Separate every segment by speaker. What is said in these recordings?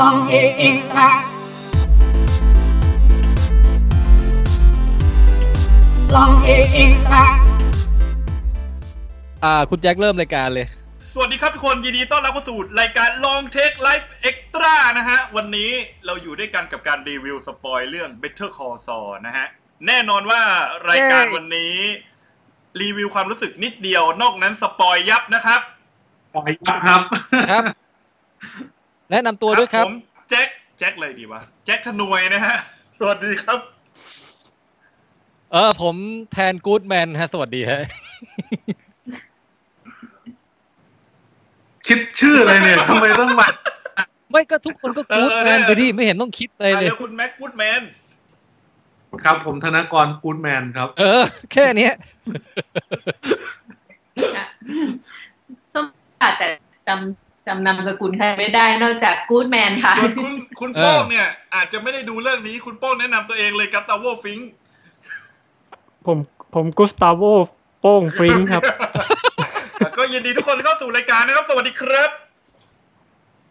Speaker 1: ลองเทเอ็กซ์ตร้าลองเทเอ็กซ์ตร้า
Speaker 2: อ่า คุณแจ็คเริ่มรายการเลย
Speaker 3: สวัสดีครับทุกคนยินดีต้อนรับเข้าสู่รายการ Long Take Life Extra นะฮะ วันนี้เราอยู่ด้วยกันกับการรีวิวสปอยเรื่อง Better Call Saul นะฮะ แน่นอนว่ารายการ
Speaker 1: เย้
Speaker 3: วันนี้ รีวิวความรู้สึกนิดเดียวนอกนั้นสปอยยับนะครับ
Speaker 4: ปล่อยครับ
Speaker 2: ค รับ แนะนำตัวด้วยครับ
Speaker 3: ผมแจ็คแจ็คเลยดีวะแจ็คธนวยนะฮะ สวัสดีครับ
Speaker 2: เออ ผมแทนกู๊ดแมนฮะ สวัสดีฮะ
Speaker 4: คิดชื่ออะไรเนี่ยทำไมต้องมา
Speaker 2: ไม่ก็ทุกคนก็กู๊ดแมน
Speaker 3: เออเออ
Speaker 2: ไปดิไม่เห็นต้องคิดอะไรเลย
Speaker 3: แล้วคุณแม็กกูดแมน
Speaker 4: ครับผมธนกรกูดแมนครับ
Speaker 2: เออ แค่เนี้ย
Speaker 5: ส้มค่ะแต่จำจำนามสกุลใครไม่ได้นอกจากกู๊ดแมนค่ะ
Speaker 3: ส่วนคุณคุณโป้งเนี่ย อาจจะไม่ได้ดูเรื่องนี้คุณโป้งแนะนำตัวเองเลยกับตาโวฟิงค์
Speaker 6: ผมผมกุสตาโวโป้งฟริงครับ
Speaker 3: แล้วก็ยินดีทุกคนเข้าสู่รายการนะครับ สวัสดีครับ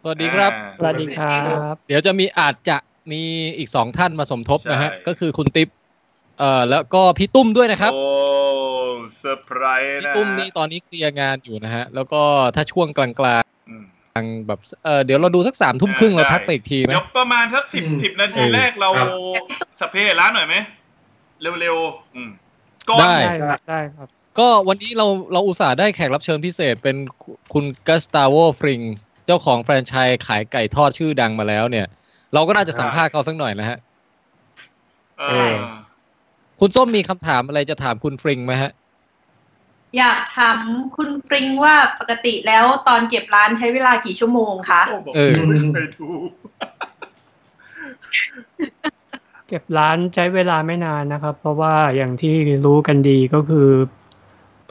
Speaker 2: สวัสดีครับ
Speaker 3: อ่า
Speaker 6: สวัสดีครับ
Speaker 2: เดี๋ยวจะมีอาจจะมีอีกสองท่านมาสมทบนะฮะ
Speaker 3: ใช่
Speaker 2: ก็คือคุณติ๊บเอ่อแล้วก็พี่ตุ้มด้วยนะครับ
Speaker 3: โอ้เซอร์ไพรส์
Speaker 2: พี่
Speaker 3: นะ
Speaker 2: ตุ้มนี่ตอนนี้เคลียร์งานอยู่นะฮะ แล้วก็ถ้าช่วงกลาง
Speaker 3: อืม
Speaker 2: ๆแบบเออเดี๋ยวเราดูสักสามทุ่มครึ่ง
Speaker 3: ได้
Speaker 2: เราทักไปอีกทีไหม
Speaker 3: เดี๋ยวประมาณสักสิบ
Speaker 4: อืม
Speaker 3: สิบนาทีแรกเรา
Speaker 4: ครับ
Speaker 3: สพเปรย์ร้านหน่อยไหม เร็วๆอืมก่อน
Speaker 2: ได้
Speaker 6: ได้ครับได้ครับ
Speaker 2: ก็วันนี้เราเราอุตส่าห์ได้แขกรับเชิญพิเศษเป็นคุณกัสตาโวฟริง เจ้าของแฟรนไชส์ขายไก่ทอดชื่อดังมาแล้วเนี่ย เราก็น่าจะสัมภาษณ์เขาสักหน่อยนะฮะ
Speaker 3: เอ
Speaker 5: ได้
Speaker 3: อ
Speaker 2: คุณส้มมีคำถามอะไรจะถามคุณฟริงไหมฮะ
Speaker 5: อยากถามคุณปริงว่าปกติแล้วตอนเก็บร้านใช้เวลากี่ชั่วโมงคะ
Speaker 3: โอ้บอก
Speaker 2: เออ
Speaker 3: ไม่เคยดู
Speaker 6: เก็บร้านใช้เวลาไม่นานนะครับ เพราะว่าอย่างที่รู้กันดีก็คือ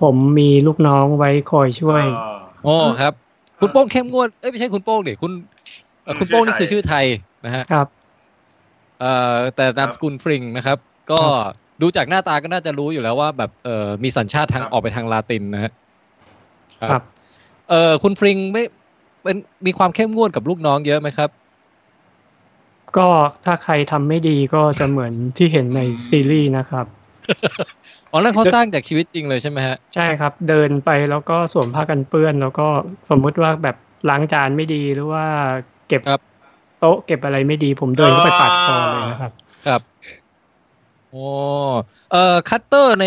Speaker 6: ผมมีลูกน้องไว้คอยช่วย
Speaker 3: เออ
Speaker 2: โอ้ครับ คุณโป้งเข้มงวดเอ้ยไม่ใช่คุณโป้งเดี๋ยคุณเอ่อคุณโป้งนี่คือชื่อไทยนะฮะ
Speaker 6: ครับ
Speaker 2: เอ่อแต่นาม
Speaker 3: ครับ
Speaker 2: สกุลฟริงนะครับ ก็ดูจากหน้าตาก็น่าจะรู้อยู่แล้วว่าแบบเออมีสัญชาติทาง
Speaker 3: ครับ
Speaker 2: ออกไปทางลาตินนะฮะ
Speaker 6: ครับ
Speaker 2: เออคุณฟริงไม่เป็นมีความเข้มงวดกับลูกน้องเยอะไหมครับ
Speaker 6: ก็ถ้าใครทำไม่ดีก็จะเหมือนที่เห็นในซีรีส์นะครับ
Speaker 2: อ๋อนั่นเขาสร้างจากชีวิตจริงเลยใช่ไหมฮะ
Speaker 6: ใช่ครับ เดินไปแล้วก็สวมผ้ากันเปื้อน แล้วก็สมมุติว่าแบบล้างจานไม่ดีหรือว่าเก็บ
Speaker 2: ครับ
Speaker 6: โต๊ะเก็บอะไรไม่ดี ผมเดินเข้าไปปาดคอเลยนะครับ
Speaker 2: ครับโอ้เอ่อคัตเตอร์ใน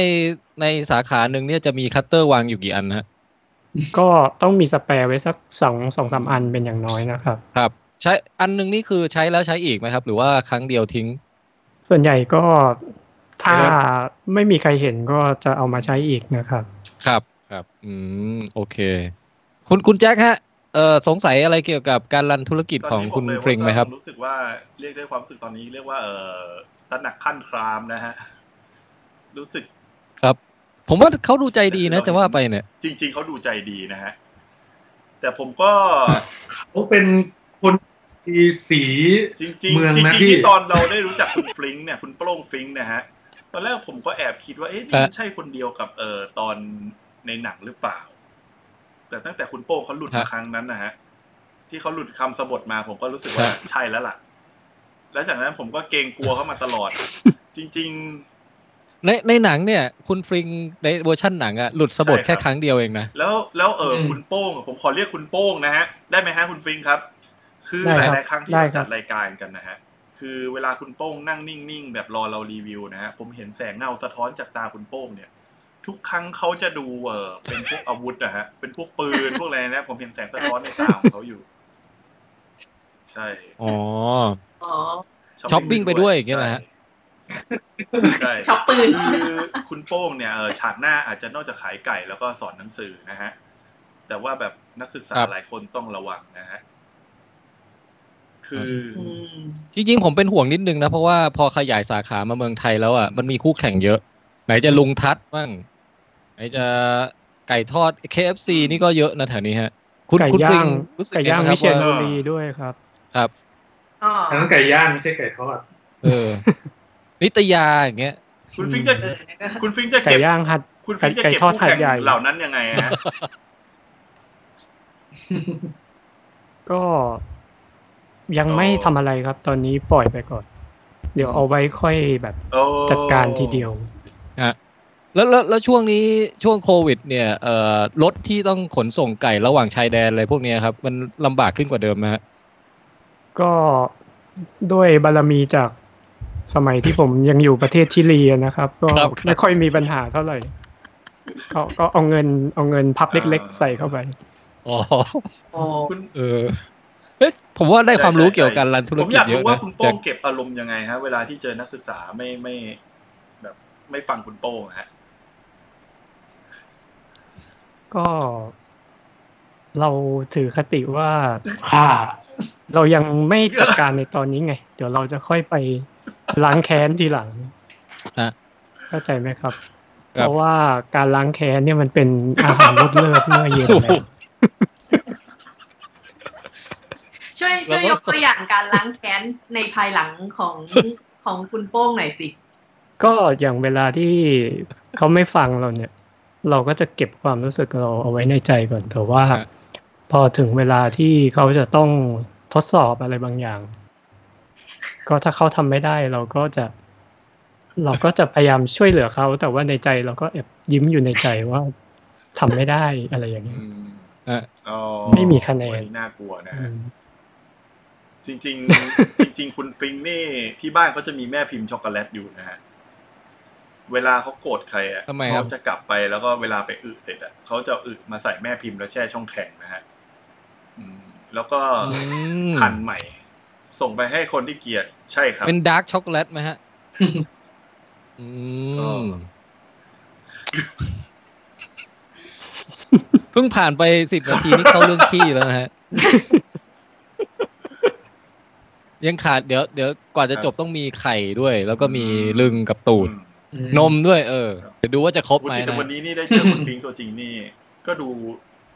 Speaker 2: ในสาขาหนึ่งเนี่ยจะมีคัตเตอร์วางอยู่กี่อันฮะ
Speaker 6: ก็ต้องมีสแปร์ไว้สักสองสองสามอันเป็นอย่างน้อยนะครับ
Speaker 2: ครับ ใช้อันหนึงนี่คือใช้แล้วใช้อีกไหมครับ หรือว่าครั้งเดียวทิ้ง
Speaker 6: ส่วนใหญ่ก็ถ้า
Speaker 4: ครับ
Speaker 6: ไม่มีใครเห็นก็จะเอามาใช้อีกนะครับ
Speaker 2: ครับครับ อืม โอเค คุณคุณแจ็คฮะ เอ่อสงสัยอะไรเกี่ยวกับการรันธุรกิจ
Speaker 3: ตน
Speaker 2: ของ
Speaker 3: นี้บก
Speaker 2: คุณ
Speaker 3: เลยว่า
Speaker 2: ฟริงไหมครับ
Speaker 3: รู้สึกว่าเรียกได้ความรู้สึกตอนนี้เรียกว่าเออตระหนักขั้นครามนะฮะ รู้สึก
Speaker 2: ครับ ผมว่าเขาดูใจดีนะ จะว่าไปเนี่ย
Speaker 3: จริง ๆเขาดูใจดีนะฮะ แต่ผม ก็
Speaker 4: เขาเป็นคนมีสี
Speaker 3: จริงๆจริง
Speaker 4: เมืองนะ
Speaker 3: ๆ
Speaker 4: พี่
Speaker 3: ที่ตอนเราได้รู้จักคุณฟลิงก์เนี่ยคุณโปร่งฟลิงก์เนี่ยฮะ ตอนแรกผมก็แอบคิดว่าเอ๊ะนี่
Speaker 2: ฮะ
Speaker 3: มันใช่คนเดียวกับเอ่อตอนในหนังหรือเปล่า แต่ตั้งแต่คุณโป้งเขาหลุดมาครั้งนั้นนะฮะ ที่เขาหลุดคำสะบทมา ผมก็รู้สึกว่าใช่แล้วล่ะ แล้วจากนั้นผมก็เกรงกลัวเขามาตลอด จริง
Speaker 2: ในในหนังเนี่ย คุณฟริงในเวอร์ชั่นหนังอะหลุดสะบด
Speaker 3: ใช่ครับ
Speaker 2: แค่ครั้งเดียวเองนะ
Speaker 3: ๆ แล้วแล้วเอออ
Speaker 4: ม
Speaker 3: คุณโป้งผมขอเรียกคุณโป้งนะฮะ ได้ไหมฮะคุณฟลิงก์ครับ คือห
Speaker 6: ได้ครับ
Speaker 3: ลายๆครั้งที่
Speaker 6: ได้
Speaker 3: เรา
Speaker 6: ครั
Speaker 3: จั
Speaker 6: บ
Speaker 3: ดรายการกันนะฮะ คือเวลาคุณโป้งนั่งนิ่งๆ แบบรอเรารีวิวนะฮะ ผมเห็นแสงเงาสะท้อนจากตาคุณโป้งเนี่ย ทุกครั้งเขาจะดูเออเป็นพวกอาวุธนะฮะ เป็นพวกปืน พวกอะไรนะ ผมเห็นแสงสะท้อนในตาของเขาอยู่ ใช่
Speaker 2: อ๋อ
Speaker 5: อ๋อ
Speaker 2: ช้อปปิ้งไปด้วยอย่างเงี้ยเหรอฮะ
Speaker 3: ใช่
Speaker 5: ช็อปปืน
Speaker 3: คือคุณโป้งเนี่ยเออฉากหน้าอาจจะนอกจากขายไก่แล้วก็สอนหนังสือนะฮะ แต่ว่าแบบนักศึกษา
Speaker 2: ครับ
Speaker 3: หลายคนต้องระวังนะฮะ คือ
Speaker 5: อืม
Speaker 2: จริงๆผมเป็นห่วงนิดนึงนะ เพราะว่าพอขยายสาขามาเมืองไทยแล้วอะมันมีคู่แข่งเยอะ ไหนจะลุงทัศน์บ้างไหนจะไก่ทอด KFC นี่ก็เยอะนะแถวนี้ฮะ คุณ
Speaker 6: ไก่
Speaker 2: คุณฟริ
Speaker 6: ย่าง ง
Speaker 2: รู้สึก
Speaker 6: ไก่
Speaker 2: ไง
Speaker 6: ย่าง
Speaker 2: บ้างค
Speaker 6: วิ
Speaker 2: รับ
Speaker 6: เชียร
Speaker 2: ว่า
Speaker 6: บุรีด้วยครับ
Speaker 2: ครับ
Speaker 5: อ๋อ
Speaker 4: อันนั้นไก่ย่างไม่ใช่ไก่ทอด
Speaker 2: เออ นิตยาอย่างเงี้ย
Speaker 3: คุณฟิงค์จะ คุณฟิงค์จะ
Speaker 6: ไก่
Speaker 3: เก็บ
Speaker 6: ย่างหัด
Speaker 3: คุณฟิงค์จะ
Speaker 6: ไก่
Speaker 3: เก็บ
Speaker 6: ทอด
Speaker 3: คู่แข่
Speaker 6: หาดใหญ่
Speaker 3: งเหล่านั้นยังไงฮะ
Speaker 6: ก็ ยังไม่ทำอะไรครับ ตอนนี้ปล่อยไปก่อน เดี๋ยวเอาไว้ค่อยแบบ
Speaker 3: โอ้
Speaker 6: จัดการทีเดียว
Speaker 2: แล้วแล้วแล้วช่วงนี้ช่วงโควิด เนี่ยเอ่อรถที่ต้องขนส่งไก่ระหว่างชายแดนอะไรพวกเนี้ยครับ มันลำบากขึ้นกว่าเดิมไหมฮะ
Speaker 6: ก็ด้วยบารมีจากสมัยที่ผมยังอยู่ประเทศชิลีอะนะครับ ก็ไม่ค่อยมีปัญหาเท่าไหร่ก็ก็เอาเงินเอาเงินพับเล็ก ๆ ใส่เข้าไป
Speaker 2: อ๋อ
Speaker 5: อ๋อ
Speaker 3: คุณ
Speaker 2: เออเอ๊ะผมว่าได้ความรู้เกี่ยวกับการรันธุร
Speaker 3: ผม
Speaker 2: กิจ
Speaker 3: อยาก
Speaker 2: เยอะ
Speaker 3: รู้ว่า
Speaker 2: นะ
Speaker 3: คุณ
Speaker 2: จา
Speaker 3: โป้
Speaker 2: ก
Speaker 3: งเก็บอารมณ์ยังไงฮะ เวลาที่เจอนักศึกษาไม่ไม่ แบบไม่ฟังคุณโป้งอะฮะ
Speaker 6: ก็เราถือคติว่า
Speaker 4: อ่า
Speaker 6: เรายังไม่จัดการในตอนนี้ไง เดี๋ยวเราจะค่อยไปล้างแค้นทีหลัง
Speaker 2: ฮะ
Speaker 6: เข้าใจไหมครับ
Speaker 2: ครับ
Speaker 6: เพราะว่าการล้างแค้นเนี่ยมันเป็นอาหารลดเลิศเมื่อเย็นแล้ว
Speaker 5: ช่วย
Speaker 2: แล้วก็
Speaker 5: ช่วยยกตัวอย่างการล้างแค้นในภายหลังของของคุณโป้งหน่อยสิ
Speaker 6: ก็อย่างเวลาที่เขาไม่ฟังเราเนี่ย เราก็จะเก็บความรู้สึกเราเอาไว้ในใจก่อนแต่ว่า
Speaker 2: ฮะ
Speaker 6: พอถึงเวลาที่เขาจะต้องทดสอบอะไรบางอย่าง ก็ถ้าเขาทำไม่ได้เราก็จะ เราก็จะพยายามช่วยเหลือเขา แต่ว่าในใจเราก็แอบยิ้มอยู่ในใจว่าทำไม่ได้อะไรอย่างนี้ย
Speaker 3: อืม
Speaker 2: เออ
Speaker 3: อ๋อ
Speaker 6: ไม่มีคะแนน
Speaker 3: วัน่ากลัวนะ
Speaker 6: อื
Speaker 3: ฮะ
Speaker 6: ม
Speaker 3: จริง ๆ จริง ๆ คุณฟิงค์นี่ที่บ้านเขาจะมีแม่พิมพ์ช็อกโกแลตอยู่นะฮะเวลาเขาโกรธใครอ่ะ
Speaker 2: ทำไมครับ
Speaker 3: เขาจะกลับไปแล้วก็เวลาไปอึเสร็จอ่ะเขาจะอึมาใส่แม่พิมพ์แล้วแช่ช่องแข็งนะฮะอืม แล้วก็
Speaker 2: อืม
Speaker 3: หั่นใหม่ ส่งไปให้คนที่เกลียดใช่ครับ
Speaker 2: เป็นดาร์กช็อกโกแลตไหมฮะ อื
Speaker 3: ก็
Speaker 2: มเพิ่งผ่านไปสิบนาทีนี่เข้าเรื่องขี้แล้ว นะฮะ ยังขาดเดี๋ยวเดี๋ยวกว่าจะจบต้องมีไข่ด้วย แล้วก็มีลึงกับตูด
Speaker 3: อืม
Speaker 2: นมด้วย เออ
Speaker 3: ครับ
Speaker 2: เดี๋ยวดูว่าจะครบ
Speaker 3: คุณ
Speaker 2: ไหม
Speaker 3: จิต
Speaker 2: นะ
Speaker 3: วันนี้นี่ได้เจอคุณฟิงค์ตัวจริงนี่ ก็ดู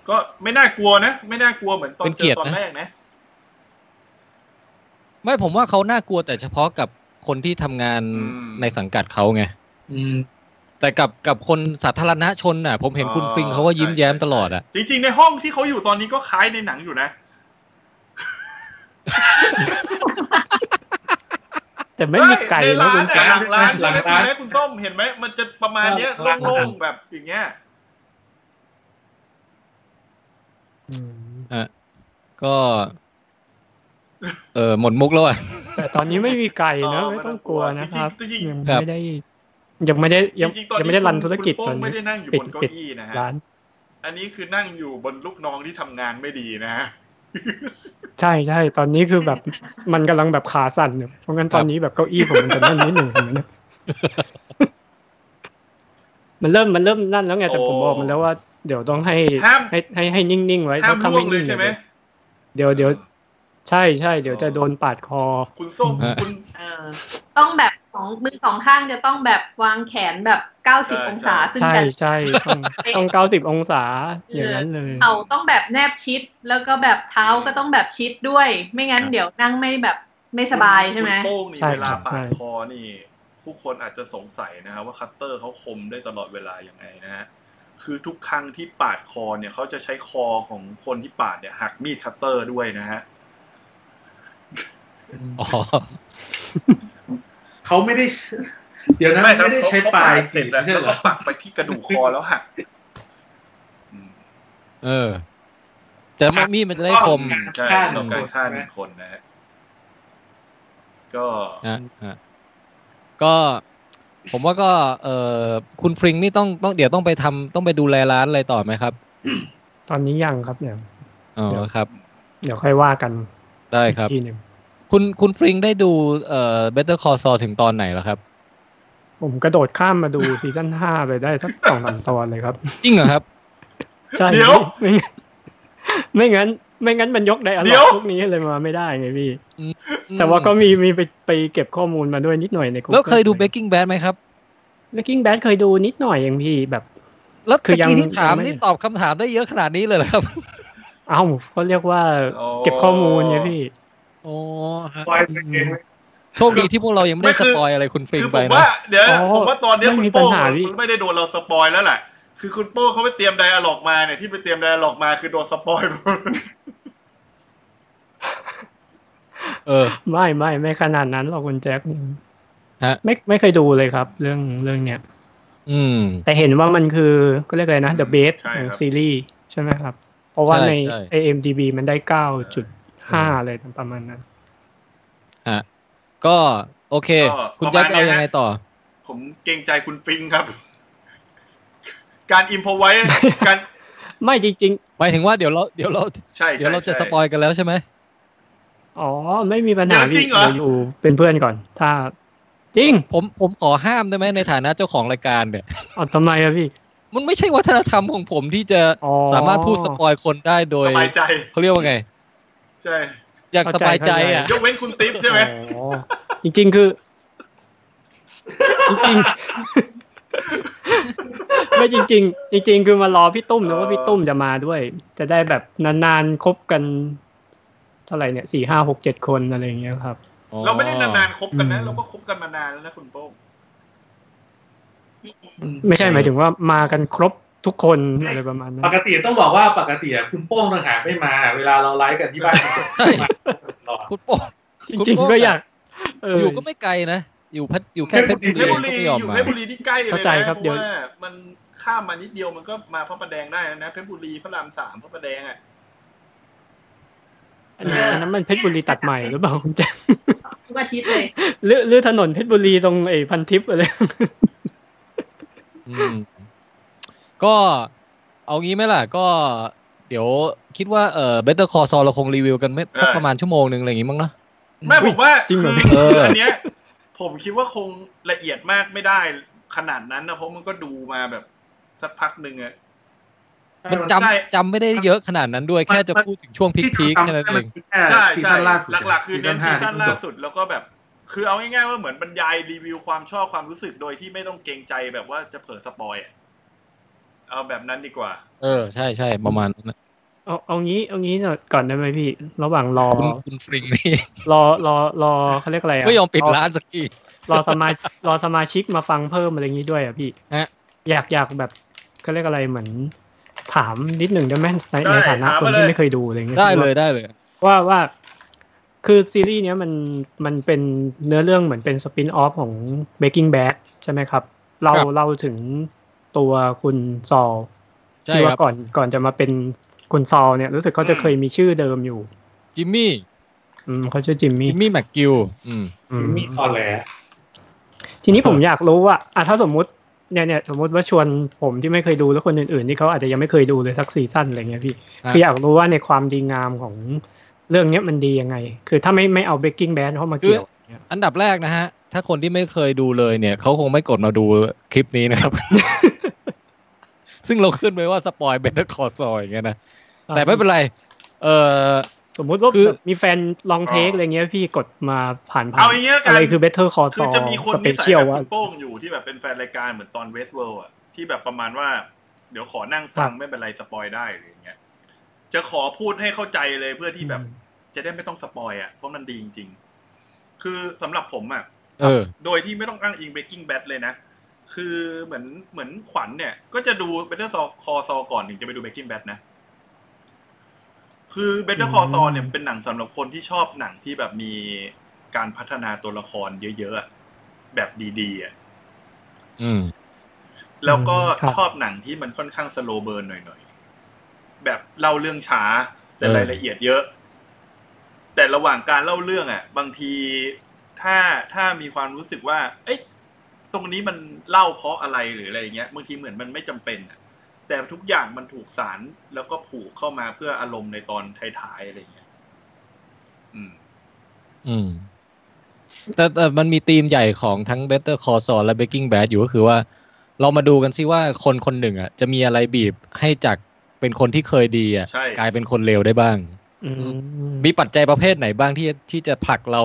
Speaker 3: ก็ไม่น่ากลัวนะไม่น่ากลัวเหมือนตอนเจอตอนแรกนะ
Speaker 2: ไม่ผมว่าเขาน่ากลัวแต่เฉพาะกับคนที่ทำงาน
Speaker 3: อืม
Speaker 2: ในสังกัดเขาไง
Speaker 4: อืม
Speaker 2: แต่กับกับคนสาธารณชนน่ะ ผมเห็นคุณฟิงเขาก็ยิ้มแย้มตลอดอ่ะ
Speaker 3: จริงๆ ในห้องที่เขาอยู่ตอนนี้ก็คล้ายในหนังอยู่นะ
Speaker 6: แต่ไม่มีไก่
Speaker 3: ใน
Speaker 6: แล้
Speaker 3: ร้า
Speaker 6: วน คุณ
Speaker 3: อะหลังร้าน
Speaker 4: หลั
Speaker 3: ใช่
Speaker 4: ง
Speaker 3: ไหมคุณ
Speaker 4: ร้าน
Speaker 3: แม่คุณส้มเห็นไหมมันจะประมาณเนี้ย
Speaker 4: หลังร้าน
Speaker 3: โล่งๆแบบอย่างเงี้ย
Speaker 6: อืม
Speaker 2: ก็ เออหมดมุกแล้วอ่ะ
Speaker 6: แต่ตอนนี้ไม่มีไก่นะไม่ต้องกลัวนะครับ
Speaker 3: จริง
Speaker 6: ยัง
Speaker 2: ครับ
Speaker 6: ไม่ได้ ยังไม่ได้
Speaker 3: ๆ
Speaker 6: ยัง
Speaker 3: จริงๆตอน
Speaker 6: ยัง
Speaker 3: นี้
Speaker 6: ไม่ได้รันธุรกิจ
Speaker 3: คุณ
Speaker 6: ตอ
Speaker 3: โป้
Speaker 6: น
Speaker 3: งไม่
Speaker 6: นี้
Speaker 3: ได้นั่งอยู่บนเก้าอี้นะฮะ
Speaker 6: ร้าน
Speaker 3: อันนี้คือนั่งอยู่บนลูกน้องที่ทำงานไม่ดีนะฮะ
Speaker 6: ใช่ใช่ตอนนี้คือแบบ มันกำลังแบบขาสั่นอยู่เพราะงั้นตอนนี้แบบเก้าอี้ผมมันจะนั่นนิดหนึ่งเห็นไหมเนี่ย มันเริ่มมันเริ่มนั่นแล้วไงแต่ผมบอกมันแล้วว่าเดี๋ยวต้องให้
Speaker 3: ห้าม
Speaker 6: ให้ให้ให้นิ่งๆไว้
Speaker 3: ห้าม
Speaker 6: ถ้า
Speaker 3: ล่วงเลย
Speaker 6: งๆ
Speaker 3: ใช่ไหม
Speaker 6: เดี๋ยวเดี๋ยวใช่ใช่เดี๋ยวจะ
Speaker 3: อ๋อ
Speaker 6: โดนปาดคอ
Speaker 3: คุณส้ม
Speaker 2: ฮะ
Speaker 3: คุณ
Speaker 5: เออ ต้องแบบของมือสองข้างจะต้องแบบวางแขนแบบเก้าสิบองศา ซึ่ง
Speaker 6: ใช่
Speaker 5: กัน
Speaker 6: ใช่ต้องต้องเก้าสิบองศาอย่างนั้นเลย
Speaker 5: เขาต้องแบบแนบชิด แล้วก็แบบเท้าก็ต้องแบบชิดด้วย ไม่งั้นเดี๋ยวนั่งไม่แบบไม่สบายใช่ไหม
Speaker 3: คุณโป้งนี่
Speaker 6: ใช่
Speaker 3: เวลา
Speaker 6: ครับ
Speaker 3: ปาด
Speaker 6: ใช่
Speaker 3: คอนี่ ผู้คนอาจจะสงสัยนะครับว่าคัตเตอร์เขาคมได้ตลอดเวลายังไงนะฮะคือทุกครั้งที่ปาดคอเนี่ยเขาจะใช้คอของคนที่ปาดเนี่ยหักมีดคัตเตอร์ด้วยนะฮะ
Speaker 2: อ๋อ
Speaker 4: เขาไม่ได้ เดี๋ยวนะ
Speaker 3: ไม่ครับ
Speaker 4: ไม่ได้ใช้
Speaker 3: เขา
Speaker 4: ปลาย
Speaker 3: เสร็จแล้ว
Speaker 4: ใช่
Speaker 3: แล้ว
Speaker 4: เหร
Speaker 3: ก็
Speaker 4: อ
Speaker 3: ปักไปที่กระดูกคอแล้วหักอืม
Speaker 2: เออ แต่มันมีดมันจะได้คม
Speaker 3: ใช่
Speaker 4: ฆ่าห
Speaker 3: ต้
Speaker 4: นึ่
Speaker 3: อง ง
Speaker 4: ค
Speaker 3: การ
Speaker 4: น
Speaker 3: ฆ่าห
Speaker 4: ใช่ไหม
Speaker 3: นึ่งคนนะฮะก็
Speaker 2: นะฮะก็ ผมว่าก็ เออคุณฟริงนี่ต้องต้องเดี๋ยวต้องไปทำต้องไปดูแลร้านอะไรต่อไหมครับ
Speaker 6: ตอนนี้ยังครับเนี่ย
Speaker 2: อ๋อ
Speaker 6: เดี๋ยว
Speaker 2: ครับ
Speaker 6: เดี๋ยวค่อยว่ากัน
Speaker 2: ได้ครับ
Speaker 6: ทีหนึ่ง
Speaker 2: คุณคุณฟริงได้ดูเอ่อ Better Call Saul ถึงตอนไหนแล้วครับ
Speaker 6: ผมกระโดดข้ามมาดู ซีซั่นห้าไปได้สักสองสามตอนเลยครับ
Speaker 2: จริงเหรอครับ
Speaker 6: ใช่
Speaker 3: เดี๋ยว
Speaker 6: ไม่งั้นไม่งั้น ไม่งั้นมันยกไดอะ
Speaker 3: เดี๋ย
Speaker 6: ล็อ
Speaker 3: ว
Speaker 6: กพวกนี้เลยมาไม่ได้ไงพี่ แต่ว่าก็มีมีไปไปเก็บข้อมูลมาด้วยนิดหน่อยใน Google
Speaker 2: แล้วเคยดู Breaking Bad ไหมครับ
Speaker 6: Breaking Bad เคยดูนิดหน่อยเองพี่แบบ
Speaker 2: แล้ว
Speaker 6: คือ
Speaker 2: ตะ
Speaker 6: ยัง
Speaker 2: กี้ที่ถาม
Speaker 6: ยังไม่
Speaker 2: นี่ตอบคำถามได้เยอะขนาดนี้เลยเหรอครับ
Speaker 6: เอ้าเขาเรียกว่า
Speaker 3: อ๋อ
Speaker 6: เก็บข้อมูลไงพี่
Speaker 2: โอ้ฮะ
Speaker 4: ปลายเป็นเองไหม
Speaker 2: โชคดีที่พวกเรายังไม่ได้ส
Speaker 3: ไม่คือ
Speaker 2: ปอยอะไรคุณฟริง
Speaker 3: คือผ
Speaker 2: ไป
Speaker 3: ม
Speaker 2: นะ
Speaker 3: ว่า เดี๋ยว
Speaker 6: อ๋อ
Speaker 3: ผมว่าตอนเนี้ย
Speaker 6: ไม่
Speaker 3: คุณ
Speaker 6: มีปัญ
Speaker 3: โป้ง
Speaker 6: หาพี่
Speaker 3: มันไม่ได้โดนเราสปอยแล้วแหละคือคุณโป้งเขาไปเตรียมไดอะล็อกมาเนี่ยที่ไปเตรียมไดอะล็อกมาคือโดนสปอยหมด
Speaker 2: เออ
Speaker 6: ไม่ไม่ไม่ขนาดนั้นหรอกคุณแจ็ค
Speaker 2: ฮะ
Speaker 6: ไม่ไม่เคยดูเลยครับ เรื่องเรื่องเนี้ย
Speaker 2: อืม
Speaker 6: แต่เห็นว่ามันคือก็เรียกอะไรนะ The Best
Speaker 3: ใช่ครับ
Speaker 6: ซีรีส์ใช่ไหมครับ เพราะว่า
Speaker 2: ใช่
Speaker 6: ใน
Speaker 2: ใช่
Speaker 6: AMDB มันได้ 9.5 อะไรประมาณนั้น
Speaker 2: ฮะก็ โอเค
Speaker 3: ก็
Speaker 2: คุณ
Speaker 3: ป
Speaker 2: แจ็
Speaker 3: ระ
Speaker 2: ค
Speaker 3: มาณ
Speaker 2: เอายังไง
Speaker 3: เนี้ย
Speaker 2: ต่อ
Speaker 3: ผมเกรงใจคุณฟิงครับ การอิมพอไว้ การ
Speaker 6: ไม่จริง
Speaker 2: หมายถึงว่าเดี๋ยวเราเดี๋ยวเรา
Speaker 3: ใช่
Speaker 2: เดี๋ยว
Speaker 3: ใช่
Speaker 2: เราจะ
Speaker 3: ใช่
Speaker 2: สปอยกันแล้วใช่ไหม
Speaker 6: ๆ อ๋อ ไม่มีปัญหา
Speaker 3: เดี๋ยวจริงเหรอ
Speaker 6: เราอยู่เป็นเพื่อนก่อน ถ้า จริง
Speaker 2: ผมผมขอห้ามได้ไหมในฐานะเจ้าของรายการเนี่ย
Speaker 6: อ๋อทำไมอะพี่ มัน
Speaker 2: ไม่ใช่วัฒนธรรมของผมที่จะ
Speaker 6: อ๋อ
Speaker 2: สามารถพูดสปอยคนได้โดย
Speaker 3: สบายใจ
Speaker 2: เขาเรียกว่าไง
Speaker 3: ใช่
Speaker 2: อยากสบายใจอ่ะ
Speaker 3: ยกเว้นคุณติ๊บใช่ไหม
Speaker 6: อ๋อจริง ๆ คือ จริงๆ ไม่จริง ๆ จริง ๆ คือมารอพี่ตุ้มนะว่าพี่ตุ้มจะมาด้วย จะได้แบบนานๆคบกัน เท่าไหร่เนี่ยสี่ห้าหกเจ็ดคนอะไรอย่างเงี้ยครับ
Speaker 3: เราไม่ได้นานๆคบกันนะ
Speaker 6: อืม
Speaker 3: เราก็คบกันมานานแล้วนะคุณโป้ง
Speaker 6: ไม่ใช่หมายถึงว่ามากันครบทุกคนอะไรประมาณนั้น
Speaker 4: ปกติต้องบอกว่าปกติอะคุณโป้งต่างหากไม่มา เวลาเราไลฟ์กันที่บ้านคุณโป้ง
Speaker 2: ใช่
Speaker 4: มาตลอด
Speaker 2: คุณโป้ง
Speaker 6: จริง ๆ ก็อยากเออ
Speaker 2: อ
Speaker 6: อ
Speaker 2: ยู่ก็ไม่ไกลนะ อยู่พัทอยู่แค่เพชรบุ
Speaker 3: เพ
Speaker 2: รีก็
Speaker 3: ชรบุรี
Speaker 2: ไม่ยอม
Speaker 3: อยู่
Speaker 2: มา
Speaker 3: เพชรบุรีที่ใกล้เลย
Speaker 6: เข้าใจ
Speaker 3: นะครับ เพ
Speaker 6: เดี๋ย
Speaker 3: ราะว่า
Speaker 6: ว
Speaker 3: มันข้ามมานิดเดียวมันก็มาพระประแดงได้แล้วนะเพชรบุรีพระรามสามพระประแดงอ่ะ
Speaker 6: อันนั้นอันนั้นมันเพชรบุรีตัดใหม่หรือเปล่าคุณแจ๊ค
Speaker 5: ทุกอาทิตย์เลย
Speaker 6: หรือหรือถนนเพชรบุรีตรงไอ้พันทิพย์อะไร
Speaker 2: อืมก็เอางี้ไหมล่ะ ก็เดี๋ยวคิดว่าเออเบเตอร์คอซอเราคงรีวิวกันไม่สักประมาณชั่วโมงหนึ่งอะไรอย่างงี้มั้งเนาะ
Speaker 3: แม่ผมว่า
Speaker 6: จริงเหรอ
Speaker 3: คือ
Speaker 2: เอออั
Speaker 3: อันเนี้ย ผมคิดว่าคงละเอียดมากไม่ได้ขนาดนั้นนะเพราะมันก็ดูมาแบบสักพักหนึ่งอะ
Speaker 2: มัน
Speaker 3: ใช่
Speaker 2: จำจำไม่ได้เยอะขนาดนั้นด้วย
Speaker 4: มัน
Speaker 2: แค่จะพูดถึงช่วงพีคๆแค่นั้นเอง
Speaker 3: ใช่
Speaker 4: ซี
Speaker 3: ใช่
Speaker 4: ซั่นล่าสุด
Speaker 3: หลักๆ คือเน้นซีซั่นล่า
Speaker 4: ด
Speaker 3: สุดแล้วก็แบบ คือเอาง่ายๆว่าเหมือนบรรยายรีวิวความชอบความรู้สึกโดยที่ไม่ต้องเกรงใจแบบว่าจะเผลอสปอยอะเอาแบบนั้นดีกว่า
Speaker 2: เออใช่ใช่ประมาณนั้นนะ
Speaker 6: เอาเอางี้เอางี้หน่อยก่อนได้ไหมพี่ ระหว่างรอ
Speaker 2: คุณคุณฟริงนี่
Speaker 6: รอรอรอเขาเรียกอะไรอ่ะ
Speaker 2: ไม่ยอมปิด
Speaker 6: ร
Speaker 2: ร้านสักที
Speaker 6: รอสมาชิรอสมาชิกมาฟังเพิ่มอะไรอย่างนี้ด้วยอ่ะพี่
Speaker 2: ฮะ
Speaker 6: อยากอยากแบบเขาเรียกอะไรเหมือน ถามนิดหนึ่งได้ไหมใน
Speaker 3: ได้
Speaker 6: ในฐานะ
Speaker 3: ถาม
Speaker 6: คน
Speaker 3: มา
Speaker 6: ที่
Speaker 3: เลย
Speaker 6: ไม่เคยดูอะไรอย่างเงี้ย
Speaker 2: ได้เลยได้เลย
Speaker 6: ว่าว่า คือซีรีส์เนี้ยมันมันเป็นเนื้อเรื่องเหมือนเป็นสปินออฟของ Breaking Bad ใช่ไหมครับ เรา
Speaker 2: ครับ
Speaker 6: เล่าถึงตัวคุณซอล
Speaker 2: ใช่
Speaker 6: ที่
Speaker 2: ครั
Speaker 6: ว่า
Speaker 2: บ
Speaker 6: ก่อนก่อนจะมาเป็นคุณซอลเนี่ยรู้สึกเขาจะเคยมีชื่อเดิมอยู่
Speaker 2: จิมมี่
Speaker 6: อืมเขาชื่อจิมมี่
Speaker 2: จิมมี่แม็กกิลอืม
Speaker 6: อืม
Speaker 4: มีตอนแหล
Speaker 6: ทีนี้ผม
Speaker 2: เออ
Speaker 6: อ
Speaker 2: อ
Speaker 6: ยากรู้ว่าอ่ะถ้าสมมุติเนี่ยเนี่ยสมมติว่าชวนผมที่ไม่เคยดูแล้วคนอื่นๆที่เขาอาจจะยังไม่เคยดูเลยสักซีซั่นอะไรเงี้ยพี่คืออยากรู้ว่าในความดีงามของเรื่องเนี้ยมันดียังไง คือถ้าไม่ไม่เอาเบกกิ้งแบนเข้ามาเกี่ยวเนี่ย
Speaker 2: อันดับแรกนะฮะ ถ้าคนที่ไม่เคยดูเลยเนี่ย เขาคงไม่กดมาดูคลิปนี้นะครับ ซึ่งเราขึ้นไปว่าสปอยเบนเตอร์คอร์ซอยอย่างเงี้ยนะ แต่ไม่เป็นไร เออ
Speaker 6: สมมุติว่า
Speaker 2: คือ
Speaker 6: แบบมีแฟนลองเทคอะไรเงี้ยพี่กดมาผ่านผ่าน
Speaker 3: เอาอย่างเงี้ยกัน
Speaker 6: อะไรคือเบเ t อร์คอร์ส
Speaker 3: คือจะมีคน
Speaker 6: สเป
Speaker 3: นิสั
Speaker 6: เชี
Speaker 3: ย
Speaker 6: ยล
Speaker 3: แบบ
Speaker 6: ว่า
Speaker 3: คุณโป้งอยู่ที่แบบเป็นแฟนรายการเหมือนตอนเวสเวิร์อะที่แบบประมาณว่า เดี๋ยวขอนั่งฟัง
Speaker 6: ครับ
Speaker 3: ไม่เป็นไรสปอยได้หรืออย่างเงี้ยจะขอพูดให้เข้าใจเลยเพื่อที่แบบ จะได้ไม่ต้องสปอยอะเพราะมันดีจริง ๆ คือสำหรับผมอะ
Speaker 2: เออ
Speaker 3: โดยที่ไม่ต้องอ้างอิง Breaking Bad เลยนะ คือเหมือนเหมือนขวัญเนี่ย ก็จะดู Better Call Saul ก่อนถึงจะไปดู Breaking Bad นะ คือ Better Call Saul เนี่ยเป็นหนังสำหรับคนที่ชอบหนังที่แบบมีการพัฒนาตัวละครเยอะๆอะแบบดีๆอะ
Speaker 2: อืม
Speaker 3: แล้วก็
Speaker 6: ครับ
Speaker 3: ชอบหนังที่มันค่อนข้างสโลเบิร์นหน่อยๆ แบบเล่าเรื่องช้า แต่
Speaker 2: เออ
Speaker 3: รายละเอียดเยอะ แต่ระหว่างการเล่าเรื่องอ่ะ บางทีถ้าถ้ามีความรู้สึกว่า เอ๊ะตรงนี้มันเล่าเพราะอะไรหรืออะไรอย่างเงี้ยบางทีเหมือนมันไม่จำเป็นอะแต่ทุกอย่างมันถูกสารแล้วก็ผูกเข้ามาเพื่ออารมณ์ในตอนท้ายๆอะไรอย่างเงี้ยอืม
Speaker 2: อืม แต่แต่มันมีธีมใหญ่ของทั้ง Better Call Saul และ Breaking Bad อยู่ก็คือว่า เรามาดูกันซิว่าคนคนหนึ่งอ่ะ จะมีอะไรบีบให้จากเป็นคนที่เคยดีอ่ะ
Speaker 3: ใช่
Speaker 2: กลายเป็นคนเลวได้บ้าง
Speaker 6: อืม
Speaker 2: มีปัจจัยประเภทไหนบ้างที่ที่จะผลักเรา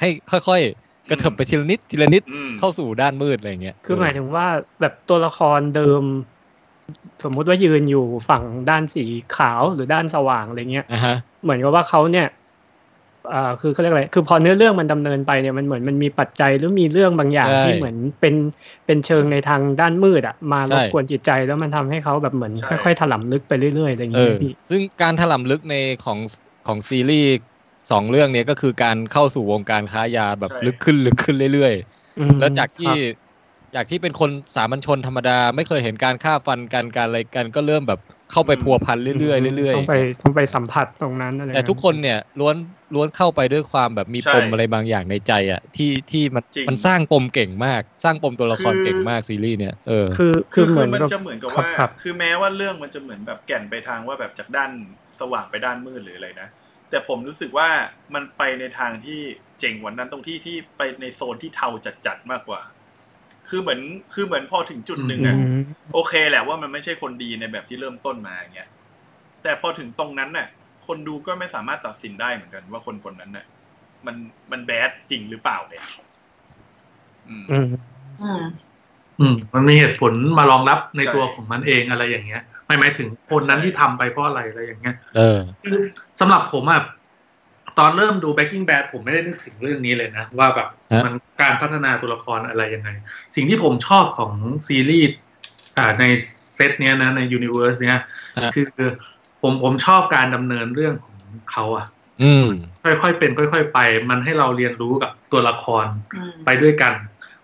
Speaker 2: ให้ค่อยๆ กระเถิบไปทีละนิดทีละนิด
Speaker 3: อืม
Speaker 2: เข้าสู่ด้านมืดอะไรอย่างเงี้ย
Speaker 6: คือหมายถึงว่าแบบตัวละครเดิม สมมุติว่ายืนอยู่ฝั่งด้านสีขาวหรือด้านสว่างอะไรเงี้ย
Speaker 2: อ่ะฮะ
Speaker 6: เหมือนกับว่าเขาเนี่ยเอ่อคือเขาเรียกอะไร คือพอเนื้อเรื่องมันดำเนินไปเนี่ย มันเหมือนมันมีปัจจัยหรือมีเรื่องบางอย่าง
Speaker 2: ใช่
Speaker 6: ที่เหมือนเป็นเป็นเชิงในทางด้านมืดอะมาร
Speaker 2: ใช่
Speaker 6: บกวนจิตใจแล้วมันทำให้เขาแบบเหมือน
Speaker 3: ใช่
Speaker 6: ค่อยๆถลำลึกไปเรื่อยๆอะไรอย่าง
Speaker 2: เอ
Speaker 6: เงี้
Speaker 2: อ
Speaker 6: ยพี่
Speaker 2: ซึ่งการถล่ำลึกในของของซีรีส์ สองเรื่องเนี้ยก็คือการเข้าสู่วงการค้ายาแบบ
Speaker 3: ใช่
Speaker 2: ลึกขึ้นลึกขึ้นเรื่อย
Speaker 6: อืม
Speaker 2: ๆ แล้วจากที่
Speaker 6: ครับ
Speaker 2: จากที่เป็นคนสามัญชนธรรมดา ไม่เคยเห็นการฆ่าฟันกันการอะไรกันก็เริ่มแบบเข้าไปพัวพันเรื่อยๆเรื่อย
Speaker 6: ต้องไปต้องไปสัมผัสตรงนั้นอะไร
Speaker 2: ๆแต่ทุกคนเนี่ยล้วนล้วนเข้าไปด้วยความแบบมี
Speaker 3: ใช่
Speaker 2: ปมอะไรบางอย่างในใจอ่ะที่ที่มัน
Speaker 3: จริง
Speaker 2: มันสร้างปมเก่งมาก สร้างปมตัวละคร
Speaker 3: คือ
Speaker 2: เก่งมากซีรีส์เนี่ยเออ
Speaker 6: คือ
Speaker 3: คื
Speaker 6: คือ อ
Speaker 3: คื
Speaker 6: เหมื
Speaker 3: อ
Speaker 6: อน
Speaker 3: มัน
Speaker 6: กับ
Speaker 3: จะเหมือนกับ
Speaker 6: ครับ
Speaker 3: ว่า
Speaker 6: ครับ
Speaker 3: คือแม้ว่าเรื่องมันจะเหมือนแบบแก่นไปทางว่าแบบจากด้านสว่างไปด้านมืดหรืออะไรนะ แต่ผมรู้สึกว่ามันไปในทางที่เจ๋งกว่านั้นตรงที่ที่ไปในโซนที่เทาจัดๆมากกว่า คือเหมือนคือเหมือนพอถึงจุดหนึ่งอะ
Speaker 6: อืม
Speaker 3: โอเคแหละว่ามันไม่ใช่คนดีในแบบที่เริ่มต้นมาอย่างเงี้ยแต่พอถึงตรงนั้นน่ะ คนดูก็ไม่สามารถตัดสินได้เหมือนกันว่าคนคนนั้นน่ะ มันมันแบดจริงหรือเปล่าเนี่ยอืม
Speaker 6: อืม
Speaker 5: อืม
Speaker 4: อืมมันมีเหตุผลมารองรับใน
Speaker 3: ใช่
Speaker 4: ตัวของมันเองอะไรอย่างเงี้ย ไม่หมายถึงคนนั้น
Speaker 3: ใช่
Speaker 4: ที่ทำไปเพราะอะไรอะไรอย่างเงี้ย
Speaker 2: เออ
Speaker 4: สำหรับผมอะตอนเริ่มดู Breaking Bad ผมไม่ได้นึกถึงเรื่องนี้เลยนะ ว่าแบบ
Speaker 2: ฮะ
Speaker 4: มันการพัฒนาตัวละครอะไรยังไง สิ่งที่ผมชอบของซีรีส์อ่าในเซตเนี้ยนะในยูนิเวอร์สเนี้ยคือผมผมชอบการดำเนินเรื่องของเขาอะ
Speaker 2: อืม
Speaker 4: ค่อยๆเป็น ค่อย ๆ ไป มันให้เราเรียนรู้กับตัวละคร
Speaker 5: อืม
Speaker 4: ไปด้วยกัน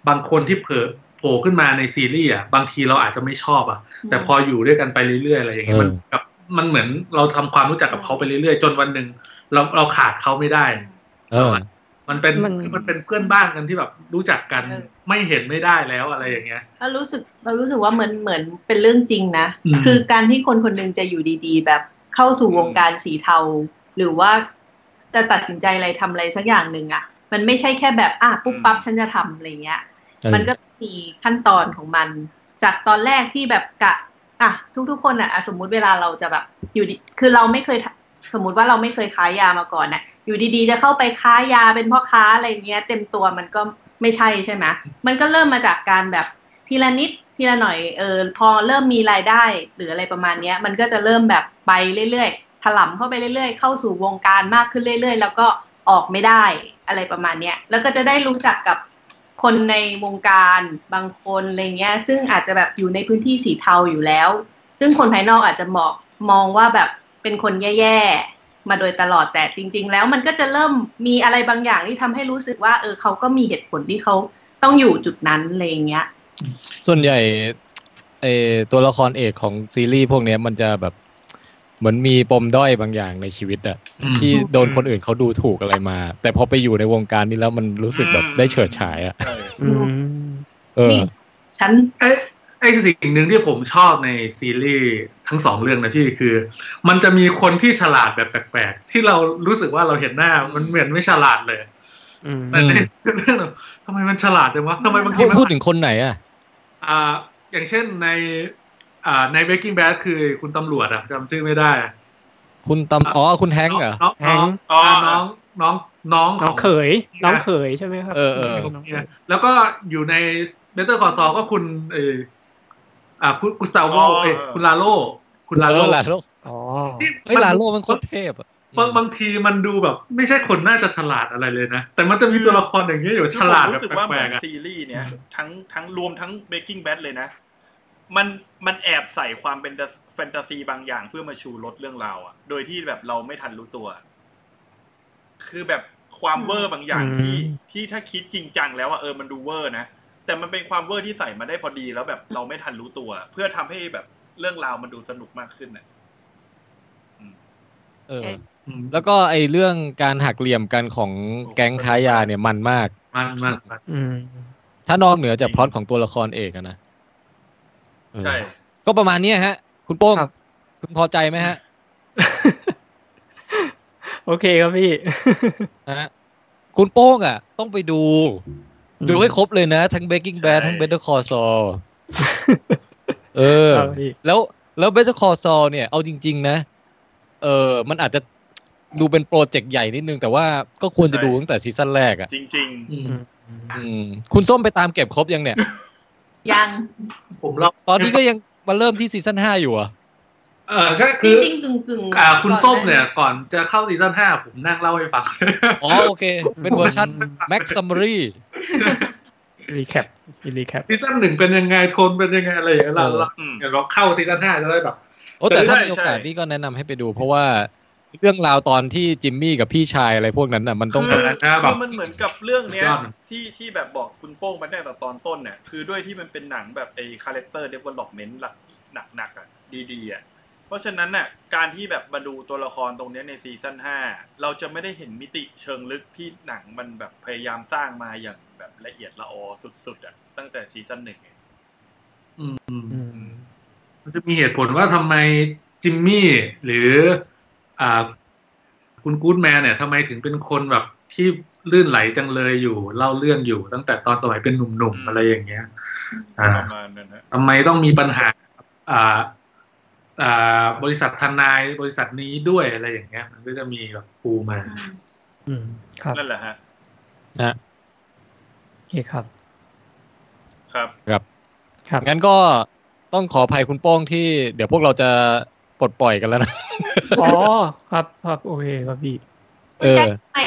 Speaker 4: บางคนที่เผลอโผล่ขึ้นมาในซีรีส์อะบางทีเราอาจจะไม่ชอบอะ แต่พออยู่ด้วยกันไปเรื่อยๆอะไรอย่างเงี้ย
Speaker 2: เออ
Speaker 4: มันกับมันเหมือนเราทำความรู้จักกับเขาไปเรื่อยๆ จนวันหนึ่งเราเราขาดเขาไม่ได้
Speaker 2: เออ
Speaker 4: มันเป็น
Speaker 6: มัน
Speaker 4: มันเป็นเพื่อนบ้านกันที่แบบรู้จักกัน
Speaker 5: เออ
Speaker 4: ไม่เห็นไม่ได้แล้วอะไรอย่างเงี้ย
Speaker 5: เรารู้สึกเรารู้สึกว่าเหมือนเหมือนเป็นเรื่องจริงนะ
Speaker 4: อืม
Speaker 5: คือการที่คนคนหนึ่งจะอยู่ดีๆ แบบเข้าสู่วงการสีเทา หรือว่าจะตัดสินใจอะไรทำอะไรสักอย่างหนึ่งอะ่ะ มันไม่ใช่แค่แบบอ่ะปุ๊บปั๊บฉันจะทำอะไรเงี้ย มันก็มีขั้นตอนของมัน จากตอนแรกที่แบบกะอ่ะทุกๆคนอ่ะอ่ะสมมุติเวลาเราจะแบบอยู่ดีคือเราไม่เคยทำสมมุติว่าเราไม่เคยค้ายามาก่อนน่ะ อยู่ดีๆ จะเข้าไปค้ายาเป็นพ่อค้าอะไรเงี้ย เต็มตัวมันก็ไม่ใช่ใช่ไหมมันก็เริ่มมาจากการแบบทีละนิดทีละหน่อยเออพอเริ่มมีรายได้หรืออะไรประมาณเนี้ย มันก็จะเริ่มแบบไปเรื่อยๆถลำเข้าไปเรื่อยๆ เข้าสู่วงการมากขึ้นเรื่อย ๆ แล้วก็ออกไม่ได้อะไรประมาณเนี้ยแล้วก็จะได้รู้จักกับ คนในวงการบางคนอะไรเงี้ย ซึ่งอาจจะแบบอยู่ในพื้นที่สีเทาอยู่แล้ว ซึ่งคนภายนอกอาจจะมองมองว่าแบบเป็นคนแย่ๆ มาโดยตลอดแต่จริง ๆ แล้วมันก็จะเริ่มมีอะไรบางอย่างที่ทำให้รู้สึกว่า เออเขาก็มีเหตุผลที่เขาต้องอยู่จุดนั้นอะไรเงี้ย
Speaker 2: ส่วนใหญ่เออตัวละครเอกของซีรีส์พวกเนี้ยมันจะแบบเหมือนมีปมด้อยบางอย่างในชีวิตอะ
Speaker 4: อืม
Speaker 2: ที่โดนคนอื่นเขาดูถูกอะไรมา แต่พอไปอยู่ในวงการนี้แล้วมันรู้สึกแบบได้เฉิดฉายอะ
Speaker 3: ใช่
Speaker 6: อืม
Speaker 2: เออ
Speaker 5: นี่ ฉัน
Speaker 4: ไอ้ไอ้สิ่งหนึ่งที่ผมชอบในซีรีส์ทั้งสองเรื่องนะพี่คือ มันจะมีคนที่ฉลาดแบบแปลกๆ ที่เรารู้สึกว่าเราเห็นหน้ามันเหมือนไม่ฉลาดเลย
Speaker 6: อืม
Speaker 4: แต่ในเรื่องทำไมมันฉลาดจังวะทำไมบางที
Speaker 2: พูด
Speaker 4: มัน
Speaker 2: พูดถึงคนไหนอะ
Speaker 4: อ่าอย่างเช่นในอ่าใน Breaking Bad คือคุณตำรวจอะจำชื่อไม่ได้อะ
Speaker 2: คุณตำอ๋อคุณแฮงค์เหรอ
Speaker 4: น้อง
Speaker 6: แฮ
Speaker 4: น้องอ่าน้
Speaker 6: งค์
Speaker 4: องน้องน้องข
Speaker 6: น้อ
Speaker 4: อง ง
Speaker 6: เขยน้องเขยใช่ไหมครับ
Speaker 2: เออเออ
Speaker 6: น้งข
Speaker 4: เนี่ย
Speaker 6: ย
Speaker 4: แล้วก็อยู่ใน Better Call Saul ก็คุณเอออ่าคุณกุสตาโว
Speaker 3: อ๋อ
Speaker 4: เอยคุณลาโลคุณลา
Speaker 2: เอ
Speaker 4: โล
Speaker 2: อลาโล
Speaker 6: อ๋อ
Speaker 4: ที่
Speaker 2: เฮ้ยลาโลมันโคตรเทพอะ
Speaker 4: บางบางทีมันดูแบบ ไม่ใช่คนน่าจะฉลาดอะไรเลยนะ แต่มันจะมีตัวละครอย่างเงี้ยอยู่
Speaker 3: คือ
Speaker 4: ฉลาด
Speaker 3: ผม
Speaker 4: แบบ
Speaker 3: รู้สึกว่าเห
Speaker 4: แป
Speaker 3: มื
Speaker 4: ล
Speaker 3: อน
Speaker 4: กๆอะ
Speaker 3: ซีรีส์เนี้ยทั้งทั้งรวมทั้ง Breaking Bad เลยนะ มันมันแอบใส่ความเป็นแฟนตาซีบางอย่างเพื่อมาชูรสเรื่องราวอะโดยที่แบบเราไม่ทันรู้ตัว คือแบบความเวอร์บางอย่าง
Speaker 6: อืม
Speaker 3: ที่ที่ถ้าคิดจริงจังแล้วอะเออมันดูเวอร์นะ แต่มันเป็นความเวอร์ที่ใส่มาได้พอดีแล้วแบบเราไม่ทันรู้ตัว เพื่อทำให้แบบเรื่องราวมันดูสนุกมากขึ้นน่ะ
Speaker 2: เออ แล้วก็ไอเรื่องการหักเหลี่ยมกันของแก๊งค้ายาเนี่ยมันมาก
Speaker 4: มันมันมัน
Speaker 6: อืม
Speaker 2: ถ้านอกเหนือจากพล็อตของตัวละครเอกอะนะเออ
Speaker 3: ใช่
Speaker 2: ก็ประมาณเนี้ยฮะ คุณโป้ง
Speaker 6: ครับ
Speaker 2: คุณพอใจไหมฮะ
Speaker 6: โอเคครับพี่
Speaker 2: นะฮะคุณโป้งอ่ะ ต้องไปดู ดูให้ครบเลยนะ ทั้ง Breaking Bad
Speaker 3: ใช่
Speaker 2: ทั้ง Better Call Saul เออ
Speaker 6: ครับพี่
Speaker 2: แล้วแล้ว Better Call Saul เนี่ยเอาจริง ๆ นะ เออมันอาจจะดูเป็นโปรเจกต์ใหญ่นิดนึง แต่ว่าก็ควรจะดูตั้งแต่ซีซั่นแรกอ่ะ
Speaker 3: จริง
Speaker 4: อืม
Speaker 2: อืมคุณส้มไปตามเก็บครบยังเนี่ย
Speaker 5: ยัง
Speaker 4: ผมเล่า
Speaker 2: ตอนนี้ก็ยังมาเริ่มที่ซีซั่นห้าอยู่เหรอ่ะ
Speaker 4: เออก็
Speaker 5: จ
Speaker 4: คือ
Speaker 5: ริงๆกึ่งกึ่งๆ
Speaker 4: อ่าคุณส้ม
Speaker 5: ก่อหา
Speaker 4: เนี่ยก่อนจะเข้าซีซั่นห้าผมนั่งเล่าให้ฟัง
Speaker 2: อ๋อโอเค เป็นเวอร์ชัน Max Summary
Speaker 6: รีแคปรีแคป
Speaker 4: ซีซั่นหนึ่งเป็นยังไงโทนเป็นยังไงอะไรอย่างเงี้ยเรา
Speaker 2: เออ
Speaker 4: เรา
Speaker 3: ๆ อืม
Speaker 4: เดี๋ยวเราเข้าซีซั่นห้าจะได้แบบ
Speaker 2: โอ้แต่ถ้า
Speaker 3: ใช่
Speaker 2: มีโอกาส
Speaker 3: ใช่
Speaker 2: นี่ก็แนะนำให้ไปดู เพราะว่า เรื่องราวตอนที่จิมมี่กับพี่ชายอะไรพวกนั้นน่ะ มันต้อง
Speaker 3: คือ
Speaker 4: แบบนั้นนะ
Speaker 3: คือมันเหมือนกับเรื่องเนี้ย
Speaker 4: ยอดนะ
Speaker 3: ที่ที่แบบบอกคุณโป้งมาตั้งแต่ตอนต้นเนี่ยคือด้วยที่มันเป็นหนังแบบไอ้คาแรคเตอร์เดเวล็อปเมนต์หลักหนักๆอ่ะดีๆอ่ะเพราะฉะนั้นน่ะการที่แบบมาดูตัวละครตรงเนี้ยในซีซั่นห้าเราจะไม่ได้เห็นมิติเชิงลึกที่หนังมันแบบพยายามสร้างมาอย่างแบบละเอียดละออสุดๆอ่ะตั้งแต่ซีซั่นหนึ่งไง
Speaker 4: อืม
Speaker 6: อืม
Speaker 4: มันจะมีเหตุผลว่าทำไมจิมมี่หรืออ่าคุณกู๊ดแมนเนี่ยทำไมถึงเป็นคนแบบที่ลื่นไหลจังเลยอยู่ เล่าเรื่องอยู่ตั้งแต่ตอนสมัยเป็นหนุ่มๆอะไรอย่างเงี้ย อ่า
Speaker 3: ประมาณนั้นฮะ
Speaker 4: ทำไมต้องมีปัญหากับอ่าอ่าบริษัททนายบริษัทนี้ด้วยอะไรอย่างเงี้ย มันก็จะมีแบบปูมา
Speaker 6: อืม ครับ
Speaker 3: นั่นแหละฮะ
Speaker 6: โอเคครับ
Speaker 3: ครับ
Speaker 6: ครับ
Speaker 2: งั้นก็ต้องขออภัยคุณโป้งที่เดี๋ยวพวกเราจะปลดปล่อยกันแล้วนะ
Speaker 6: อ๋อครับครับโอเคครับพี่
Speaker 2: เออ
Speaker 5: ใน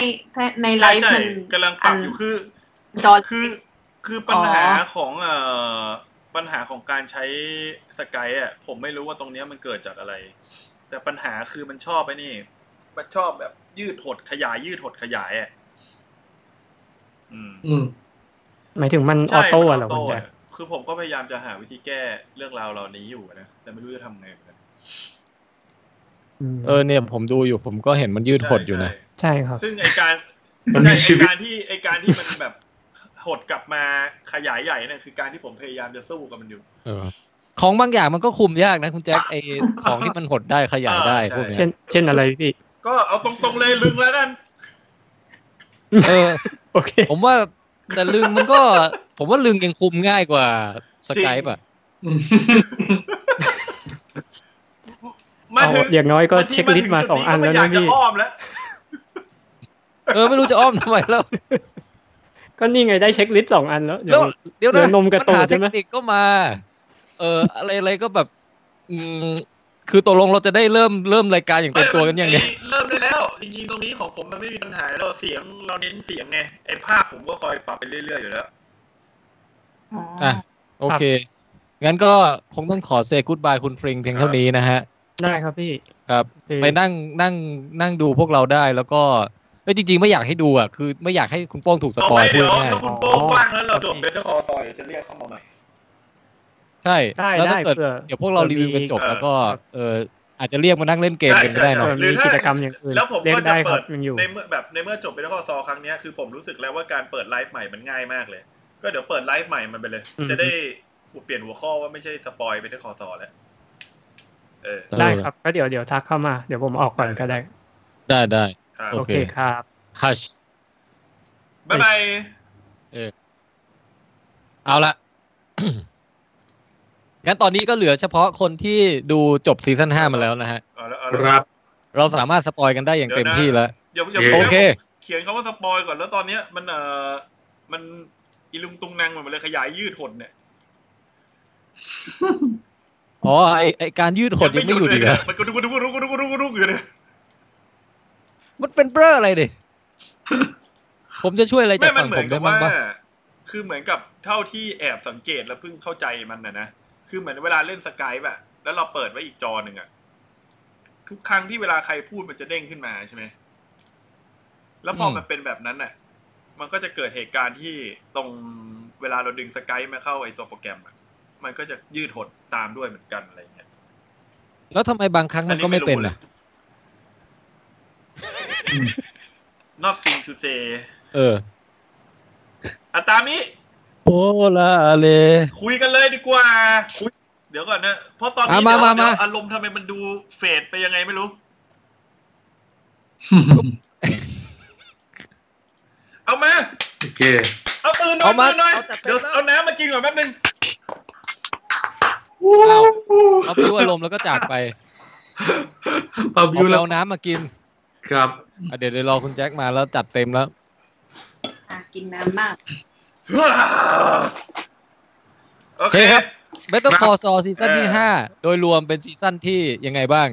Speaker 5: ในไล
Speaker 3: ใช่
Speaker 5: ฟ์
Speaker 3: ใช่
Speaker 5: มัน
Speaker 3: กำลังปรับอยู่คือ
Speaker 5: จอร์
Speaker 3: คือคือปัญหา
Speaker 5: อ๋อ
Speaker 3: ของเอ่อปัญหาของการใช้สกายอ่ะผมไม่รู้ว่าตรงเนี้ยมันเกิดจากอะไร แต่ปัญหาคือมันชอบไอ้นี่ มันชอบแบบยืดหดขยายยืดหดขยายอ่ะอืม
Speaker 4: อืม
Speaker 6: หมายถึงมันอ
Speaker 3: ใช่
Speaker 6: อโต้
Speaker 3: มัน
Speaker 6: เหรอ
Speaker 3: โต้
Speaker 6: คุณแจ็ค
Speaker 3: อะคือผมก็พยายามจะหาวิธีแก้เรื่องราวเหล่านี้อยู่นะ แต่ไม่รู้จะทำไงเหมือนกัน
Speaker 6: ม
Speaker 2: เออเนี่ยผมดูอยู่ผมก็เห็นมันยืดหดอยู่นะ
Speaker 3: ใช่
Speaker 6: ใช่ครับ
Speaker 3: ซึ่งไอการ
Speaker 4: มันมี
Speaker 3: ใช่
Speaker 4: ชี
Speaker 3: ไอ
Speaker 4: วิต
Speaker 3: การที่ไอการที่มันแบบหดกลับมาขยายใหญ่เนี่ยคือการที่ผมพยายามจะสู้กับมันอยู่
Speaker 2: เออ ของบางอย่างมันก็คุมยากนะคุณแจ็คไอของที่มันหดได้ขยายได้
Speaker 3: ใช่
Speaker 2: พวกเนี้ย
Speaker 6: เช่น เช่นอะไรพี่
Speaker 3: ก็เอาตรงๆเลยลึงแล้วกัน
Speaker 2: เออ
Speaker 6: โอเค
Speaker 2: ผมว่าแต่ลึงมันก็ ผมว่าลึงยังคุมง่ายกว่าสกายปอะ
Speaker 4: อืม
Speaker 3: มา
Speaker 6: เอา
Speaker 3: ถึง
Speaker 6: อย่างน้อยก็
Speaker 3: บงที
Speaker 6: เช็คลิสต์มาสองอันแล้ว
Speaker 3: มา
Speaker 6: นะ
Speaker 3: ถึจุดก็ไม่อยากจะ
Speaker 6: พี่
Speaker 3: อ้อมแล้ว
Speaker 2: เออไม่รู้จะอ้อมทำไมแล้ว
Speaker 6: ก็นี่ไงได้เช็คลิสต์สองอันแล้วเดี๋
Speaker 2: แล้
Speaker 6: ยว ว
Speaker 2: เดี๋ยว
Speaker 6: เดี๋
Speaker 2: นะ
Speaker 6: ยวนมกระตูด
Speaker 2: ปัญหา
Speaker 6: ใช่ไหม
Speaker 2: เทคนิคก็มา เออ อะไรอะไรก็แบบ อืม คือตกลงเราจะได้เริ่มเริ่มรายการอย่างเต็มตัวกันยังไง
Speaker 3: เริ่มได้แล้วจริงๆตรงนี้ของผมมันไม่มีปัญหาแล้วเสียงเราเน้นเสียงไงไอ้ภาพผมก็คอยปรับไปเรื่อยๆอยู่แล้ว
Speaker 5: อ๋อ
Speaker 2: อ่ะ โอเค งั้นก็คงต้องขอเซ y g ู o บายคุณพริงเพียงเท่านี้นะฮะ
Speaker 6: ได้ครับพี่
Speaker 2: ครับ
Speaker 6: โอเค
Speaker 2: ไปนั่งนั่งนั่งดูพวกเราได้แล้วก็เอ้ยจริง ๆ ไม่อยากให้ดูอ่ะ คือไม่อยากให้คุณโป้งถูกส
Speaker 3: ต่อ
Speaker 2: ปอ
Speaker 3: ไป
Speaker 2: ยพู
Speaker 3: เดี๋
Speaker 2: ด
Speaker 3: ยว
Speaker 2: ง่าย
Speaker 3: ถ้าคุณโป้งว่างแล้วเราจบเบนเดอร์คอร์ซอยจะเรียกเข้ามาใหม่
Speaker 2: ใช่
Speaker 6: ได้
Speaker 2: แล้ว
Speaker 6: ได้
Speaker 2: ถ้าเกิด
Speaker 6: เผื่อ
Speaker 2: เดี๋ยวพวกเรารีวิวกันจบ
Speaker 3: เออ
Speaker 2: แล้วก็ เอออาจจะเรียกมานั่งเล่นเกมกันก็ได้เนอะ
Speaker 6: เผื่อ
Speaker 3: หรือ
Speaker 6: มี
Speaker 3: ถ้า
Speaker 6: กิจกรรมอย่างอื่น
Speaker 3: แล้วผม
Speaker 6: เรีย
Speaker 3: ก็
Speaker 6: ก
Speaker 3: จะ
Speaker 6: ได้ค
Speaker 3: เปิ
Speaker 6: รับ
Speaker 3: ด
Speaker 6: ยังอยู่
Speaker 3: ในเมื่อแบบในเมื่อจบเบนเดอร์คอร์ซอครั้งเนี้ยคือผมรู้สึกแล้วว่าการเปิดไลฟ์ใหม่มันง่ายมากเลย ก็เดี๋ยวเปิดไลฟ์ใหม่มันไปเลย
Speaker 6: อืม
Speaker 3: จะได้เปลี่ยนหัวข้อว่าไม่ใช่สปอยเบนเดอร์คอร์ซอแล้วเออ
Speaker 2: อ
Speaker 6: ได้ครับก็เดี๋ยวเดี๋ยวทักเข้ามา เดี๋ยวผมออกก่อนก็ได้
Speaker 2: ได้ได้
Speaker 3: ครับ
Speaker 2: โอ
Speaker 6: โอ
Speaker 2: เค
Speaker 6: เคครับ
Speaker 2: ฮัช
Speaker 3: บ๊ายบาย
Speaker 2: เอาละ งั้นตอนนี้ก็เหลือเฉพาะคนที่ดูจบซีซั่นห้ามาแล้วนะฮะ
Speaker 3: เอาละเอา
Speaker 4: ค
Speaker 3: ละ
Speaker 4: รับ
Speaker 2: เราสามารถสปอยกันได้อย่างเต็มที่แล้ว
Speaker 3: เดี๋ยวเดี๋ยว
Speaker 4: เดี๋ยว
Speaker 2: โอเค
Speaker 3: เขียนคำว่าสปอยก่อนแล้วตอนเนี้ยมันเอ่อมันอีลุงตุงนางหมดเลยขยายยืดหดเนี่ย
Speaker 2: อ๋อไอไอการยืดหดยังไม่หยุดอีก
Speaker 3: เล
Speaker 2: นะ
Speaker 3: มันก็ดุกดุกดุกดุกดุกดุกดุกอยู่เนี่ย
Speaker 2: มันเป็นเบ้ออะไร ดิ ผมจะช่วยอะไรจาก
Speaker 3: ไม่มัน
Speaker 2: ฝั่ง
Speaker 3: เหมื
Speaker 2: ผ
Speaker 3: อน
Speaker 2: ม
Speaker 3: กั
Speaker 2: ได้บ้าง
Speaker 3: บว่า
Speaker 2: ปะ
Speaker 3: คือเหมือนกับเท่าที่แอบสังเกตแล้วเพิ่งเข้าใจมันนะนะคือเหมือนเวลาเล่นสกายแบบแล้วเราเปิดไว้อีกจอหนึ่งอะทุกครั้งที่เวลาใครพูดมันจะเด้งขึ้นมาใช่ไหมแล้วพอมันเป็นแบบนั้นน่ะ มันก็จะเกิดเหตุการณ์ที่ตรงเวลาเราดึงสกายมาเข้าไอตัวโปรแกรมอะมันก็จะยืดหดตามด้วยเหมือนกันอะไรอย่างเงี้ย
Speaker 2: แล้วทำไมบางครั้งมันก็ไม่เป็นอ่ะ
Speaker 3: นอกกินทูเซ
Speaker 2: เออ
Speaker 3: อ่ะตามนี้
Speaker 2: โอลาเล
Speaker 3: คุยกันเลยดีกว่า เดี๋ยวก่อนนะ เพราะตอนนี้
Speaker 2: อ่ะมา
Speaker 3: เดี๋ยว
Speaker 2: มามา
Speaker 3: เดี๋ยวอารมณ์ทำไมมันดูเฟดไปยังไงไม่รู้ เอามา
Speaker 4: โอเค
Speaker 3: เอาปืนหน่อ
Speaker 2: เอา
Speaker 3: ย
Speaker 2: มา
Speaker 3: ปืนหน่อย
Speaker 2: เอาแต่ปืน
Speaker 3: เดี๋ยว
Speaker 2: แล้ว
Speaker 3: เอาน้ำมากินก่อนแป๊บนึง
Speaker 2: เอาเอาพิวอารมณ์แล้วก็จากไป
Speaker 4: พอ
Speaker 2: เอา
Speaker 4: บิว
Speaker 2: ไป
Speaker 4: แล้ว
Speaker 2: เอาน้ำมากิน
Speaker 4: ครับ
Speaker 2: อ่ะเดี๋ยวเดี๋ยวรอคุณแจ็คมาแล้วจัดเต็มแล้ว
Speaker 5: อ่ะกินน้ำมาก
Speaker 3: โอ
Speaker 2: โอ
Speaker 3: เค
Speaker 2: เคครับ เบตเตอร์ค
Speaker 4: ครั
Speaker 2: อบ ร์ซอซีซั่นที่ห้าโดยรวมเป็นซีซั่นที่ยังไงบ้าง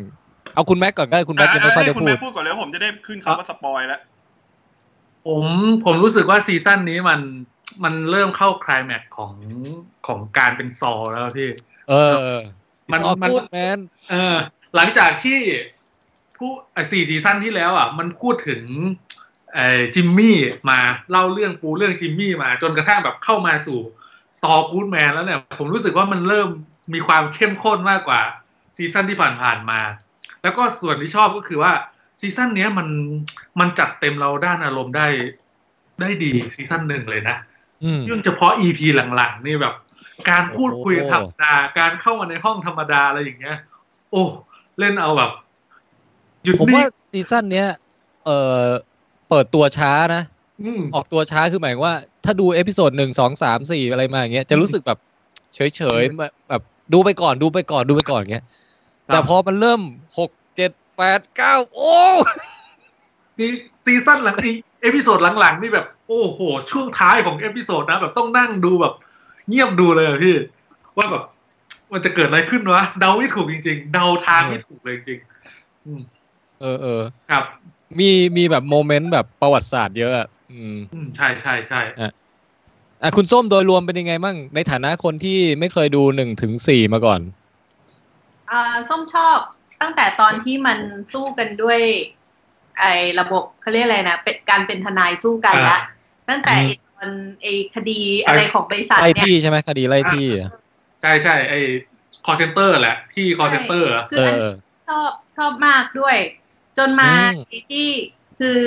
Speaker 2: เอาคุณแม็กก่อนก็ได้คุณแม็กยังไม่ค่อยได้
Speaker 3: ให้คุณ
Speaker 2: พู
Speaker 3: แม่
Speaker 2: ด
Speaker 3: พูดก่อนเลยผมจะได้ขึ้นคำว่าสปอยแล้ว
Speaker 4: ผมผมรู้สึกว่าซีซั่นนี้มันมันเริ่มเข้าไคลายแม็กซ์ของของการเป็นซอแล้วพี่
Speaker 2: เออ
Speaker 4: มัน
Speaker 2: ออก
Speaker 4: มัน
Speaker 2: พูดแมน
Speaker 4: เออหลังจากที่ ผู้สี่ซีซั่นที่แล้วอ่ะ มันพูดถึงไอ้จิมมี่มาเล่าเรื่องปูเรื่องจิมมี่มา จนกระทั่งแบบเข้ามาสู่ซอกูดแมนแล้วเนี่ย ผมรู้สึกว่ามันเริ่มมีความเข้มข้นมากกว่าซีซั่นที่ผ่านๆมา แล้วก็ส่วนที่ชอบก็คือว่าซีซั่นเนี้ยมันมันจัดเต็มเราด้านอารมณ์ได้ ได้ดีซีซั่นหนึ่งเลยนะ
Speaker 2: อืม
Speaker 4: เรื่องเฉพาะ EP หลังๆ นี่แบบ การพูดคุย
Speaker 2: โอ้โห
Speaker 4: ธรรมดา การเข้ามาในห้องธรรมดาอะไรอย่างเงี้ย โอ้เล่นเอาแบบ หยุด
Speaker 2: ผม
Speaker 4: นิ่
Speaker 2: ว่าง ซีซั่นเนี้ยเออเปิดตัวช้านะ
Speaker 4: อืม
Speaker 2: ออกตัวช้าคือหมายความว่า ถ้าดูเอพิโซดหนึ่งสองสามสี่อะไรมาอย่างเงี้ยจะรู้สึกแบบเฉยเฉยๆแบบแบบดูไปก่อนดูไปก่อนดูไปก่อนอย่างเงี้ย แต่พอมันเริ่มหกเจ็ดแปดเก้าโอ้
Speaker 4: ซีซีซั่นหลังอีเอพิโซดหลังๆ นี่แบบ โอ้โห ช่วงท้ายของเอพิโซดนะ แบบต้องนั่งดูแบบ เงียบดูเลยอะพี่ ว่าแบบ มันจะเกิดอะไรขึ้นวะเดาไม่ถูกจริง ๆ เดาทางไม่ถูกเลยจริงๆอืม
Speaker 2: เออเออ
Speaker 4: ครับ
Speaker 2: มีมีแบบโมเมนต์แบบประวัติศาสตร์เยอะอะอืม
Speaker 4: อืมใช่ใช่ใช่
Speaker 2: อ่ะคุณส้มโดยรวมเป็นยังไงมั่งในฐานะคนที่ไม่เคยดูหนึ่งถึงสี่มาก่อน
Speaker 5: อ่าส้มชอบตั้งแต่ตอนที่มันสู้กันด้วย ไอ้ระบบเขาเรียกอะไรนะเป็นการเป็นทนายสู้กันละตั้งแต่ไอ้ตอนไอ้คดีอะไรของบริษัท
Speaker 2: ไล่
Speaker 5: เนี่ย
Speaker 2: ที่ใช่ไหมคดีไล่ที่อะ
Speaker 4: ใช่ใช่ไอคอเซนเตอร์แหละที่คอเซนเตอร์
Speaker 5: คื
Speaker 2: เอ
Speaker 5: ออัน
Speaker 2: อ
Speaker 5: ชอบชอบมากด้วย จนมา
Speaker 2: อืม
Speaker 5: ไอ้ที่คือ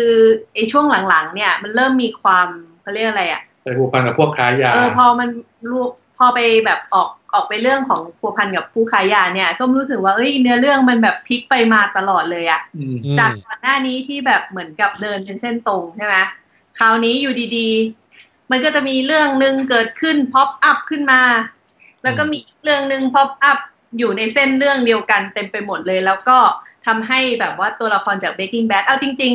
Speaker 5: ไอ้ช่วงหลังๆ เนี่ย มันเริ่มมีความเขาเรียกอะไรอ่ะ
Speaker 4: ไปผูกพันกับพวกค้ายา
Speaker 5: เออพอมันรู้พอไปแบบออกออกไปเรื่องของพัวพันกับผู้ค้ายาเนี่ยส้มรู้สึกว่าเอ้ยเนื้อเรื่องมันแบบพลิกไปมาตลอดเลยอะ
Speaker 4: อืม
Speaker 2: อืม
Speaker 5: จากก่อนหน้านี้ที่แบบเหมือนกับเดินเป็นเส้นตรงใช่ไหมคราวนี้อยู่ดีๆ มันก็จะมีเรื่องหนึ่งเกิดขึ้นพ็อปอัพขึ้นมา แล้วก็มีอีกเรื่องหนึ่งพ็อปอัพอยู่ในเส้นเรื่องเดียวกันเต็มไปหมดเลย แล้วก็ทำให้แบบว่าตัวละครจาก Breaking Bad เอาจริง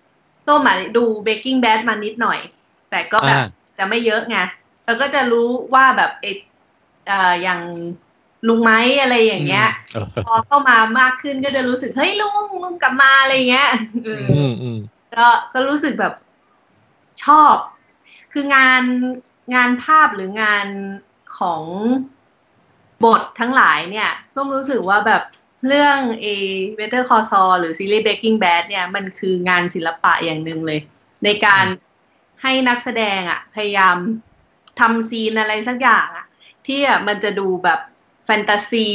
Speaker 5: ๆส้มอะดู Breaking Bad มานิดหน่อย แต่ก็แบบ
Speaker 2: อ่า
Speaker 5: จะไม่เยอะไงแล้วก็จะรู้ว่าแบบเออเอ่ออย่างลุงไม้อะไรอย่างเงี้ย
Speaker 2: เออ
Speaker 5: พอเข้ามามากขึ้นก็จะรู้สึก เฮ้ยลุงลุงกลับมาอะไรเงี้ยเออ
Speaker 2: อืมอืม
Speaker 5: ก็ก็รู้สึกแบบชอบ คืองานงานภาพหรืองานของบททั้งหลายเนี่ยส้มรู้สึกว่าแบบเรื่องเอเวเตอร์คอซอหรือซีรีส์ Breaking Bad เนี่ยมันคืองานศิลปะอย่างหนึ่งเลย ในการให้นักแสดงอะพยายามทำซีนอะไรสักอย่างอะที่อะมันจะดูแบบแฟนตาซี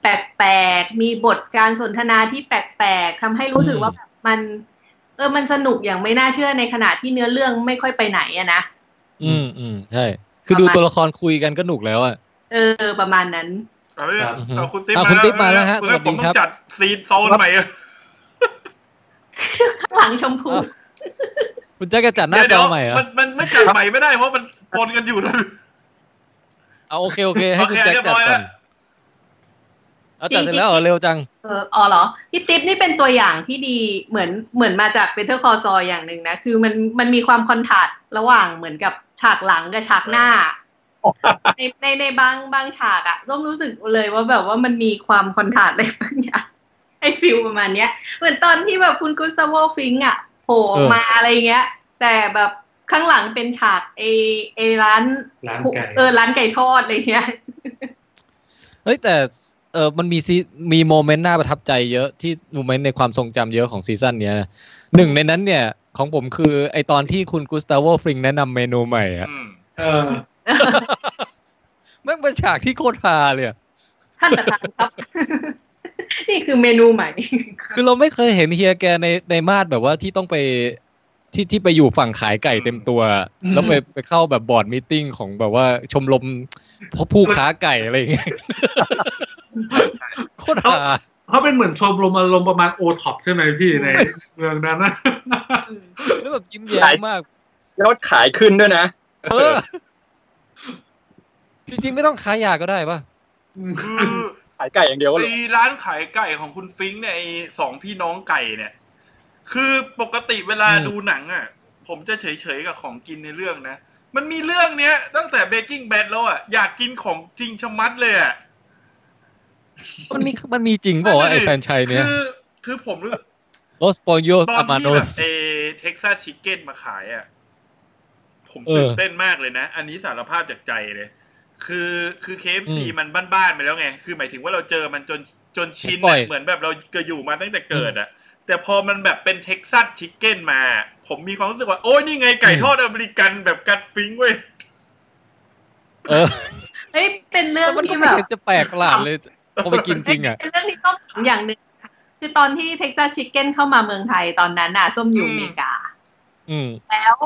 Speaker 5: แปลกๆ มีบทการสนทนาที่แปลกๆทำให้รู้สึก
Speaker 2: อืม
Speaker 5: ว่าแบบมัน เออมันสนุกอย่างไม่น่าเชื่อในขณะที่เนื้อเรื่องไม่ค่อยไปไหนอะนะ
Speaker 2: อืมอืมใช่ คือดูตัวละครคุยกันก็หนุกแล้วอ่ะ
Speaker 5: เออ ประมาณนั้น
Speaker 3: เอาเรื่อง
Speaker 4: ครับ
Speaker 3: เอาคุณติ๊บ
Speaker 2: อ่ะคุณติ๊บมาแล้วฮะ
Speaker 3: คุณติ๊
Speaker 2: สวั
Speaker 3: บ
Speaker 2: ส
Speaker 3: ผ
Speaker 2: ดี
Speaker 3: ม
Speaker 2: ครั
Speaker 3: ต้อบ งจัดซีนโซนใหม่อะ
Speaker 5: ข้างหลังชมพู
Speaker 2: อ่ะ คุณแจ๊กจะจัดหน้าจอใหม่เหรอ
Speaker 3: มันมันไม่จัดใหม่ไม่ได้เพราะมันปนกันอยู่นะ
Speaker 2: เอาโอเคโอเคให้
Speaker 3: โอ
Speaker 2: คุ
Speaker 3: เค
Speaker 2: ณแจ๊ก
Speaker 3: เรียบ
Speaker 2: จัด
Speaker 3: ร้อย
Speaker 2: ก่
Speaker 3: แล้
Speaker 2: อ
Speaker 3: ว
Speaker 2: นเอาจัดเสร็จแล้วเหรอเร็วจัง
Speaker 5: เอออ๋อเหรอพี่ติ๊บนี่เป็นตัวอย่างที่ดีเหมือนเหมือนมาจากเบเทอร์คอซออย่างหนึ่งนะ คือมันมันมีความคอนทราสต์ระหว่างเหมือนกับฉากหลังกับฉากหน้า ในในในบางบางฉากอะต้องรู้สึกเลยว่าแบบว่ามันมีความคอนทราสต์อะไรบางอย่าง ไอฟิลประมาณเนี้ย เหมือนตอนที่แบบคุณกุสโวฟิงอะโผล่ออกมาอะไรเงี้ย แต่แบบข้างหลังเป็นฉากไอไอร้าน
Speaker 4: ร้านไก่
Speaker 5: เออร้านไก่ทอดอะไรเงี้ย
Speaker 2: เฮ้ยแต่เออมันมีซีมีโมเมนต์น่าประทับใจเยอะที่โมเมนต์ในความทรงจำเยอะของซีซั่นเนี้ยนะหนึ่งในนั้นเนี่ยของผมคือไอตอนที่คุณกุสตาโวฟริงแนะนำเมนูใหม่อะ
Speaker 3: อืม
Speaker 4: เออ
Speaker 2: แม่งเป็นฉากที่โคตรฮาเลยอะ
Speaker 5: ท่านประธานครับ นี่คือเมนูใหม่
Speaker 2: คือเราไม่เคยเห็นเฮียแกในในมาดแบบว่าที่ต้องไปที่ที่ไปอยู่ฝั่งขายไก่เต็มตัว
Speaker 4: อืม
Speaker 2: แล้วไปไปเข้าแบบบอร์ดมีตติ้งของแบบว่าชมรมผู้ค้าไก่อะไรอย่างเงี้ยโคตรฮา
Speaker 4: เขาเป็นเหมือนชมรมอารมณ์ประมาณโอท็อปใช่ไหมพี่ ในเมืองนั้นนะ
Speaker 2: แล้วแบบยิ้มแย้มมาก
Speaker 7: ยอดขายขึ้นด้วยนะ
Speaker 2: เออ จริงๆ ไม่ต้องค้ายาก็ได้ป่ะ
Speaker 3: คือ
Speaker 7: ขายไก่อย่างเดียวก็เหรอ
Speaker 3: ไอ้ร้านขายไก่ของคุณฟิงค์เนี่ยไอ้สองพี่น้องไก่เนี่ย คือปกติเวลา
Speaker 2: อืม
Speaker 3: ดูหนังอ่ะ ผมจะเฉยๆกับของกินในเรื่องนะ มันมีเรื่องเนี้ย ตั้งแต่เบกกิ้งแบดแล้วอ่ะ อยากกินของจริงชะมัดเลยอ่ะ
Speaker 2: มันมีมันมีจริงเปล่าวะไอ้แฟรนไชายเนี้ย
Speaker 3: คือคือผมรู้
Speaker 2: โรสปอนโย
Speaker 3: ตอ
Speaker 2: อาน มาโน
Speaker 3: ที่แบบ
Speaker 2: ส
Speaker 3: เอเท็กซัสชิคเก้นมาขายอ่ะ ผม
Speaker 2: เออ
Speaker 3: ตื่นเต้นมากเลยนะ อันนี้สารภาพจากใจเลย คือคือเคฟซี
Speaker 2: อืม
Speaker 3: มันบ้านๆไปแล้วไง คือหมายถึงว่าเราเจอมันจน จนชิน
Speaker 2: ปล่อย
Speaker 3: อะเหมือนแบบเราเกิดอยู่มาตั้งแต่เกิดอะแต่พอมันแบบเป็นเท็กซัสชิคเก้นมา ผมมีความรู้สึกว่า โอ้ยนี่ไงไก่ทอดอเมริกันแบบกัดฟิงเว้ย
Speaker 2: เออ
Speaker 5: เฮ้ยเป็นเรื่อง
Speaker 2: มันก็
Speaker 5: ที่
Speaker 2: ไม่
Speaker 5: แบบ
Speaker 2: เห็นจะแปลกประหลาดเลยพอไปกินจริงอ่ะ
Speaker 5: เป็นเรื่องที่ต้องถามอย่างหนึ่งคือตอนที่เท็กซัสชิคเก้นเข้ามาเมืองไทยตอนนั้นน่ะส้มอยู่
Speaker 3: อืม
Speaker 5: อเมริกา
Speaker 2: อืม
Speaker 5: แล้ว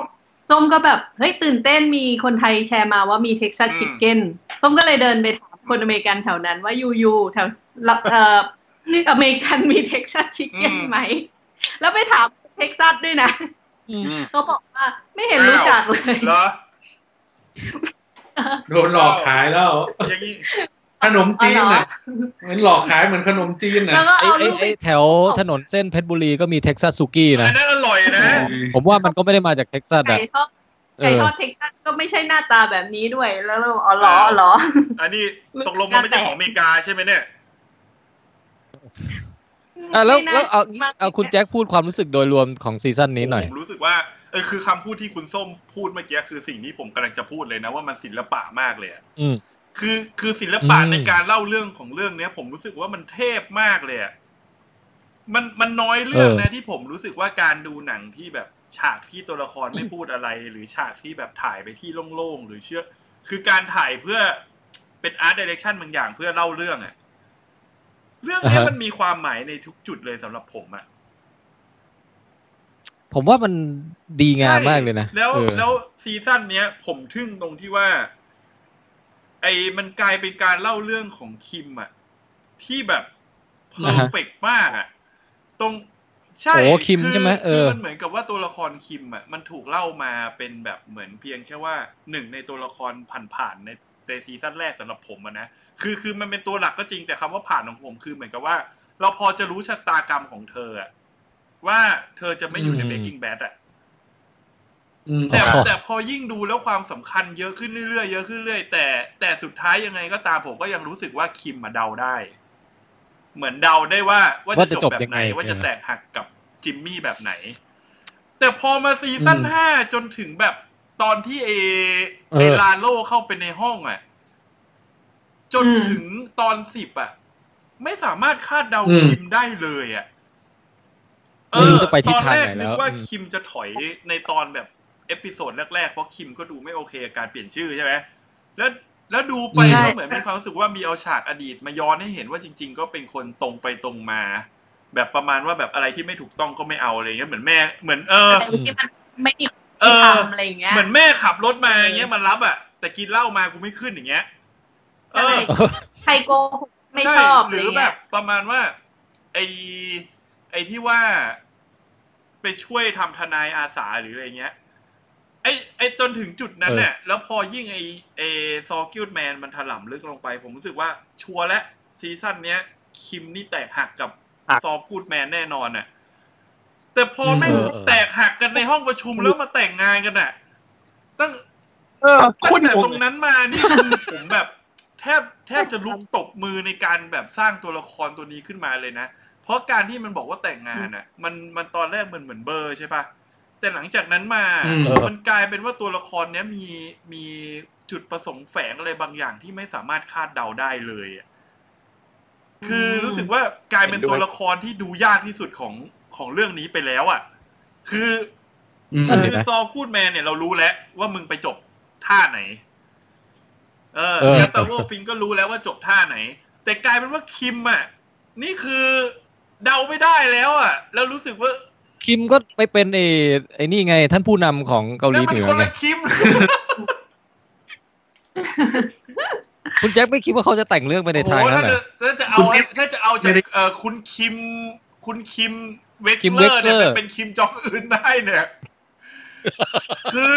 Speaker 5: ส้มก็แบบเฮ้ยตื่นเต้นมีคนไทยแชร์มาว่ามีเท็กซัส
Speaker 3: อืม
Speaker 5: ชิคเก้นส้มก็เลยเดินไปถามคนอเมริกันแถวนั้นว่ายูยูแถวละเอ่ออเมริกันมีเท็กซัสชิคเก้นไหม แล้วไปถามเท็กซัสด้วยนะเขาบอกว่าไม่เห็นรู้จักเลย
Speaker 3: เหรอ
Speaker 4: โดนหลอกขายแล้ว
Speaker 3: อย่างนี้
Speaker 4: ขนมจีน
Speaker 5: อ๋อเหรอ
Speaker 4: อ่ะเหมือนหลอกขายเหมือนขนมจีนอ่ะ
Speaker 5: แล้วก็
Speaker 2: ไอ้
Speaker 5: เอา
Speaker 2: ไอ้
Speaker 5: รูปไป
Speaker 2: ไอ้แถวถนนเส้นเพชรบุรีก็มีเท็กซัสซูกี้นะ
Speaker 3: อันนั้นอร่อยนะ
Speaker 2: ผมว่ามันก็ไม่ได้มาจากเท็กซัส
Speaker 5: ไก่
Speaker 2: อ่ะ
Speaker 5: ทอด
Speaker 2: เอ
Speaker 5: ไก่
Speaker 2: อ
Speaker 5: ทอดเท็กซัสก็ไม่ใช่หน้าตาแบบนี้ด้วย แล้วเราอ๋อเหรออ๋อเหรอ
Speaker 3: อันนี้ตกลงมันไม่ใช่ของอเมริกาใช่ไหมเนี่ย
Speaker 2: อ่ะแล้วแล้วเอา
Speaker 5: ไม่น่
Speaker 2: เอาคุณแจ็คพูดความรู้สึกโดยรวมของซีซั่นนี้หน่อย
Speaker 3: ผมรู้สึกว่าเออคือคำพูดที่คุณส้มพูดเมื่อกี้คือสิ่งที่ผมกำลังจะพูดเลยนะว่ามันศิลปะมากเลยอะ
Speaker 2: อืม
Speaker 3: คือคือศิลปะ
Speaker 2: อืม
Speaker 3: ในการเล่าเรื่องของเรื่องเนี้ย ผมรู้สึกว่ามันเทพมากเลยอะมันมันน้อยเรื่องนะที่ผมรู้สึกว่าการดูหนังที่แบบฉากที่ตัวละครไม่พูดอะไร หรือฉากที่แบบถ่ายไปที่โล่งๆหรือเชื่อ คือการถ่ายเพื่อเป็นอาร์ตดิเรกชันบางอย่างเพื่อเล่าเรื่องอะเรื่องเนี้ย
Speaker 2: อ่าฮะ
Speaker 3: มันมีความหมายในทุกจุดเลยสำหรับผมอะ
Speaker 2: ผมว่ามันดีงามมากเลยนะ
Speaker 3: ใช่แล้ว
Speaker 2: เออ
Speaker 3: แล้วซีซั่นเนี้ย ผมทึ่งตรงที่ว่า ไอ้มันกลายเป็นการเล่าเรื่องของคิมอะที่แบบเพอ
Speaker 2: อ่า
Speaker 3: ร์
Speaker 2: ฮะ
Speaker 3: เฟกมากอะตรงใช่
Speaker 2: โอ้คิมใช่ไหม
Speaker 3: คือ
Speaker 2: เออ
Speaker 3: คือมันเหมือนกับว่าตัวละครคิมอะมันถูกเล่ามาเป็นแบบเหมือนเพียงแค่ว่าหนึ่งในตัวละครผ่านๆในในซีซั่นแรกสำหรับผมอะนะคือคือมันเป็นตัวหลักก็จริงแต่คำว่าผ่านของผมคือเหมือนกับว่า เราพอจะรู้ชะตากรรมของเธออะว่าเธอจะไม่อยู่ใน
Speaker 2: อืม
Speaker 3: Breaking Bad อะ
Speaker 4: อืม
Speaker 3: แต่
Speaker 2: อ๋อ
Speaker 3: แต่พอยิ่งดูแล้วความสำคัญเยอะขึ้นเรื่อยๆเยอะขึ้นเรื่อยแต่แต่สุดท้ายยังไงก็ตามผมก็ยังรู้สึกว่าคิมมาเดาได้ เหมือนเดาได้ว่าว่า
Speaker 2: ว่า
Speaker 3: จะ
Speaker 2: จะ
Speaker 3: จ
Speaker 2: จ
Speaker 3: บบ แบบไหน
Speaker 2: ยังไง
Speaker 3: ว่าจะ
Speaker 2: เออ
Speaker 3: แตกหักกับจิมมี่แบบไหน แต่พอมาซีซั่นห้าจนถึงแบบตอนที่เอ
Speaker 2: เออ
Speaker 3: เอลาโลเข้าไปในห้องอ่ะ จน
Speaker 5: อืม
Speaker 3: ถึงตอนสิบอ่ะ ไม่สามารถคาดเดาคิมได้เลยอ่ะ
Speaker 2: ไม่รู้จะไปทิศทางไหน
Speaker 3: ตอนรก
Speaker 2: แล้
Speaker 3: นึ
Speaker 2: ว
Speaker 3: กว่า
Speaker 2: อืม
Speaker 3: คิมจะถอยในตอนแบบเอพิโซดแรกๆ เพราะคิมก็ดูไม่โอเคกับการเปลี่ยนชื่อใช่ไหมแล้วแล้วดูไป
Speaker 2: อืม
Speaker 3: ก็เหมือนมีความรู้สึกว่ามีเอาฉากอดีตมาย้อนให้เห็นว่าจริง ๆ ก็เป็นคนตรงไปตรงมา แบบประมาณว่าแบบอะไรที่ไม่ถูกต้องก็ไม่เอาอะไรเงี้ยเหมือนแม่เหมือนเออ
Speaker 5: แต่ที่มันไม่มี
Speaker 3: เอ
Speaker 5: ที่
Speaker 3: อ
Speaker 5: ทำอะไรอย่างเงี้ย
Speaker 3: เหมือนแม่ขับรถมาอย่างเงี้ยมารับอ่ะแต่กินเหล้ามากูไม่ขึ้นอย่างเงี้ยเอ
Speaker 5: ใช่
Speaker 3: อ
Speaker 5: ใครโกหกไม่ชอบ
Speaker 3: หรือแบบ ประมาณว่า ไอไอที่ว่าไปช่วยทำทนายอาสาหรืออะไรเงี้ย ไอไอจนถึงจุดนั้นเนี่ยแล้วพอยิ่งไอไอซอกิลแมนมันถล่ำลึกลงไป ผมรู้สึกว่าชัวร์และซีซั่นเนี้ย คิมนี่แตกหักกับ
Speaker 7: หัก
Speaker 3: ซอกูดแมนแน่นอนน่ะ แต่พอแม่ง
Speaker 2: เออเออ
Speaker 3: แตกหักกันในห้องประชุมแล้วมาแต่งงานกันน่ะ ตั้ง
Speaker 7: เออโคุ
Speaker 3: ตั้ง
Speaker 7: ณ
Speaker 3: แต่
Speaker 7: งง
Speaker 3: ตรงนั้นมานี่คือผมแบบ แทบแทบจะลุกตบมือในการแบบสร้างตัวละครตัวนี้ขึ้นมาเลยนะ เพราะการที่มันบอกว่าแต่งงานอ่ะ มันมันตอนแรกมันเหมือนเบอร์ใช่ปะแต่หลังจากนั้นมา
Speaker 4: อืม
Speaker 3: มันกลายเป็นว่าตัวละครเนี้ยมีมีจุดประสงค์แฝงอะไรบางอย่างที่ไม่สามารถคาดเดาได้เลยอะคือรู้สึกว่ากลายเป็นตัวละครที่ดูยากที่สุดของของเรื่องนี้ไปแล้วอ่ะ คือ
Speaker 4: อืม
Speaker 2: นั่น
Speaker 3: คื
Speaker 2: ดิ
Speaker 3: อซอลกูดแมนเนี่ยเรารู้แล้วว่ามึงไปจบท่าไหน เออ
Speaker 2: เออ
Speaker 3: แล้วแต่ว่าฟิงก็รู้แล้วว่าจบท่าไหน แต่กลายเป็นว่าคิมอ่ะ นี่คือเดาไม่ได้แล้วอ่ะ แล้วรู้สึกว่า
Speaker 2: คิมก็ไปเป็นไอ้ไอ้นี่ไง ท่านผู้นำของเกาห
Speaker 3: นั่
Speaker 2: ลี
Speaker 3: นมั
Speaker 2: เหนือ
Speaker 3: คน
Speaker 2: ไง
Speaker 3: ละคิม
Speaker 2: คุณแจ็คไม่คิดว่าเขาจะแต่งเรื่องไปใน
Speaker 3: โอ้
Speaker 2: ทาง
Speaker 3: โห
Speaker 2: นั้
Speaker 3: ถ้าน
Speaker 2: เหร
Speaker 3: จะ
Speaker 2: อ
Speaker 3: ถ้าจะเอาถ้าจะเอาจากเอ่อคุณคิม คุณคิมเวก
Speaker 2: คิม
Speaker 3: เล
Speaker 2: เว
Speaker 3: อก ร์
Speaker 2: เล
Speaker 3: เนี่ย
Speaker 2: อร์
Speaker 3: เป็นเป็นคิมจองอื่นได้เนี่ย คือ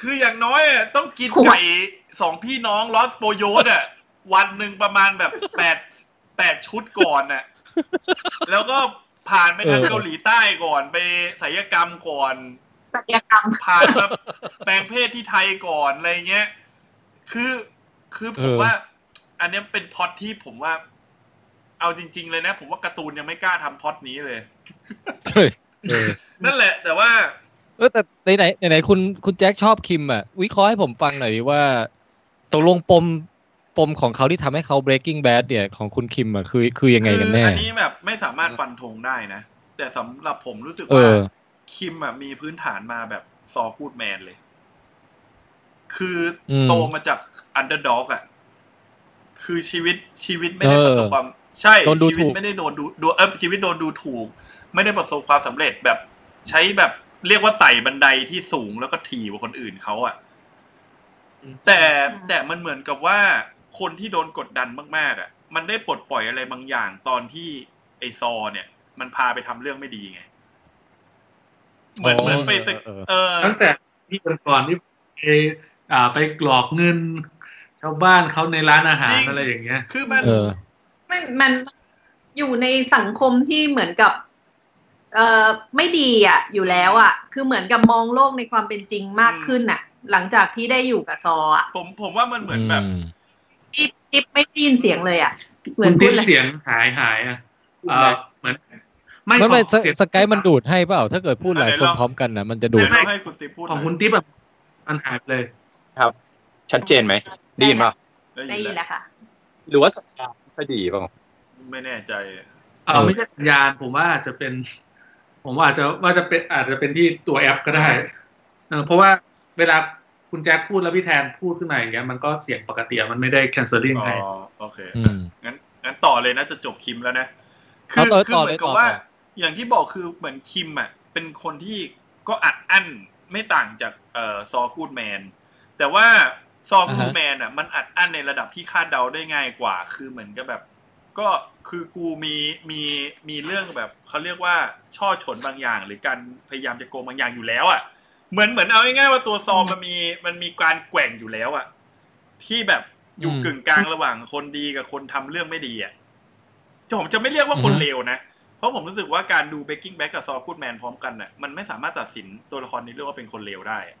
Speaker 3: คืออย่างน้อยอะต้องกินไก่สองพี่น้องลอสโปโยนอ่ะ วันหนึ่งประมาณแบบแปดแปดชุดก่อน น่ะ แล้วก็ผ่านไปทาง
Speaker 2: เออ
Speaker 3: เกาหลีใต้ก่อนไปศิลปกรรมก่อน
Speaker 5: ศัลยกรรม
Speaker 3: ผ่าน มาแปลงเพศที่ไทยก่อนอะไรเงี้ย คือคือผม
Speaker 2: เออ
Speaker 3: ว่า อันเนี้ยเป็นพล็อตที่ผมว่า เอาจริง ๆ เลยนะ ผมว่าการ์ตูนยังไม่กล้าทำพล็อตนี้เลย
Speaker 2: เฮ้ยเออ
Speaker 3: นั่นแหละ แต่ว่า
Speaker 2: เออแต่ไหนไหนไหนไหนคุณคุณแจ็คชอบคิมอ่ะ วิเคราะห์ให้ผมฟังหน่อยดิว่าตกลงปม ปมของเขาที่ทำให้เขา breaking bad เนี่ยของคุณคิมอ่ะคือคือยังไงกันแน่
Speaker 3: คืออันนี้แบบไม่สามารถฟันธงได้นะ แต่สำหรับผมรู้สึก
Speaker 2: เอ
Speaker 3: ว่า
Speaker 2: อ
Speaker 3: คิมอะมีพื้นฐานมาแบบซอกูดแมนเลย คืออ
Speaker 2: ม
Speaker 3: โตมาจากอันเดอร์ด็อกอ่ะ คือชีวิตชีวิตไม่ได้
Speaker 2: เออ
Speaker 3: ประสบความ ใช่
Speaker 2: โดนดู
Speaker 3: ชีวิต
Speaker 2: ถูก
Speaker 3: ไม่ได้โดนดูดูเออชีวิตโดนดูถูก ไม่ได้ประสบความสำเร็จแบบ ใช้แบบเรียกว่าไต่บันไดที่สูงแล้วก็ถี่กว่าคนอื่นเขาอ่ะ แต่แต่มันเหมือนกับว่าคนที่โดนกดดันมาก ๆ อ่ะ มันได้ปลดปล่อยอะไรบางอย่างตอนที่ไอซอเนี่ย มันพาไปทำเรื่องไม่ดีไง เหมือน
Speaker 2: อ๋อ
Speaker 3: เหมือนไปสก
Speaker 2: เออ
Speaker 3: เออ
Speaker 4: ตั้งแต่ที่ก่อนๆที่ไปอ่าไปกรอกเงิน ชาวบ้านเขาในร้านอาหาร
Speaker 3: จริง
Speaker 4: อะไรอย่างเงี้ย
Speaker 3: คือมัน
Speaker 2: เออ
Speaker 5: มันมันอยู่ในสังคมที่เหมือนกับ เอ่อไม่ดีอ่ะ อยู่แล้วอ่ะ คือเหมือนกับมองโลกในความเป็นจริงมากขึ้นอ่ะ หลังจากที่ได้อยู่กับซออ่ะ
Speaker 3: ผมผมว่ามันเหมือนแบบ
Speaker 2: ม
Speaker 5: จิ๊บจิ๊บไม่ได้ยินเสียงเลยอ่ะ เหมื
Speaker 4: คุ
Speaker 5: อน
Speaker 4: ณ
Speaker 5: พู
Speaker 4: ที่
Speaker 5: ดเลย
Speaker 4: เสียงหายหายอ่ะเอ่อเหมือน
Speaker 2: ไม่ไม่
Speaker 4: ของ
Speaker 2: ส
Speaker 4: เยง
Speaker 2: สกายมันดูดให้เปล่า ถ้าเกิดพูดหลายคนพร้อมกันนะมันจะดู
Speaker 3: เดี๋ย
Speaker 2: ด
Speaker 3: วเราให้คุณติ๊บพูด
Speaker 4: ขอ
Speaker 3: ห
Speaker 4: ง
Speaker 3: น่ย
Speaker 4: คุณติ๊บแบบมันหายไปเลย
Speaker 7: ชัดเจนไหมไดีนป่ะ
Speaker 5: ได้ยินแล้วค่ะ
Speaker 7: หรือว่าสัญญาณไม่ค่อยดีป่ะ
Speaker 3: ไม่แน่ใจ
Speaker 4: เออไม่ใช่สัญญาณผมว่าอาจจะเป็น ผมว่าอาจจะว่าจะเป็นอาจจะเป็นที่ตัวแอปก็ได้เออเพราะว่าเวลาคุณแจ็คพูดแล้วพี่แทนพูดขึ้นมาอย่างเงี้ยมันก็เสียงปกติอะมันไม่ได้ canceling
Speaker 3: อ๋อ
Speaker 4: ให้
Speaker 3: โอเค
Speaker 2: อืม
Speaker 3: งั้นงั้นต่อเลยนะจะจบคิมแล้วนะ คื
Speaker 2: เอา
Speaker 3: อ
Speaker 2: ต่อ
Speaker 3: คือ
Speaker 2: ต่อเลต่อ
Speaker 3: เหมือย นกับว่า
Speaker 2: ต่อ
Speaker 3: อย่างที่บอกคือเหมือนคิมอ่ะ เป็นคนที่ก็อัดอั้นไม่ต่างจากเอ่อซอกูดแมน แต่ว่าซอกูด
Speaker 2: อ่าฮะ
Speaker 3: แมนอ่ะ มันอัดอั้นในระดับที่คาดเดาได้ง่ายกว่า คือเหมือนกับแบบ ก็คือกูมีมีมีเรื่องแบบเขาเรียกว่าช่อฉนบางอย่าง หรือการพยายามจะโกงบางอย่างอยู่แล้วอ่ะ เหมือนเหมือนเอาง่ายๆว่าตัวซอมมันมีมันมีการแกว่งอยู่แล้วอะที่แบบอยู่
Speaker 2: อืม
Speaker 3: กึ่งกลางระหว่างคนดีกับคนทำเรื่องไม่ดีอะผมจะไม่เรียกว่าคน
Speaker 2: อือฮึ
Speaker 3: เลวนะ เพราะผมรู้สึกว่าการดูเบ k กิ้งแบ็กกับซอกูดแมนพร้อมกันน่ะมันไม่สามารถตัดสินตัวละครในเรื่องว่าเป็นคนเลวได้อะ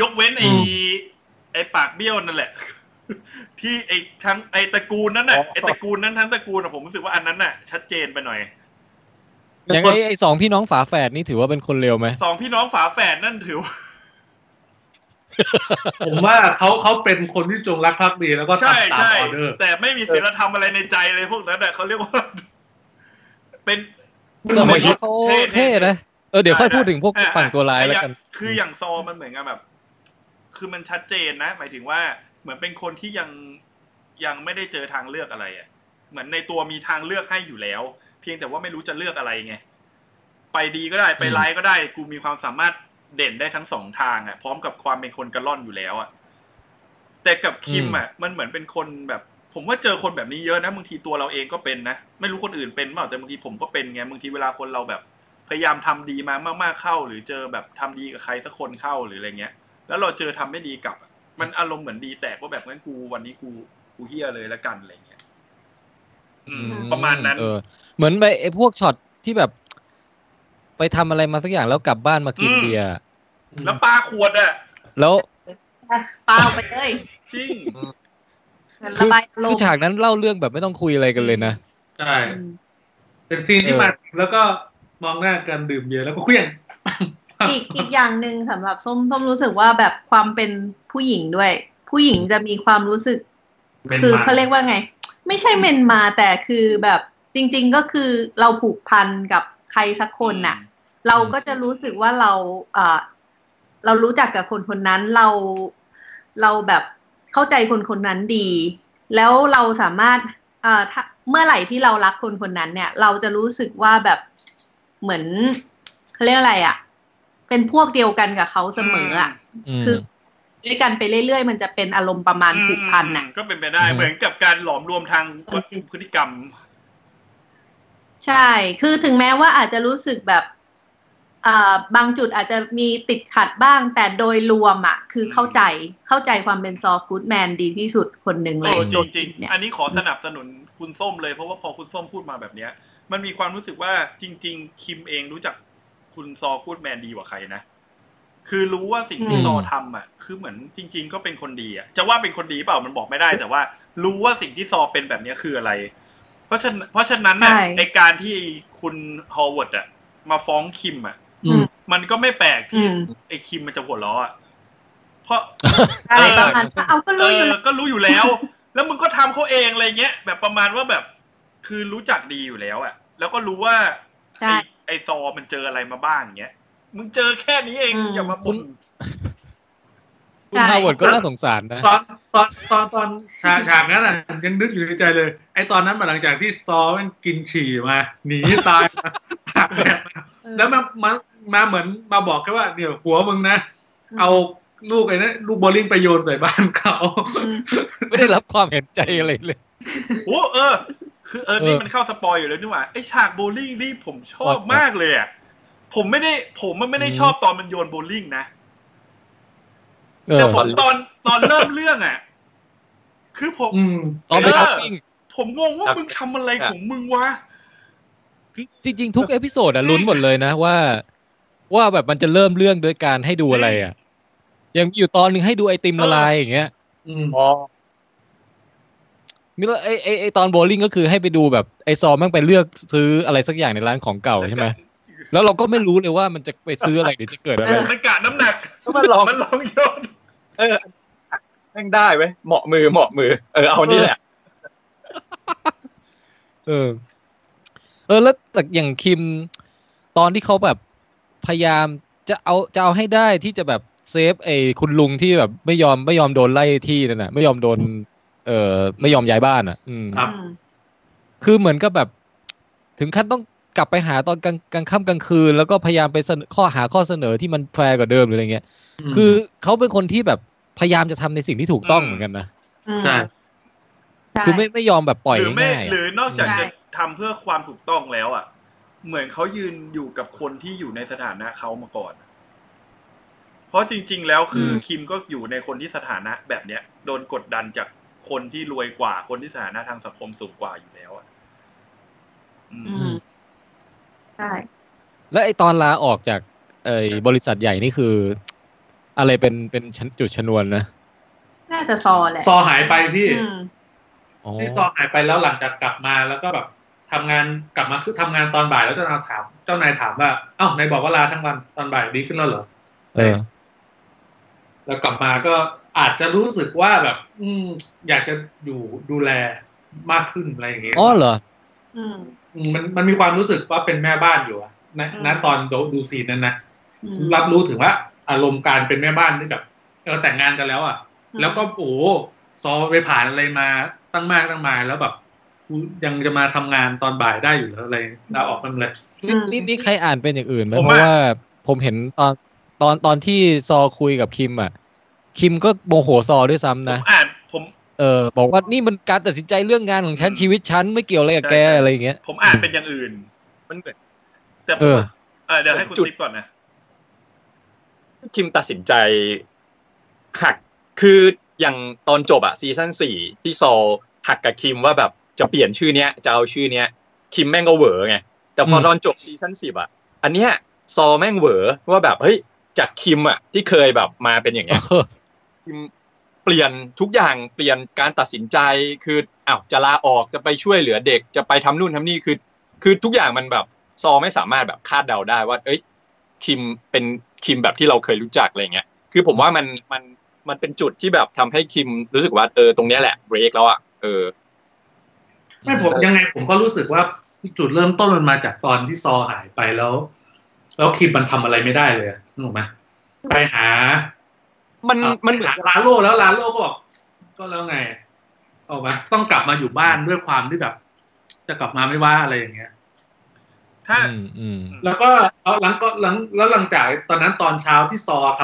Speaker 3: ยกเว้นไอ้
Speaker 2: อืม
Speaker 3: ไอ้ปากเบี้ยวนั่นแหละ ที่ไอ้ทั้งไอ้ตระกูลนั้นน่ะไอ้ตระกูลนั้นทั้งตระกูลอะผมรู้สึกว่าอันนั้นน่ะ ชัดเจนไปหน่อย
Speaker 2: อย่างไอ้ไอ้สองพี่น้องฝาแฝดนี่ถือว่าเป็นคนเร็วไหม
Speaker 3: สองพี่น้องฝาแฝดนั่นถือว่า
Speaker 4: ผมว่าเขาเขาเป็นคนที่จงรักภักดีแล้วก็
Speaker 3: ใช่
Speaker 4: ทำตาม
Speaker 3: ใช่
Speaker 4: ออเดอร์
Speaker 3: แต่ไม่มีศีลธรรมอะไรในใจเลยพวกนั้นน่ะเขาเรียกว่า เป็น
Speaker 2: แต่ผมว่าเขาเท่นะเออเดี๋ยวค่อยพูดถึงพวก
Speaker 3: อ่ะ
Speaker 2: ฝั่งตัวร้ายแล้วกัน
Speaker 3: คืออย่างซอมันเหมือนกับแบบ คือมันชัดเจนนะ หมายถึงว่าเหมือนเป็นคนที่ยังยังไม่ได้เจอทางเลือกอะไรอ่ะ เหมือนในตัวมีทางเลือกให้อยู่แล้ว เพียงแต่ว่าไม่รู้จะเลือกอะไรไง ไปดีก็ได้ไปร้ายก็ได้ กูมีความสามารถเด่นได้ทั้งสองทางอ่ะ พร้อมกับความเป็นคนกระล่อนอยู่แล้วอ่ะ แต่กับคิมอ่ะ มันเหมือนเป็นคนแบบ ผมว่าเจอคนแบบนี้เยอะนะบางทีตัวเราเองก็เป็นนะ ไม่รู้คนอื่นเป็นเปล่าแต่บางทีผมก็เป็นไงบางทีเวลาคนเราแบบ พยายามทำดีมามากๆเข้า หรือเจอแบบทำดีกับใครสักคนเข้าหรืออะไรเงี้ย แล้วเราเจอทำไม่ดีกลับอะมันอารมณ์เหมือนดีแตกว่าแบบงั้นกูวันนี้กูกูเฮียเลยละกันอะไรเงี้ยอืม
Speaker 5: อืม
Speaker 3: ประมาณนั้น
Speaker 2: เออ เหมือนไปไอ้พวกช็อตที่แบบ ไปทำอะไรมาสักอย่างแล้วกลับบ้านมากิน
Speaker 3: อืม
Speaker 2: เบียร์
Speaker 3: แล้วปลาขวดอ่ะ
Speaker 2: แล้ว
Speaker 5: เปล่าไปเลย
Speaker 3: จริง
Speaker 5: เหมือน
Speaker 2: คือบ
Speaker 5: ระายอาร
Speaker 2: คื
Speaker 5: ม
Speaker 2: อ
Speaker 5: ณ์
Speaker 2: ฉากนั้นเล่าเรื่องแบบไม่ต้องคุยอะไรกันเลยนะ
Speaker 4: ใช่
Speaker 5: อืม
Speaker 4: เป็นซีนที่
Speaker 2: เออ
Speaker 4: มาแล้วก็มองหน้ากันดื่มเบียร์แล้วก็เคลื่อง
Speaker 5: อีกอีกอย่างหนึ่งสำหรับส้มส้มรู้สึกว่าแบบความเป็นผู้หญิงด้วย ผู้หญิงจะมีความรู้สึก
Speaker 4: เป็น
Speaker 5: คือ
Speaker 4: มา
Speaker 5: เขาเรียกว่าไง ไม่ใช่เมนมาแต่คือแบบจริง ๆก็คือเราผูกพันกับใครสักคนน่ะ
Speaker 3: อืม
Speaker 5: เราก็จะรู้สึกว่าเราเออเรารู้จักกับคนคนนั้นเราเราแบบเข้าใจคนคนนั้นดี แล้วเราสามารถเอ่อถ้าเมื่อไหร่ที่เรารักคนคนนั้นเนี่ย เราจะรู้สึกว่าแบบเหมือนเขาเรียกอะไรอะ่ะ เป็นพวกเดียวกันกับเขาเสมออ่ะ
Speaker 2: อืม
Speaker 5: คือด้วยกันไปเรื่อยๆ มันจะเป็นอารมณ์ประมาณผูกพันน่ะ
Speaker 3: อืมก็เป็นไปได้
Speaker 2: อืม
Speaker 3: เหมือนกับการหลอมรวมทางพฤติกรรม
Speaker 5: ใช่ คือถึงแม้ว่าอาจจะรู้สึกแบบเอ่อบางจุดอาจจะมีติดขัดบ้าง แต่โดยรวมอะคือเข้าใจ เข้าใจความเป็นซอฟต์กู๊ดแมนดีที่สุดคนหนึ่งเล
Speaker 3: โอ้
Speaker 5: ย
Speaker 3: จริงจริง
Speaker 5: เนี่ย
Speaker 3: อันนี้ขอสนับสนุนคุณส้มเลย เพราะว่าพอคุณส้มพูดมาแบบเนี้ย มันมีความรู้สึกว่าจริง ๆ คิมเองรู้จักคุณซอพูดแมนดีกว่าใครนะ คือรู้ว่าสิ่งที่
Speaker 2: อืม
Speaker 3: ซอทำอ่ะ คือเหมือนจริง ๆ ก็เป็นคนดีอ่ะจะว่าเป็นคนดีเปล่ามันบอกไม่ได้ แต่ว่ารู้ว่าสิ่งที่ซอเป็นแบบเนี้ยคืออะไร เพราะฉะนั้นเพราะฉะนั้นน่ะ
Speaker 5: ใช่
Speaker 3: ไอการที่คุณฮอวเวิร์ดอ่ะ มาฟ้องคิมอ่ะ
Speaker 4: อืม
Speaker 3: มันก็ไม่แปลกที่
Speaker 5: อืม
Speaker 3: ไอคิมมันจะหัวเราะอะ เพราะ
Speaker 5: ใช่ประมาณว่าเอาก็
Speaker 3: เอ
Speaker 5: รู้อยู่
Speaker 3: อ
Speaker 5: แล้ว
Speaker 3: ก็รู้อยู่แล้ว แล้วมึงก็ทำเขาเองอะไรเงี้ย แบบประมาณว่าแบบ คือรู้จักดีอยู่แล้วอะแล้วก็รู้ว่า
Speaker 5: ใช่
Speaker 3: ไอ้ไอซอมันเจออะไรมาบ้างเงี้ย มึงเจอแค่นี้เอง
Speaker 5: อืม
Speaker 3: อย่ามาบ่น
Speaker 2: คุณฮาวเวิร์ดก็น่าสงสารนะ
Speaker 4: ตอนตอนตอนตอนฉากฉากนั้นอ่ะยังนึกอยู่ในใจเลย ไอ้ตอนนั้นมาหลังจากที่ซอมันกินฉี่มาหนีตาย มาตากแดดมา
Speaker 5: เออ
Speaker 4: แล้วมามามาเหมือนมาบอกแค่ว่าเนี่ยหัวมึงนะ
Speaker 5: อืม
Speaker 4: เอาลูกไอ้นะลูกโบอลลิงไปโยนใส่บ้านเขา
Speaker 5: อืม
Speaker 2: ไม่ได้รับความเห็นใจอะไรเลย
Speaker 3: โอ้เออ คือเออ นี่มันเข้าสปอยอยู่แล้วนี่หว่าไอฉากโบลิ่งนี่ผมชอบมากเลยอะผมไม่ได้ผมมันไม่ได้
Speaker 2: อืม
Speaker 3: ชอบตอนมันโยนโบลิ่งนะ
Speaker 2: เอ
Speaker 3: แต่
Speaker 2: อ
Speaker 3: ผมตอนตอนเริ่มเรื่องอะคือผม
Speaker 4: อืม
Speaker 2: ตอนไปช้อปปิ้ง
Speaker 3: ผมงงว่ามึงทำอะไรของมึงวะ
Speaker 2: จริง ๆ ทุกเอพิโซดอะลุ้นหมดเลยนะว่า ว่าแบบมันจะเริ่มเรื่องโดยการให้ดูอะไรอะยังมีอยู่ตอนหนึงให้ดูไอติมละลายอย่างเงี้ย
Speaker 4: อืม
Speaker 7: อ๋อ
Speaker 2: มิลเลอร์ไอไอไอตอนโบลิ่งก็คือให้ไปดูแบบไอซอมแม่งไปเลือกซื้ออะไรสักอย่างในร้านของเก่าใช่ไหมแล้วเราก็ไม่รู้เลยว่ามันจะไปซื้ออะไรหรือจะเกิดอะไร
Speaker 5: เออ
Speaker 3: มันกะน้ำหนัก
Speaker 7: ก็มันลอง
Speaker 3: มันลองโยน
Speaker 7: เออแม่งได้เว้ยเหมาะมือเหมาะมือ เออเอานี่แหละ
Speaker 2: เออ เออแล้วแต่อย่างคิมตอนที่เขาแบบพยายามจะเอาจะเอาให้ได้ที่จะแบบเซฟไอคุณลุงที่แบบไม่ยอมไม่ยอมโดนไล่ที่นั่นน่ะ ไม่ยอมโดน เออไม่ยอมย้ายบ้านอ่ะ อืม
Speaker 4: ครับ
Speaker 5: อืม
Speaker 2: คือเหมือนกับแบบ ถึงขั้นต้องกลับไปหาตอนกลางกลางค่ำกลางคืน แล้วก็พยายามไปเสนอข้อหาข้อเสนอที่มันแฟร์กว่าเดิมหรืออะไรเงี้ย คือเขาเป็นคนที่แบบพยายามจะทำในสิ่งที่ถูกต้อง
Speaker 3: อืม
Speaker 2: เหมือนกันนะ
Speaker 5: อืม
Speaker 4: ใช่
Speaker 5: ใช่
Speaker 2: คือไม่ไม่ยอมแบบปล่อย
Speaker 3: หรือไม่
Speaker 2: ง่ายๆ
Speaker 3: หรื
Speaker 2: อะ
Speaker 3: อนอกจาก
Speaker 5: ใช่
Speaker 3: จะทำเพื่อความถูกต้องแล้วอ่ะ เหมือนเขายืนอยู่กับคนที่อยู่ในสถานะเขามาก่อน เพราะจริง ๆ แล้วคืออคิมก็อยู่ในคนที่สถานะแบบเนี้ย โดนกดดันจากคนที่รวยกว่า คนที่สถานะทางสังคมสูงกว่าอยู่แล้วอ่ะอืม
Speaker 5: อืมใช่
Speaker 2: แล้วไอตอนลาออกจากไอบริษัทใหญ่นี่คือ อะไรเป็นเป็นชนจุดชนวนนะ
Speaker 5: น่าจะซอแหละ
Speaker 4: ซอหายไปพี่
Speaker 5: อืม
Speaker 2: อ๋อ
Speaker 4: ที่ซอหายไปแล้วหลังจากกลับมาแล้วก็แบบทำงานกลับมาคือทำงานตอนบ่ายแล้วเจ้านายถาม เจ้านายถามว่าเอ้านายบอกว่าลาทั้งวันตอนบ่ายดีขึ้นแล้วเหรอ
Speaker 2: เออ
Speaker 4: แล้วกลับมาก็อาจจะรู้สึกว่าแบบ อืม อยากจะอยู่ดูแลมากขึ้นอะไรอย่างเงี้ย
Speaker 2: อ๋อเหรอ
Speaker 5: อืม
Speaker 4: มมันมันมีความรู้สึกว่าเป็นแม่บ้านอยู่อะนะ
Speaker 5: อืม
Speaker 4: นะตอนดูดูซีนนั้นนะ
Speaker 5: อืม
Speaker 4: รับรู้ถึงว่าอารมณ์การเป็นแม่บ้านที่แบบเออแต่งงานกันแล้วอะ
Speaker 5: อืม
Speaker 4: แล้วก็โอ้โหซอไปผ่านอะไรมาตั้งมากตั้งมายแล้วแบบกูยังจะมาทำงานตอนบ่ายได้อยู่แล้วอะไรลาออกมันเลย
Speaker 2: นี่
Speaker 5: อืม
Speaker 2: นี่นี่ใครอ่านเป็นอย่างอื่นไหม
Speaker 3: ผม
Speaker 2: เพ
Speaker 3: อ่ะ
Speaker 2: ราะว่าผมเห็นตอนตอนตอนที่ซอคุยกับคิมอ่ะ คิมก็โมโหซอด้วยซ้ำ
Speaker 3: ผม
Speaker 2: นะ
Speaker 3: อ่านผม
Speaker 2: เออ บอกว่านี่มันการตัดสินใจเรื่องงานของฉัน
Speaker 3: อืม
Speaker 2: ชีวิตฉันไม่เกี่ยวอะไรกับแก
Speaker 3: ใช่ใช่
Speaker 2: อะไรอย่างเงี้ย
Speaker 3: ผมอ่านเป็นอย่างอื่น
Speaker 7: มันเหมือน
Speaker 3: แต่ผ
Speaker 2: เอ
Speaker 3: ม
Speaker 2: อ
Speaker 3: เออเดี๋ยวให้คุณ
Speaker 7: จุด
Speaker 3: ติ๊บ ก่อนนะ
Speaker 7: คิมตัดสินใจหักคืออย่างตอนจบอะซีซั่นสี่ที่ซอลหักกับคิมว่าแบบจะเปลี่ยนชื่อเนี้ยจะเอาชื่อเนี้ย คิมแม่งก็เหวอไง แต่พออ
Speaker 2: ม
Speaker 7: ตอนจบซีซั่นสิบอะอันเนี้ยซอลแม่งเหวอว่าแบบเฮ้ยจากคิมอะที่เคยแบบมาเป็นอย่างเงี้ย
Speaker 2: เออ
Speaker 7: อืมเปลี่ยนทุกอย่างเปลี่ยนการตัดสินใจคืออ้าวจะลาออกจะไปช่วยเหลือเด็กจะไปทำนู่นทำนี่คือ คือทุกอย่างมันแบบซอไม่สามารถแบบคาดเดาได้ว่า เอ้ยคิมเป็นคิมแบบที่เราเคยรู้จักอะไรเงี้ยคือผมว่ามันมันมันเป็นจุดที่แบบทำให้คิมรู้สึกว่าเออตรงเนี้ยแหละเบรกแล้วอ่ะเออ
Speaker 4: ไม่ผม
Speaker 7: เออ
Speaker 4: ยังไงผมก็รู้สึกว่าจุดเริ่มต้นมันมาจากตอนที่ซอหายไปแล้ว แล้วคิมมันทำอะไรไม่ได้เลยอะนึกออกไหมไปหา
Speaker 7: มัน
Speaker 4: เอ่อ
Speaker 7: มันเหมือน
Speaker 4: หาลาโลแล้วลาโลก็บอกก็แล้วไงออกไหมต้องกลับมาอยู่บ้านด้วยความที่แบบ จะกลับมาไม่ว่าอะไรอย่างเงี้ย
Speaker 3: ถ้า
Speaker 2: อืมอืม
Speaker 4: แล้วก็เอาหลังก็หลังแล้วหลังจากตอนนั้นตอนเช้าที่ซอท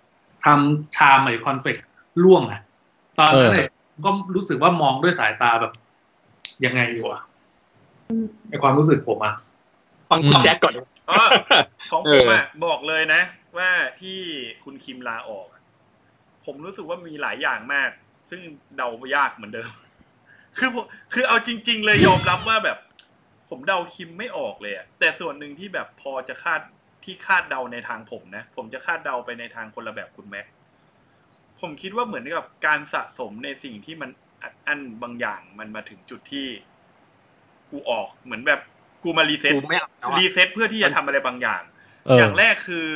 Speaker 4: ำทำชาใหม่คอนเฟกล่วงอะตอนนั้น
Speaker 2: เออ
Speaker 4: เนี่ยผมก็รู้สึกว่ามองด้วยสายตาแบบยังไงอยู่อะในความรู้สึกผมอะ
Speaker 7: ฟังคุณแจ็คก่อน
Speaker 3: อ๋อของผมอ่ะบอกเลยนะ ว่าที่คุณคิมลาออกอะผมรู้สึกว่ามีหลายอย่างมาก ซึ่งเดายากเหมือนเดิม คือผมคือเอาจริง ๆ เลยยอมรับว่าแบบ ผมเดาคิมไม่ออกเลยอะแต่ส่วนหนึ่งที่แบบพอจะคาดที่คาดเดาในทางผมนะ ผมจะคาดเดาไปในทางคนละแบบคุณแม็ก ผมคิดว่าเหมือนกับการสะสมในสิ่งที่มันอัดอั้นบางอย่างมันมาถึงจุดที่ กูออกเหมือนแบบกูมารีเซ็ต
Speaker 7: กูไม่เอาแล้วอะ
Speaker 3: รีเซ็ตเพื่อที่จะทำอะไรบางอย่าง
Speaker 2: เออ
Speaker 3: อ
Speaker 2: อย่าง
Speaker 3: แรกคือ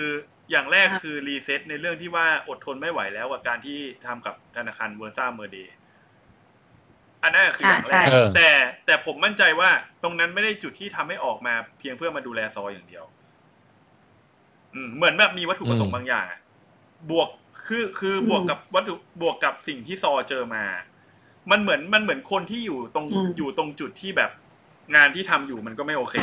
Speaker 3: อย่างแรกคือรีเซ็ตในเรื่องที่ว่าอดทนไม่ไหวแล้วกับการที่ทำกับธนาคารเวอร์ซ่าเมอร์เดย์อันนั้นคืออย่างแรก
Speaker 5: อ่าใช่
Speaker 2: เออ
Speaker 3: แต่แต่ผมมั่นใจว่าตรงนั้นไม่ได้จุดที่ทำให้ออกมาเพียงเพื่อมาดูแลซอยอย่างเดียว อืมเหมือนแบบมีวัตถุประสง
Speaker 2: อื
Speaker 3: ค์
Speaker 2: ม
Speaker 3: บางอย่างอะบวกคือคือบวกกับวัตถุบวกกับสิ่งที่ซอเจอมา มันเหมือนมันเหมือนคนที่อยู่ตรง
Speaker 5: อืม
Speaker 3: อยู่ตรงจุดที่แบบงานที่ทำอยู่มันก็ไม่โอเค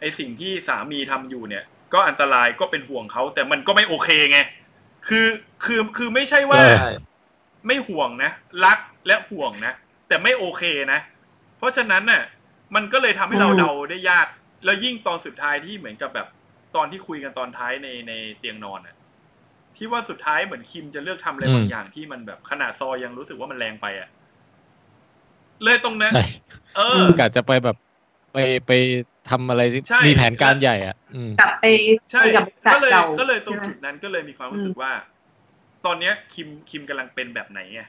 Speaker 3: ไอสิ่งที่สามีทำอยู่เนี่ย ก็อันตรายก็เป็นห่วงเขาแต่มันก็ไม่โอเคไงคือคือคือไม่ใช่ว่า
Speaker 2: เออ
Speaker 7: ใช่
Speaker 3: ไม่ห่วงนะ รักและห่วงนะ แต่ไม่โอเคนะ เพราะฉะนั้นน่ะ มันก็เลยทำให้เรา
Speaker 5: อืม
Speaker 3: เดาได้ยาก แล้วยิ่งตอนสุดท้ายที่เหมือนกับแบบตอนที่คุยกันตอนท้ายในในเตียงนอนอ่ะที่ว่าสุดท้ายเหมือนคิมจะเลือกทำอะไรบาง
Speaker 2: อืม
Speaker 3: อย่างที่มันแบบขนาดซอยยังรู้สึกว่ามันแรงไปอ่ะ เลยตรงนั้น
Speaker 2: ใช่
Speaker 3: เออ
Speaker 2: กะจะไปแบบไปไปทำอะไรที่
Speaker 3: ใช่
Speaker 2: มีแผนการใหญ่อ่ะ อืม
Speaker 5: กลับไป
Speaker 3: ใช่
Speaker 5: ไปกับบริษั
Speaker 3: ก็
Speaker 5: ท
Speaker 3: เลย
Speaker 5: เก่า
Speaker 3: ก็เลยตรงจุด
Speaker 5: ใช่ไหม
Speaker 3: นั้นก็เลยมีความรู้สึ
Speaker 5: อื
Speaker 3: ก
Speaker 5: ม
Speaker 3: ว่า ตอนเนี้ยคิมคิมกำลังเป็นแบบไหนไง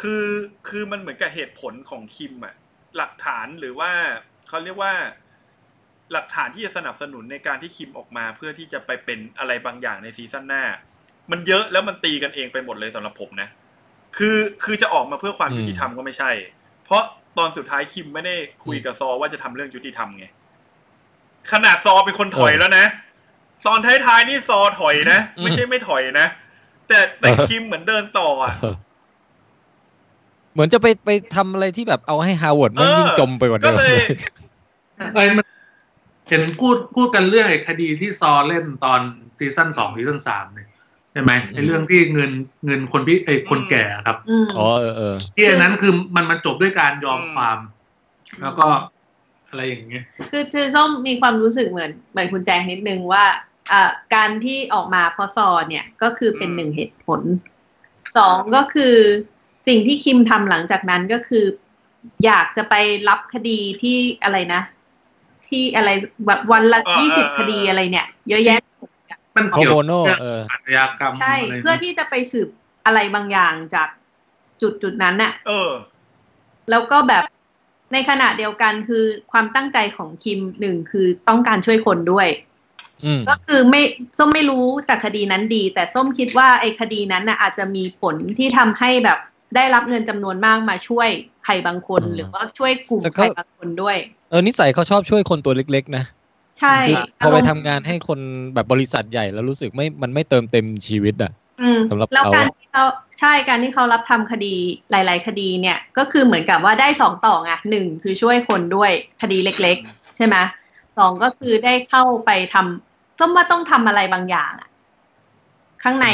Speaker 3: คือคือมันเหมือนกับเหตุผลของคิมอะหลักฐานหรือว่าเขาเรียกว่า หลักฐานที่จะสนับสนุนในการที่คิมออกมาเพื่อที่จะไปเป็นอะไรบางอย่างในซีซั่นหน้า มันเยอะแล้วมันตีกันเองไปหมดเลยสำหรับผมนะ คือคือจะออกมาเพื่อความ
Speaker 2: อืม
Speaker 3: ยุติธรรมก็ไม่ใช่ เพราะตอนสุดท้ายคิมไม่ได้คุยกับซอว่าจะทำเรื่องยุติธรรมไง ขนาดซอเป็นคนถอยแล้วนะ ตอนท้ายๆนี่ซอถอยนะ
Speaker 2: อืม
Speaker 3: ไม่ใช่ไม่ถอยนะ แต่แต่
Speaker 2: เออ
Speaker 3: คิมเหมือนเดินต่ออ่ะ
Speaker 2: เออเหมือนจะไปไปทำอะไรที่แบบเอาให้ฮาวเวิร์ดมัน
Speaker 3: เออ
Speaker 2: ยิ่งจมไปกว่า
Speaker 3: ก็
Speaker 2: เดิม
Speaker 3: เลย
Speaker 4: ไอ้มันเห็นพูดพูดกันเรื่องไอ้คดีที่ซอเล่นตอนซีซั่นสองซีซั่นสามเนี่ยใช่ไหม
Speaker 2: อืม
Speaker 4: ไอ้เรื่องที่เงินเงินคนพี่ไอ้คนแก่ครับ
Speaker 5: อืม
Speaker 2: อ๋อเออเออ
Speaker 4: ที่อันนั้นคือมันมันจบด้วยการยอมความ
Speaker 5: อืม
Speaker 4: แล้วก็อะไรอย่างเงี้ย
Speaker 5: คือคือส้มมีความรู้สึกเหมือนเหมือนคุณแจงนิดนึงว่าอ่าการที่ออกมาเพอซอเนี่ยก็คือเป็น
Speaker 3: อืม
Speaker 5: หนึ่งเหตุผลสองก็คือสิ่งที่คิมทำหลังจากนั้นก็คือ อยากจะไปรับคดีที่อะไรนะ ที่อะไรแบบวันละยี่สิบคดีอะไรเนี่ย เยอะแยะ
Speaker 4: มันเกี่ยว
Speaker 2: โคโบโน่
Speaker 4: กับ
Speaker 2: เอออ
Speaker 4: อาชญากรรม
Speaker 5: ใช่
Speaker 4: ะไร
Speaker 5: เพื่อที่จะไปสืบอะไรบางอย่างจากจุดจุดๆนั้นน่ะ
Speaker 3: เออ
Speaker 5: แล้วก็แบบในขณะเดียวกันคือความตั้งใจของคิมหนึ่งคือต้องการช่วยคนด้วย
Speaker 2: อืม
Speaker 5: ก็คือไม่ส้มไม่รู้จากคดีนั้นดี แต่ส้มคิดว่าไอ้คดีนั้นน่ะอาจจะมีผลที่ทำให้แบบได้รับเงินจำนวนมากมาช่วยใครบางคน
Speaker 2: อืม
Speaker 5: หรือว่าช่วยกลุ่ม
Speaker 2: แต่
Speaker 5: ใค
Speaker 2: ก็
Speaker 5: รบางคนด้วย
Speaker 2: เออนิสัยเขาชอบช่วยคนตัวเล็กๆนะ
Speaker 5: ใช่
Speaker 2: คือพอไปทำงานให้คนแบบบริษัทใหญ่แล้วรู้สึกไม่มันไม่เติมเต็มชีวิตอ่ะ
Speaker 5: อืม
Speaker 2: สำหรับ
Speaker 5: แล้ว
Speaker 2: เขา
Speaker 5: การ
Speaker 2: อะ
Speaker 5: ที่เขาใช่การที่เขารับทำคดีหลาย ๆ คดีเนี่ย ก็คือเหมือนกับว่าได้สองต่อไงหนึ่งคือช่วยคนด้วยคดีเล็ก ๆ ใช่ไหมสองก็คือได้เข้าไปทำส้มว่าต้องทำอะไรบางอย่างอะข้างใน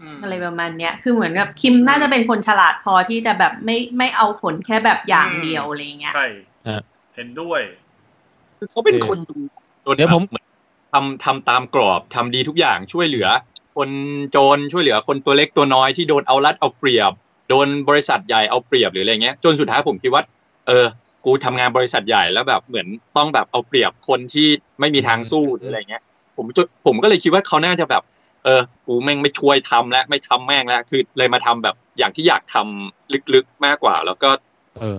Speaker 3: อืม
Speaker 5: อะไรประมาณเนี้ย คือเหมือนกับคิมน่าจะเป็นคนฉลาดพอที่จะแบบไม่ไม่เอาผลแค่แบบอย่างเดียว
Speaker 3: อืม
Speaker 5: อะไรเงี้ย
Speaker 3: ใช่
Speaker 2: ฮะ
Speaker 3: เห็นด้วย
Speaker 7: คือเขาเป็นคน
Speaker 2: เดี๋ยวผม
Speaker 7: ทำทำตามกรอบทำดีทุกอย่างช่วยเหลือ คนจนช่วยเหลือคนตัวเล็กตัวน้อยที่โดนเอารัดเอาเปรียบ โดนบริษัทใหญ่เอาเปรียบหรืออะไรเงี้ยจนสุดท้ายผมคิดว่า เออ กูทำงานบริษัทใหญ่แล้วแบบเหมือนต้องแบบเอาเปรียบคนที่ไม่มีทางสู้หรืออะไรเงี้ย ผมจะผมก็เลยคิดว่าเขาน่าจะแบบ เออ กูแม่งไม่ช่วยทำและไม่ทำแม่งแล้วคือเลยมาทำแบบอย่างที่อยากทำลึกๆมากกว่า แล้วก็
Speaker 2: เออ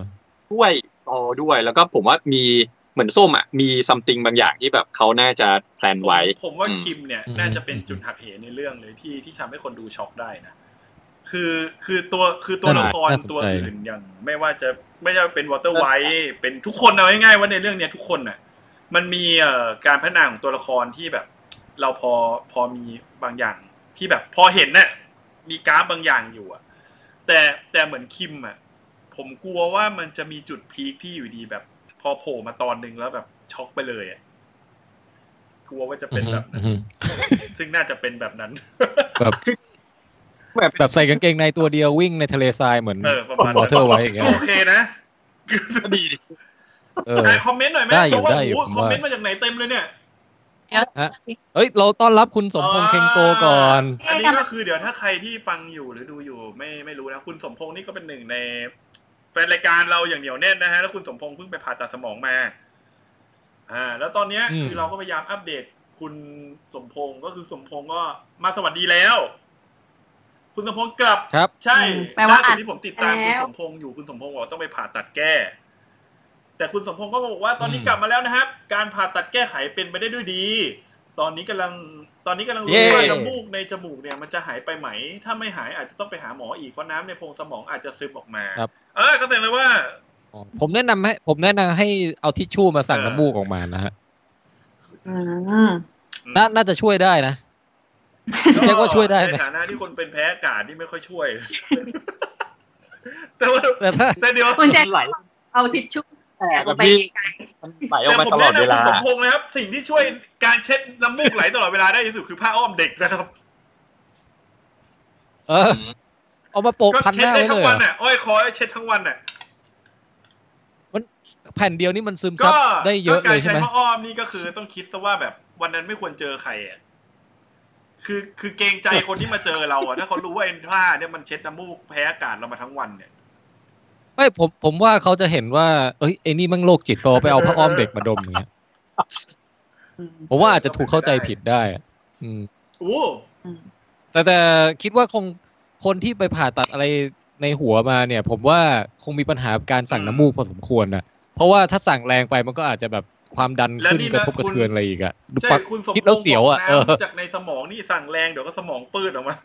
Speaker 7: ช่วยต่อด้วยแล้วก็ผมว่ามีเหมือนส้มอ่ะมีซัมติงบางอย่างที่แบบเขาน่าจะแพลน
Speaker 3: ผม
Speaker 7: ไว้
Speaker 3: ผมว่า
Speaker 7: อืม
Speaker 3: คิมเนี่ย
Speaker 2: อืม
Speaker 3: น่าจะเป็นจุดหักเหในเรื่องเลยที่ที่ทำให้คนดูช็อกได้นะคือคือตัวคือตัว
Speaker 2: น่า
Speaker 3: ละคร
Speaker 2: น่าสนใจ
Speaker 3: ตัวอื่นอย่าง ไม่ว่าจะไม่ว่าเป็นวอเตอร์ไวท์เป็นทุกคนเอาง่ายๆว่าในเรื่องเนี้ยทุกคนน่ะ มันมีเอ่อการพัฒนาของตัวละครที่แบบ เราพอพอมีบางอย่างที่แบบพอเห็นน่ะมีกราฟบางอย่างอยู่อะแต่แต่เหมือนคิมอะผมกลัวว่ามันจะมีจุดพีคที่อยู่ดีแบบ พอโผล่มาตอนหนึ่งแล้วแบบช็อกไปเลยอะกลัวว่าจะเป็นแบบนั้น
Speaker 2: อืม
Speaker 3: ซึ่งน่าจะเป็นแบบนั้น
Speaker 2: แบบ
Speaker 7: แบบ
Speaker 2: แบบใส่กางเกงในตัวเดียววิ่งในทะเลทรายเหมือน
Speaker 3: เออประมาณ
Speaker 2: วอ
Speaker 3: นั้น
Speaker 2: เตอร์ไว้อย่างเงี้ย
Speaker 3: โอเคนะ
Speaker 7: ดีดิ
Speaker 2: เออ
Speaker 3: คอมเมนต์หน่อยไหม
Speaker 2: ได้อยู่
Speaker 3: เพราะว่า
Speaker 2: ได้อยู่
Speaker 3: โอ้โห
Speaker 2: ผม
Speaker 3: ค
Speaker 2: ว่า
Speaker 3: อมเมนต์มาจากไหนเต็มเลยเนี่ย
Speaker 2: เอ้ย เราต้อนรับคุณสมพงษ์เคงโกก่อน
Speaker 5: เอ๊ะ
Speaker 3: อันนี้ก็คือเดี๋ยวถ้าใครที่ฟังอยู่หรือดูอยู่ไม่ไม่รู้นะ คุณสมพงษ์นี่ก็เป็นหนึ่งใน แฟนรายการเราอย่างเหนียวแน่นนะฮะแล้วคุณสมพงษ์เพิ่งไปผ่าตัดสมองมา อ่า แล้วตอนเนี้ย
Speaker 2: อืม
Speaker 3: คือเราก็พยายามอัปเดตคุณสมพงษ์ก็คือสมพงษ์ก็มาสวัสดีแล้ว คุณสมพงษ์กลับ
Speaker 2: ครับ
Speaker 3: ใช่
Speaker 5: อืมแปลว่า
Speaker 3: ล่สุดที่ผมติดตามคุ
Speaker 5: อ่าน
Speaker 3: ณ
Speaker 5: แล้ว
Speaker 3: สมพงษ์อยู่คุณสมพงษ์บอกว่าต้องไปผ่าตัดแก้ แต่คุณสมพงษ์ก็บอกว่าตอนนี้
Speaker 2: อืม
Speaker 3: กลับมาแล้วนะครับ การผ่าตัดแก้ไขเป็นไปได้ด้วยดี ตอนนี้กำลัง ตอนนี้กำลัง
Speaker 7: เย้
Speaker 3: รู้ว่าน้ำมูกในจมูกเนี่ยมันจะหายไปไหม ถ้าไม่หายอาจจะต้องไปหาหมออีกเพราะน้ำในโพรงสมองอาจจะซึมออกมา
Speaker 2: ครับ
Speaker 3: เออก็แสดงเลยว่า
Speaker 2: อ๋อผมแนะนำให้ ผมแนะนำให้เอาทิชชู่มาสั่ง
Speaker 3: เออ
Speaker 2: น้ำมูกออกมานะฮะ
Speaker 5: อืม
Speaker 2: น่าน่าจะช่วยได้นะ เรียกว่าช่วยได้ไหม
Speaker 3: ในฐานะที่คนเป็นแพ้อากาศนี่ไม่ค่อยช่วย แต่ว่า
Speaker 2: แต่ถ้า
Speaker 3: แต่เดี๋ยว
Speaker 5: คุณแจ็ค
Speaker 7: ไหล
Speaker 5: เอาทิชชู่แตกออกไป
Speaker 7: แบบพี่
Speaker 5: ไกล
Speaker 7: มันไหลออกมาตลอดเวลา
Speaker 3: แต่ผมแนะนำคุณสมพงษ์นะครับ สิ่งที่ช่วยการเช็ดน้ำมูกไหลตลอดเวลาได้ที่สุดคือผ้าอ้อมเด็กนะครับ
Speaker 2: เออ เอามาโปะ
Speaker 3: ก็
Speaker 2: พันห
Speaker 3: เช็ด
Speaker 2: น้า
Speaker 3: ได้
Speaker 2: ไว้เล
Speaker 3: ทั้
Speaker 2: ยเหร
Speaker 3: งวัน
Speaker 2: อ
Speaker 3: อ่ะอ้อยคอยเช็ดทั้งวันอ่ะ
Speaker 2: แผ่นเดียวนี่มันซึมซั
Speaker 3: ก็
Speaker 2: บได้เยอะเล
Speaker 3: ก็การ
Speaker 2: ยใช่
Speaker 3: ใช้
Speaker 2: ไหม
Speaker 3: ผ้าอ้อมนี่ก็คือต้องคิดซะว่าแบบวันนั้นไม่ควรเจอใครอ่ะคือคือเกรงใจคนที่มาเจอเราอ่ะถ้าเขารู้ว่าไอ้ผ้าเนี่ยมันเช็ดน้ำมูกแพ้อากาศเรามาทั้งวันเนี่ย
Speaker 2: ไม่ผมผมว่าเขาจะเห็นว่า เอ้ยไอ้นี่แมั่งโรคจิตพอไปเอาผ้าอ้อมเด็กมาดมอย่างเงี้ย
Speaker 5: ๆอืม
Speaker 2: ผมว่าอาจจะถูกเข้าใจผิดได้อะอืม
Speaker 3: โอ้
Speaker 5: อืม
Speaker 2: แต่แต่คิดว่าคงคนที่ไปผ่าตัดอะไรในหัวมาเนี่ย ผมว่าคงมีปัญหากับการสั่งน้ำมูกพอสมควรนะเพราะว่าถ้าสั่งแรงไปมันก็อาจจะแบบความดันขึ้นกระทบกระเทือนอะไรอีกอะดู
Speaker 3: ใช่
Speaker 2: ปัก
Speaker 3: คุณสม
Speaker 2: คิดแล้วเสียวอ่ะ
Speaker 3: พงษ์
Speaker 2: เออ
Speaker 3: ส่งน้ำจากในสมองนี่สั่งแรงเดี๋ยวก็สมองปื้ดออก มา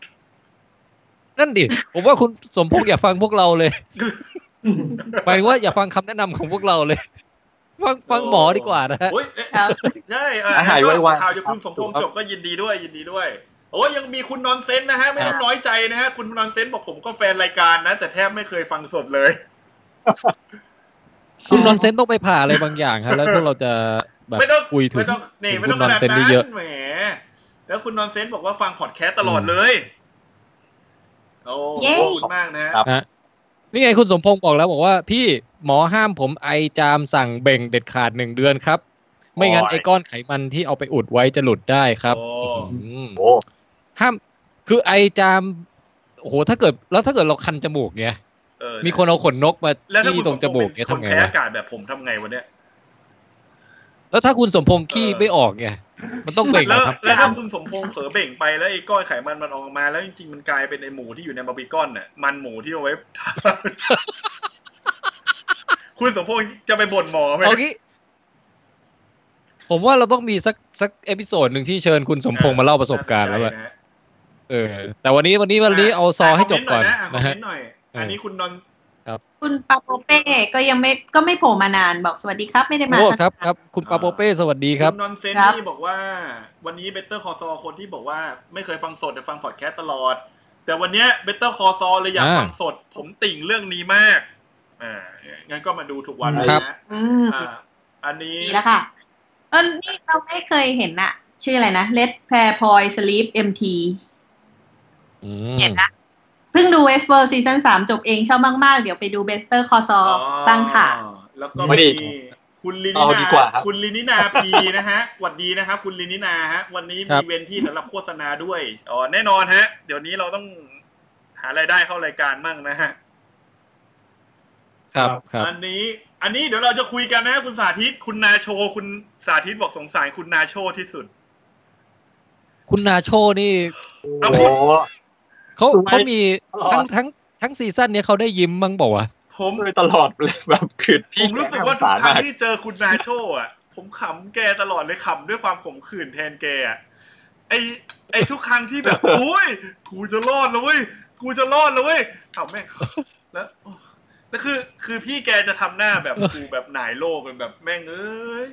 Speaker 2: นั่นดิผมว่าคุณสมพงษ์อย่าฟังพวกเราเลยหมายถึงว่าอย่าฟังคำแนะนำของพวกเราเลย ฟังฟังหมอดีกว่านะฮะ
Speaker 3: โอ้ยเอ๊ะ
Speaker 5: แล้ว
Speaker 3: ใช่เออ
Speaker 7: หายไวๆ
Speaker 3: ข่าวจากคุณสมพงษ์จบก็ยินดีด้วยยินดีด้วย โอ้ยยังมีคุณนอนเซนต์นะฮะ ไม่ต้องน้อยใจนะฮะ คุณนอนเซนต์บอกผมก็แฟนรายการนะ แต่แทบไม่เคยฟังสดเลย
Speaker 2: คุณนอนเซนต์ต้องไปผ่าอะไรบางอย่างครับแล้วพวกเราจะแบบ
Speaker 3: ไม่ต้อง
Speaker 2: คุยถึง
Speaker 3: ไม่ต้องนี่
Speaker 2: ถึง
Speaker 3: ไม่
Speaker 2: คุ
Speaker 3: ต้อ
Speaker 2: ณนอน
Speaker 3: งขนาด
Speaker 2: เซนต์
Speaker 3: นั้
Speaker 2: ได้เยอะ
Speaker 3: นแหม แล้วคุณนอนเซนต์บอกว่าฟังพอดแคสต์ตลอดเลยโอ้
Speaker 5: เย้
Speaker 3: ขอบคุณมากนะฮะ
Speaker 7: ครับ
Speaker 2: ฮะนี่ไงคุณสมพงศ์บอกแล้วบอกว่า พี่หมอห้ามผมไอจามสั่งเบ่งเด็ดขาดหนึ่งเดือนครับ ไม่งั้น
Speaker 7: โอ้ย
Speaker 2: ไอก้อนไขมันที่เอาไปอุดไว้จะหลุดได้ครับ
Speaker 3: โอ้
Speaker 2: อืม
Speaker 7: โอ้
Speaker 2: ห้ามคือไอจามโอ้โหถ้าเกิดแล้วถ้าเกิดเราคันจมูกเนี่ย
Speaker 3: เออ
Speaker 2: มีคนเอาขนนกมา
Speaker 3: แล้วถ้าคุ
Speaker 2: ที่
Speaker 3: ณ
Speaker 2: ต
Speaker 3: ส
Speaker 2: ร
Speaker 3: ม
Speaker 2: ง
Speaker 3: พ
Speaker 2: จ
Speaker 3: งษ์
Speaker 2: มูก
Speaker 3: เป็น
Speaker 2: เนี่ย
Speaker 3: คน
Speaker 2: ทำไง
Speaker 3: แพ้
Speaker 2: วะ
Speaker 3: อากาศแบบผมทำไงวันเนี้ย
Speaker 2: แล้วถ้าคุณสมพงษ์ขี้
Speaker 3: เออ
Speaker 2: ไม่ออกเนี่ยมันต้องเบ่ง
Speaker 3: แล้ว
Speaker 2: ครับ
Speaker 3: แล้วถ้าคุณสมพงษ์เผลอเบ่งไปแล้วไอ้ก้อนไขมันมันออกมา แล้วจริงๆมันกลายเป็นไอ้หมูที่อยู่ในบาร์บีคอนน่ะมันหมูที่เอาไว้ คุณสมพงษ์จะไปบ่นหมอไหม
Speaker 2: เอางี้ ผมว่าเราต้องมีสักสักเอพิโซดหนึ่งที่เชิญคุณสมพงษ์มาเล่าประสบการณ์แล้วอะ
Speaker 3: น่สนใจนะ
Speaker 2: เออ แต่วันนี้วันนี้วันนี้เอาซอให้จบก่อน
Speaker 3: คอม
Speaker 2: นะ
Speaker 3: เม
Speaker 2: ฮะ
Speaker 3: นต์หน่อยอันนี้คุณนอน
Speaker 5: คุณปาโปเป้ก็ยังไม่ก็ไม่โผล่มานานบอกสวัสดีครับไม่ได้มา
Speaker 2: โอ้ค
Speaker 5: สัก
Speaker 2: รับครับคุณปาโปเป้สวัสดีครับ
Speaker 3: คุณนอนเซน
Speaker 5: ครับ
Speaker 3: นี่บอกว่า วันนี้เบเตอร์คอซอคนที่บอกว่า ไม่เคยฟังสดแต่ฟังพอดแคสต์ตลอด แต่วันเนี้ยเบเตอร์คอซอเลยอยาก
Speaker 2: อ่า
Speaker 3: ฟังสด ผมติ่งเรื่องนี้มาก อ่างั้นก็มาดูถูกวันเลย
Speaker 2: ครับ
Speaker 3: นะ
Speaker 5: อืม
Speaker 3: อ่า อันนี้
Speaker 5: ดีแล้วค่ะเออนี่เราไม่เคยเห็นอะชื่ออะไรนะ Let Pair Poi Sleep MT
Speaker 2: อื
Speaker 5: เห็น
Speaker 2: ม
Speaker 5: นะเพิ่งดู Westworld ซีซั่นสามจบเองชอบมาก ๆ เดี๋ยวไปดู Better Call Saul บ้างค่ะ
Speaker 3: แล้วก็
Speaker 7: ไม่ดี
Speaker 3: มีคุณลินิ
Speaker 7: เอาดีกว่า
Speaker 3: นา
Speaker 7: ครับ
Speaker 3: คุณลินินาพีนะฮะหวัดดีนะครับ คุณลินินาฮะ วันนี้มีเวนที่สำหรับโฆษณาด้วยอ๋อแน่นอนฮะ เดี๋ยวนี้เราต้องหารายได้เข้ารายการมั่งนะฮะ
Speaker 2: ครับครับ
Speaker 3: อันนี้ อันนี้เดี๋ยวเราจะคุยกันนะฮะคุณสาธิตคุณนาโช คุณสาธิตบอกสงสารคุณนาโชที่สุด
Speaker 2: คุณนาโชนี่
Speaker 3: เอา
Speaker 7: โอ้
Speaker 2: เขา
Speaker 7: ทำไม
Speaker 2: เขามี
Speaker 7: ตลอด
Speaker 2: ทั้งทั้งทั้งซีซั่นเนี้ยเขาได้ยิ้มมั้งบอกว่าว
Speaker 3: ผม
Speaker 7: เลยตลอดเลยแบบคือ
Speaker 3: ผ
Speaker 7: พี่
Speaker 3: มรู้สึกว่าทุ
Speaker 7: สาก ร
Speaker 3: ครั้ง
Speaker 7: มาก
Speaker 3: ที่เจอคุณนาโชอ่ะ ผมขำแกตลอดเลยขำด้วยความขมขื่นแทนแกอ่ะไอไอทุกครั้งที่แบบโอ้ยกูจะรอดแล้วเว้ยกูจะรอดแล้วเว้ยขำแม่งแล้วแล้วคือ คือพี่แกจะทำหน้าแบบกูแบบหนายโลกเป็นแบบแม่งเอ้ย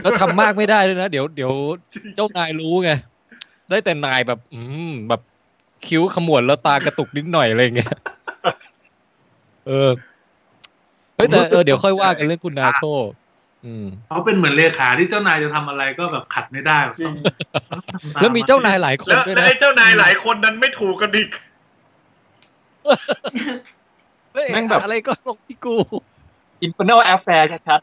Speaker 2: ะแล้วทำมากไม่ได้เลยนะ เดี๋ยวเดี๋ยวเจ้านายรู้ไง ได้แต่นายแบบ อืมแบบคิ้วขมวดแล้วตากระตุกนิดหน่อยอะไรอย่างเงี้ย เออเฮ้ยแต่เออเดี๋ยวค่อยว่ากันเรื่องคุณนาโชอืม
Speaker 4: เขาเป็นเหมือนเลขาที่เจ้านายจะทำอะไรก็แบบขัดไม่ได้แบบ
Speaker 3: จริ
Speaker 4: ต้อง
Speaker 3: ง
Speaker 4: ต้องทำต
Speaker 2: แล้วมีเจ้านายหลายคน
Speaker 3: แล้ว
Speaker 2: ด้วย
Speaker 3: แล้ว
Speaker 2: นะ
Speaker 3: ไอ้เจ้านายหลายคนนั้นไม่ถูกกันอีก
Speaker 2: เฮ้ย
Speaker 7: แม่งแบบ
Speaker 2: อะไรก็ลงที่กู
Speaker 7: อินเ r อร์เน็ตแอฟแฟร์ชัด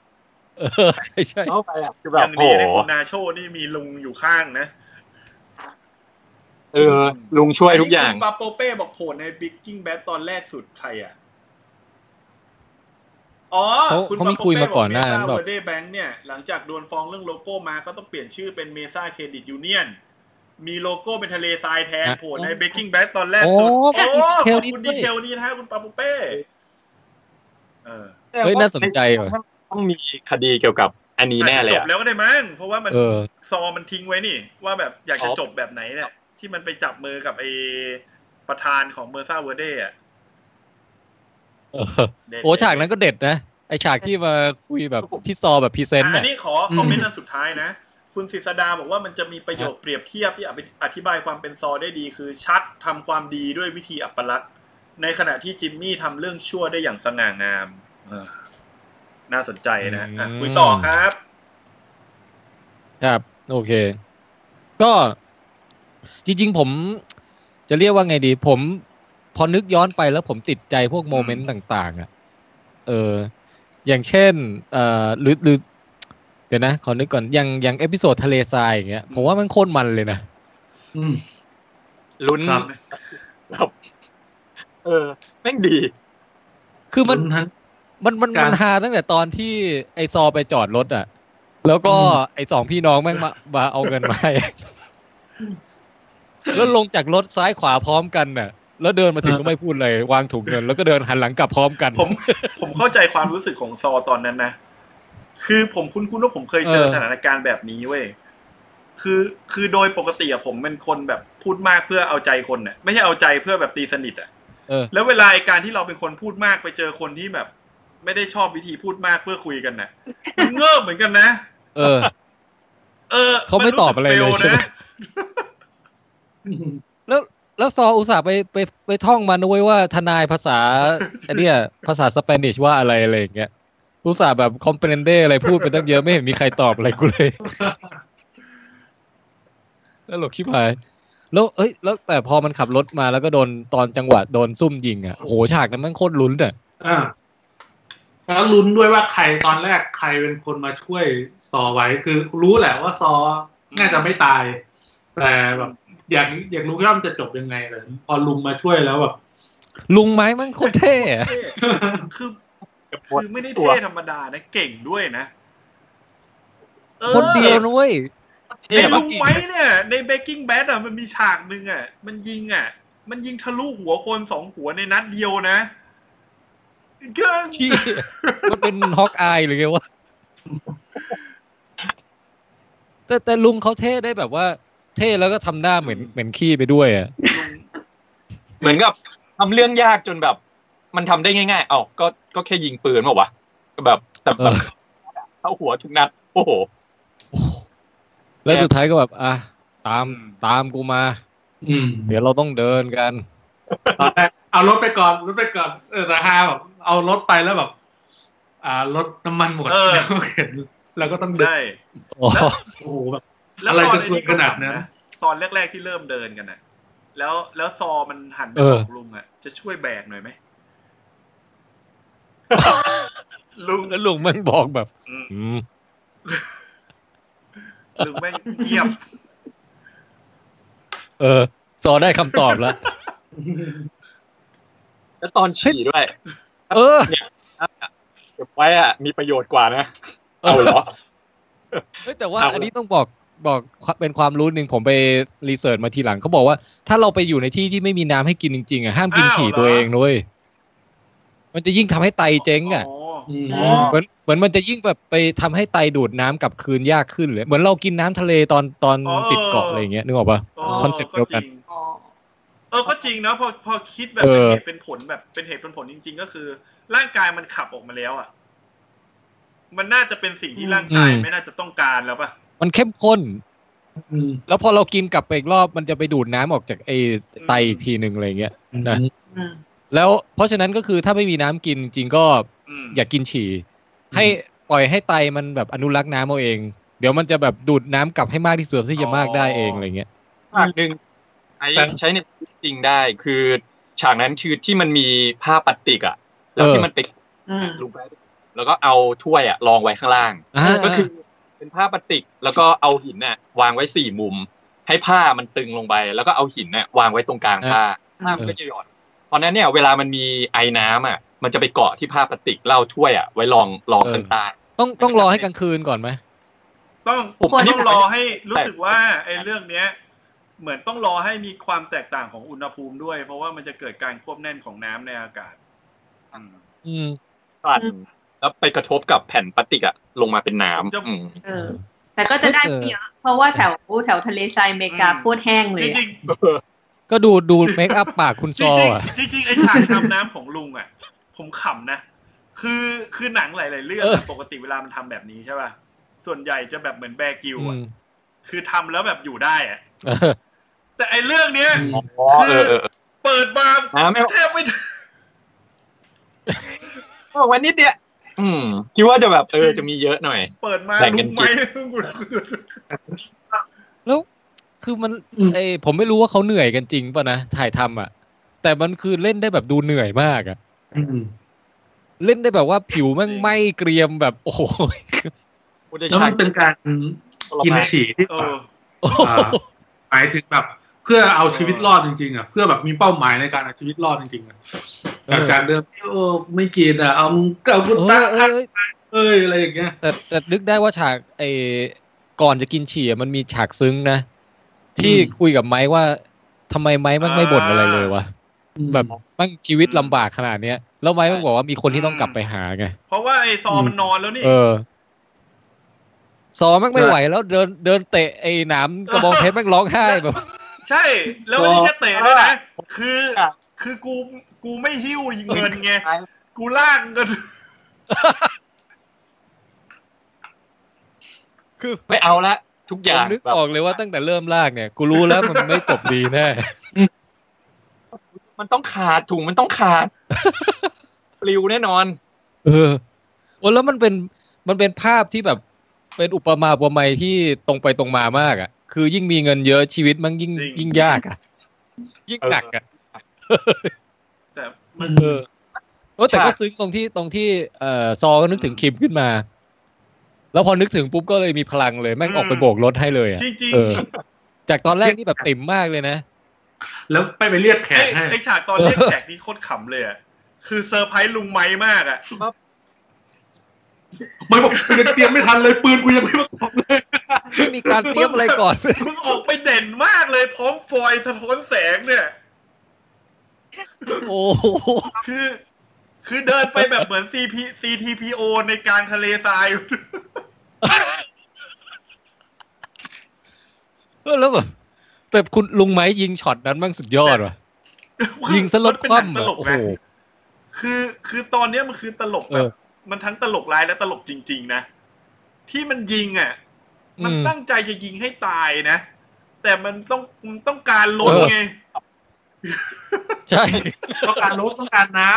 Speaker 2: เออใช่ใช่
Speaker 7: ๆเข้าไปอ่ะคือแบ
Speaker 3: อบ ย่าง
Speaker 7: โอ้
Speaker 3: ดี
Speaker 7: โห
Speaker 3: นะคุณนาโชนี่มีลุงอยู่ข้างนะ
Speaker 7: เออ ลุงช่วยทุกอย่า
Speaker 3: น
Speaker 7: ง
Speaker 3: นี้คุณปาโปเป้บอกโผล่ในบิ๊กกิ้งแบทตอนแรกสุดใครอ่ะ อ๋อ
Speaker 2: เขา
Speaker 3: คุณ
Speaker 2: เขา
Speaker 3: ป
Speaker 2: มี
Speaker 3: โป
Speaker 2: คุย
Speaker 3: เป้
Speaker 2: มาก่อนหน้านั้น
Speaker 3: บ
Speaker 2: แบ
Speaker 3: อบ กเดย์แบงค์เนี่ย หลังจากโดนฟ้องเรื่องโลโก้มาก็ต้องเปลี่ยนชื่อเป็นเมซ่าเครดิตยูเนียน มีโลโก้เป็นทะเลทรายแทน
Speaker 2: ฮะ
Speaker 3: โผล่ในเบ k กิ้งแบ d ตอนแรกสุด
Speaker 2: โอ้
Speaker 3: โอ้
Speaker 2: มีดีเทล
Speaker 3: ขอบ
Speaker 2: นี้
Speaker 3: คุณ
Speaker 2: ด้
Speaker 3: ดี
Speaker 2: วย
Speaker 3: เทลนี้นะฮะคุณปาโปเป้เออ
Speaker 2: เฮ้ยน่าสนใจว่ะ
Speaker 7: ต้องมีคดีเกี่ยวกับ อันนี้แน่เลย
Speaker 3: จ
Speaker 7: อะ
Speaker 3: บแล้วก็ได้มั้งเพราะว่ามัน
Speaker 2: เออ
Speaker 3: ซอมันทิ้งไว้นี่ ว่าแบบอยากจะ
Speaker 7: อ๋อ
Speaker 3: จบแบบไหนเนี่ยที่มันไปจับมือกับไอประธานของเมอร์ซ่าเวอร์เดย์อะ
Speaker 2: เออ โอ้ฉากนั้นก็เด็ดนะ ไอฉากที่มาคุยแบบที่ซอแบบพรีเซนต์
Speaker 3: อั
Speaker 2: เนี่ย
Speaker 3: นนี้ขอคอมเมนต์อันสุดท้ายนะ คุณศิษดาบอกว่ามันจะมีประโยคเปรียบเทียบที่อธิบายความเป็นซอได้ดี คือชัดทำความดีด้วยวิธีอัปลักษณ์ในขณะที่จิมมี่ทำเรื่องชั่วได้อย่างสง่างามเออน่าสนใจนะอ่ะคุยต่อครับ
Speaker 2: ครับโอเค ก็จริงๆผมจะเรียกว่าไงดี ผมพอนึกย้อนไปแล้วผมติดใจพวกโมเมนต์ต่างๆ อ่ะ เออ อย่างเช่น เอ่อหรือหรือเดี๋ยวนะ ขอนึกก่อนอย่างอย่างเอพิโซดทะเลทรายอย่างเงี้ยผมว่ามันโคตรมันเลยนะ
Speaker 4: อืม
Speaker 7: ลุ้น
Speaker 4: ครับ
Speaker 7: แบบเออแม่งดี
Speaker 2: คือมัน
Speaker 4: ทั้ง
Speaker 2: มันมัน
Speaker 4: การ
Speaker 2: มันฮาตั้งแต่ตอนที่ไอซอไปจอดรถอ่ะ แล้วก็
Speaker 4: อืม
Speaker 2: ไอสองพี่น้องแม่งมามาเอาเงินมาให้ แล้วลงจากรถซ้ายขวาพร้อมกันน่ะ แล้วเดินมาถึงก็ไม่พูดเลยวางถุงเงิน แล้วก็เดินหันหลังกลับพร้อมกัน
Speaker 3: ผมผมเข้าใจความรู้สึกของซอตอนนั้นนะ คือผมคุ้นๆว่าผมเคยเจอ
Speaker 2: เออ
Speaker 3: สถานการณ์แบบนี้เว้ย คือคือโดยปกติอะผมเป็นคนแบบพูดมากเพื่อเอาใจคนน่ะ ไม่ใช่เอาใจเพื่อแบบตีสนิทอะ
Speaker 2: เออ
Speaker 3: แล้วเวลาไอ้การที่เราเป็นคนพูดมากไปเจอคนที่แบบ ไม่ได้ชอบวิธีพูดมากเพื่อคุยกันน่ะมันเงิบเหมือนกันนะ
Speaker 2: เออ
Speaker 3: เออ
Speaker 2: เขาไม่ตอบอะไรเลย
Speaker 3: นสึก fail
Speaker 2: ใช่ไหม
Speaker 3: นะ
Speaker 2: แล้วแล้วซออุตส่าห์ไปไปไปท่องมานะเว้ยว่าทนายภาษาไอเนี่ย ภาษาสเปนิชว่าอะไรอะไรอย่างเงี้ยอุตส่าห์แบบคอมเพลนเดอะไรพูดไปตั้งเยอะไม่เห็นมีใครตอบอะไรกู เลย แล้วหลกชิบหายแล้วเอ้ย แล้วแต่พอมันขับรถมาแล้วก็โดนตอนจังหวะโดนซุ่มยิงอ่ะโอ้โหฉากนั้นแมันโคตรลุ้นอ่ะ
Speaker 4: อ่าแล้วลุ้นด้วยว่าใครตอนแรกใครเป็นคนมาช่วยซอไว้คือรู้แหละว่าซอน่าจะไม่ตาย แต่แบบอยากอยากรู้ว่ามันจะจบยังไงเลยพอลุงมาช่วยแล้วแบบ
Speaker 2: ลุงไม้มันโคตรเท่อะ
Speaker 3: คือ
Speaker 7: กับพล
Speaker 3: คือไม่ได้เท่ธรรมดานะ เก่งด้วยนะออ
Speaker 2: คนเดียวนะเว้ย
Speaker 7: เท
Speaker 3: ใน
Speaker 7: พ
Speaker 3: ลุ
Speaker 7: อะ
Speaker 3: งไว้เนี่ยในเบกกิ้งแบดอ่ะมันมีฉากหนึ่งอ่ะ มันยิงอ่ะ มันยิงทะลุหัวคนสองหัวในนัดเดียวนะก็
Speaker 2: ที่ มันเป็นฮอกอายหรือไงวะแต่แต่ลุงเขาเท่ได้แบบว่า เท่แล้วก็ทำหน้าเหมือนเหมือนขี้ไปด้วยอ่ะ
Speaker 7: เหมือนกับทำเรื่องยากจนแบบ มันทำได้ง่ายๆเอ้าก็ก็แค่ยิงปืนเปล่าวะแบบแต่แบบ
Speaker 2: เออ
Speaker 7: เข้าหัวทุกนัด โอ้โห
Speaker 2: แล้วสุดท้ายก็แบบ อ่ะ ตามตามกูมา
Speaker 4: อืม
Speaker 2: เดี๋ยวเราต้องเดินกัน
Speaker 4: ตอนแรกเอารถไปก่อนรถไปก่อนเออแต่ฮาแบบเอารถไปแล้วแบบ อ่ารถน้ำมันหมดแล้วเข็นแล้วก็ต้องเดิน
Speaker 3: ใช่
Speaker 2: อ๋อ
Speaker 4: โอ้โหแบบ
Speaker 3: แล้ว
Speaker 4: อะไร
Speaker 3: ตอน
Speaker 4: จะสุดขนาดนั้น
Speaker 3: ไอ้ก็ขำะตอนแรก ๆที่เริ่มเดินกันอ่ะ แล้วแล้วซอมันหันไป
Speaker 2: เออ
Speaker 3: บอกลุงอ่ะ จะช่วยแบก หน่อยไหม ลุง
Speaker 2: แล้วลุงแมันบอกแบบ
Speaker 3: อืม
Speaker 2: อืม
Speaker 3: ลุงแม่งเงียบ
Speaker 2: เออ สอได้คำตอบแล้ว
Speaker 7: แล้วตอนฉี่ด้วย
Speaker 2: เออ
Speaker 7: เก็บไว้อะมีประโยชน์กว่านะ เอาเหรอ
Speaker 2: เฮ้ยแต่ว่า
Speaker 7: เอาละ
Speaker 2: อันนี้ต้องบอกบอกเป็นความรู้หนึ่งผมไปรีเสิร์ชมาทีหลังเขาบอกว่า ถ้าเราไปอยู่ในที่ที่ไม่มีน้ำให้กินจริงๆอ่ะห้ามกิน
Speaker 3: อ้าว
Speaker 2: ฉี่
Speaker 3: เหรอ
Speaker 2: ตัวเองด้วยมันจะยิ่งทำให้ไตเจ๊งอ่ะ
Speaker 4: อืม
Speaker 5: อ๋อ
Speaker 2: เหมือนเหมือนมันจะยิ่งแบบไปทำให้ไตดูดน้ำกลับคืนยากขึ้นเลยเหมือนเรากินน้ำทะเลตอนตอน
Speaker 3: อ๋อ
Speaker 2: ติดเกาะอะไรอย่างเงี้ยนึกออกปะ คอนเซ็ปต์เดียวกัน
Speaker 3: จริง
Speaker 5: อ๋อ
Speaker 3: เออ ก็จริงนะพอพอคิดแบบ
Speaker 2: เอ
Speaker 3: เป็น
Speaker 2: อ
Speaker 3: เหตุเป็นผลแบบเป็นเหตุเป็นผลจริง ๆ ก็คือ ร่างกายมันขับออกมาแล้วอ่ะ มันน่าจะเป็นสิ่งที่ร่างกายไม่น่าจะต้องการแล้วป่ะ
Speaker 2: มันเข้มข้น
Speaker 4: อืม
Speaker 2: แล้วพอเรากินกลับไปอีกรอบมันจะไปดูดน้ำออกจากไอไตอีกทีหนึ่งอะไรอย่างเงี้ย นะ
Speaker 5: อืม
Speaker 2: แล้วเพราะฉะนั้นก็คือถ้าไม่มีน้ำกินจริงๆก็
Speaker 3: อืม
Speaker 2: อย่ากินฉี่ให้ปล่อยให้ไตมันแบบอนุรักษ์น้ำเอาเอง เดี๋ยวมันจะแบบดูดน้ำกลับให้มากที่สุดที่จะมากได้เองอะไรเงี้ย
Speaker 7: ฉากหนึ่งใช้
Speaker 2: แต่
Speaker 7: ใช้ในชีวิตจริงได้คือฉากนั้นคือที่มันมีผ้าปลาสติกอะแล้ว
Speaker 2: เออ
Speaker 7: ที่มันเป็น
Speaker 5: อืม
Speaker 7: ลูกแบดแล้วก็เอาถ้วยอะรองไว้ข้างล่าง
Speaker 2: อ่า
Speaker 7: ก็คือเป็นผ้าปลาสติก แล้วก็เอาหินน่ะ วางไว้สี่มุม ให้ผ้ามันตึงลงไป แล้วก็เอาหินน่ะวางไว้ตรงกลางผ้าผ้ามันก็จะหย่อนเพราะฉะนั้นเนี่ยเวลามันมีไอ้น้ำอ่ะ มันจะไปเกาะที่ผ้าปลาสติกแล้วเอาถ้วยอ่ะไว้รองรองข้างใต้
Speaker 2: ต้องต้องรอให้กลางคืนก่อนไหม
Speaker 3: ต้อง
Speaker 7: ผม
Speaker 3: ต้อง
Speaker 7: อันนี้
Speaker 3: ต้องรอให้รู้
Speaker 7: แต่
Speaker 3: สึกว่าไอ้เรื่องเนี้ย เหมือนต้องรอให้มีความแตกต่างของอุณหภูมิด้วย เพราะว่ามันจะเกิดการควบแน่นของน้ำในอากาศ
Speaker 2: อืม
Speaker 7: ปั่น แล้วไปกระทบกับแผ่นพลาสติกอะลงมาเป็นน้
Speaker 3: จะ
Speaker 7: ำอืม
Speaker 5: เออ แต่ก็จะได้
Speaker 2: เออ
Speaker 5: ไม่เยอะเพราะว่าแถวแถวทะเลทรายอเมริกา
Speaker 3: อืม
Speaker 5: โคตรแห้งเล
Speaker 3: จ
Speaker 5: ย
Speaker 3: ริงจ
Speaker 5: อะ
Speaker 3: ริง
Speaker 2: ก็ดูดูเมคอัพปากคุณ
Speaker 3: ๆ
Speaker 2: ซออ่ะ
Speaker 3: จริงๆจริงๆไอฉากทำน้ำของลุงอ่ะ ผมขำนะ คือคือหนังหลาย ๆ เรื่อง
Speaker 2: เออ
Speaker 3: ปกติเวลามันทำแบบนี้ใช่ป่ะส่วนใหญ่จะแบบเหมือนแบร์กิว
Speaker 2: อื
Speaker 3: อ่ะ
Speaker 2: ม
Speaker 3: คือทำแล้วแบบอยู่ได้อ่ะ
Speaker 2: เออ
Speaker 3: แต่ไอเรื่องเนี้ย
Speaker 7: อ๋อเออเออเออ
Speaker 3: เปิดมา
Speaker 7: น้ำไม่
Speaker 3: แทบไม่ได้
Speaker 7: บอกว่านิดเดียวอืมคิดว่าจะแบบเออจะมีเยอะหน่อย
Speaker 3: เปิดมา
Speaker 7: แบ่ง
Speaker 3: ลุ
Speaker 7: กัน
Speaker 3: ง
Speaker 7: กิ
Speaker 3: ไม้
Speaker 7: น
Speaker 2: แล้วคือมัน
Speaker 4: อืม
Speaker 2: เออผมไม่รู้ว่าเขาเหนื่อยกันจริงป่ะนะถ่ายทำอ่ะ แต่มันคือเล่นได้แบบดูเหนื่อยมากอ่ะ
Speaker 4: อืม
Speaker 2: เล่นได้แบบว่าผิวแม่งไหม้เกรียมแบบโอ้โห
Speaker 7: พูดได้
Speaker 4: แล้ว
Speaker 7: ชั
Speaker 4: มั
Speaker 7: ด
Speaker 4: นเป็นการ
Speaker 7: ทร
Speaker 4: กิน
Speaker 7: มาน
Speaker 4: ฉี่ที่
Speaker 3: เอ
Speaker 4: แบบ
Speaker 3: อ
Speaker 4: อ่า หมายถึงแบบ เพื่อเอาชีวิตรอดจริงๆอ่ะเพื่อแบบมีเป้าหมายในการเอาชีวิตรอดจริงๆอะ
Speaker 2: เอ
Speaker 4: แบบ
Speaker 2: อ
Speaker 4: การเดิมโอ้ไม่กินอ่ะเอาเกากุ
Speaker 2: เอ
Speaker 4: ตา
Speaker 2: อเออเออ
Speaker 4: เอ้ยอะไรอย่างเงี้ย
Speaker 2: แต่แต่นึกได้ว่าฉากไอก่อนจะกินฉี่อะมันมีฉากซึ้งนะ ที่
Speaker 4: อืม
Speaker 2: คุยกับไม้ว่าทำไมไม้แมันไม่บ่นอะไรเลยวะ
Speaker 4: อืม
Speaker 2: แบบแมันชีวิตลำบากขนาดเนี้ยแล้วไม้แมันบอกว่ามีคนที่ต้องกลับไปหาไง
Speaker 3: เพราะว่าไอซอ
Speaker 4: อืม
Speaker 3: มันนอนแล้วนี่
Speaker 2: เออซอแม่งไม่
Speaker 4: ใช่
Speaker 2: ไหวแล้วเดินเดินเตะไอ้หนามกระบองเพชรแม่งร้องไห้ แบบ
Speaker 3: ใช่ แล้ววันนี้จะเตะด้วยนะ คือ คือกู กูไม่หิ้วเงินไง กูลากเงิน
Speaker 2: คือ
Speaker 7: ไม่เอาละทุกอ
Speaker 2: ผ
Speaker 7: ย่าม ง
Speaker 2: นึก
Speaker 7: แบบ
Speaker 2: ออกเลยว่าตั้งแต่เริ่มลากเนี่ย กูรู้แล้วมันไม่จบดีแน่
Speaker 7: มันต้องขาดถุงมันต้องขาด ปลิวแน่นอน
Speaker 2: เออโอ้แล้วมันเป็นมันเป็นภาพที่แบบเป็นอุปมาอุปไมยที่ตรงไปตรงมามากอ่ะ คือยิ่งมีเงินเยอะชีวิตมันยิ่ง
Speaker 3: จริง
Speaker 2: ยิ่งยากอ่ะ ยิ่งหนักอ่ะ
Speaker 3: แต่มัน
Speaker 2: เออโอ้แต่ก็ซึ้งตรงที่ตรงที่เอ่อซอก็นึกถึงคิมขึ้นมา แล้วพอนึกถึงปุ๊บก็เลยมีพลังเลยแม่งออกไปโบกรถให้เลยอ่ะ
Speaker 3: จริง
Speaker 2: เออ จากตอนแรกนี่แบบติ่มมากเลยนะ
Speaker 4: แล้วไปไปเรียกแข
Speaker 3: ๆไอ้
Speaker 4: กให้
Speaker 3: ไอฉากตอนเรียก แขกนี่โคตรขำเลยอะคือเซอร์ไพรส์ลุงไม้มากอ่ะ
Speaker 4: ไม่บอกกูยังเตรียมไม่ทันเลยปืนกูยังไม่ประกอบเลย
Speaker 2: ไม่มีการเตรียมอะไรก่อน
Speaker 3: มึงออกไปเด่นมากเลย พร้อมฟอยล์สะท้อนแสงเนี่ย
Speaker 2: โอ้โห
Speaker 3: คือ คือเดินไปแบบเหมือน CP CTPO ในกลางทะเลทราย
Speaker 2: เออแล้วแบบแต่คุณลุงไม้ยิงช็อตนั้นแมั่งสุดยอดว่ะ ยิงสลดคว่ำ
Speaker 3: มันเป็นห
Speaker 2: อะ
Speaker 3: นังตลก
Speaker 2: โอ้
Speaker 3: นะ
Speaker 2: โห
Speaker 3: คือคือตอนเนี้ยมันคือตลก
Speaker 2: เอ
Speaker 3: แบบ
Speaker 2: อ
Speaker 3: มันทั้งตลกร้ายและตลกจริง ๆ นะ ที่มันยิงอ่ะ มัน
Speaker 2: อืม
Speaker 3: ตั้งใจจะยิงให้ตายนะ แต่มันต้องมันต้องการล้น
Speaker 2: เออ
Speaker 3: ไง
Speaker 2: ใช่
Speaker 4: ต้องการรถต้องการน้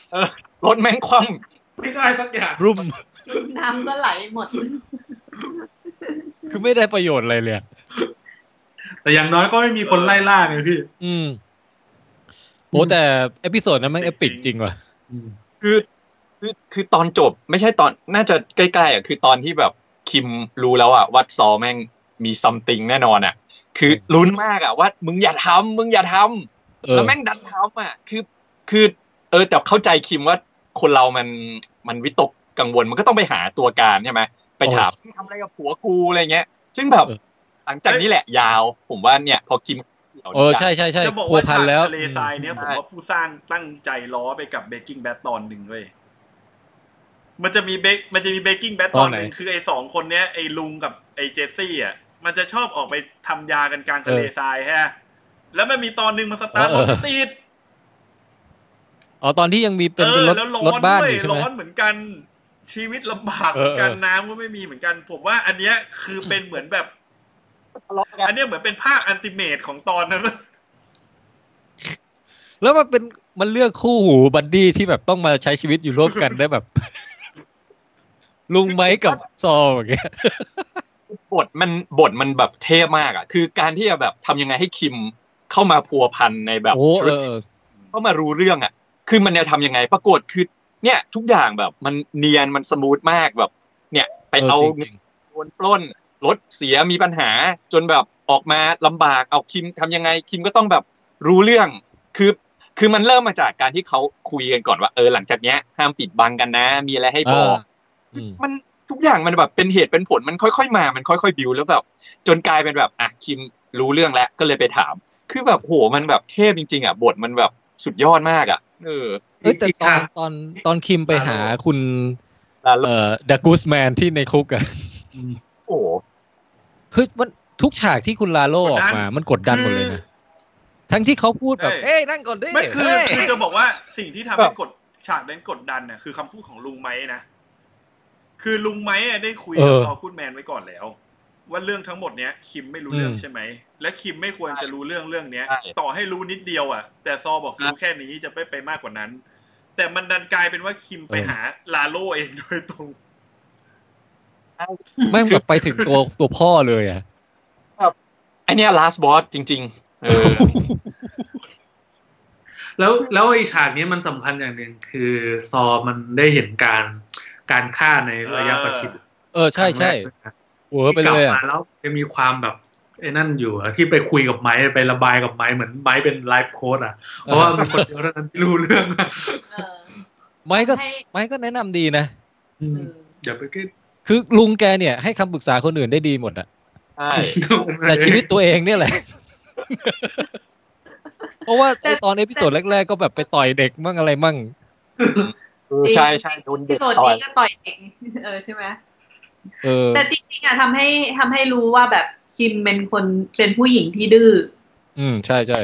Speaker 4: ำ
Speaker 7: รถแม่งคว่
Speaker 4: ไม่ได้สักอย่าง
Speaker 2: รุม
Speaker 5: น้ำก็ไหลหมด
Speaker 2: คือไม่ได้ประโยชน์อะไรเลยอะ
Speaker 4: แต่อย่างน้อยก็ไม่มีคนไล่ล่าไงพี่
Speaker 2: อืมโอ้แต่เอพิโซดนั้นแมันเอปิกจริงว่ะ
Speaker 7: ำคือคือคือตอนจบไม่ใช่ตอนน่าจะใกล้ๆอ่ะคือตอนที่แบบคิมรู้แล้วอ่ะว่าซอแม่งมีซัมติงแน่นอนอ่ะ คือลุ้นมากอ่ะว่ามึงอย่าทำมึงอย่าทำ
Speaker 2: เออ
Speaker 7: แล้วแม่งดันเท้ามาคือคือ เออแต่เข้าใจคิมว่าคนเรามันมันวิตกกังวลมันก็ต้องไปหาตัวการใช่ไหมไปถามทำอะไรกับผัวกูอะไรเงี้ย ซึ่งแบบ
Speaker 2: เออ
Speaker 7: หลังจากนี้แหละยาว ผมว่าเนี่ย พอคิม
Speaker 2: เออใช่ใช่ใช่
Speaker 3: จะบอก
Speaker 2: พัว
Speaker 3: ว่า
Speaker 2: พั
Speaker 3: ฉาน ก
Speaker 2: แล้ว
Speaker 3: ทะเลทรายเนี้ยผมว่าผู้สร้างตั้งใจล้อไปกับเบกกิ้งแบทตอนหนึ่งเว้ยมันจะมีเบกมันจะมีเบกกิ้งแบทตอนหนึ่งคือไอ้สองคนเนี้ยไอ้ลุงกับไอ้เจสซี่อ่ะมันจะชอบออกไปทำยากันกลางทะเลทรายฮะ แล้วมันมีตอนหนึ่งมันสตาร์ทรถติด
Speaker 2: อ๋อตอนที่ยังมีเป็น
Speaker 3: เอ
Speaker 2: เป็น
Speaker 3: อ
Speaker 2: รถ
Speaker 3: แล้วร้อ
Speaker 2: รถ
Speaker 3: น
Speaker 2: บ้าน
Speaker 3: ด้
Speaker 2: อ
Speaker 3: ว
Speaker 2: ย ยู่ใช่ไหม
Speaker 3: ร้อนเหมือนกันชีวิตลำบาก
Speaker 2: เอ
Speaker 3: เหมื
Speaker 2: อ
Speaker 3: อนกัน
Speaker 2: เออ
Speaker 3: น้ำก็ไม่มีเหมือนกัน ผมว่า อันเนี้ยคือเป็นเหมือนแบบ
Speaker 7: ทะเลาะกัน
Speaker 3: อันเนี้ยเหมือนเป็นภาคอันติเมตของตอนนั้น
Speaker 2: แล้วมันเป็นมันเลือกคู่หูบัดดี้ที่แบบต้องมาใช้ชีวิตอยู่ร่วมกันได้ แบบ ลุงไม้กับซออย่างเงี้ย
Speaker 7: บทมันบทมันแบบเท่มากอ่ะ คือการที่จะแบบทำยังไงให้คิมเข้ามาพัวพันในแบบ
Speaker 2: โอ้
Speaker 7: ธุ
Speaker 2: เอ
Speaker 7: รกิจ
Speaker 2: อ
Speaker 7: เข้ามารู้เรื่องอ่ะ คือมันจะทำยังไงปรากฏคือเนี่ย ทุกอย่างแบบมันเนียนมันสมูทมากแบบ เนี่ยไปเอา
Speaker 2: จริงๆ
Speaker 7: โดนปล้นรถเสียมีปัญหาจนแบบออกมาลำบากเอาคิมทำยังไงคิมก็ต้องแบบรู้เรื่อง คือคือมันเริ่มมาจากการที่เขาคุยกันก่อนว่าเออหลังจากเนี้ยห้ามปิดบังกันนะ มีอะไรให้บอก
Speaker 2: เอออืม
Speaker 7: มันทุกอย่างมันแบบเป็นเหตุเป็นผลมันค่อยๆมา มันค่อยๆบิวแล้วแบบ จนกลายเป็นแบบอ่ะคิมรู้เรื่องแล้วก็เลยไปถาม คือแบบโหมันแบบเทพจริงๆอ่ะบทมันแบบสุดยอดมากอ่ะเออ
Speaker 2: เอ้ยแต่ตอน
Speaker 4: อีกทาง
Speaker 2: ตอนตอนคิมไปหาคุณ
Speaker 7: แล้ว
Speaker 2: เอ่อดากูสแมนที่ในคุกอะ
Speaker 7: โอ้โห
Speaker 2: คือมันทุกฉากที่คุณลาโลออกมา มันกดดันหมดเลยนะ ทั้งที่เขาพูดแบบ
Speaker 3: ใช่
Speaker 2: เอ้ยนั่งก่อนดิ
Speaker 3: ไม่คือ
Speaker 2: เฮ้ย
Speaker 3: คือจะบอกว่าสิ่งที่ทำให้กดฉากนั้นกดดันน่ะคือคำพูดของลุงไม้นะ คือลุงไม้อะได้คุยกับพอลกูดแมนไว้ก่อนแล้ว ว่าเรื่องทั้งหมดเนี้ย คิมไม่รู้เรื่องใช่ไหม และคิมไม่ควรจะรู้เรื่องเรื่องเนี้ย
Speaker 7: ใช่
Speaker 3: ต่อให้รู้นิดเดียวอ่ะ แต่ซอบอกรู้แค่นี้จะไม่ไปมากกว่านั้น แต่มันดันกลายเป็นว่าคิมไปหาลาโลเองโดยตรง
Speaker 2: แม่งแบบไปถึงตัวตัวพ่อเลยอะ
Speaker 7: ไอเนี้ย last boss จริง ๆ เออ
Speaker 4: แล้วแล้วไอฉากนี้มันสำคัญอย่างหนึ่งคือซอมันได้เห็นการการฆ่าในระยะประชิด
Speaker 2: เออใช่ใช่เวอร์ไปเลยอะ
Speaker 4: ที่กบมาแล้วจะมีความแบบไอ้นั่นอยู่อะที่ไปคุยกับไม้ไประบายกับไม้เหมือนไม้เป็นไลฟ์โค้ดอ่ะเพราะว่ามีคนเดียวเท่านั้นที่รู้เรื่องอะ
Speaker 5: เออ
Speaker 2: ไม้ก็
Speaker 5: ให้
Speaker 2: ไม้ก็แนะนำดีนะ
Speaker 4: อื
Speaker 5: เอ
Speaker 4: ม
Speaker 5: อ
Speaker 4: อย่าไปคิด
Speaker 2: คือลุงแกเนี่ยให้คำปรึกษาคนอื่นได้ดีหมดอะ
Speaker 7: ใช่
Speaker 2: แต่ชีวิตตัวเองเนี่ยแหละ เพราะว่า
Speaker 5: แต่
Speaker 2: ตอนเอพิโซดแรก ๆ ก็แบบไปต่อยเด็กมั่งอะไรมั่ง
Speaker 7: เออใช่ใช่โดนเด็
Speaker 5: พี่
Speaker 7: ก
Speaker 5: โดด
Speaker 7: ต่อย
Speaker 5: นี้ก็ต่อยเองเออใช่ไหม
Speaker 2: เออ
Speaker 5: แต่จริงๆอ่ะทำให้ทำให้รู้ว่าแบบคิมเป็นคนเป็นผู้หญิงที่ดื้อ
Speaker 2: อืมใช่ใช่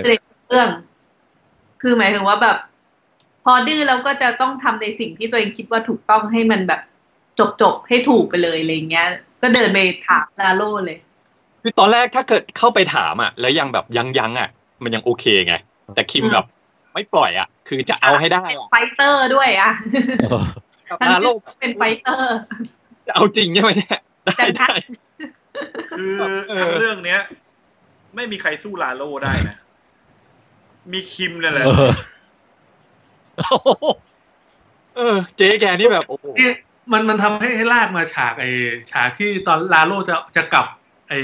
Speaker 5: เรื่อง คือหมายถึงว่าแบบ พอดื้อแล้วก็จะต้องทำในสิ่งที่ตัวเองคิดว่าถูกต้องให้มันแบบจบจบๆให้ถูกไปเลยอะไรเงี้ย ก็เดินไปถามลาโลเลย
Speaker 7: คือตอนแรกถ้าเกิดเข้าไปถามอ่ะ แล้วยังแบบยังยังๆอ่ะ มันยังโอเคไง แต่คิม
Speaker 5: อืม
Speaker 7: แบบไม่ปล่อยอ่ะ คือจะเอาให้ได้อะ
Speaker 5: ไฟเตอร์ด้วยอ่ะ
Speaker 2: เอ อ
Speaker 5: ทั้ง
Speaker 7: ลาโล
Speaker 5: ที่
Speaker 7: ก
Speaker 5: เป็นไฟเตอร์
Speaker 7: จะเอาจริงใช่ไหมเนี่ยได้
Speaker 5: จะทัก
Speaker 7: ได้
Speaker 3: คือ
Speaker 7: เออ
Speaker 3: ทั้งเรื่องเนี้ย ไม่มีใครสู้ลาโลได้นะ มีคิมนั่นแหละ
Speaker 2: เออ
Speaker 7: เออ เจ๊แกนี่แบบโอ้โห
Speaker 4: นี่มันมันทำให้ให้ลากมาฉากไอ้ฉากที่ตอนลาโลจะจะกลับไอ้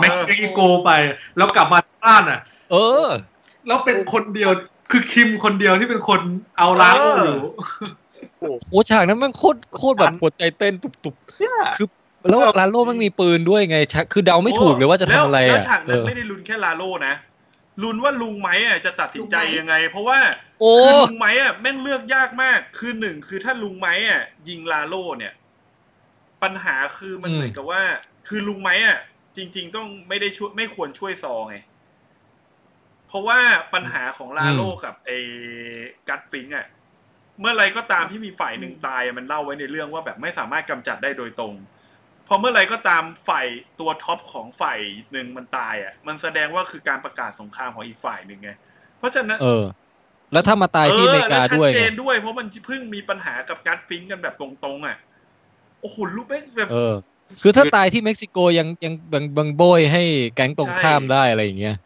Speaker 4: เม็กซิโกไป แล้วกลับมาบ้านอ่ะ
Speaker 2: เออ
Speaker 4: แล้วเป็นคนเดียวคือคิมคนเดียวที่เป็นคนเอาลาโลอยู่
Speaker 2: โอ้ฉากนั้นแมันโคตรโคตรแบบปวดใจเต้นตุบตุบ
Speaker 7: เนี่ย
Speaker 2: ๆแล้วลาโลมันมีปืนด้วยไงฉะคือเดาไม่ถูกเลยว่าจะทำอะไรอ่ะ
Speaker 3: แล้วแล้วฉาก
Speaker 2: เอ
Speaker 3: นั้น
Speaker 2: อ
Speaker 3: ไม่ได้ลุ้นแค่ลาโลนะลุ้นว่าลุงไม้อ่ะจะตัดสินใจ
Speaker 5: ลุงไม้
Speaker 3: ยังไง เพราะว่า
Speaker 2: โอ้
Speaker 3: คือลุงไม้อ่ะแม่งเลือกยากมาก คือหนึ่งคือถ้าลุงไม้อ่ะ ยิงลาโลเนี่ย ปัญหาคือมันเหมือนกับว่า คือลุงไม้อ่ะ จริง ๆ ต้องไม่ได้ช่วยไม่ควรช่วยซอไงเพราะว่าปัญหาของลาโลกับไอ้กัตฟิงค์อ่ะ เมื่อไรก็ตามที่มีฝ่ายหนึ่งตายอะมันเล่าไว้ในเรื่องว่าแบบไม่สามารถกำจัดได้โดยตรง พอเมื่อไหรก็ตามฝ่ายตัวท็อปของฝ่ายหนึ่งมันตายอ่ะ มันแสดงว่าคือการประกาศสงครามของอีกฝ่ายหนึ่งไง เพราะฉะนั้น
Speaker 2: เออ แล้วถ้ามาตายที่อเมริกา
Speaker 3: และชั
Speaker 2: ด้วย
Speaker 3: เจ
Speaker 2: ไง
Speaker 3: นด้วย เพราะมันเพิ่งมีปัญหากับการดฟิงกันแบบตรงๆ อ่ะ โอ้โหลูกแม่งแบบ
Speaker 2: เออ คือถ้าตายที่เม็กซิโกยังยังบังบังโบยให้แก๊งตรงข้ามได้อะไรอย่างเงี้ย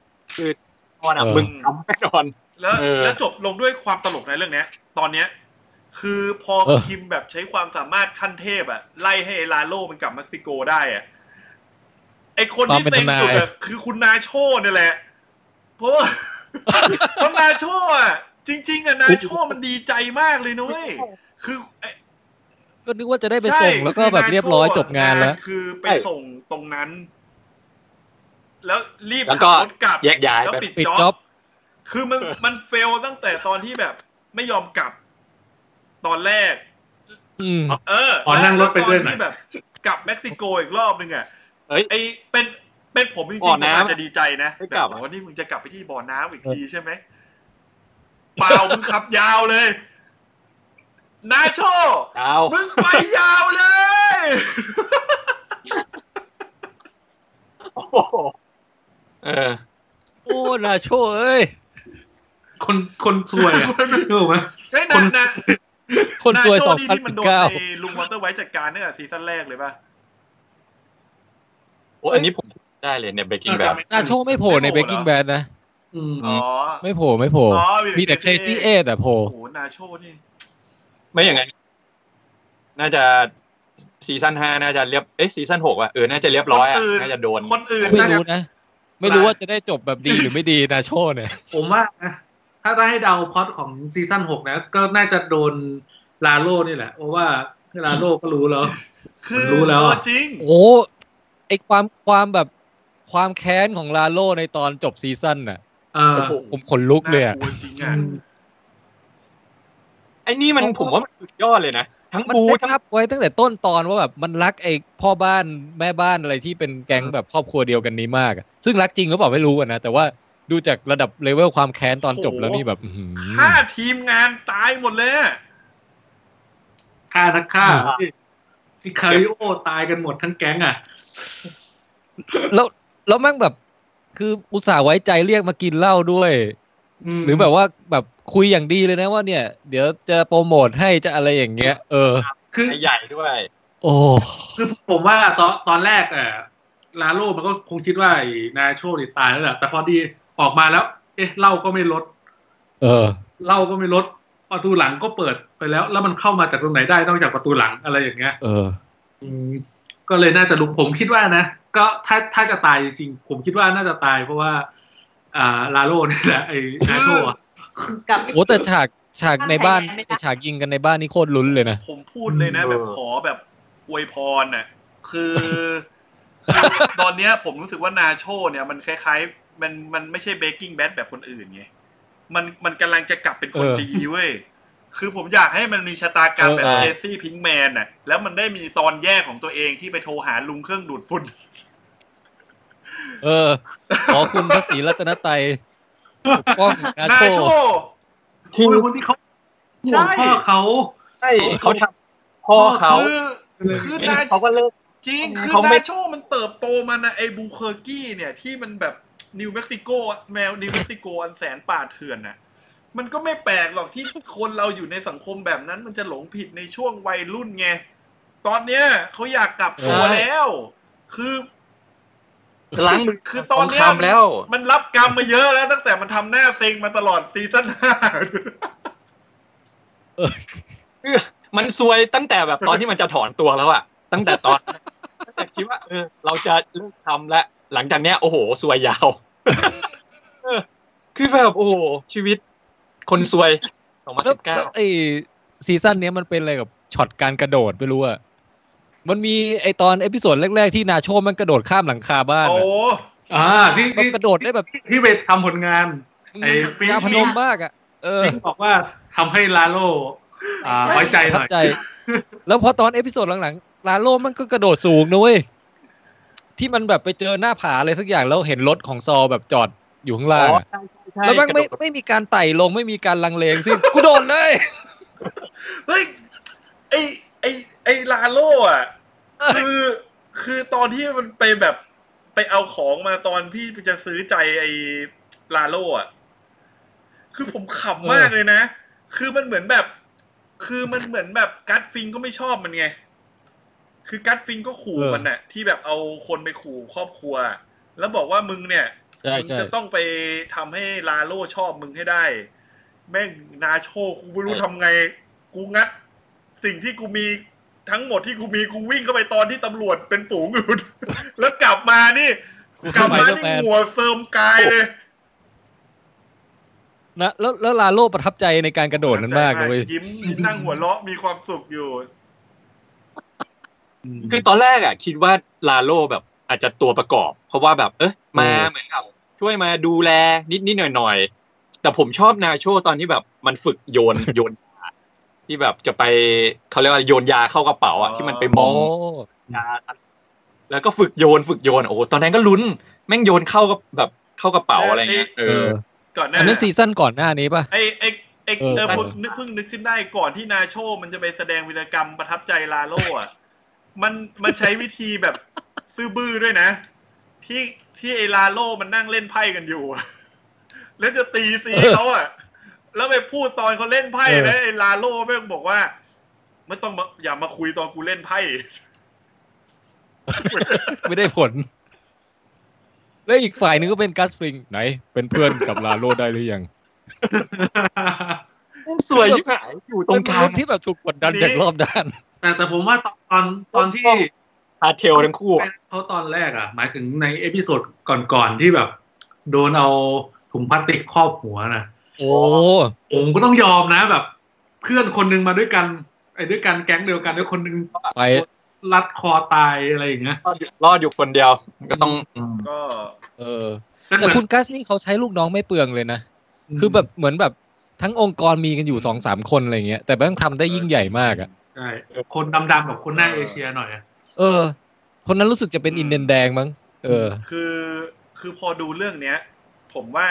Speaker 7: นอนอ่ะ
Speaker 2: เออ
Speaker 7: มึงทำแน่นอน
Speaker 3: แล้ว
Speaker 7: เออ
Speaker 3: แล้วจบลงด้วยความตลกในเรื่องเนี้ย ตอนเนี้ย คือพอ
Speaker 2: เออ
Speaker 3: คิมแบบใช้ความสามารถขั้นเทพอะไล่ให้ไอ้ลาโลมันกลับเม็กซิโกได้อะไอคนที่เซ็งสุดอะคือคุณนาโชเนี่ยแหละ เพราะ ว่าเพราะนาโชอะจริง ๆอะนาโชมันดีใจมากเลยนุ้ยคือไอ้
Speaker 2: ก็นึกว่าจะได้ไปส่งแล้วก็แบบเรียบร้อยจบงานแล้ว
Speaker 3: คือไปส่งตรงนั้น แล้วรีบ
Speaker 7: แล้วก็
Speaker 3: ขับรถกลับ
Speaker 7: แยกย้าย
Speaker 3: แล้ว
Speaker 7: ไป
Speaker 3: ปิด
Speaker 2: ปิด
Speaker 3: จ็
Speaker 2: จ็
Speaker 3: อ
Speaker 2: อบ บ
Speaker 3: คือมันมันเฟลตั้งแต่ตอนที่แบบไม่ยอมกลับ ตอนแรก
Speaker 2: อืม
Speaker 3: เออ
Speaker 4: อ๋อนั่งรถไปด้วย
Speaker 3: แล้ตอน
Speaker 4: หน่อย
Speaker 3: ที่แบบ กลับเม็กซิโกอีกรอบนึงอ่ะ
Speaker 7: เอ้ย
Speaker 3: ไอเป็นเป็นผมจริงๆผ
Speaker 7: บ่อ
Speaker 3: ม
Speaker 7: น้ำ
Speaker 3: อาจจะดีใจนะ
Speaker 7: ไม่
Speaker 3: แต่
Speaker 7: กลับ
Speaker 3: บอกว่านี่มึงจะกลับไปที่บ่อน้ำอีกทีใช่ไหมเปล่ามึงขับยาวเลยนาโช
Speaker 7: ดาว
Speaker 3: มึงไปยาวเลย
Speaker 7: โอ้โหเออ
Speaker 2: โอ้นาโชเอ้ย
Speaker 4: คนคนสวยอ่ะรู้ไหม
Speaker 3: เฮ้ยนะนะ
Speaker 2: คนสวยสอง
Speaker 3: นี่
Speaker 2: พัน
Speaker 3: ที่มัน
Speaker 2: สิบ
Speaker 3: โดน
Speaker 2: เก้า
Speaker 3: ไอ้ลุงวอเตอร์ไว้จัดการเนี่ยซีซั่นแรกเลยป่ะ
Speaker 7: โอ้อันนี้ผมได้เลยเนี่ย breaking bad
Speaker 2: นาโชไม่โผล่ใน
Speaker 3: ไม่โผล่
Speaker 2: Breaking Bad นะ
Speaker 4: อืม
Speaker 3: อ๋อ
Speaker 2: ไม่โผล่ไม่โผล่
Speaker 3: อ๋อมี
Speaker 2: มี
Speaker 3: แต่
Speaker 2: แต่
Speaker 3: Crazy
Speaker 2: Crazy
Speaker 3: เอ
Speaker 2: Eight อะโผล่
Speaker 3: โอ้โหนาโชนี่
Speaker 7: ไม่อย่างนั้นน่าจะซีซั่นห้าน่าจะเรียบ เอ๊ะซีซั่นหกอ่ะ เออ น่าจะเรียบร้อยอะ
Speaker 3: คนอื่น
Speaker 7: น่าจะโดน
Speaker 3: คนอื่น
Speaker 2: ไม่
Speaker 3: น่าจะ
Speaker 2: รู้นะ ไม่รู้ว่าจะได้จบแบบดีหรือไม่ดีนาโชเนี่ย
Speaker 4: ผมว่านะถ้าได้ให้เดาพล็อตของซีซั่นหกนะ ก็น่าจะโดนลาโลนี่แหละ เพราะว่าลาโลก็รู้แล้ว
Speaker 3: คือ
Speaker 4: รู้แล้วอะ
Speaker 3: เออจริง
Speaker 2: โอ้โหไอความความแบบความแค้นของลาโลในตอนจบซีซั่นน่ะ
Speaker 4: เออ
Speaker 3: โอ้โห
Speaker 2: ผมขนลุกเลย
Speaker 3: น่า
Speaker 2: อะ
Speaker 3: กลัวจริงอ่ะ
Speaker 7: ไอ้นี่มัน
Speaker 4: เขาก็
Speaker 7: ผมว่ามันสุดยอดเลยนะ ทั้ง
Speaker 2: มัน
Speaker 7: บู
Speaker 2: เซต
Speaker 7: ทั้ง
Speaker 2: อัพไว้ตั้งแต่ต้นตอนว่าแบบมันรักไอ้พ่อบ้านแม่บ้านอะไรที่เป็นแก๊งแบบครอบครัวเดียวกันนี้มากอะซึ่งรักจริงหรือเปล่าไม่รู้อะนะ แต่ว่าดูจากระดับเลเวลความแค้นตอนจบแล้วนี่แบบอื้อหือ
Speaker 3: ฆ่าทีมงานตายหมดเลยอะ
Speaker 4: ฆ่านักฆ่าที่ที่คาริโอตายกันหมดทั้งแก๊งอ่ะ
Speaker 2: แล้วแล้วแมั่งแบบคืออุตส่าห์ไว้ใจเรียกมากินเหล้าด้วย
Speaker 4: ม
Speaker 2: หรือแบบว่าแบบคุยอย่างดีเลยนะว่าเนี่ย เดี๋ยวจะโปรโมทให้จะอะไรอย่างเงี้ย เออ
Speaker 4: คือ
Speaker 7: ใหญ่ด้วย
Speaker 2: โอ้
Speaker 4: คือผมว่าตอนตอนแรกเออลาโลมันก็คงคิดว่าไอ้นาโชนี่ตายแล้วแหละแต่พอดีออกมาแล้ว เอ๊ะเหล้าก็ไม่ลด
Speaker 2: เออ
Speaker 4: เหล้าก็ไม่ลดประตูหลังก็เปิดไปแล้ว แล้วมันเข้ามาจากตรงไหนได้นอกจากประตูหลังอะไรอย่างเงี้ย
Speaker 2: เออ
Speaker 4: อืมก็เลยน่าจะรู้ผมคิดว่านะ ก็ถ้าถ้าจะตายจริงๆผมคิดว่าน่าจะตายเพราะว่า อ่าลาโลนี่แหละไอ้นาโชอะ
Speaker 5: กับ
Speaker 2: โอ้แต่ฉากฉากในบ้าน
Speaker 5: ทำใจไม่ได้
Speaker 2: ไอ้ฉากยิงกันในบ้านนี่โคตรลุ้นเลยนะ
Speaker 3: ผมพูดเลยนะ
Speaker 7: เออ
Speaker 3: แบบขอแบบอวยพรน่ะ คือคือตอนเนี้ยผมรู้สึกว่านาโชเนี่ยมันคล้ายๆ มันมันไม่ใช่เบกกิ้งแบดแบบคนอื่นไงมันมันกำลังจะกลับเป็นคน
Speaker 2: เออ
Speaker 3: ดีเว้ยคือผมอยากให้มันมีชะตากรรมแบบ
Speaker 2: เออ
Speaker 3: เจสซี่พิงแมนน่ะ แล้วมันได้มีตอนแย่ของตัวเองที่ไปโทรหาลุงเครื่องดูดฝุ่น
Speaker 2: เออ ขอคุณพระศรีรัตนไตรัยปกป้องนา
Speaker 3: นา
Speaker 2: โช
Speaker 3: โช
Speaker 7: คือ
Speaker 4: โอ้ยคนที่เขาห่วงพ่อเขา
Speaker 7: ใช่เขาทำพ่อเขา
Speaker 3: คือคือนา
Speaker 7: เขาก็เลิก
Speaker 3: จริงคือ
Speaker 7: เขาไม่
Speaker 3: นาโชมันเติบโตมานะไอ้บูเคอร์กี้เนี่ยที่มันแบบนิวเม็กซิโกแมวนิวเม็กซิโกอันแสนป่าเถื่อนน่ะมันก็ไม่แปลกหรอกที่คนเราอยู่ในสังคมแบบนั้น มันจะหลงผิดในช่วงวัยรุ่นไง ตอนเนี้ยเขาอยากกลับตัวแล้ว คือ
Speaker 7: ล้างมือ
Speaker 3: คือตอนเนี้ย
Speaker 7: ทำแล้ว
Speaker 3: มันรับกรรมมาเยอะแล้วตั้งแต่มันทำหน้าเซ็งมาตลอดซีซั่นห้า
Speaker 7: มันซวยตั้งแต่แบบตอนที่มันจะถอนตัวแล้วอะตั้งแต่ตอนตั้งแต่คิดว่าเออ เราจะเลิกทำและ หลังจากเนี้ยโอ้โหซวยยาวเออคือแบบโอ้โหชีวิต คนซวยสองพัน
Speaker 2: แล้ว
Speaker 7: สิบเก้า
Speaker 2: แล้วไอซีซั่นเนี้ยมันเป็นอะไรกับช็อตการกระโดดไม่รู้อะมันมีไอตอนเอพิโซดแรกๆที่นาโชมันกระโดดข้ามหลังคาบ้าน
Speaker 3: โอ้
Speaker 2: อะ
Speaker 4: อ่าที่
Speaker 2: มัน
Speaker 4: ที่
Speaker 2: กระโดดได้แบบ
Speaker 4: ที่ไปทำผลงาน ไอ้ฟิน
Speaker 2: ยาพนมมากอะเออ
Speaker 4: จริงบอกว่าทำให้ลาโลอ่าไว้ใจห
Speaker 2: ทับ
Speaker 4: น่อย
Speaker 2: ใจ แล้วพอตอนเอพิโซดหลังๆ ลาโลมันก็กระโดดสูงนะเว้ย ที่มันแบบไปเจอหน้าผาอะไรสักอย่างแล้วเห็นรถของซอแบบจอดอยู่ข้าง
Speaker 7: อ๋
Speaker 2: ล่าง
Speaker 7: อ
Speaker 2: อะ
Speaker 7: ใช่ใช่
Speaker 2: แล้วมัน
Speaker 7: ใช่
Speaker 2: ไม่ไม่มีการไต่ลงไม่มีการลังเลงซึ่ง กูโดดเลย
Speaker 3: เฮ้ยไอไอไอลาโลอ่ะ คือคือตอนที่มันไปแบบไปเอาของมาตอนที่จะซื้อใจไอลาโลอ่ะ คือผมขำมากเลยนะ คือมันเหมือนแบบ คือมันเหมือนแบบกัดฟิงก็ไม่ชอบมันไง คือกัดฟิงก็ขู่
Speaker 2: เออ
Speaker 3: มันน่ะ ที่แบบเอาคนไปขู่ครอบครัว แล้วบอกว่ามึงเนี่ย
Speaker 2: ใช่
Speaker 3: มึง
Speaker 2: ใช่
Speaker 3: จะต้องไปทำให้ลาโลชอบมึงให้ได้ แม่งนาโชกูไม่รู้ทำไง กูงัด สิ่งที่กูมีทั้งหมดที่กูมีกูวิ่งเข้าไปตอนที่ตำรวจเป็นฝูงอยู่ แล้วกลับมานี่
Speaker 2: กู
Speaker 3: กลับ
Speaker 2: ไป
Speaker 3: มา
Speaker 2: เดอ
Speaker 3: นี่
Speaker 2: ร์แมน
Speaker 3: หัวเสริมกายเลย
Speaker 2: นะแล้วแล้วลาโลประทับใจในการกระโดดนั้นมากนะเลย
Speaker 3: ยิ้มยิ้มนั่งหัวเราะมีความสุขอยู่
Speaker 7: คือตอนแรกอะคิดว่าลาโลแบบอาจจะตัวประกอบ เพราะว่าแบบ เอ๊ะมาเหมือนแบบช่วยมาดูแลนิดนิดหน่อยหน่อยๆแต่ผมชอบนาโชตอนที่แบบมันฝึกโยนโยนยาที่แบบจะไปเขาเรียกว่าโยนยาเข้ากระเป๋าอะที่มันไปม
Speaker 2: โอ้
Speaker 7: อง ยาแล้วก็ฝึกโยนฝึกโยนโอ้โหตอนนั้นก็ลุ้น แม่งโยนเข้ากับแบบเข้ากระเป๋าอะไรเงี้ยเอ
Speaker 2: เอ
Speaker 7: อ
Speaker 2: อ
Speaker 3: ก่อนหน้า
Speaker 2: อันนั้นซีซั่นก่อนหน้านี้ป่ะ
Speaker 3: ไอ้ไอ้ไอ้
Speaker 2: เออ
Speaker 3: เออผมนึกเพิ่งนึกขึ้นได้ก่อนที่นาโชมันจะไปแสดงวิรกรรมประทับใจลาโลอ่ะ มันมันใช้วิธีแบบซื่อบื้อด้วยนะ ที่ที่ไอลาโลมันนั่งเล่นไพ่กันอยู่อะแล้วจะตีซีเขาอ่ะ แล้วไปพูดตอนเขาเล่นไพ่นะไอลาโลแม่งบอกว่าไม่ต้องมาอย่ามาคุยตอนกูเล่นไพ่
Speaker 2: ไม่ได้ผ ล แล้วอีกฝ่ายหนึงก็เป็นกัสฟริงไหน เป็นเพื่อนกับลาโลได้หรือยัง
Speaker 7: แม่งสวยยิ่งหายอยู่ตรงกลาง
Speaker 2: เป็นมนุษย์ที่แบบถูกกดดันจากรอบด้าน
Speaker 4: แต่แต่ผมว่าตอนตอนตอนที่
Speaker 7: พาเทลทั้งคู่อะ
Speaker 4: เขาตอนแรกอ่ะ หมายถึงในเอพิโซดก่อนๆที่แบบ โดนเอาถุงพลาสติกครอบหัวนะ
Speaker 2: โอ้
Speaker 4: ผมก็ต้องยอมนะแบบ เพื่อนคนหนึงมาด้วยกันไอ้ด้วยกันแก๊งเดียวกันแล้วคนหนึง
Speaker 2: ไป
Speaker 4: รัดคอตายอะไรอย่างเงี้ย
Speaker 7: รอดอยู่รอดอยู่คนเดียว ก็ต้องอืม
Speaker 3: ก็
Speaker 2: เออ
Speaker 4: เป็น
Speaker 2: แต่
Speaker 4: เหมือน
Speaker 2: คุณกัสนี่เขาใช้ลูกน้องไม่เปลืองเลยนะ คือแบบเหมือนแบบทั้งองค์กรมีกันอยู่สองสามคนอะไรเงี้ยแต่แม่งทำได้ยิ่งใหญ่มากอะ
Speaker 4: ใช่คนดำๆกับคนหน้าเอเชียหน่อยอะ
Speaker 2: เออ คนนั้นรู้สึกจะเป็นอินเดียนแดงมั้งเออ
Speaker 3: คือคือพอดูเรื่องเนี้ย ผมว่า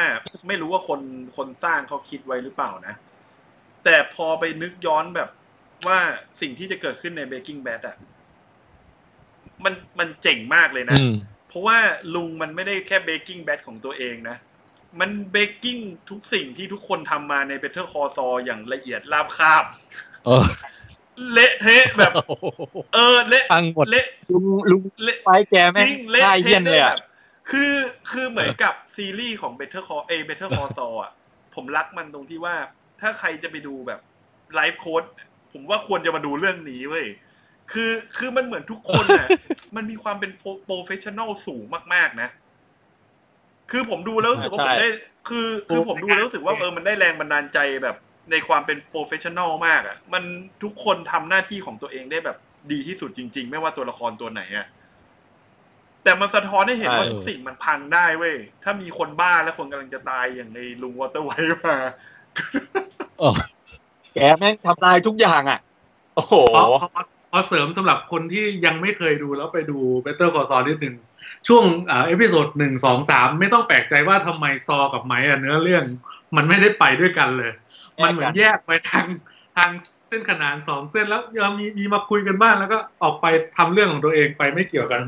Speaker 3: ไม่รู้ว่าคนคนสร้างเขาคิดไว้หรือเปล่านะ แต่พอไปนึกย้อนแบบว่าสิ่งที่จะเกิดขึ้นใน Breaking Bad อ่ะมันมันเจ๋งมากเลยนะ
Speaker 2: อืม
Speaker 3: เพราะว่าลุงมันไม่ได้แค่ Breaking Bad ของตัวเองนะ มัน Breaking ทุกสิ่งที่ทุกคนทำมาใน Better Call Saul อย่างละเอียดราบคาบ
Speaker 2: เออ
Speaker 3: เละเทะ แบบ เออเละ
Speaker 2: ฟังหมด
Speaker 3: เละ
Speaker 7: ลุงลุง
Speaker 3: เละ
Speaker 7: ไปแก
Speaker 3: จ
Speaker 7: แม่ง
Speaker 3: ริงเละ
Speaker 7: ได้เยี่ย
Speaker 3: เทะ
Speaker 7: น
Speaker 3: เล
Speaker 7: เลยย
Speaker 3: แบ
Speaker 7: อ่ะ
Speaker 3: บคือคือเหมือนกับซีรีส์ของ Better Call เอย Better Call Saul อ่ะ ผมรักมันตรงที่ว่าถ้าใครจะไปดูแบบไลฟ์โค้ดผมว่าควรจะมาดูเรื่องนี้เว้ยคือคือมันเหมือนทุกคน อ่ะ มันมีความเป็นโปรเฟชชั่นอลสูงมาก ๆ นะ คือผมดูแล้วรู้สึกว่าผมได้ คือคือผมดูแล้วรู้สึกว่าเออมันได้แรงบันดาลใจแบบในความเป็นโปรเฟชชั่นอลมากอ่ะ มันทุกคนทำหน้าที่ของตัวเองได้แบบดีที่สุดจริง ๆ ไม่ว่าตัวละครตัวไหนอ่ะ แต่มันสะท้อนให้เห็นว่า
Speaker 2: ใช่
Speaker 3: ทุกสิ่งมันพังได้เว้ย ถ้ามีคนบ้าและคนกำลังจะตายอย่างในลุงวอเตอร์ไวท์มา
Speaker 7: แกแม่งทำลายทุกอย่างอ่ะ โอ้โห
Speaker 4: ขอขอขอเสริมสำหรับคนที่ยังไม่เคยดูแล้วไปดู Better Call Saul นิดหนึ่งช่วงอ่าเอพิโซดหนึ่งสองสามไม่ต้องแปลกใจว่าทำไมซอกับไมค์อะเนื้อเรื่อง มันไม่ได้ไปด้วยกันเลย มันเหมือนแยกไปทางทางเส้นขนานสองเส้นแล้วเรามีมีมาคุยกันบ้างแล้วก็ออกไปทำเรื่องของตัวเองไปไม่เกี่ยวกัน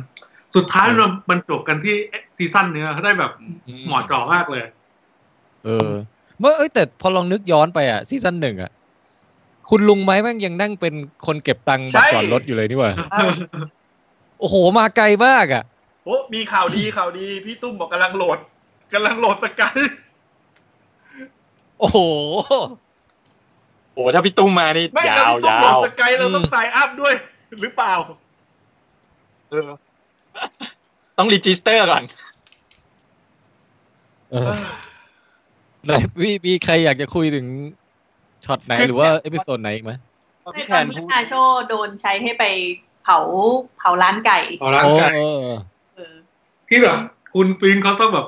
Speaker 4: สุดท้ายมันมันจบกันที่ซีซั่นเนี้ยเขาได้แบบเหมาะเจอมากเลย
Speaker 2: เออเมื่อเอ้ยแต่พอลองนึกย้อนไปอ่ะซีซั่นหนึ่งอ่ะ คุณลุงไม้แม่งยังนั่งเป็นคนเก็บตังค์บัตรจ
Speaker 3: ใช่
Speaker 2: อดรถอยู่เลยนี่หว่า โอ้โห มาไกลมากอ่ะ
Speaker 3: โอ้มีข่าวดีข่าวดี พี่ตุ้มบอกกำลังโหลดกำลังโหลดสกาย
Speaker 2: โอ้โห
Speaker 7: โอ้โหถ้าพี่ตุ้มมานี่
Speaker 3: ไม่
Speaker 7: ยา
Speaker 3: เรา
Speaker 7: ว
Speaker 3: พี่ตุ้ม
Speaker 7: ยา
Speaker 3: โหลด
Speaker 7: ว
Speaker 3: สกายเราต้องไซน์อัพด้วย หรือเปล่า
Speaker 7: เออต้องรีจิสเตอร์ก่อน
Speaker 2: เออไหนมีมีใครอยากจะคุยถึงช็อตไหน
Speaker 7: คือ
Speaker 2: หรือว่าเอพิโซดไหนอีกไหม
Speaker 5: ใน
Speaker 7: พี่แท
Speaker 5: ตอน
Speaker 7: น
Speaker 5: ที่
Speaker 7: พูด
Speaker 5: อาโชโดนใช้ให้ไปเผาเผาร้านไก่
Speaker 4: เอาละ
Speaker 2: โอ้
Speaker 4: กัน
Speaker 2: เออ
Speaker 5: เออ
Speaker 4: ที่แบบคุณปิงเขาต้องแบบ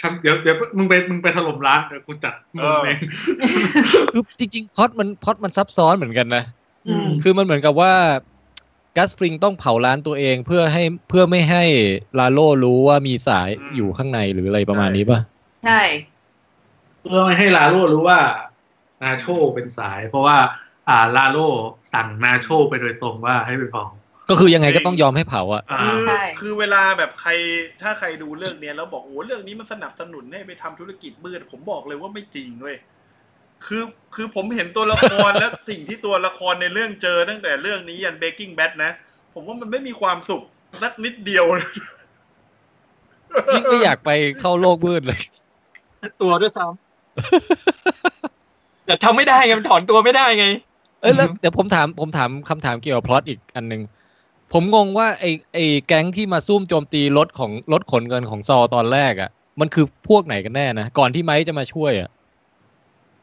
Speaker 4: ฉันเดี๋ยวเดี๋ยวมึงไปมึงไปถล่มร้านเดี๋ยวกูจัดมึงเอง
Speaker 2: คือจริงๆพล็อดมันพล็อดมันซับซ้อนเหมือนกันนะ
Speaker 5: อืม
Speaker 2: คือมันเหมือนกับว่ากัสปริงต้องเผาร้านตัวเองเพื่อให้เพื่อไม่ให้ลาโลรู้ว่ามีสาย
Speaker 3: อืม
Speaker 2: อยู่ข้างในหรืออะไรประมาณนี้ป่ะ
Speaker 5: ใช่
Speaker 4: เพื่อไม่ให้ลาโลรู้ว่านาโชเป็นสาย เพราะว่า อ่าลาโลสั่งนาโชไปโดยตรงว่าให้ไปเผา
Speaker 2: ก็คือยังไงก็ต้องยอมให้เผาอ่ะ
Speaker 4: อ่า
Speaker 3: คือ
Speaker 5: ใช่
Speaker 3: คือเวลาแบบใครถ้าใครดูเรื่องเนี้ยแล้วบอกโอ้เรื่องนี้มันสนับสนุนให้ไปทำธุรกิจมืดผมบอกเลยว่าไม่จริงเว้ยคือคือผมเห็นตัวละคร และสิ่งที่ตัวละครในเรื่องเจอตั้งแต่เรื่องนี้ยันเบกกิ้งแบทนะ ผมว่ามันไม่มีความสุขนักนิดเดียว
Speaker 2: ยิ่งไม่อยากไปเข้าโลกมืดเลย
Speaker 7: ตัวด้วยซ้ ำแต่ทำไม่ได้ไงมันถอนตัวไม่ได้ไง
Speaker 2: เอ้ยแล้ว
Speaker 7: อือฮึ
Speaker 2: เดี๋ยวผมถามผมถามคำถามเกี่ยวกับพล็อตอีกอันหนึ่งผมงงว่าไอ้ไอ้แก๊งที่มาซุ่มโจมตีรถของรถขนเงินของซอตอนแรกอ่ะ มันคือพวกไหนกันแน่นะ ก่อนที่ไม้จะมาช่วยอ่ะ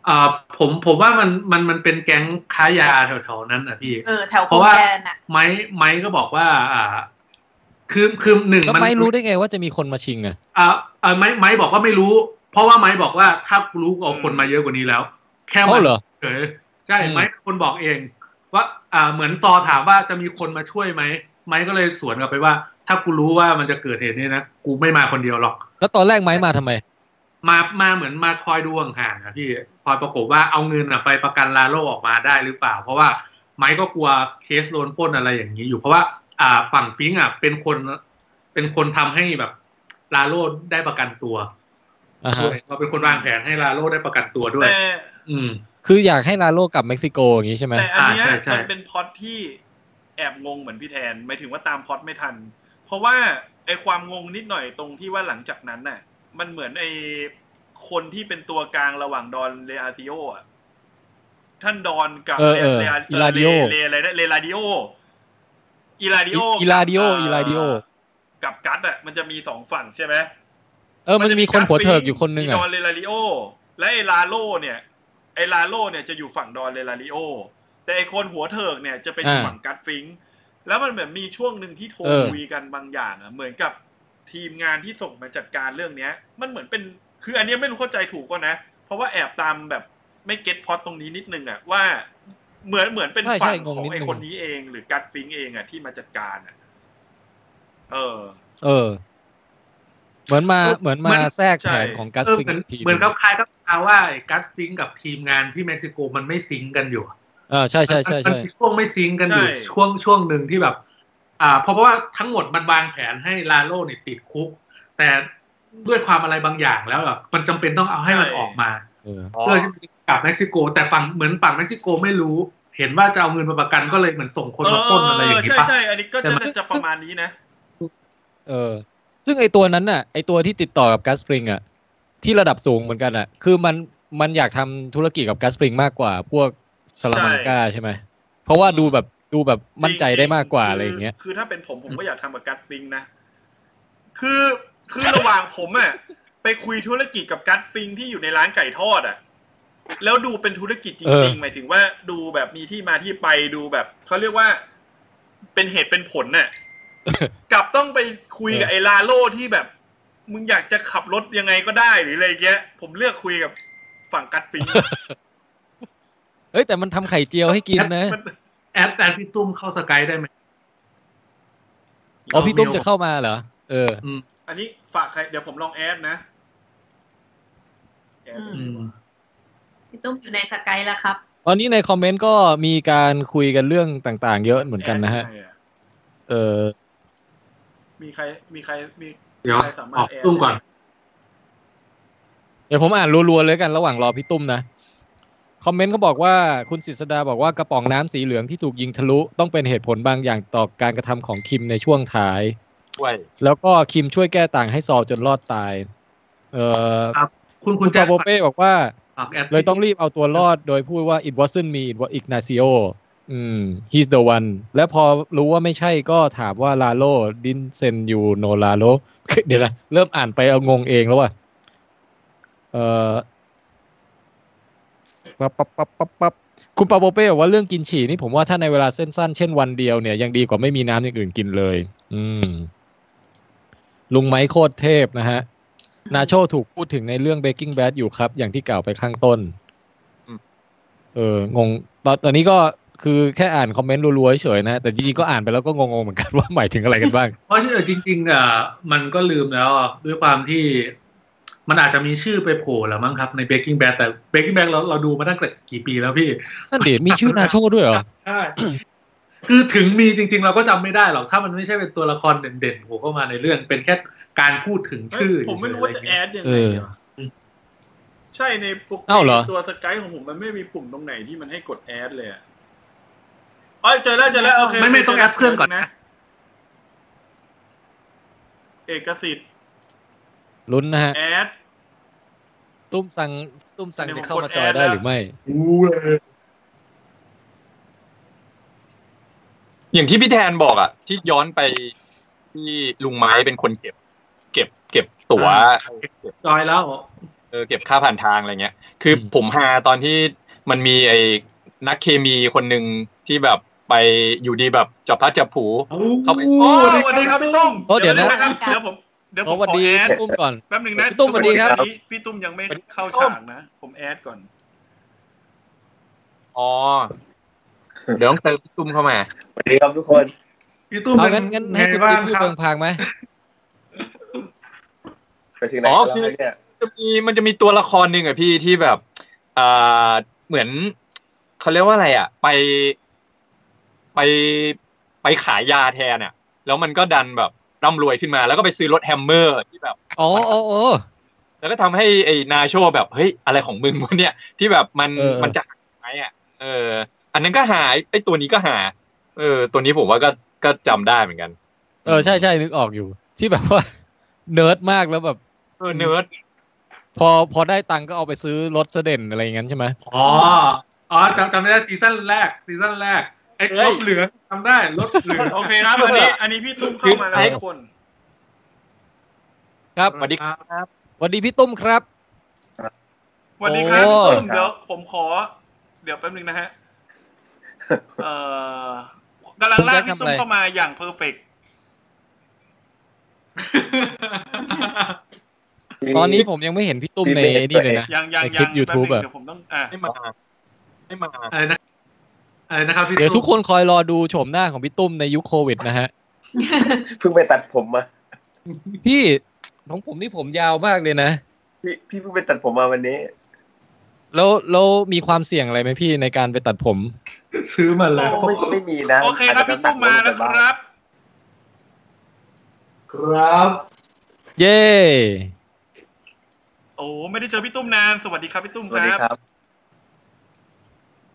Speaker 4: อ่าผมผมว่ามันมันมันเป็นแก๊งค้ายาแถวๆนั้นนะพี่
Speaker 5: เออ แถวโค
Speaker 4: เพราะว่า
Speaker 5: แกนอ่ะ
Speaker 4: ไม้ไม้ก็บอกว่า อ่า คือคือหนึ่ง
Speaker 2: แล้ว
Speaker 4: มัน
Speaker 2: ไม้รู้ได้ไงว่าจะมีคนมาชิงอ่ะ
Speaker 4: อ่าอ่าไม้ไม้บอกว่าไม่รู้ เพราะว่าไม้บอกว่าถ้ากูรู้กูเอาคนมาเยอะกว่านี้แล้ว แค่มั
Speaker 2: เอาเหรอ
Speaker 4: เฉยใช่
Speaker 2: อืม
Speaker 4: ไม้เป็นคนบอกเอง ว่า อ่าเหมือนซอถามว่าจะมีคนมาช่วยไหมไม้ก็เลยสวนกลับไปว่า ถ้ากูรู้ว่ามันจะเกิดเหตุนี้นะกูไม่มาคนเดียวหรอก
Speaker 2: แล้วตอนแรกไม้มาทำไม
Speaker 4: มามาเหมือนมาคอยดูห่างๆนะพี่คอยประกบว่าเอาเงินอะไปประกันลาโลออกมาได้หรือเปล่า เพราะว่าไม้ก็กลัวเคสโดนปล้นอะไรอย่างนี้อยู่ เพราะว่า อ่าฝั่งปิงอ่ะเป็นคนเป็นคนทำให้แบบลาโลได้ประกันตัว
Speaker 2: อ่าฮะ
Speaker 4: ด้วยเราเป็นคนวางแผนให้ลาโลได้ประกันตัวด้วย
Speaker 3: แต่
Speaker 4: อืม
Speaker 2: คืออยากให้ลาโลกลับเม็กซิโกอย่างนี้ใช่ไหม
Speaker 3: แต่อันเนี้ย
Speaker 4: อ่าใช่ใช่
Speaker 3: มันเป็นพล็อดที่แอบงงเหมือนพี่แทนหมายถึงว่าตามพล็อดไม่ทัน เพราะว่าไอความงงนิดหน่อยตรงที่ว่าหลังจากนั้นน่ะ มันเหมือนไอคนที่เป็นตัวกลางระหว่างดอนเลอาซิโออ่ะท่านดอนกับ
Speaker 2: เออเออ
Speaker 3: เลา
Speaker 2: อิลาดิโอ
Speaker 3: เลเลอะไรนะเลลาดิโออิลาดิโอ
Speaker 2: อิลาดิโอ
Speaker 3: กับ
Speaker 2: อิลาดิโอ
Speaker 3: กับกัตอ่ะมันจะมีสองฝั่งใช่ไหม
Speaker 2: เออ มันจะมีคนหัวเถิกอยู่คนนึง
Speaker 3: มีด
Speaker 2: อ่ะ
Speaker 3: อนเรลาริโอ และไอลาโลเนี่ยไอลาโลเนี่ยจะอยู่ฝั่งดอนเรลาริโอ แต่ไอคนหัวเถิกเนี่ยจะเป็นอยู่
Speaker 2: อ่า
Speaker 3: ฝั่งกัตฟิงค์แล้วมันเหมือนมีช่วงหนึ่งที่โทร
Speaker 2: เออ
Speaker 3: คุยกันบางอย่างอะเหมือนกับทีมงานที่ส่งมาจัดการเรื่องเนี้ย มันเหมือนเป็นคืออันเนี้ยไม่รู้เข้าใจถูกก็นะ เพราะว่าแอบตามแบบไม่เก็ตพล็อตตรงนี้นิดนึงอะว่า เหมือนเหมือนเป็น
Speaker 2: ใช่ใช่
Speaker 3: ฝั่ง
Speaker 2: งง
Speaker 3: ของ
Speaker 2: นิดนึ
Speaker 3: ไอ้
Speaker 2: ง
Speaker 3: คนนี้เองหรือกัดฟิงเองอ่ะที่มาจัดการอ่ะเออ
Speaker 2: เออ เหมือนมาเหมือนมา
Speaker 4: เหมือน
Speaker 2: แทรก
Speaker 3: ใช่
Speaker 2: แผนของกัส
Speaker 4: เออ
Speaker 2: ฟิง
Speaker 4: เหมือน
Speaker 2: อีกที
Speaker 4: เหมือนกับคล้ายๆกับเอาว่าไอ้กัสฟิงกับทีมงานที่เม็กซิโกมันไม่ซิงค์กันอยู่
Speaker 2: เออใช่ใช่ใช่
Speaker 4: มัน
Speaker 2: ใช่
Speaker 4: มีช่วงไม่ซิงค์กันอยู่
Speaker 3: ใช่
Speaker 4: ช่วงช่วงหนึ่งที่แบบ อ่าเพราะว่าทั้งหมดมันวางแผนให้ลาโลเนี่ยติดคุก แต่ด้วยความอะไรบางอย่างแล้วแบบมันจำเป็นต้องเอาให้มันออกมา
Speaker 2: เออ
Speaker 7: อ๋อ
Speaker 4: เพื่อที่จะกลับเม็กซิโก แต่ฝั่งเหมือนฝั่งเม็กซิโกไม่รู้ เห็นว่าจะเอาเงินมาประกันก็เลยเหมือนส่งคนมาปล้นอะไรอย่างนี้
Speaker 3: ใช่
Speaker 4: ปะ
Speaker 3: ใช่อันนี้ก็
Speaker 4: แต่มัน
Speaker 3: น่าจะประมาณนี้นะ
Speaker 2: เออ ซึ่งไอตัวนั้นน่ะไอตัวที่ติดต่อกับกัสฟิงอ่ะ ที่ระดับสูงเหมือนกันอ่ะ คือมันมันอยากทำธุรกิจกับกัสฟิงมากกว่า พวกสลามังกาใช่ไหมเพราะว่าดูแบบดูแบบมั่นใจได้มากกว่า
Speaker 3: จ
Speaker 2: อะไรอย่างเงี้ย
Speaker 3: คือถ้าเป็นผมผมก็อยากทำกับกัดฟิงนะ คือคือระหว่างผมอ่ะ ไปคุยธุรกิจกับกัดฟิงที่อยู่ในร้านไก่ทอดอ่ะ แล้วดูเป็นธุรกิจจ
Speaker 2: เอ
Speaker 3: ริ
Speaker 2: อ
Speaker 3: งๆหมายถึงว่าดูแบบมีที่มาที่ไปดูแบบเขาเรียกว่าเป็นเหตุเป็นผล น่ะ กลับต้องไปคุยกับไอ้ลาโลที่แบบ มึงอยากจะขับรถยังไงก็ได้หรืออะไรเงี้ย ผมเลือกคุยกับฝั่งกัดฟิง
Speaker 2: เอ้ยแต่มันทำไข่เจียวให้กินนะ
Speaker 3: มัน
Speaker 4: แอดแอดพี่ตุ้มเข้าสกายได้ไหม
Speaker 2: อ๋อพี่ตุ้มจะเข้ามาเหรอเออ
Speaker 4: อืม
Speaker 3: อันนี้ฝากใครเดี๋ยวผมลองแอดนะแอด
Speaker 5: อื
Speaker 4: อืม
Speaker 5: พี่ตุ้มอยู่ในสกายแล้วครับ
Speaker 2: ตอนนี้ในคอมเมนต์ก็มีการคุยกันเรื่องต่างๆ เยอะเหมือนกันนะฮะ
Speaker 3: แอดยังไงอ
Speaker 2: เออ
Speaker 3: มีใครมีใครมี
Speaker 4: เดี๋ยว
Speaker 3: ใครสามารถ
Speaker 4: ออก
Speaker 3: แอด
Speaker 4: ตุ้มก่อน
Speaker 2: เดี๋ยวผมอ่านรัวๆเลยกันระหว่างรอพี่ตุ้มนะ คอมเมนต์เขาบอกว่าคุณศิษดาบอกว่ากระป๋องน้ำสีเหลืองที่ถูกยิงทะลุ ต้องเป็นเหตุผลบางอย่างต่อการกระทำของคิมในช่วงท้าย
Speaker 7: ช่วย
Speaker 2: แล้วก็คิมช่วยแก้ต่างให้ซอลจนรอดตาย เออ
Speaker 4: คุณคุ
Speaker 2: คุณ ณ
Speaker 4: แจ็
Speaker 2: ปา
Speaker 4: ค
Speaker 2: โบเป้บอกว่า
Speaker 4: ฝากแอด
Speaker 2: เลยต้องรีบเอาตัวรอดโดยพูดว่า it wasn't me it was Ignacio อืม he's the one และพอรู้ว่าไม่ใช่ก็ถามว่าลาโลดินเซนอยู่โนลาโล เดี๋ยวนะ เริ่มอ่านไปเอางงเองแล้วว่ะ เออปั๊บปั๊บปั๊บปั๊บปั๊บคุณปาโบเป้บอกว่าเรื่องกินฉี่นี่ผมว่าถ้าในเวลาเส้นสั้นเช่นวันเดียวเนี่ยยังดีกว่าไม่มีน้ำอย่างอื่นกินเลย อืม ลุงไม้โคตรเทพนะฮะ นาโชถูกพูดถึงในเรื่อง Breaking Bad อยู่ครับ อย่างที่กล่าวไปข้างต้น
Speaker 7: อืม
Speaker 2: เอองงตอนตอนนี้ก็คือแค่อ่านคอมเมนต์รัวๆเฉยๆนะ แต่จริงๆก็อ่านไปแล้วก็งงๆเหมือน กัน ว่าหมายถึงอะไรกันบ้าง
Speaker 4: เพราะเออจริงๆอ่ะมันก็ลืมแล้วอ่ะด้วยความที่มันอาจจะมีชื่อไปโผล่แล้วมั้งครับใน Breaking Bad แต่ Breaking Bad เราเราดูมาตั้งแต่กี่ปีแล้วพี่
Speaker 2: นั่นดิมีชื่อนาโชด้วยเหรอ
Speaker 4: ใช่ คือถึงมีจริง ๆ เราก็จำไม่ได้หรอก ถ้ามันไม่ใช่เป็นตัวละครเด่นๆโผล่เข้ามาในเรื่อง เป็นแค่การพูดถึง
Speaker 3: เฮ้ย
Speaker 4: ชื่อ
Speaker 3: ผมไม่รู้ว่าจะแอด
Speaker 4: เฉย
Speaker 3: ยัง
Speaker 2: เอ
Speaker 3: ไง
Speaker 2: อ
Speaker 3: วะใช่ในปก
Speaker 2: เอ้าเหรอ
Speaker 3: ตัวสกายของผมมันไม่มีปุ่มตรงไหนที่มันให้กดแอดเลยอะเอ้ยเจอแล้วเจอแล้วโอเค
Speaker 4: ไม่ไม่ต้องแอดเพื่อนก่อนนะ
Speaker 3: เอกสิทธิ์
Speaker 2: ลุ้นนะฮะ
Speaker 3: แอด
Speaker 2: ตุ้มสั่งตุ้มสั่ง
Speaker 3: เดี๋ยว
Speaker 2: จะ
Speaker 3: ผม
Speaker 2: เข้าก
Speaker 3: ด
Speaker 2: มาจอยได้
Speaker 3: แอดนะ
Speaker 2: หรือไม่
Speaker 4: ๆรู้เลย
Speaker 7: อย่างที่พี่แทนบอกอ่ะ ที่ย้อนไปที่ลุงไม้เป็นคนเก็บ เก็บ เก็บตั๋ว
Speaker 4: จอยแล้ว
Speaker 7: เออเก็บค่าผ่านทางอะไรเงี้ย คืออ
Speaker 2: ม
Speaker 7: ผมหาตอนที่มันมีไอ้นักเคมีคนหนึ่งที่แบบไปอยู่ดีแบบจับพลัดจับผลู เข้าไป
Speaker 3: โอ้สวัสดีครับพี่ตุ้ม
Speaker 2: โอ้เดี๋ยวนะ
Speaker 3: ครับเดี๋ยวผมเดี๋ยวผ
Speaker 2: ขอ
Speaker 3: ม
Speaker 2: สวัส
Speaker 3: ขอ
Speaker 2: ดี
Speaker 3: แอด
Speaker 2: ตุ้มก่อน
Speaker 3: แป๊บหนึ่งนะ
Speaker 2: พี่ตุ้มสวัสดีครับ
Speaker 3: พี่พี่ตุ้มยังไม่เข้าฉากนะ ผมแอดก่อน
Speaker 7: อ๋อ เดี๋ยวต้องเติมพี่ตุ้มเข้ามา
Speaker 8: สวัสดีครับทุกคน
Speaker 4: พี่ตุ้ม
Speaker 2: เอา
Speaker 4: เป็
Speaker 2: งั้
Speaker 4: น
Speaker 2: นงั้น
Speaker 4: ไง
Speaker 2: ให้คุณ
Speaker 4: บ้า
Speaker 2: ติ๊
Speaker 4: ง
Speaker 2: บพูด
Speaker 4: ครับ
Speaker 2: เบืองพางไหม
Speaker 8: ไปถึงไหน
Speaker 7: อ๋อ
Speaker 8: กัน
Speaker 7: คือ
Speaker 8: แล้วเนี่ย
Speaker 7: จะมีมันจะมีตัวละครหนึ่งอะพี่ที่แบบอ่าเหมือนเขาเรียกว่าอะไรอะไปไปไปขายยาแทนอะแล้วมันก็ดันแบบร่ำรวยขึ้นมา แล้วก็ไปซื้อรถแฮมเมอร์ที่แบบ
Speaker 2: อ๋ออ๋ออ๋อ
Speaker 7: แล้วก็ทำให้ไอ้นาโชแบบเฮ้ยอะไรของมึงวะเนี่ย ที่แบบมัน
Speaker 2: เออ
Speaker 7: มันจะหายไหมอ่ะเออ อันนั้นก็หายไอ้ตัวนี้ก็หา เออ ตัวนี้ผมว่าก็ก็จำได้เหมือนกัน
Speaker 2: เออใช่ใช่นึกออกอยู่ ที่แบบว่า เนิร์ดมากแล้วแบบ
Speaker 7: เออเนิร์ด
Speaker 2: พอพอได้ตังค์ก็เอาไปซื้อรถเสเด่นอะไรอย่างนั้นใช่ไหม
Speaker 4: อ๋ออ๋อจำจำได้ซีซั่นแรกซีซั่นแรกไอ้รถเหลืองจำได้รถเหลือง
Speaker 3: โอเคครับ อันนี้ อันนี้พี่ตุ้มเข้ามาแล้วทุกคน
Speaker 2: ครับ
Speaker 7: สวัสดีครับ
Speaker 2: สวัสดีพี่ตุ้มครับ
Speaker 3: สวัสดีครับ
Speaker 2: โอ้
Speaker 3: พี่ตุ้มเดี๋ยวผมขอ เดี๋ยวแป๊บหนึ่ง นะฮะ เอ่อกำลังลากพี่ตุ้มเข้ามาอย่างเพอร์เฟกต์
Speaker 8: มี
Speaker 2: ตอนนี้ผมยังไม่เห็นพี่ตุ้มใน
Speaker 8: มีเบรก
Speaker 2: นี่เลยนะ
Speaker 3: ยังยัง
Speaker 2: ในค
Speaker 3: ยั
Speaker 2: ลิ
Speaker 3: ง
Speaker 2: ป YouTube
Speaker 3: แป๊บหนึ่ง
Speaker 2: อะ
Speaker 3: เดี๋ยวผมต้องอ่ะ
Speaker 7: ไม่มาไม่มา
Speaker 4: อะไรนะ อะไรนะครับพี่
Speaker 2: เดี๋ยวทุกคนคอยรอดูโฉมหน้าของพี่ตุ้มในยุคโควิดนะฮะ
Speaker 8: เพิ่งไปตัดผมมา
Speaker 2: พี่ของผมนี่ผมยาวมากเลยนะ
Speaker 8: พี่พี่เพิ่งไปตัดผมมาวันนี้
Speaker 2: แล้วแล้วมีความเสี่ยงอะไรไหมพี่ในการไปตัดผม
Speaker 4: ซื้อมาแล้ว
Speaker 8: ไม่ไม่มีนะ
Speaker 3: โอเคครับพี่ตุ้มมาแล้วครับ
Speaker 4: ครับ
Speaker 2: เย้
Speaker 3: โอ้ไม่ได้เจอพี่ตุ้มนาน สวัสดีครับพี่ตุ้ม
Speaker 8: ส
Speaker 3: ค
Speaker 8: วัสดี
Speaker 3: รับ
Speaker 8: ครับ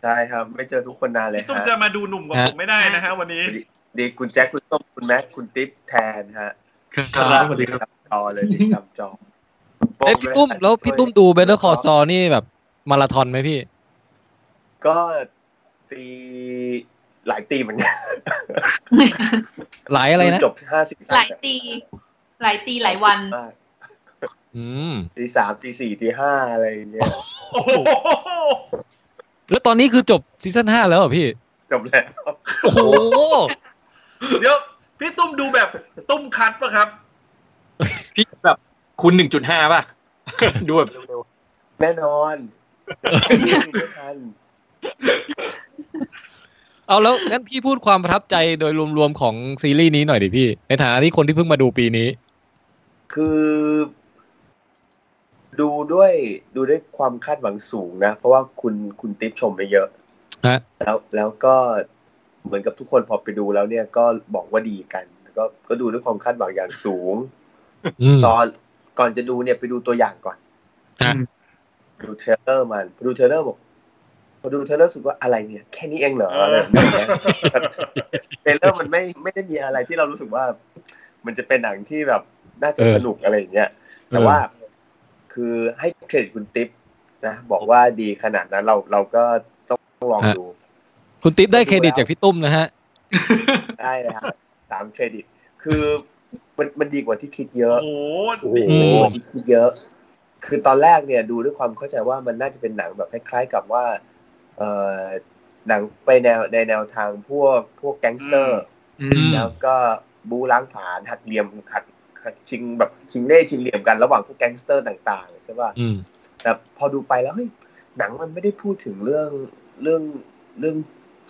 Speaker 8: ใช่ครับ ไม่เจอทุกคนนานเลย
Speaker 3: พี่ตุ้ม
Speaker 8: ฮะ
Speaker 3: จะมาดูหนุ่มกว่าผมไม่ได้นะฮะวันนี้
Speaker 8: ดีคุณแจ็คคุณส้มคุณแม็กคุณติ๊บแทนฮะ
Speaker 4: ครับสวัสดีครับ
Speaker 8: จอเลยดีตามจอ
Speaker 2: เอ้ยพี่ตุ้มแล้วพี่ตุ้มดูเบนเดอร์คอซอนี่แบบมาราธอนไหมพี่
Speaker 8: ก็ตีหลายตีเหมือนกัน
Speaker 2: หลายอะไรนะ
Speaker 8: จบห้าสิบ
Speaker 5: หลายตี หลายตีหลายวัน
Speaker 2: อืม
Speaker 8: ตีสามตีสี่ตีห้าอะไรอย่างเงี้ย
Speaker 3: โอ้โห
Speaker 2: แล้วตอนนี้คือจบซีซั่นห้าแล้วเหรอพี่
Speaker 8: จบแล้ว
Speaker 2: โอ้โห
Speaker 3: เดี๋ยวพี่ตุ้มดูแบบตุ้มคัดปะครับ
Speaker 7: พี่แบบคุณหนึ่งจุดห้าป่ะ ดูแบบเร็ว
Speaker 8: แน่น อนไม่มีไม่ทัน
Speaker 2: เอาแล้วงั้นพี่พูดความประทับใจโดยรวมๆของซีรีส์นี้หน่อยดิพี่ ในฐานะที่คนที่เพิ่งมาดูปีนี้
Speaker 8: คือดูด้วยดูด้วยความคาดหวังสูงนะ เพราะว่าคุณคุณติ๊บชมไปเยอะ
Speaker 2: ฮะ
Speaker 8: แล้วแล้วก็เหมือนกับทุกคนพอไปดูแล้วเนี่ยก็บอกว่าดีกันก็ก็ดูด้วยความคาดหวังอย่างสูง
Speaker 2: อืม
Speaker 8: ตอนก่อนจะดูเนี่ยไปดูตัวอย่างก่อน
Speaker 2: ฮะ
Speaker 8: ดูเทรลเลอร์มันพอดูเทรลเลอร์บอกพอดูเทรลเลอร์รู้สุดว่าอะไรเนี่ย แค่นี้เองเหรออะไรแบบเนี้ย เทรลเลอร์มันไม่ไม่ได้มีอะไรที่เรารู้สึกว่า มันจะเป็นหนังที่แบบน่าจะ
Speaker 2: เออ
Speaker 8: สนุกอะไรอย่างเงี้ยแต่ว่าคือให้เครดิตคุณติ๊บนะบอกว่าดีขนาดนั้นเราเราก็ต้องลองดู
Speaker 2: คุณติ๊บได้เครดิตจากพี่ตุ้มนะฮะ
Speaker 8: ได้เลยครับสามเครดิต คือมันมันดีกว่าที่คิดเยอะ
Speaker 3: โอ้โห
Speaker 8: โอ้โห
Speaker 2: อืม
Speaker 8: คิดเยอะ คือตอนแรกเนี่ยดูด้วยความเข้าใจว่ามันน่าจะเป็นหนังแบบคล้ายๆกับว่า เออหนังไปแนวในแนวทางพวกพวกแก๊งสเตอร์
Speaker 4: อื
Speaker 2: อื
Speaker 4: ม
Speaker 2: ม
Speaker 8: แล้วก็บูล้างผลาญหักเหลี่ยมหักหักชิงแบบชิงเล่ห์ชิงเหลี่ยมกันระหว่างพวกแก๊งสเตอร์ต่างๆใช่ป่ะ
Speaker 2: อืม
Speaker 8: แต่พอดูไปแล้วเฮ้ยหนังมันไม่ได้พูดถึงเรื่องเรื่องเรื่อง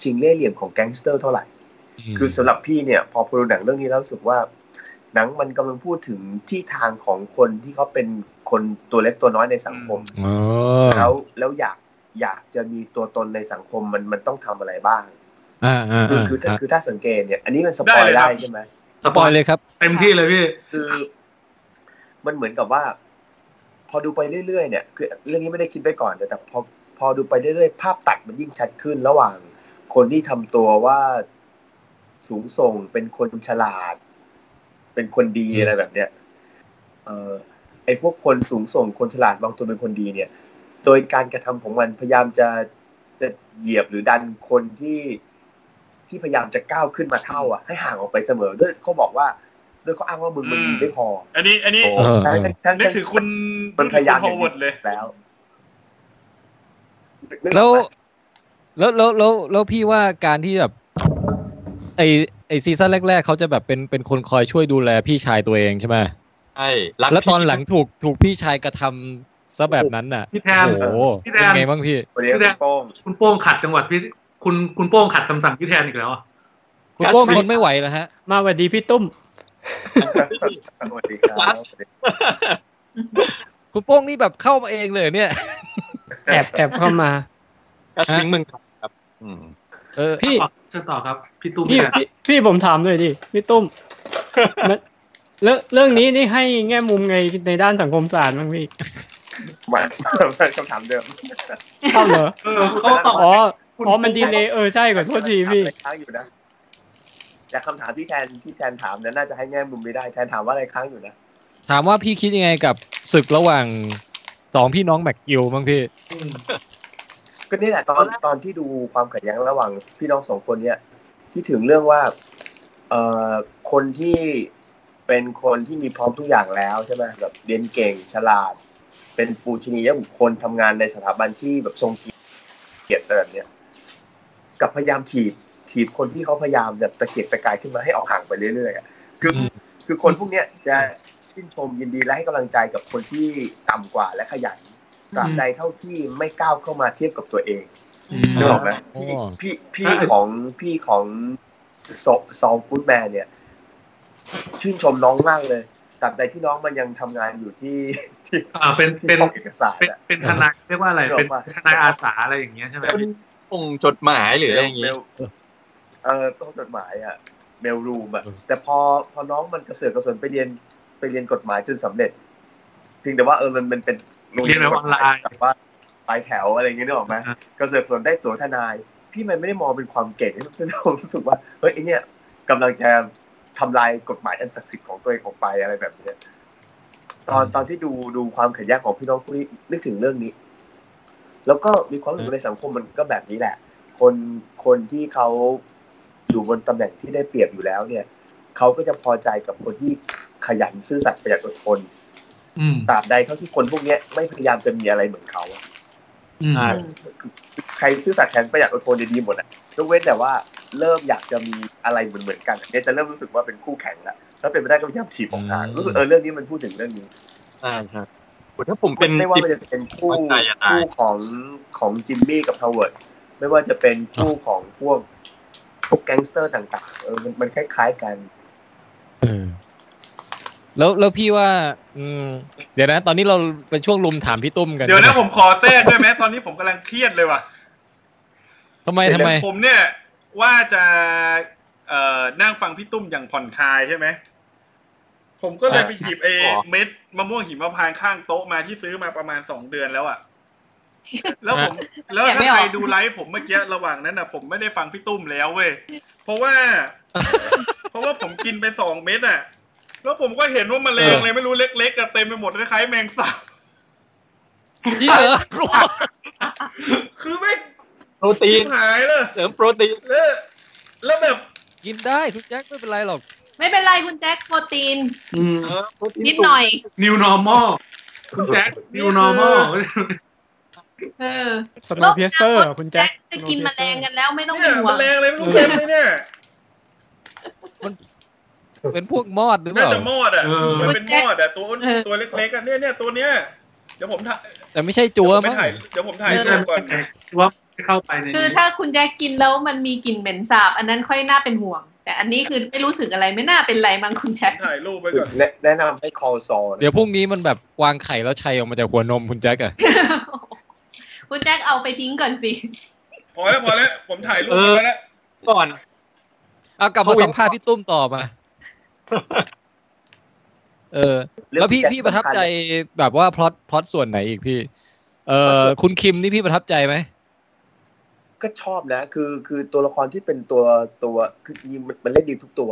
Speaker 8: ชิงเล่ห์เหลี่ยมของแก๊งสเตอร์เท่าไหร่ คือสำหรับพี่เนี่ย พอพูดหนังเรื่องนี้แล้วรู้สึกว่า หนังมันกำลังพูดถึงที่ทางของคนที่เขาเป็นคนตัวเล็กตัวน้อยในสังคม
Speaker 2: อ๋อ
Speaker 8: แล้วแล้วอยากอยากจะมีตัวตนในสังคมมันมันต้องทำอะไรบ้าง
Speaker 2: อ่าอ่า
Speaker 8: คือ
Speaker 2: อ่า
Speaker 8: คือถ้า
Speaker 2: อ่า
Speaker 8: คือถ้าสังเกตเนี่ย อันนี้มันสปอยได้ใช่ไหม
Speaker 2: สปอยเลยครับ
Speaker 4: เต็มที่เลยพี่
Speaker 8: คือมันเหมือนกับว่า พอดูไปเรื่อยๆเนี่ยคือเรื่องนี้ไม่ได้คิดไปก่อนแต่แต่พอพอดูไปเรื่อยๆ ภาพตัดมันยิ่งชัดขึ้นระหว่าง คนที่ทำตัวว่าสูงส่งเป็นคนฉลาด เป็นคนดี
Speaker 2: อืม
Speaker 8: อะไรแบบเนี้ยเออไอ้พวกคนสูงส่งคนฉลาดบางตัวเป็นคนดีเนี่ย โดยการกระทำของมันพยายามจะจะเหยียบหรือดันคนที่ที่พยายามจะก้าวขึ้นมาเท่า อ่ะ ให้ห่างออกไปเสมอด้วยเขาบอกว่า ด้วยเขาอ้างว่ามึงมันดีไม่พอ
Speaker 3: อันนี้อันนี้
Speaker 8: โอ้
Speaker 2: เออเอ
Speaker 8: ทั้ง
Speaker 2: อ
Speaker 8: ทั้งทั้ง
Speaker 3: นึกถึงคุณ
Speaker 8: มันพยายาม
Speaker 3: ฮ
Speaker 8: อ
Speaker 3: อย่าง ว
Speaker 8: นี้
Speaker 3: เวิร์ดเลย
Speaker 8: แล้ว
Speaker 2: แล้วแล้วแล้วแล้วแล้วพี่ว่าการที่แบบไอไอซีซั่นแรก ๆ เขาจะแบบเป็นเป็นคนคอยช่วยดูแลพี่ชายตัวเองใช่ไหม
Speaker 7: ๆใช่รัก
Speaker 2: แล้วตอน
Speaker 7: พี่
Speaker 2: หลังถูกถูกพี่ชายกระทำซะแบบนั้นน่ะ
Speaker 4: พี่แทน
Speaker 2: โอ้โห
Speaker 4: พี่
Speaker 2: เป็
Speaker 4: แทน
Speaker 2: นไงบ้างพี่
Speaker 8: คนนี้คุณโป้ง
Speaker 4: คุณโป้งขัดจังหวัดพี่ คุณคุณโป้งขัดคำสั่งพี่แทนอีกแล้วอะ
Speaker 2: คุณโป้งทนไม่ไหวแล้วฮะ
Speaker 6: มาสวัสดีพี่ตุ้ม
Speaker 8: สวัสดีครับ
Speaker 2: คุณโป้งนี่แบบเข้ามาเองเลยเนี่ย
Speaker 6: แอบแอบเข้ามา
Speaker 7: กัสลิงค์เมึงครับอืม
Speaker 2: เออ
Speaker 6: พี่
Speaker 4: ต่อเชิญต่อครับ พี่ตุ้ม
Speaker 6: พี่
Speaker 4: เนี่ย
Speaker 6: พี่พี่ผมถามเลยดิพี่ ตุ้มมันเรื่องเรื่องนี้นี่ให้แง่มุมไงในด้านสังคมศาสตร์บ้างพี่
Speaker 8: มาคำถามเดิม
Speaker 6: เอ้าเหรอ
Speaker 4: เออเขาตอบ
Speaker 6: อ๋ออ๋อมันดีเลยเออใช่ขอโทษทีพี่
Speaker 8: ค้างอยู่นะแต่คำถามที่แทนที่แทนถามนั้นน่าจะให้แง่มุมไม่ได้แทนถามว่าอะไรค้างอยู่นะ
Speaker 2: ถามว่าพี่คิดยังไงกับศึกระหว่างสองพี่น้องแม็กกิลบ้างพี่
Speaker 8: ก็นี่แหละตอนตอนที่ดูความขัดแย้งระหว่างพี่น้องสองคนเนี่ยที่ถึงเรื่องว่า เอ่อคนที่เป็นคนที่มีพร้อมทุกอย่างแล้วใช่ไหมแบบเรียนเก่งฉลาด เป็นปูชนียบุคคลทำงานในสถาบันที่แบบทรงเกียรติเกียรติอะไรแบบเนี้ยกับพยายามถีบถีบคนที่เขาพยายามแบบตะเกียกตะกายขึ้นมาให้ออกห่างไปเรื่อยๆอะคือ
Speaker 2: อืม
Speaker 8: คือคนพวกเนี้ยจะชื่นชมยินดีและให้กำลังใจกับคนที่ต่ำกว่าและขยันตราบใดเท่าที่ไม่ก้าวเข้ามาเทียบกับตัวเอง
Speaker 4: อืม
Speaker 8: นึกออกไหม
Speaker 2: อ๋
Speaker 8: พี่
Speaker 2: อ
Speaker 8: พี่พี่ของพี่ของโซซอลกูดแมนเนี่ย ชื่นชมน้องมากเลยตราบใดที่น้องมันยังทำงานอยู่ที่ที่
Speaker 4: อ่าเป็น
Speaker 8: ที่
Speaker 4: เป็น
Speaker 8: ห้องเอกสาร
Speaker 4: เป็น
Speaker 8: อะ
Speaker 4: เป็นทนายเรียกว่าอะไรเป็น
Speaker 8: เรียกว่า
Speaker 4: ทนายอาสาอะไรอย่างเงี้ยใช่ไหม
Speaker 7: เป็นส่งจดหมายหรืออะไรอย่าง
Speaker 8: เบ
Speaker 7: งี้
Speaker 8: ลเออต้องจดหมายอะเบลรูมอะ
Speaker 2: เออ
Speaker 8: แต่พอพอน้องมันกระเสือกกระสนไปเรียนไปเรียนกฎหมายจนสำเร็จเพียงแต่ว่าเออมันมันเป็น
Speaker 4: เรียนแบบออนไลน์
Speaker 8: แต่ว่าปลายแถวอะไรอย่างเงี้ยนึกออกไหม กระเสือกสนได้ตั๋วทนาย พี่มันไม่ได้มองเป็นความเก่งพี่มันมองรู้สึกว่าเฮ้ยไอเนี่ยกำลังจะทำลายกฎหมายอันศักดิ์สิทธิ์ของตัวเองออกไปอะไรแบบเนี้ยตอนตอนที่ดูดูความขัดแย้งของพี่น้องคู่นี้นึกถึงเรื่องนี้ แล้วก็มีความรู้สึกว่าในสังคมมันก็แบบนี้แหละ คนคนที่เขาอยู่บนตำแหน่งที่ได้เปรียบอยู่แล้วเนี่ยเขาก็จะพอใจกับคนที่ขยันซื่อสัตย์ประหยัดอดทน
Speaker 4: อืม
Speaker 8: ตราบใดเท่าที่คนพวกเนี้ยไม่พยายามจะมีอะไรเหมือนเขาอะ
Speaker 4: อืม
Speaker 7: อ่า
Speaker 8: ใครซื่อสัตย์แข็งประหยัดอดทนจะดีหมดอ่ะยกเว้นแต่ว่าเริ่มอยากจะมีอะไรเหมือนเหมือนๆกันอะเนี่ยจะเริ่มรู้สึกว่าเป็นคู่แข่งละแล้วเป็นไปได้ก็พยายามถีบออกห่าง
Speaker 2: อืม
Speaker 8: รู้สึกเออเรื่องนี้มันพูดถึงเรื่องนี้
Speaker 7: อ่าครับโอ้ถ้าผมเป็น
Speaker 8: ไม่ว่า
Speaker 7: จิต
Speaker 8: มันจะเป็นคู่
Speaker 7: เข้าใจอะได้
Speaker 8: คู่ของของจิมมี่กับฮาวเวิร์ดไม่ว่าจะเป็นคู่ของพวกพวกแก๊งสเตอร์ต่าง ๆ เออมันมันคล้าย ๆกัน
Speaker 2: เออแล้วแล้วพี่ว่า อืม เดี๋ยวนะ ตอนนี้เราเป็นช่วงลุมถามพี่ตุ้มกัน
Speaker 3: เดี๋ยวนะผมขอแทรกด้วยไหม ตอนนี้ผมกำลังเครียดเลยว่ะ
Speaker 2: ทำไมทำไม
Speaker 3: ผมเนี่ยว่าจะเอ่อนั่งฟังพี่ตุ้มอย่างผ่อนคลายใช่ไหม ผมก็เลย
Speaker 2: อ่า
Speaker 3: ไปหยิบเอ
Speaker 7: อ๋อ
Speaker 3: เม็ดมะม่วงหิมพานต์ข้างโต๊ะมาที่ซื้อมาประมาณสองเดือนแล้วอ่ะ แล้วผม แล้ว
Speaker 5: แกะ
Speaker 3: ถ้า
Speaker 5: ไม่ออก
Speaker 3: ใครดูไลฟ์ผมเมื่อกี้ระหว่างนั้นอ่ะ ผมไม่ได้ฟังพี่ตุ้มแล้วเว้ย เพราะว่า เพราะว่าผมกินไปสองเม็ดอ่ะ แล้วผมก็เห็นว่าแมลงอะไรไม่รู้เล็กๆอะเต็มไปหมดคล้ายๆแมงสาบ
Speaker 2: จริงเหรอ
Speaker 3: คือไม่
Speaker 7: โปรตีน
Speaker 3: หายเลย
Speaker 7: เสริมโปรตีน
Speaker 3: แล้วแล้วแบบ
Speaker 2: กินได้คุณแจ็คไม่เป็นไรหรอก
Speaker 5: ไม่เป็นไรคุณแจ็คโปรตีน
Speaker 4: อืม
Speaker 7: เออโปรตี
Speaker 5: นิดหน่อย
Speaker 4: new normal คุณแจ็ค
Speaker 3: นี่
Speaker 4: new
Speaker 3: คือ
Speaker 4: normal
Speaker 5: เออ
Speaker 6: สโนว์เพเซอร์คุณแจ็ค
Speaker 5: จะกินแมลงกันแล้วไม่ต้อง
Speaker 3: เนี่
Speaker 5: เป็
Speaker 3: ย
Speaker 5: นห่ว
Speaker 3: แมลง
Speaker 5: ง
Speaker 3: อะไรไม่รู้เต็มเลยเนี่ย
Speaker 2: เป็นพวกมอดหรือเป
Speaker 3: น่า
Speaker 2: ล่า
Speaker 3: จะมอดอ่ะ
Speaker 4: เออ
Speaker 3: มันเป็นมอดอ่ะตัวอ้วนตัวเล็กๆอ่ะเนี่ยเนี่ยตัวเนี้ยเดี๋ยวผมถ่าย
Speaker 2: แต่ไม่ใช่จัว
Speaker 3: เดี๋ยวผมไป
Speaker 2: มั้ง
Speaker 3: ถ่ายเดี๋ยวผมถ่าย
Speaker 4: ไม่
Speaker 3: รู
Speaker 4: ใช่
Speaker 3: ปก่อน
Speaker 4: ว่าไม่เข้าไปใน
Speaker 5: คือ
Speaker 4: นี้
Speaker 5: ถ้าคุณแจ็คกินแล้วมันมีกลิ่นเหม็นสาบ อันนั้นค่อยน่าเป็นห่วง แต่อันนี้คือไม่รู้สึกอะไรไม่น่าเป็นไรมั้งคุณแจ็ค
Speaker 3: ถ่ายรูปไปก่อน
Speaker 8: แนะแนะนำให้ call ซอ
Speaker 2: เดี๋ยวพรุ่งนี้มันแบบวางไข่แล้วชัยออกมาจากหัวนมคุณแจ็คอะ
Speaker 5: คุณแจ็คเอาไปทิ้งก่อนสิ
Speaker 3: พอแล้วพอแล้วผมถ่ายรูปไปแล้ว
Speaker 7: ก่อน
Speaker 2: เอากลับมา
Speaker 7: โอ้ย
Speaker 2: สัมภาษณ์พี่ตุ้มต่อมา เออ แล้วพี่พี่ประทับใจแบบว่าพล็อตพล็อตส่วนไหนอีกพี่ เออคุณคิมนี่พี่ประทับใจไหม
Speaker 8: ก็ชอบนะ คือคือตัวละครที่เป็นตัวตัวคือจริงๆมันมันเล่นดีทุกตัว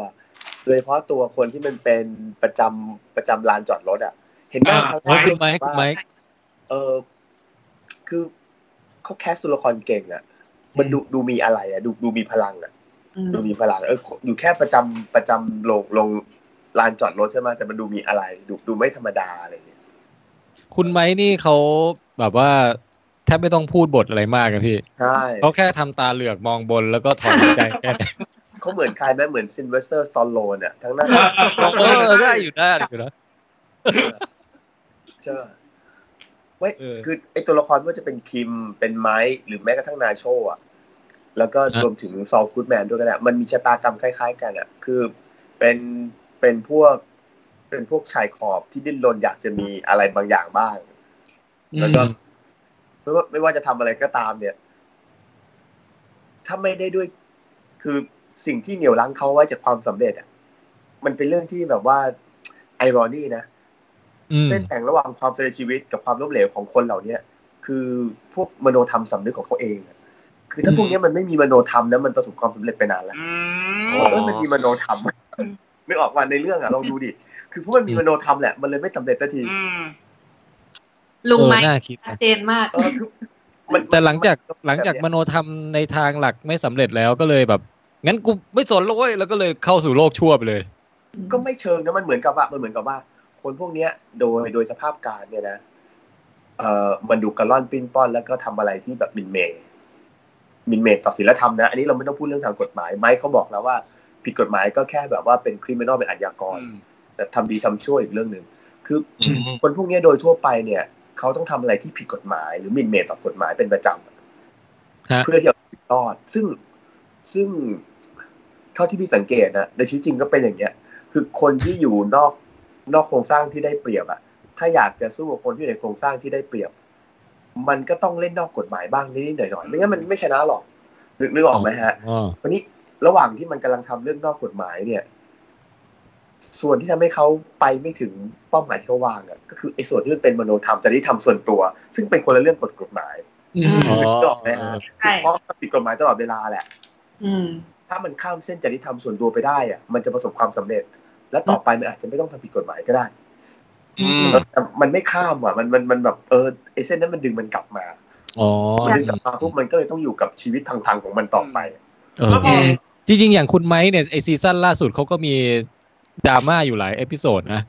Speaker 8: โดยเฉพาะตัวคนที่มันเป็นประจำประจำลานจอดรถอ่ะ เห็นหน้า
Speaker 4: อ่า
Speaker 8: ครั้งแร
Speaker 2: ไม้
Speaker 8: ก
Speaker 2: คุณไม้
Speaker 8: รู้สึก
Speaker 2: คุณ
Speaker 8: ว่า
Speaker 2: ไม้
Speaker 8: เออคือเขาแคสตัวละครเก่งอ่ะ มันดูดูมีอะไรอ่ะ ดูดูมีพลังอ่ะ ดูมีพลังเอออยู่แค่ประจำประจำลงลงลานจอดรถใช่ไหมแต่มันดูมีอะไร ดูดูไม่ธรรมดาอะไรอย่างเงี้ย
Speaker 2: คุณไม้นี่เขาแบบว่าแทบไม่ต้องพูดบทอะไรมากอะพี่
Speaker 8: ใช่
Speaker 2: เขาแค่ทำตาเหลือกมองบนแล้วก็ถอนหายใจแค่ นั้น
Speaker 8: เขาเหมือนใครไหมเหมือนซินเวสเตอร์สตอลโลนอ่ะทั้งหน้า
Speaker 2: เออได้อยู่ได้อยู่นะ
Speaker 8: ใช่ไหมเว้ย
Speaker 2: เออ
Speaker 8: คือไอตัวละครไม่ว่าจะเป็นคิมเป็นไม้ หรือแม้กระทั่งนาโชอ่ะ แล้วก็รวมถึงซอลกูดแมนด้วยกันอะมันมีชะตากรรมคล้ายๆกันอะคือเป็นเป็นพวก เป็นพวกชายขอบที่ดิ้นรนอยากจะมีอะไรบางอย่างบ้าง แล้วก็ไม่ว่าไม่ว่าจะทำอะไรก็ตามเนี่ย ถ้าไม่ได้ด้วยคือสิ่งที่เหนี่ยวรั้งเขาไว้จากความสำเร็จอะมันเป็นเรื่องที่แบบว่าไอรอนี่นะ
Speaker 2: อืม
Speaker 8: เส้นแบ่งระหว่างความสำเร็จชีวิตกับความล้มเหลวของคนเหล่าเนี้ยคือพวกมโนธรรมสำนึกของเขาเองอะคือถ้าพวกเนี้ยมันไม่มีมโนธรรมนะมันประสบความสำเร็จไปนานแล้ว
Speaker 3: อืม
Speaker 8: เออมันมีมโนธรรม ไม่ออกวันในเรื่องอ่ะลองดูดิคือเพราะมันมีมโนธรรมแหละมันเลยไม่สำเร็จสักที
Speaker 3: อืม
Speaker 5: ลุง
Speaker 2: เออ
Speaker 5: ไหม
Speaker 2: น่าคิด
Speaker 5: ชัด
Speaker 2: นะ
Speaker 5: เจนมาก
Speaker 8: เออคือมัน
Speaker 2: แต่หลังจาก
Speaker 8: มัน
Speaker 2: หลังจากมโนธรรมในทางหลักไม่สำเร็จแล้วก็เลยแบบ งั้นกูไม่สนแล้วเว้ยแล้วก็เลยเข้าสู่โลกชั่วไปเลย
Speaker 8: ก็ไม่เชิงนะมันเหมือนกับว่ามันเหมือนกับว่า คนพวกเนี้ย โดยโดยสภาพการเนี่ยนะเออมันดูกระล่อนปิ้นป้อนแล้วก็ทำอะไรที่แบบหมินเมย์ มินเมตต่อศีลธรรมนะ อันนี้เราไม่ต้องพูดเรื่องทางกฎหมายไมค์เขาบอกแล้วว่า ผิดกฎหมายก็แค่แบบว่าเป็นคริมินอลเป็นอาชญากร
Speaker 3: อืม
Speaker 8: แต่ทำดีทำชั่วอีกเรื่องหนึ่งคืออ
Speaker 7: ม
Speaker 8: คนพวกเนี้ยโดยทั่วไปเนี่ย เขาต้องทำอะไรที่ผิดกฎหมายหรือหมินเมตต่อกฎหมายเป็นประจำ
Speaker 2: ฮะ
Speaker 8: เพื่อที่จะรอด ซึ่งซึ่งเท่าที่พี่สังเกตนะในชีวิตจริงก็เป็นอย่างเงี้ย คือคนที่อยู่นอกนอกโครงสร้างที่ได้เปรียบอะถ้าอยากจะสู้กับคนที่อยู่ในโครงสร้างที่ได้เปรียบ มันก็ต้องเล่นนอกกฎหมายบ้างนิดๆหน่อยๆไม่งั้นมันไม่ชนะหรอกนึกนึกออกไหมฮะ
Speaker 2: อ๋อ
Speaker 8: วันนี้ระหว่างที่มันกำลังทำเรื่องนอกกฎหมายเนี่ย ส่วนที่ทำให้เขาไปไม่ถึงเป้าหมายที่เขาวางอะก็คือไอ้ส่วนที่มันเป็นมโนธรรมแต่ที่ทำส่วนตัว ซึ่งเป็นคนละเรื่องกฎกฎหมาย
Speaker 4: อืม
Speaker 2: อ๋อ
Speaker 8: นึกออกไหมฮะ
Speaker 5: ใช่
Speaker 8: เพราะมันผิดกฎหมายตลอดเวลาแหละ
Speaker 5: อืม
Speaker 8: ถ้ามันข้ามเส้นจริยธรรมส่วนตัวไปได้อะมันจะประสบความสำเร็จ และต่อไปมันอาจจะไม่ต้องทำผิดกฎหมายก็ได้
Speaker 7: อืม
Speaker 8: เออแต่มันไม่ข้ามว่ะมันมันมันแบบเออไอ้เส้นนั้นมันดึงมันกลับมา
Speaker 2: อ๋อ
Speaker 8: พอมันดึงกลับมาปุ๊บมันก็เลยต้องอยู่กับชีวิตทางทางๆของมันต่อไป
Speaker 2: เออ
Speaker 3: แล้วพอ
Speaker 2: จริงๆ อย่างคุณไม้เนี่ยไอซีซั่นล่าสุดเขาก็มีดราม่าอยู่หลายเอพิโซดนะ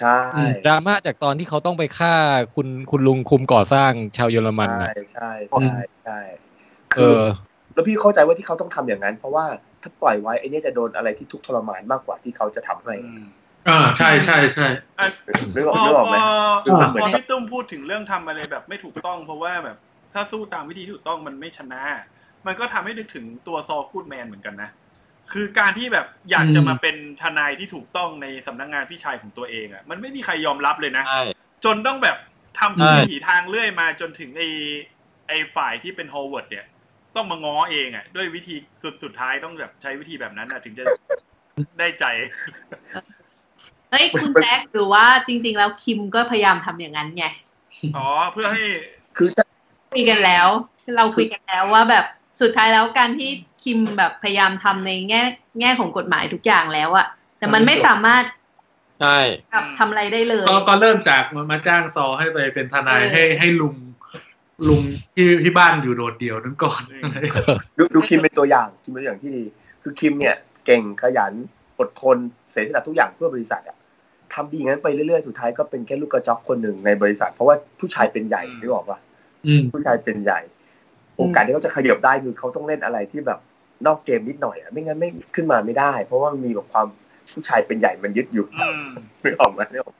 Speaker 8: ใช่
Speaker 4: อืม
Speaker 2: ดราม่าจากตอนที่เขาต้องไปฆ่าคุณคุณลุงคุมก่อสร้างชาวเยอรมัน
Speaker 8: ใช่
Speaker 2: นะ
Speaker 8: ใช่ใช่ใช่
Speaker 2: เอ
Speaker 8: คือ
Speaker 2: อ
Speaker 8: แล้วพี่เข้าใจว่าที่เขาต้องทำอย่างนั้น เพราะว่าถ้าปล่อยไว้ไอ้เนี่ยจะโดนอะไรที่ทุกข์ทรมานมากกว่าที่เขาจะทำ ให้
Speaker 3: อืม
Speaker 4: อ่าใช่ใช่ใช่
Speaker 3: อ่ะ
Speaker 8: นึกออก
Speaker 3: พอ
Speaker 8: นึกออก
Speaker 3: พ
Speaker 8: ไหม
Speaker 3: อ
Speaker 4: คือมัน
Speaker 3: พ
Speaker 4: เหมือน
Speaker 3: อ
Speaker 4: กับ
Speaker 3: พี่ตุ้มพูดถึงเรื่องทำอะไรแบบไม่ถูกต้อง เพราะว่าแบบถ้าสู้ตามวิธีที่ถูกต้องมันไม่ชนะ มันก็ทำให้นึกถึงตัวซอลกูดแมนเหมือนกันนะ คือการที่แบบอยากจะมาเป็นทนายที่ถูกต้องในสำนักงานพี่ชายของตัวเองอ่ะมันไม่มีใครยอมรับเลยนะ
Speaker 7: ใช่
Speaker 3: จนต้องแบบทำทุกวิถีทางเรื่อยมาจนถึงไอไอฝ่ายที่เป็นฮอลเวิร์ดเนี่ย ต้องมาง้อเองอ่ะ ด้วยวิธีสุดสุดท้ายต้องแบบใช้วิธีแบบนั้นอ่ะ ถึงจะได้ใจ
Speaker 5: เฮ้ย คุณแจ็คหรือว่าจริง ๆ แล้วคิมก็พยายามทำอย่างนั้นไง
Speaker 3: อ๋อ เพื่อให้
Speaker 8: คือถ้า
Speaker 5: คุยกันแล้ว เราคุยกันแล้วว่าแบบสุดท้ายแล้วการที่คิมแบบพยายามทำในแง่แง่ของกฎหมายทุกอย่างแล้วอะแต่มันไม่สามารถ
Speaker 7: ใช่
Speaker 5: แบบทำอะไรได้เลย
Speaker 4: ก็ก็เริ่มจากมามาจ้างซอให้ไปเป็นทนาย
Speaker 5: เออ
Speaker 4: ให้ให้ลุงลุงที่ที่บ้านอยู่โดดเดี่ยวนั้นก่อน
Speaker 8: ดูดูคิมเป็นตัวอย่างคิมเป็นตัวอย่างที่ดี คือคิมเนี่ยเก่งขยันอดทนเสียสละทุกอย่างเพื่อบริษัทอะทำดีอย่างนั้นไปเรื่อยๆสุดท้ายก็เป็นแค่ลูกกระจอกคนหนึ่งในบริษัท เพราะว่าผู้ชายเป็นใหญ่นึกออกปะ
Speaker 4: อืม
Speaker 8: ผู้ชายเป็นใหญ่ โอกาสที่เขาจะขยับได้คือเขาต้องเล่นอะไรที่แบบนอกเกมนิดหน่อยอะไม่งั้นไม่ขึ้นมาไม่ได้ เพราะว่ามันมีแบบความผู้ชายเป็นใหญ่มันยึดอยู่
Speaker 3: อืม
Speaker 8: นึกออกไหมนึกออก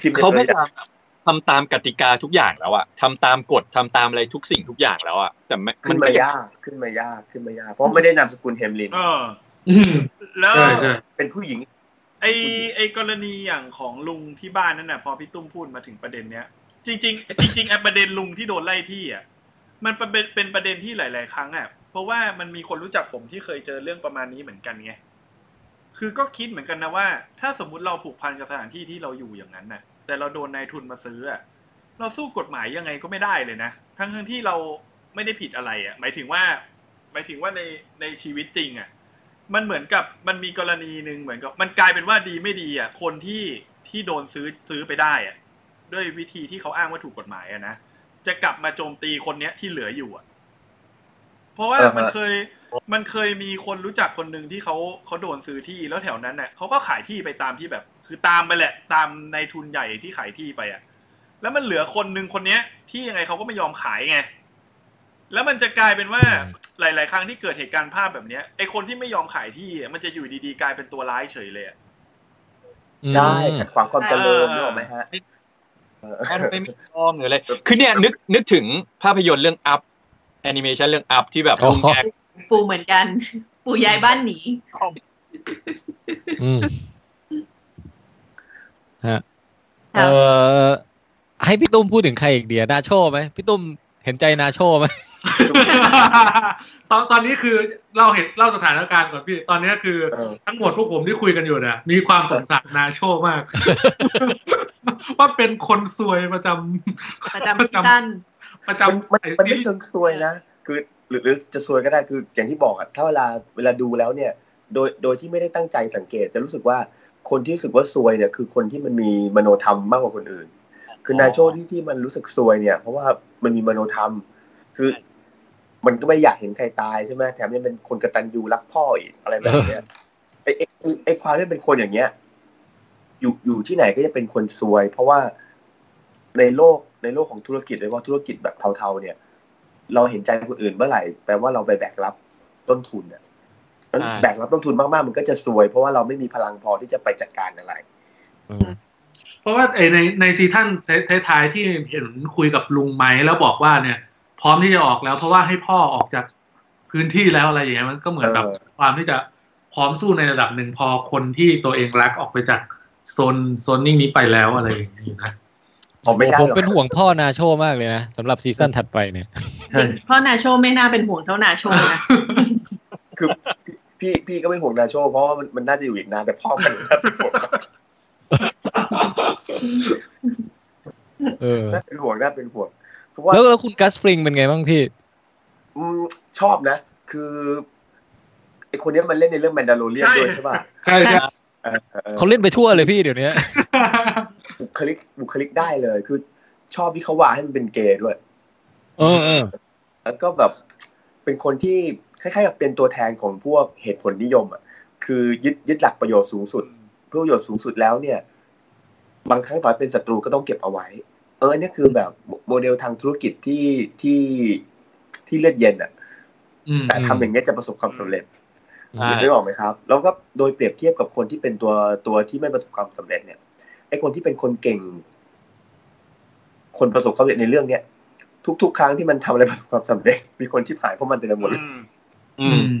Speaker 8: คิมป็น
Speaker 7: เขา
Speaker 8: ตัว
Speaker 7: พ
Speaker 8: อย่
Speaker 7: ยาง ยามทำตามกติกาทุกอย่างแล้วอะทำตามกฎทำตามอะไรทุกสิ่งทุกอย่างแล้วอะแต่ไม่
Speaker 8: ขึ้น
Speaker 7: ก็
Speaker 8: มาง ยากขึ้นมายากขึ้นมายากเพราะไม่ได้นามสกุลเฮมลิน
Speaker 3: เออ
Speaker 4: อืม
Speaker 3: แล้ว
Speaker 4: ใช่ใช่
Speaker 8: เป็นผู้หญิง
Speaker 3: ไอไอกรณีอย่างของลุงที่บ้านนั่นน่ะ พอพี่ตุ้มพูดมาถึงประเด็นเนี้ย จริง ๆ จริงๆไอประเด็นลุงที่โดนไล่ที่อ่ะมันเป็นเป็นประเด็นที่หลาย ๆ ครั้งอ่ะเพราะว่ามันมีคนรู้จักผมที่เคยเจอเรื่องประมาณนี้เหมือนกันไง คือก็คิดเหมือนกันนะว่า ถ้าสมมติเราผูกพันกับสถานที่ที่เราอยู่อย่างนั้นน่ะ แต่เราโดนนายทุนมาซื้ออะเราสู้กฎหมายยังไงก็ไม่ได้เลยนะทั้งทั้งที่เราไม่ได้ผิดอะไรอะหมายถึงว่า หมายถึงว่าในในชีวิตจริงอะมันเหมือนกับมันมีกรณีหนึ่งเหมือนกับ มันกลายเป็นว่าดีไม่ดีอะคนที่ที่โดนซื้อซื้อไปได้อะด้วยวิธีที่เขาอ้างว่าถูกกฎหมายอะนะจะกลับมาโจมตีคนเนี้ยที่เหลืออยู่อะเพราะว่า
Speaker 8: อ่าฮะ
Speaker 3: มันเคย มันเคยมีคนรู้จักคนหนึ่งที่เขาเขาโดนซื้อที่แล้วแถวนั้นเน่ะเขาก็ขายที่ไปตามที่แบบ คือตามไปแหละ ตามในายทุนใหญ่ที่ขายที่ไปอ่ะ แล้วมันเหลือคนหนึ่งคนเนี้ย ที่ยังไงเขาก็ไม่ยอมขายไง แล้วมันจะกลายเป็นว่าหลาย ๆ ครั้งที่เกิดเหตุการณ์ภาพแบบเนี้ยไอคนที่ไม่ยอมขายที่อะมันจะอยู่ดีๆ กลายเป็นตัวร้ายเฉยเลยอะ
Speaker 2: อืม
Speaker 8: ได้ขัดขวางความเจริญ
Speaker 3: เออ
Speaker 8: นึกออกไหมฮะเออ
Speaker 7: ทำไมไม่ยอมหรืออะไรคือเนี่ยนึกนึกถึงภาพยนตร์เรื่องอัพแอนิเมชันเรื่องอัพที่แบบลุงแก
Speaker 5: ปูเหมือนกัน ปูย้ายบ้านหนี
Speaker 2: อืมฮะเอ
Speaker 5: ค่ะ
Speaker 2: อให้พี่ตุ้มพูดถึงใครอีกเดียนาโชไหมพี่ตุ้มเห็นใจนาโชไหม
Speaker 4: ตอนตอนนี้คือเล่าเหตุเล่าสถานการณ์ก่อนพี่ ตอนนี้คือ
Speaker 8: เออ
Speaker 4: ทั้งหมดพวกผมที่คุยกันอยู่เนี่ยมีความสงสารนาโชมาก ว่าเป็นคนซวยประจำ
Speaker 5: ประจำที่สั้น
Speaker 4: ประ
Speaker 8: มัน
Speaker 4: จำ
Speaker 8: มันมันไม่
Speaker 4: ที่
Speaker 8: เชิงซวยนะคือหรือหรือจะซวยก็ได้คืออย่างที่บอกอะถ้าเวลาเวลาดูแล้วเนี่ย โดยโดยที่ไม่ได้ตั้งใจสังเกต จะรู้สึกว่าคนที่รู้สึกว่าซวยเนี่ยคือคนที่มันมีมโนธรรมมากกว่าคนอื่น คือนาโชที่ที่มันรู้สึกซวยเนี่ย เพราะว่ามันมีมโนธรรม คือมันก็ไม่อยากเห็นใครตายใช่ไหมแถมยังเป็นคนกตัญญูรักพ่ออีกอะไรแบบเนี้ยไอ้ไอ้ไอ้ความที่เป็นคนอย่างเงี้ย อยู่อยู่ที่ไหนก็จะเป็นคนซวย เพราะว่าในโลกในโลกของธุรกิจโดยเฉพาะธุรกิจแบบเทาๆ เนี่ย เราเห็นใจคนอื่นเมื่อไหร่แปลว่าเราไปแบกรับต้นทุนเนี่ยแบกรับต้นทุนมากๆ มันก็จะซวย เพราะว่าเราไม่มีพลังพอที่จะไปจัดการอะไร
Speaker 2: เออ
Speaker 4: เพราะว่าไอในในซีซั่นท้ายๆที่เห็นคุยกับลุงไม้แล้วบอกว่าเนี่ย พร้อมที่จะออกแล้ว เพราะว่าให้พ่อออกจากพื้นที่แล้วอะไรอย่างเงี้ยมันก็เหมือนแบบ
Speaker 8: เออ
Speaker 4: ความที่จะพร้อมสู้ในระดับหนึ่งพอคนที่ตัวเองรักออกไปจากโซนโซนนิ่งนี้ไปแล้วอะไรอย่างนี้นะ
Speaker 8: ผมไม่ได้
Speaker 2: ผม
Speaker 8: หรอก
Speaker 2: เป็นห่วงพ่อนาโชมากเลยนะสำหรับซีซั่นถัดไปเนี่ย
Speaker 4: ใช่
Speaker 5: เพราะนาโชไม่น่าเป็นห่วงเท่านาโชนะ
Speaker 8: คือพี่พี่ก็ไม่ห่วงนาโชเพราะว่ามันมันน่าจะอยู่อีกนานแต่พ่อมันน่าเป็นห่วง
Speaker 2: เออ
Speaker 8: น่าเป็นห่วงน่าเป็นห่วงเพราะว่า
Speaker 2: แล้วแล้วคุณกัสฟริงเป็นไงบ้างพี่
Speaker 8: อืมชอบนะ คือไอคนเนี้ยมันเล่นในเรื่องแมนดาโลเรียน
Speaker 3: ใช่
Speaker 8: ด้วยใช่ป่ะ
Speaker 4: ใช่ใช่
Speaker 8: เออเออ
Speaker 2: เขาเล่นไปทั่วเลยพี่เดี๋ยวนี้
Speaker 8: บุคลิกบุคลิกได้เลย คือชอบที่เขาวางให้มันเป็นเกย์ด้วย
Speaker 2: เออเออ
Speaker 8: แล้วก็แบบเป็นคนที่คล้ายๆกับเป็นตัวแทนของพวกเหตุผลนิยมอ่ะคือยึดยึดหลักประโยชน์สูงสุด เพื่อประโยชน์สูงสุดแล้วเนี่ย บางครั้งต่อให้เป็นศัตรูก็ต้องเก็บเอาไว้ เออเนี่ยคือแบบโมเดลทางธุรกิจที่ที่ที่เลือดเย็นอ่ะ
Speaker 4: อืม
Speaker 8: แต่ทำอย่างเงี้ยจะประสบความสำเร็จ
Speaker 4: ใช่
Speaker 8: นึกออกไหมครับแล้วก็โดยเปรียบเทียบกับคนที่เป็นตัวตัวที่ไม่ประสบความสำเร็จเนี่ยไอ้คนที่เป็นคนเก่ง คนประสบความสำเร็จในเรื่องเนี้ยทุก ๆ ครั้งที่มันทำอะไรประสบความสำเร็จ มีคนที่ผ่านเพราะมันเต็มไปหมด เลย
Speaker 3: อืม
Speaker 7: อื
Speaker 4: อื
Speaker 7: ม
Speaker 4: ม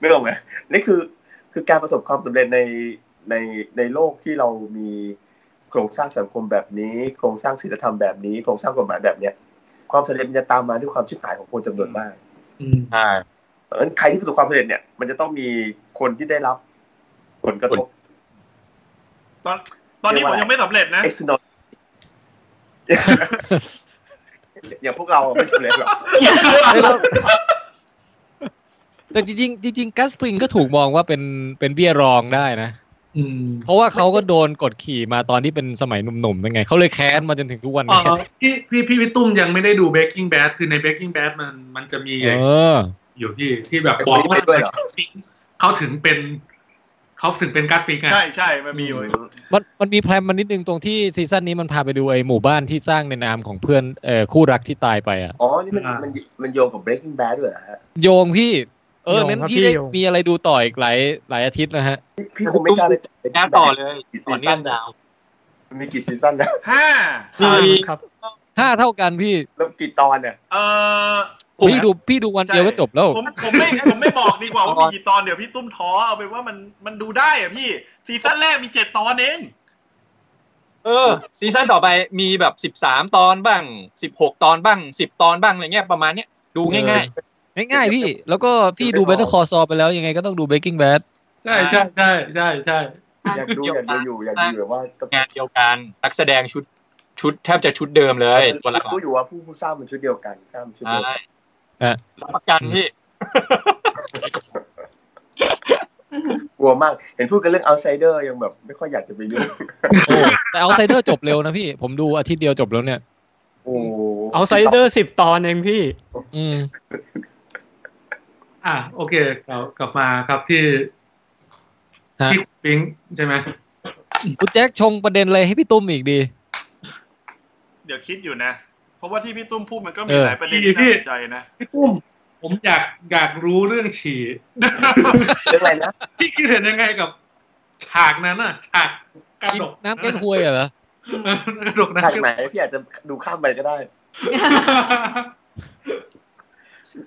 Speaker 8: นึกออกไหมนี่คือคือการประสบความสำเร็จในในในโลกที่เรามีโครงสร้างสังคมแบบนี้ โครงสร้างศีลธรรมแบบนี้โครงสร้างกฎหมายแบบเนี้ยความสำเร็จมันจะตามมาด้วยความชิบหายของคนจำนวนมาก
Speaker 4: อืม
Speaker 7: อ่า
Speaker 8: เพราะฉะนั้นใครที่ประสบความสำเร็จเนี่ยมันจะต้องมีคนที่ได้รับผลกระทบ
Speaker 3: ตอนตอนนี้ผมยังไม่สำเร็จนะ
Speaker 8: เอ็กซ์นอตอย่างพวกเราอะไม่สำเร็จหรอก
Speaker 2: เอ้ยแล้ว แต่จริงๆจริงๆกัสฟริงก็ถูกมองว่าเป็นเป็นเบี้ยรองได้นะ
Speaker 4: อืม
Speaker 2: เพราะว่าเขาก็โดนกดขี่มาตอนที่เป็นสมัยหนุ่มๆนั่นไง เขาเลยแค้นมาจนถึงทุกวัน
Speaker 4: อ๋อ
Speaker 2: นี้
Speaker 4: พี่พี่พี่พี่ตุ้มยังไม่ได้ดู Breaking Bad คือใน Breaking Bad มันมันจะมี
Speaker 2: เออ
Speaker 4: อยู่ที่ที่แบบบอกว่าทำไมเขาถึงเขาถึงเป็นเขาถึงเป็นการ์ดฟิกไง
Speaker 3: ใช่ใช่มันมีอยู่
Speaker 2: มันมันมีแพลนมันนิดนึงตรงที่ซีซั่นนี้มันพาไปดูไอ้หมู่บ้านที่สร้างในนามของเพื่อนเอ่อคู่รักที่ตายไปอ่ะ
Speaker 8: อ๋อ นี่มัน
Speaker 4: อ่ามั
Speaker 8: มันมันโยงกับ breaking bad ด้วยเหรอฮะ
Speaker 2: โยงพี่ เออ
Speaker 6: โยง
Speaker 2: นั้น
Speaker 6: ครับ
Speaker 2: พี่ได้
Speaker 6: พี่
Speaker 2: มี
Speaker 6: โยง
Speaker 2: อะไรดูต่ออีกหลายหลายอาทิตย์นะฮะ
Speaker 8: พี่พี่คงไม่กล้าไป Breaking
Speaker 7: แอบ
Speaker 8: Bad
Speaker 7: ต่อเลยต่อเนื่องยาว
Speaker 8: มันมีกี่ซีซั่นนะ
Speaker 3: ห้า
Speaker 7: มี
Speaker 6: ครับ
Speaker 2: ห้าเท่ากันพี่
Speaker 8: แล้วกี่ตอนเนี่ย
Speaker 3: เออ
Speaker 2: พี่ดูพี่ดูวันเดียวก็จบแล้ว
Speaker 3: ผมผมไม่ผมไม่บอกดีกว่าว่ามีกี่ตอนเดี๋ยวพี่ตุ้มท้อเอาเป็นว่ามันมันดูได้อะพี่ซีซั่นแรกมีเจ็ดตอนเอง
Speaker 7: เออซีซั่นต่อไปมีแบบสิบสามตอนบ้างสิบหกตอนบ้างสิบตอนบ้างอะไรเงี้ยประมาณเนี้ยดู
Speaker 2: เอ
Speaker 7: ง่าย
Speaker 2: อ ง่ายๆพี่ แล้วก็พี่ดู Better Call Saul ไปแล้วยังไงก็ต้องดู Breaking Bad
Speaker 4: ใช่ใช่ใช่ใช่ใช่
Speaker 8: อยากดูอยากดูอยู่อยากดูแบบว่าต้อง
Speaker 7: ๆ งานเดียวกันนักแสดงชุดชุดแทบจะชุดเดิมเลยตัวหลัก
Speaker 8: รู้อยู่ว่าผู้ผู้สร้างมันชุดเดียวกันสร้างมันชุด
Speaker 7: ใช่
Speaker 8: เดียวกัน
Speaker 7: รับประกันพี่
Speaker 8: กลัวมาก เห็นพูดกันเรื่อง outsider ยังแบบ ไม่ค่อยอยากจะไปยุ่ง
Speaker 2: โอ้แต่ Outsider จบเร็วนะพี่ ผมดูอาทิตย์เดียวจบแล้วเนี่ย
Speaker 8: โอ้
Speaker 6: เอาไซเดอร์สิบตอนเองพี่
Speaker 2: อืม
Speaker 4: อ่ะโอเคกลับกลับมาครับที่
Speaker 2: ฮะ
Speaker 4: ที่ปิงใช่ไหม
Speaker 2: คุณแจ็คชงประเด็นเลยให้พี่ตุ้มอีกดี
Speaker 3: เดี๋ยวคิดอยู่นะ เพราะว่าที่พี่ตุ้มพูดมันก็มี
Speaker 2: เออ
Speaker 3: หลายประเด็นที่น่าสนใจนะ
Speaker 4: พี่ตุ้มผมอยากอยากรู้เรื่องฉี่
Speaker 8: เรื่องอะไรนะ
Speaker 4: พี่คิดเห็นยังไงกับ ฉากนั้นน่ะ ฉากกระดก
Speaker 2: น้ำแกงควยเหรอ
Speaker 4: กระดกน้ำ
Speaker 8: ทาง
Speaker 4: แก้ว
Speaker 8: ไหนพี่อาจจะดูข้ามไปก็ได้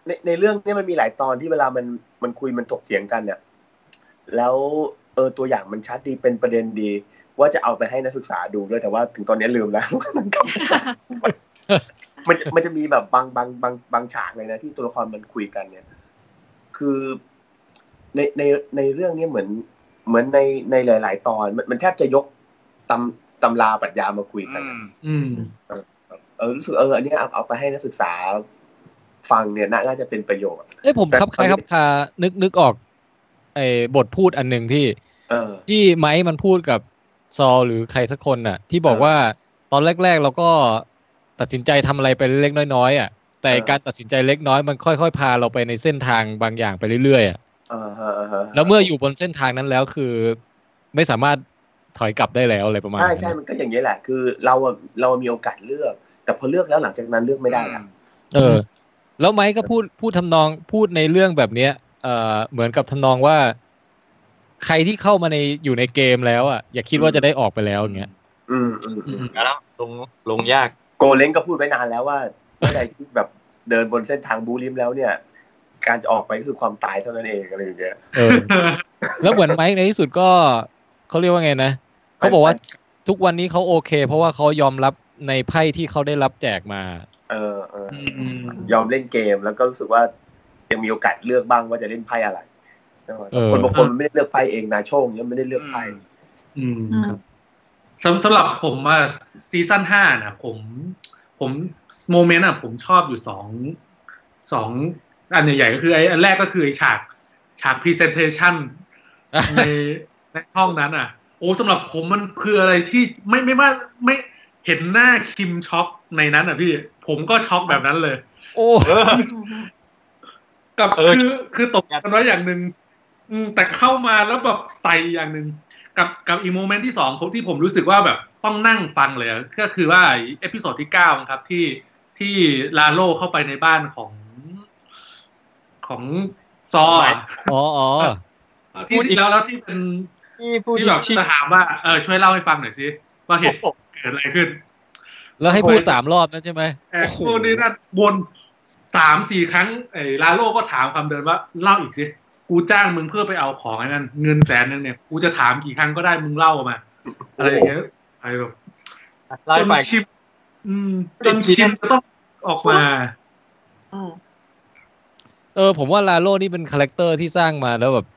Speaker 8: ในในเรื่องเนี้มันมีหลายตอนที่เวลามันมันคุยมันถกเถียงกันเนี่ยแล้วเออตัวอย่างมันชัดดีเป็นประเด็นดี ว่าจะเอาไปให้นักศึกษาดูด้วยแต่ว่าถึงตอนนี้ลืมแล้ว มันจะมันจะมีแบบบางบางบางบางฉากเลยนะ ที่ตัวละครมันคุยกันเนี่ย คือในในในเรื่องเนี้เหมือนเหมือนในในหลาย ๆ ตอนมันมันแทบจะยกตำตำราปรัชญามาคุยกัน
Speaker 3: อืม
Speaker 4: อืม
Speaker 8: เออรู้สึกเอออันเนี้ยเอาเอาไปให้นักศึกษาฟังเนี่ยน่าน่าจะเป็นประโยชน์
Speaker 2: เอ้ยผม
Speaker 8: แต่
Speaker 2: ครับคล้าย
Speaker 8: ตอนนี้
Speaker 2: ครับคานึกนึกออกไอ้บทพูดอันหนึ่งที่
Speaker 8: เออ
Speaker 2: ที่ไม้มันพูดกับซอลหรือใครสักคนน่ะ ที่บอก
Speaker 8: เออ
Speaker 2: ว่าตอนแรก ๆ เราก็ตัดสินใจทำอะไรไปเล็กๆน้อยๆอ่ะแต่
Speaker 8: เออ
Speaker 2: การตัดสินใจเล็กน้อยมันค่อยๆ พาเราไปในเส้นทางบางอย่างไปเรื่อยๆอ่ะ
Speaker 8: อ่าฮะาฮะ
Speaker 2: แล้วเมื่ออยู่บนเส้นทางนั้นแล้วคือ ไม่สามารถถอยกลับได้แล้วอะไรประมาณ
Speaker 8: ใช่
Speaker 2: นั้น
Speaker 8: ใช่มันก็อย่างนี้ยแหละ คือเราอะเรามีโอกาสเลือก แต่พอเลือกแล้วหลังจากนั้นเลือกไม่ได้อะ
Speaker 2: เออ แล้วไม้ก็พูดพูดทำนองพูดในเรื่องแบบเนี้ยเออเหมือนกับทำนองว่า ใครที่เข้ามาในอยู่ในเกมแล้วอ่ะอย่าคิดว่าจะได้ออกไปแล้วอย่างเงี้ย
Speaker 8: อืมอืมอืม
Speaker 7: แล้วลงลงยาก
Speaker 8: โกเล้งก็พูดไปนานแล้วว่าเมื่อใดที่แบบ เดินบนเส้นทางบูลิมแล้วเนี่ย การจะออกไปก็คือความตายเท่านั้นเองอะไรอย่างเงี้ย
Speaker 2: เออ แล้วเหมือนไมค์ในที่สุดก็เขาเรียกว่าไงนะเขาบอกว่าทุกวันนี้เขาโอเค เพราะว่าเขายอมรับในไพ่ที่เขาได้รับแจกมา
Speaker 8: เออเออ
Speaker 4: อืม
Speaker 8: ยอมเล่นเกมแล้วก็รู้สึกว่ายังมีโอกาสเลือกบ้างว่าจะเล่นไพ่อะไรใช่ไหม
Speaker 2: เออ
Speaker 8: คนบางคนมันไม่ได้เลือกไพ่เองนาโชคเนี่ยไม่ได้เลือกไพ่
Speaker 4: อืมครับสำสำหรับผมอะซีซั่นห้านะผมผมโมเมนต์อะผมชอบอยู่สองสองอันใหญ่ๆก็คือไอ้อันแรกก็คือไอ้ฉากฉากพรีเซนเทชัน ในในห้องนั้นอ่ะ โอ้สำหรับผมมันคืออะไรที่ไม่ไม่ว่าไม่เห็นหน้าคิมช็อกในนั้นอ่ะพี่ ผมก็ช็อกแบบนั้นเลย
Speaker 2: โอ้
Speaker 7: เออ
Speaker 4: กับ
Speaker 7: เออ
Speaker 4: คือคือตกกันไว้อย่างหนึ่งอืมแต่เข้ามาแล้วแบบใส่อย่างหนึ่งกับกับอีกโมเมนต์ที่สองผมที่ผมรู้สึกว่าแบบต้องนั่งฟังเลยอะก็คือว่าเอพิโซดที่เก้าครับที่ที่ลาโลเข้าไปในบ้านของของซออะ
Speaker 2: อ๋ออ๋อ
Speaker 4: ที่แล้วแล้วที่เป็น
Speaker 7: ที่พูด
Speaker 4: ที่แบบ
Speaker 7: ที่
Speaker 4: จะถามว่าเออช่วยเล่าให้ฟังหน่อยสิว่าเหตุเกิดอะไรขึ้น
Speaker 2: แล้วให้พูดสามรอบนะใช่ไหม
Speaker 4: แอบพูดนี่นั่นวนสามสี่ครั้งไอ้ลาโลก็ถามคำเดินว่าเล่าอีกสิกูจ้างมึงเพื่อไปเอาของไอ้นั่นเงินแสนนึงเนี่ยกูจะถามกี่ครั้งก็ได้มึงเล่ามาอะไรอย่างเงี้ยไอ้แบบ
Speaker 7: ไล
Speaker 4: จ
Speaker 7: ฟ์
Speaker 4: น
Speaker 7: ไฟ
Speaker 4: คิมอืมจนคิมจะต้องออกมา
Speaker 5: อืม
Speaker 2: เออผมว่าลาโลนี่เป็นคาแรคเตอร์ที่สร้างมาแล้วแบบ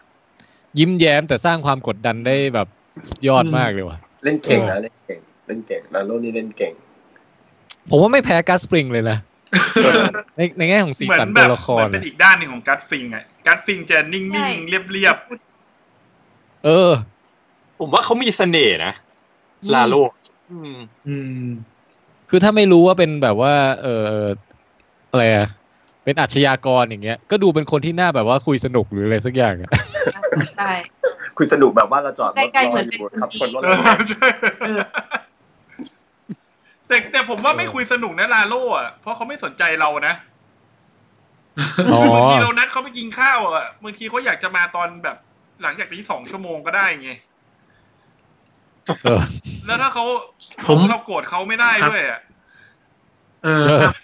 Speaker 2: ยิ้มแย้มแต่สร้างความกดดันได้แบบสุดยอดมากเลยว่ะ
Speaker 8: เล่นเก่งนะเล่นเก่งเล่นเก่งนาโลนี่เล่นเก่ง
Speaker 2: ผมว่าไม่แพ้กัสปริงเลยนะ ในในแง่ของสี
Speaker 3: เหมือ
Speaker 2: สัน
Speaker 3: นแบ
Speaker 2: ตัว
Speaker 3: บ
Speaker 2: ละค
Speaker 3: เห
Speaker 2: ร
Speaker 3: มือนเป็น
Speaker 2: อะ
Speaker 3: อีกด้านหนึ่งของกัตฟิงอ่ะกัตฟิงจะนิ่งๆ เรียบ
Speaker 2: เออ
Speaker 7: ผมว่าเขามีเสน่ห์นะ ลาโลอืม
Speaker 4: อืม
Speaker 2: คือถ้าไม่รู้ว่าเป็นแบบว่า เอออะไรอะเป็นอาชญากรอย่างเงี้ย ก็ดูเป็นคนที่น่าแบบว่าคุยสนุกหรืออะไรสักอย่างอะ
Speaker 5: ใช่
Speaker 8: คุยสนุกแบบว่าเราจอดรถ
Speaker 5: ใก
Speaker 8: ร
Speaker 5: ล้
Speaker 8: อ
Speaker 5: ๆเหมือน
Speaker 8: อยู่
Speaker 5: เป็น
Speaker 8: ขับ
Speaker 5: คนจีน
Speaker 8: คน
Speaker 3: ๆเอ
Speaker 8: รถเรา
Speaker 3: อใช่แต่แต่ผมว่าไม่คุยสนุกนะลาโล่อะเพราะเขาไม่สนใจเรานะ
Speaker 2: อ๋อ
Speaker 3: บางทีเรานัดเขาไปกินข้าวอ่ะบางทีเขาอยากจะมาตอนแบบหลังจากที่สองชั่วโมงก็ได้ไง
Speaker 2: เออ
Speaker 3: แล้วถ้าเขา
Speaker 4: ผม
Speaker 3: เราโกรธเขาไม่ได้ด้วยอ่ะ
Speaker 4: เออ
Speaker 2: เออ
Speaker 4: ครับ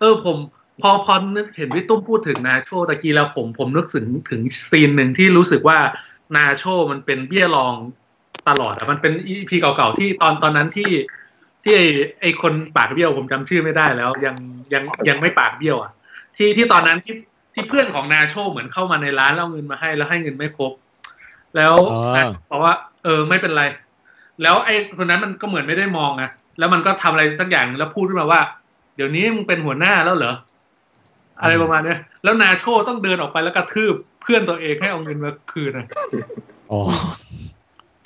Speaker 4: เออผมพอพอนึกเห็นพี่ตุ้มพูดถึงนาโชตะกี้แล้วผมผมนึกถึงถึงซีนหนึ่งที่รู้สึกว่านาโชมันเป็นเบี้ยรองตลอดอะมันเป็นอีพีเก่าๆที่ตอนตอนนั้นที่ ที่ไอไอคนปากเบี้ยวผมจำชื่อไม่ได้แล้ว ยังยังยังไม่ปากเบี้ยวอ่ะ ที่ที่ตอนนั้นที่ที่เพื่อนของนาโชเหมือนเข้ามาในร้านแล้วเอาเงินมาให้แล้วให้เงินไม่ครบ แล้ว
Speaker 2: อ๋อ
Speaker 4: นาโชบอกว่า เออไม่เป็นไร แล้วไอ้คนนั้นมันก็เหมือนไม่ได้มองนะแล้วมันก็ทำอะไรสักอย่างหนึ่งแล้วพูดขึ้นมาว่า เดี๋ยวนี้มึงเป็นหัวหน้าแล้วเหรออะไรประมาณเนี้ยแล้วนาโชต้องเดินออกไปแล้วกระทืบเพื่อนตัวเองให้เอาเงินมาคืนนะ
Speaker 2: อ๋อ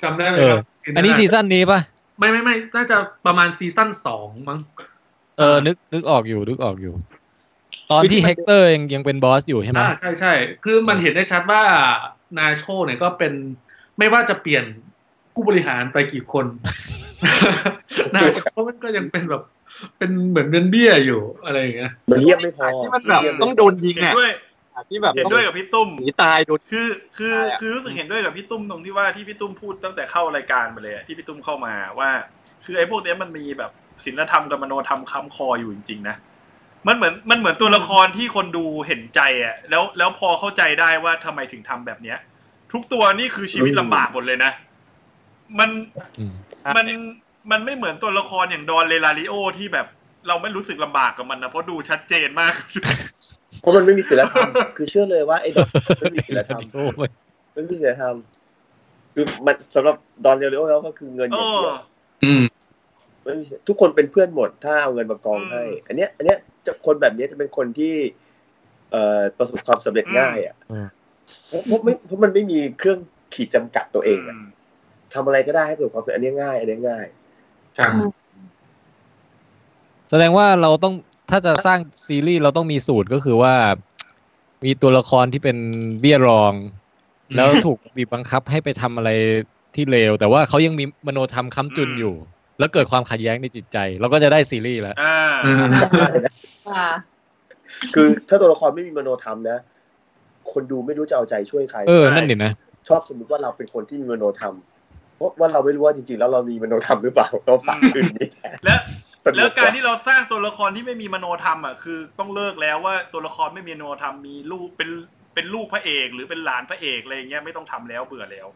Speaker 4: จำได้ไหมครับ
Speaker 2: อันนี้ซีซั่นนี้ปะ
Speaker 4: ไม่ไม่ไม่น่าจะประมาณซีซั่นสองมั้ง
Speaker 2: เออนึกนึกออกอยู่นึกออกอยู่ ตอนที่
Speaker 7: คือที่มัน
Speaker 2: เฮกเตอร์ยังยังเป็นบอสอยู่ใช่ไหม
Speaker 4: อ่าใช่ใช่คือมันเห็นได้ชัดว่านาโชเนี่ยก็เป็นไม่ว่าจะเปลี่ยนผู้บริหารไปกี่คน นาโชมันก็ยังเป็นแบบ เป็นเหมือนเป็นเบี้ยอยู่อะไรอย่างเงี้ย
Speaker 8: มันเยี่ยมไม่พอ
Speaker 7: ที่มันแบบต้องโดนยิง
Speaker 3: เห็น
Speaker 7: อ่ะ
Speaker 3: ด้วย
Speaker 7: ที่แบบ
Speaker 3: เห็น
Speaker 7: ต้อง
Speaker 3: ด้วยกับพี่ตุ้ม
Speaker 7: หนีตายโดน
Speaker 3: คือคือ
Speaker 7: ใช่อะ
Speaker 3: คือรู้สึกเห็นด้วยกับพี่ตุ้มตรงที่ว่าที่พี่ตุ้มพูดตั้งแต่เข้ารายการไปเลยอะที่พี่ตุ้มเข้ามาว่า คือไอ้พวกเนี้ยมันมีแบบศีลธรรมกับมโนธรรมค้ำคออยู่จริงๆนะมันเหมือนมันเหมือนตัวละครที่คนดูเห็นใจอ่ะแล้วแล้วพอเข้าใจได้ว่าทำไมถึงทำแบบเนี้ย ทุกตัวนี่คือชีวิตลำบากหมดเลยนะ มัน มันมันไม่เหมือนตัวละครอย่างดอนเลลาริโอที่แบบเราไม่รู้สึกลำบากกับมันนะเพราะดูชัดเจนมาก
Speaker 8: เพราะมันไม่มีศีลธรร มคือเชื่อเลยว่าไอ้ดอกไม่มีศีลธร รม
Speaker 2: โอ้ย
Speaker 8: ไม่มีศีลธรรมคือมันสำหรับดอนเรลิโอแล้วก็คือเงินอ
Speaker 3: เอย่าง อ
Speaker 8: เดียว
Speaker 4: อืม
Speaker 8: ไม่มีทุกคนเป็นเพื่อนหมด ถ้าเอาเงินมากองให้ อันเนี้ย อันเนี้ยจะคนแบบเนี้ยจะเป็นคนที่ เอ่อประสบความสำเร็จง่ายอ่ะเพราะเพราะไม่เพราะมันไม่มีเครื่องขีดจำกัดตัวเองอะทำอะไรก็ได้ให้ประสบความสำเร็จอันเนี้ยง่าย อันเนี้ยง่าย
Speaker 2: แสดงว่าเราต้องถ้าจะสร้างซีรีส์เราต้องมีสูตรก็คือว่า มีตัวละครที่เป็นเบี้ยรอง แล้วถูกบีบบังคับให้ไปทำอะไรที่เลวแต่ว่าเขายังมีมโนธรรมค้ำจุนอยู่ แล้วเกิดความขัดแย้งในจิตใจ เราก็จะได้ซีรีส์แล้ว
Speaker 3: อ่า
Speaker 5: อ่า
Speaker 8: คือถ้าตัวละครไม่มีมโนธรรมนะ คนดูไม่รู้จะเอาใจช่วยใคร
Speaker 2: เออ นั่นดินะ
Speaker 8: ชอบสมมติว่าเราเป็นคนที่มีมโนธรรม เพราะว่าเราไม่รู้ว่าจริงๆ แล้วเรามีมโนธรรมหรือเปล่าเราฝาก
Speaker 3: อืม
Speaker 8: อื่นนี้แทน
Speaker 3: และ แล้วการที่เราสร้างตัวละครที่ไม่มีมโนธรรมอ่ะคือต้องเลิกแล้วว่าตัวละครไม่มีมโนธรรมมีลูกเป็นเป็นลูกพระเอกหรือเป็นหลานพระเอกอะไรอย่างเงี้ยไม่ต้องทำแล้วเบื่อแล้ว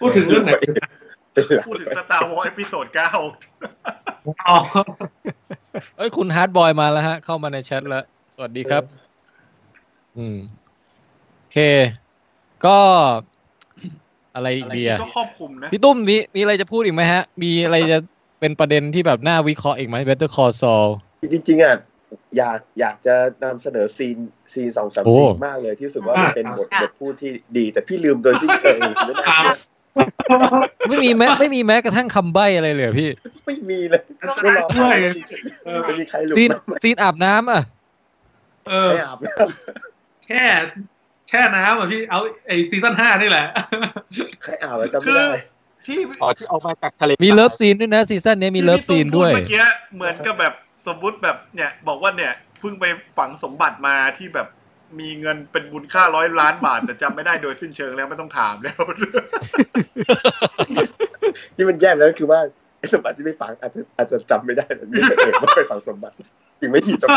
Speaker 4: พูดถึงเรื่องไหน
Speaker 3: พูดถึงสตาร์วอลเอพิโซดเก้า
Speaker 4: อ๋อ
Speaker 2: เอ้ยคุณฮาร์ดบอยมาแล้วฮะ เข้ามาในแชทแล้ว สวัสดีครับ อืม โอเค ก็อะไรอีกดีอะ
Speaker 3: ก็ครอบคลุมนะ
Speaker 2: พี่ตุ้มมีมีอะไรจะพูดอีกไหมฮะ มีอะไรจะเป็นประเด็นที่แบบน่าวิเคราะห์อีกไหม Better Call Saul
Speaker 8: จริงๆอ่ะอยากอยากจะนำเสนอซีนซีนสองสาม
Speaker 2: โอ้
Speaker 8: ซีนมากเลยที่รู้สึกว่ามันเป็นบท
Speaker 5: อ่ะ
Speaker 8: บทพูดที่ดี แต่พี่ลืมโดยที่เออไม่ได้
Speaker 4: ตาม
Speaker 2: ไม่มีแม้ไม่มีแม้กระทั่งคำใบ้อะไรเลยเหรอพี่
Speaker 8: ไม่มีเลยไม่รอ
Speaker 4: ด้วยเออ
Speaker 8: ไม่มีใครหลุด
Speaker 2: ซีนซีนอาบน้ำอ่ะ
Speaker 4: เออ
Speaker 8: ไม่อาบน้ำ
Speaker 4: แช่แช่น้ำอ่ะพี่เอาไอซีซั่นห้านี่แหละ
Speaker 8: ใครอาบอะจำไม่
Speaker 3: คือ
Speaker 8: ได้
Speaker 3: ที่
Speaker 7: อ๋อที่ออกมาจากทะเล
Speaker 2: มีเลิฟซีนด้วยนะซีซั่นนี้มี
Speaker 3: ที่
Speaker 2: เลิฟ
Speaker 3: พี่
Speaker 2: ซี
Speaker 3: ตุ้
Speaker 2: นด้วย
Speaker 3: พูเมื่อกี้เหมือนกับแบบสมมติแบบเนี่ยบอกว่าเนี่ยเพิ่งไปฝังสมบัติมาที่แบบมีเงินเป็นบุญค่าร้อยล้านบาท แต่จำไม่ได้โดยสิ้นเชิงแล้วไม่ต้องถามแล้ว
Speaker 8: ที่มันแย่แล้วคือว่าไอ้สมบัติที่ไปฝังอาจจะอาจจะจำไม่ได้แต่นี่เองว่าไปฝังสมบัติจริงไม่กี่ตรง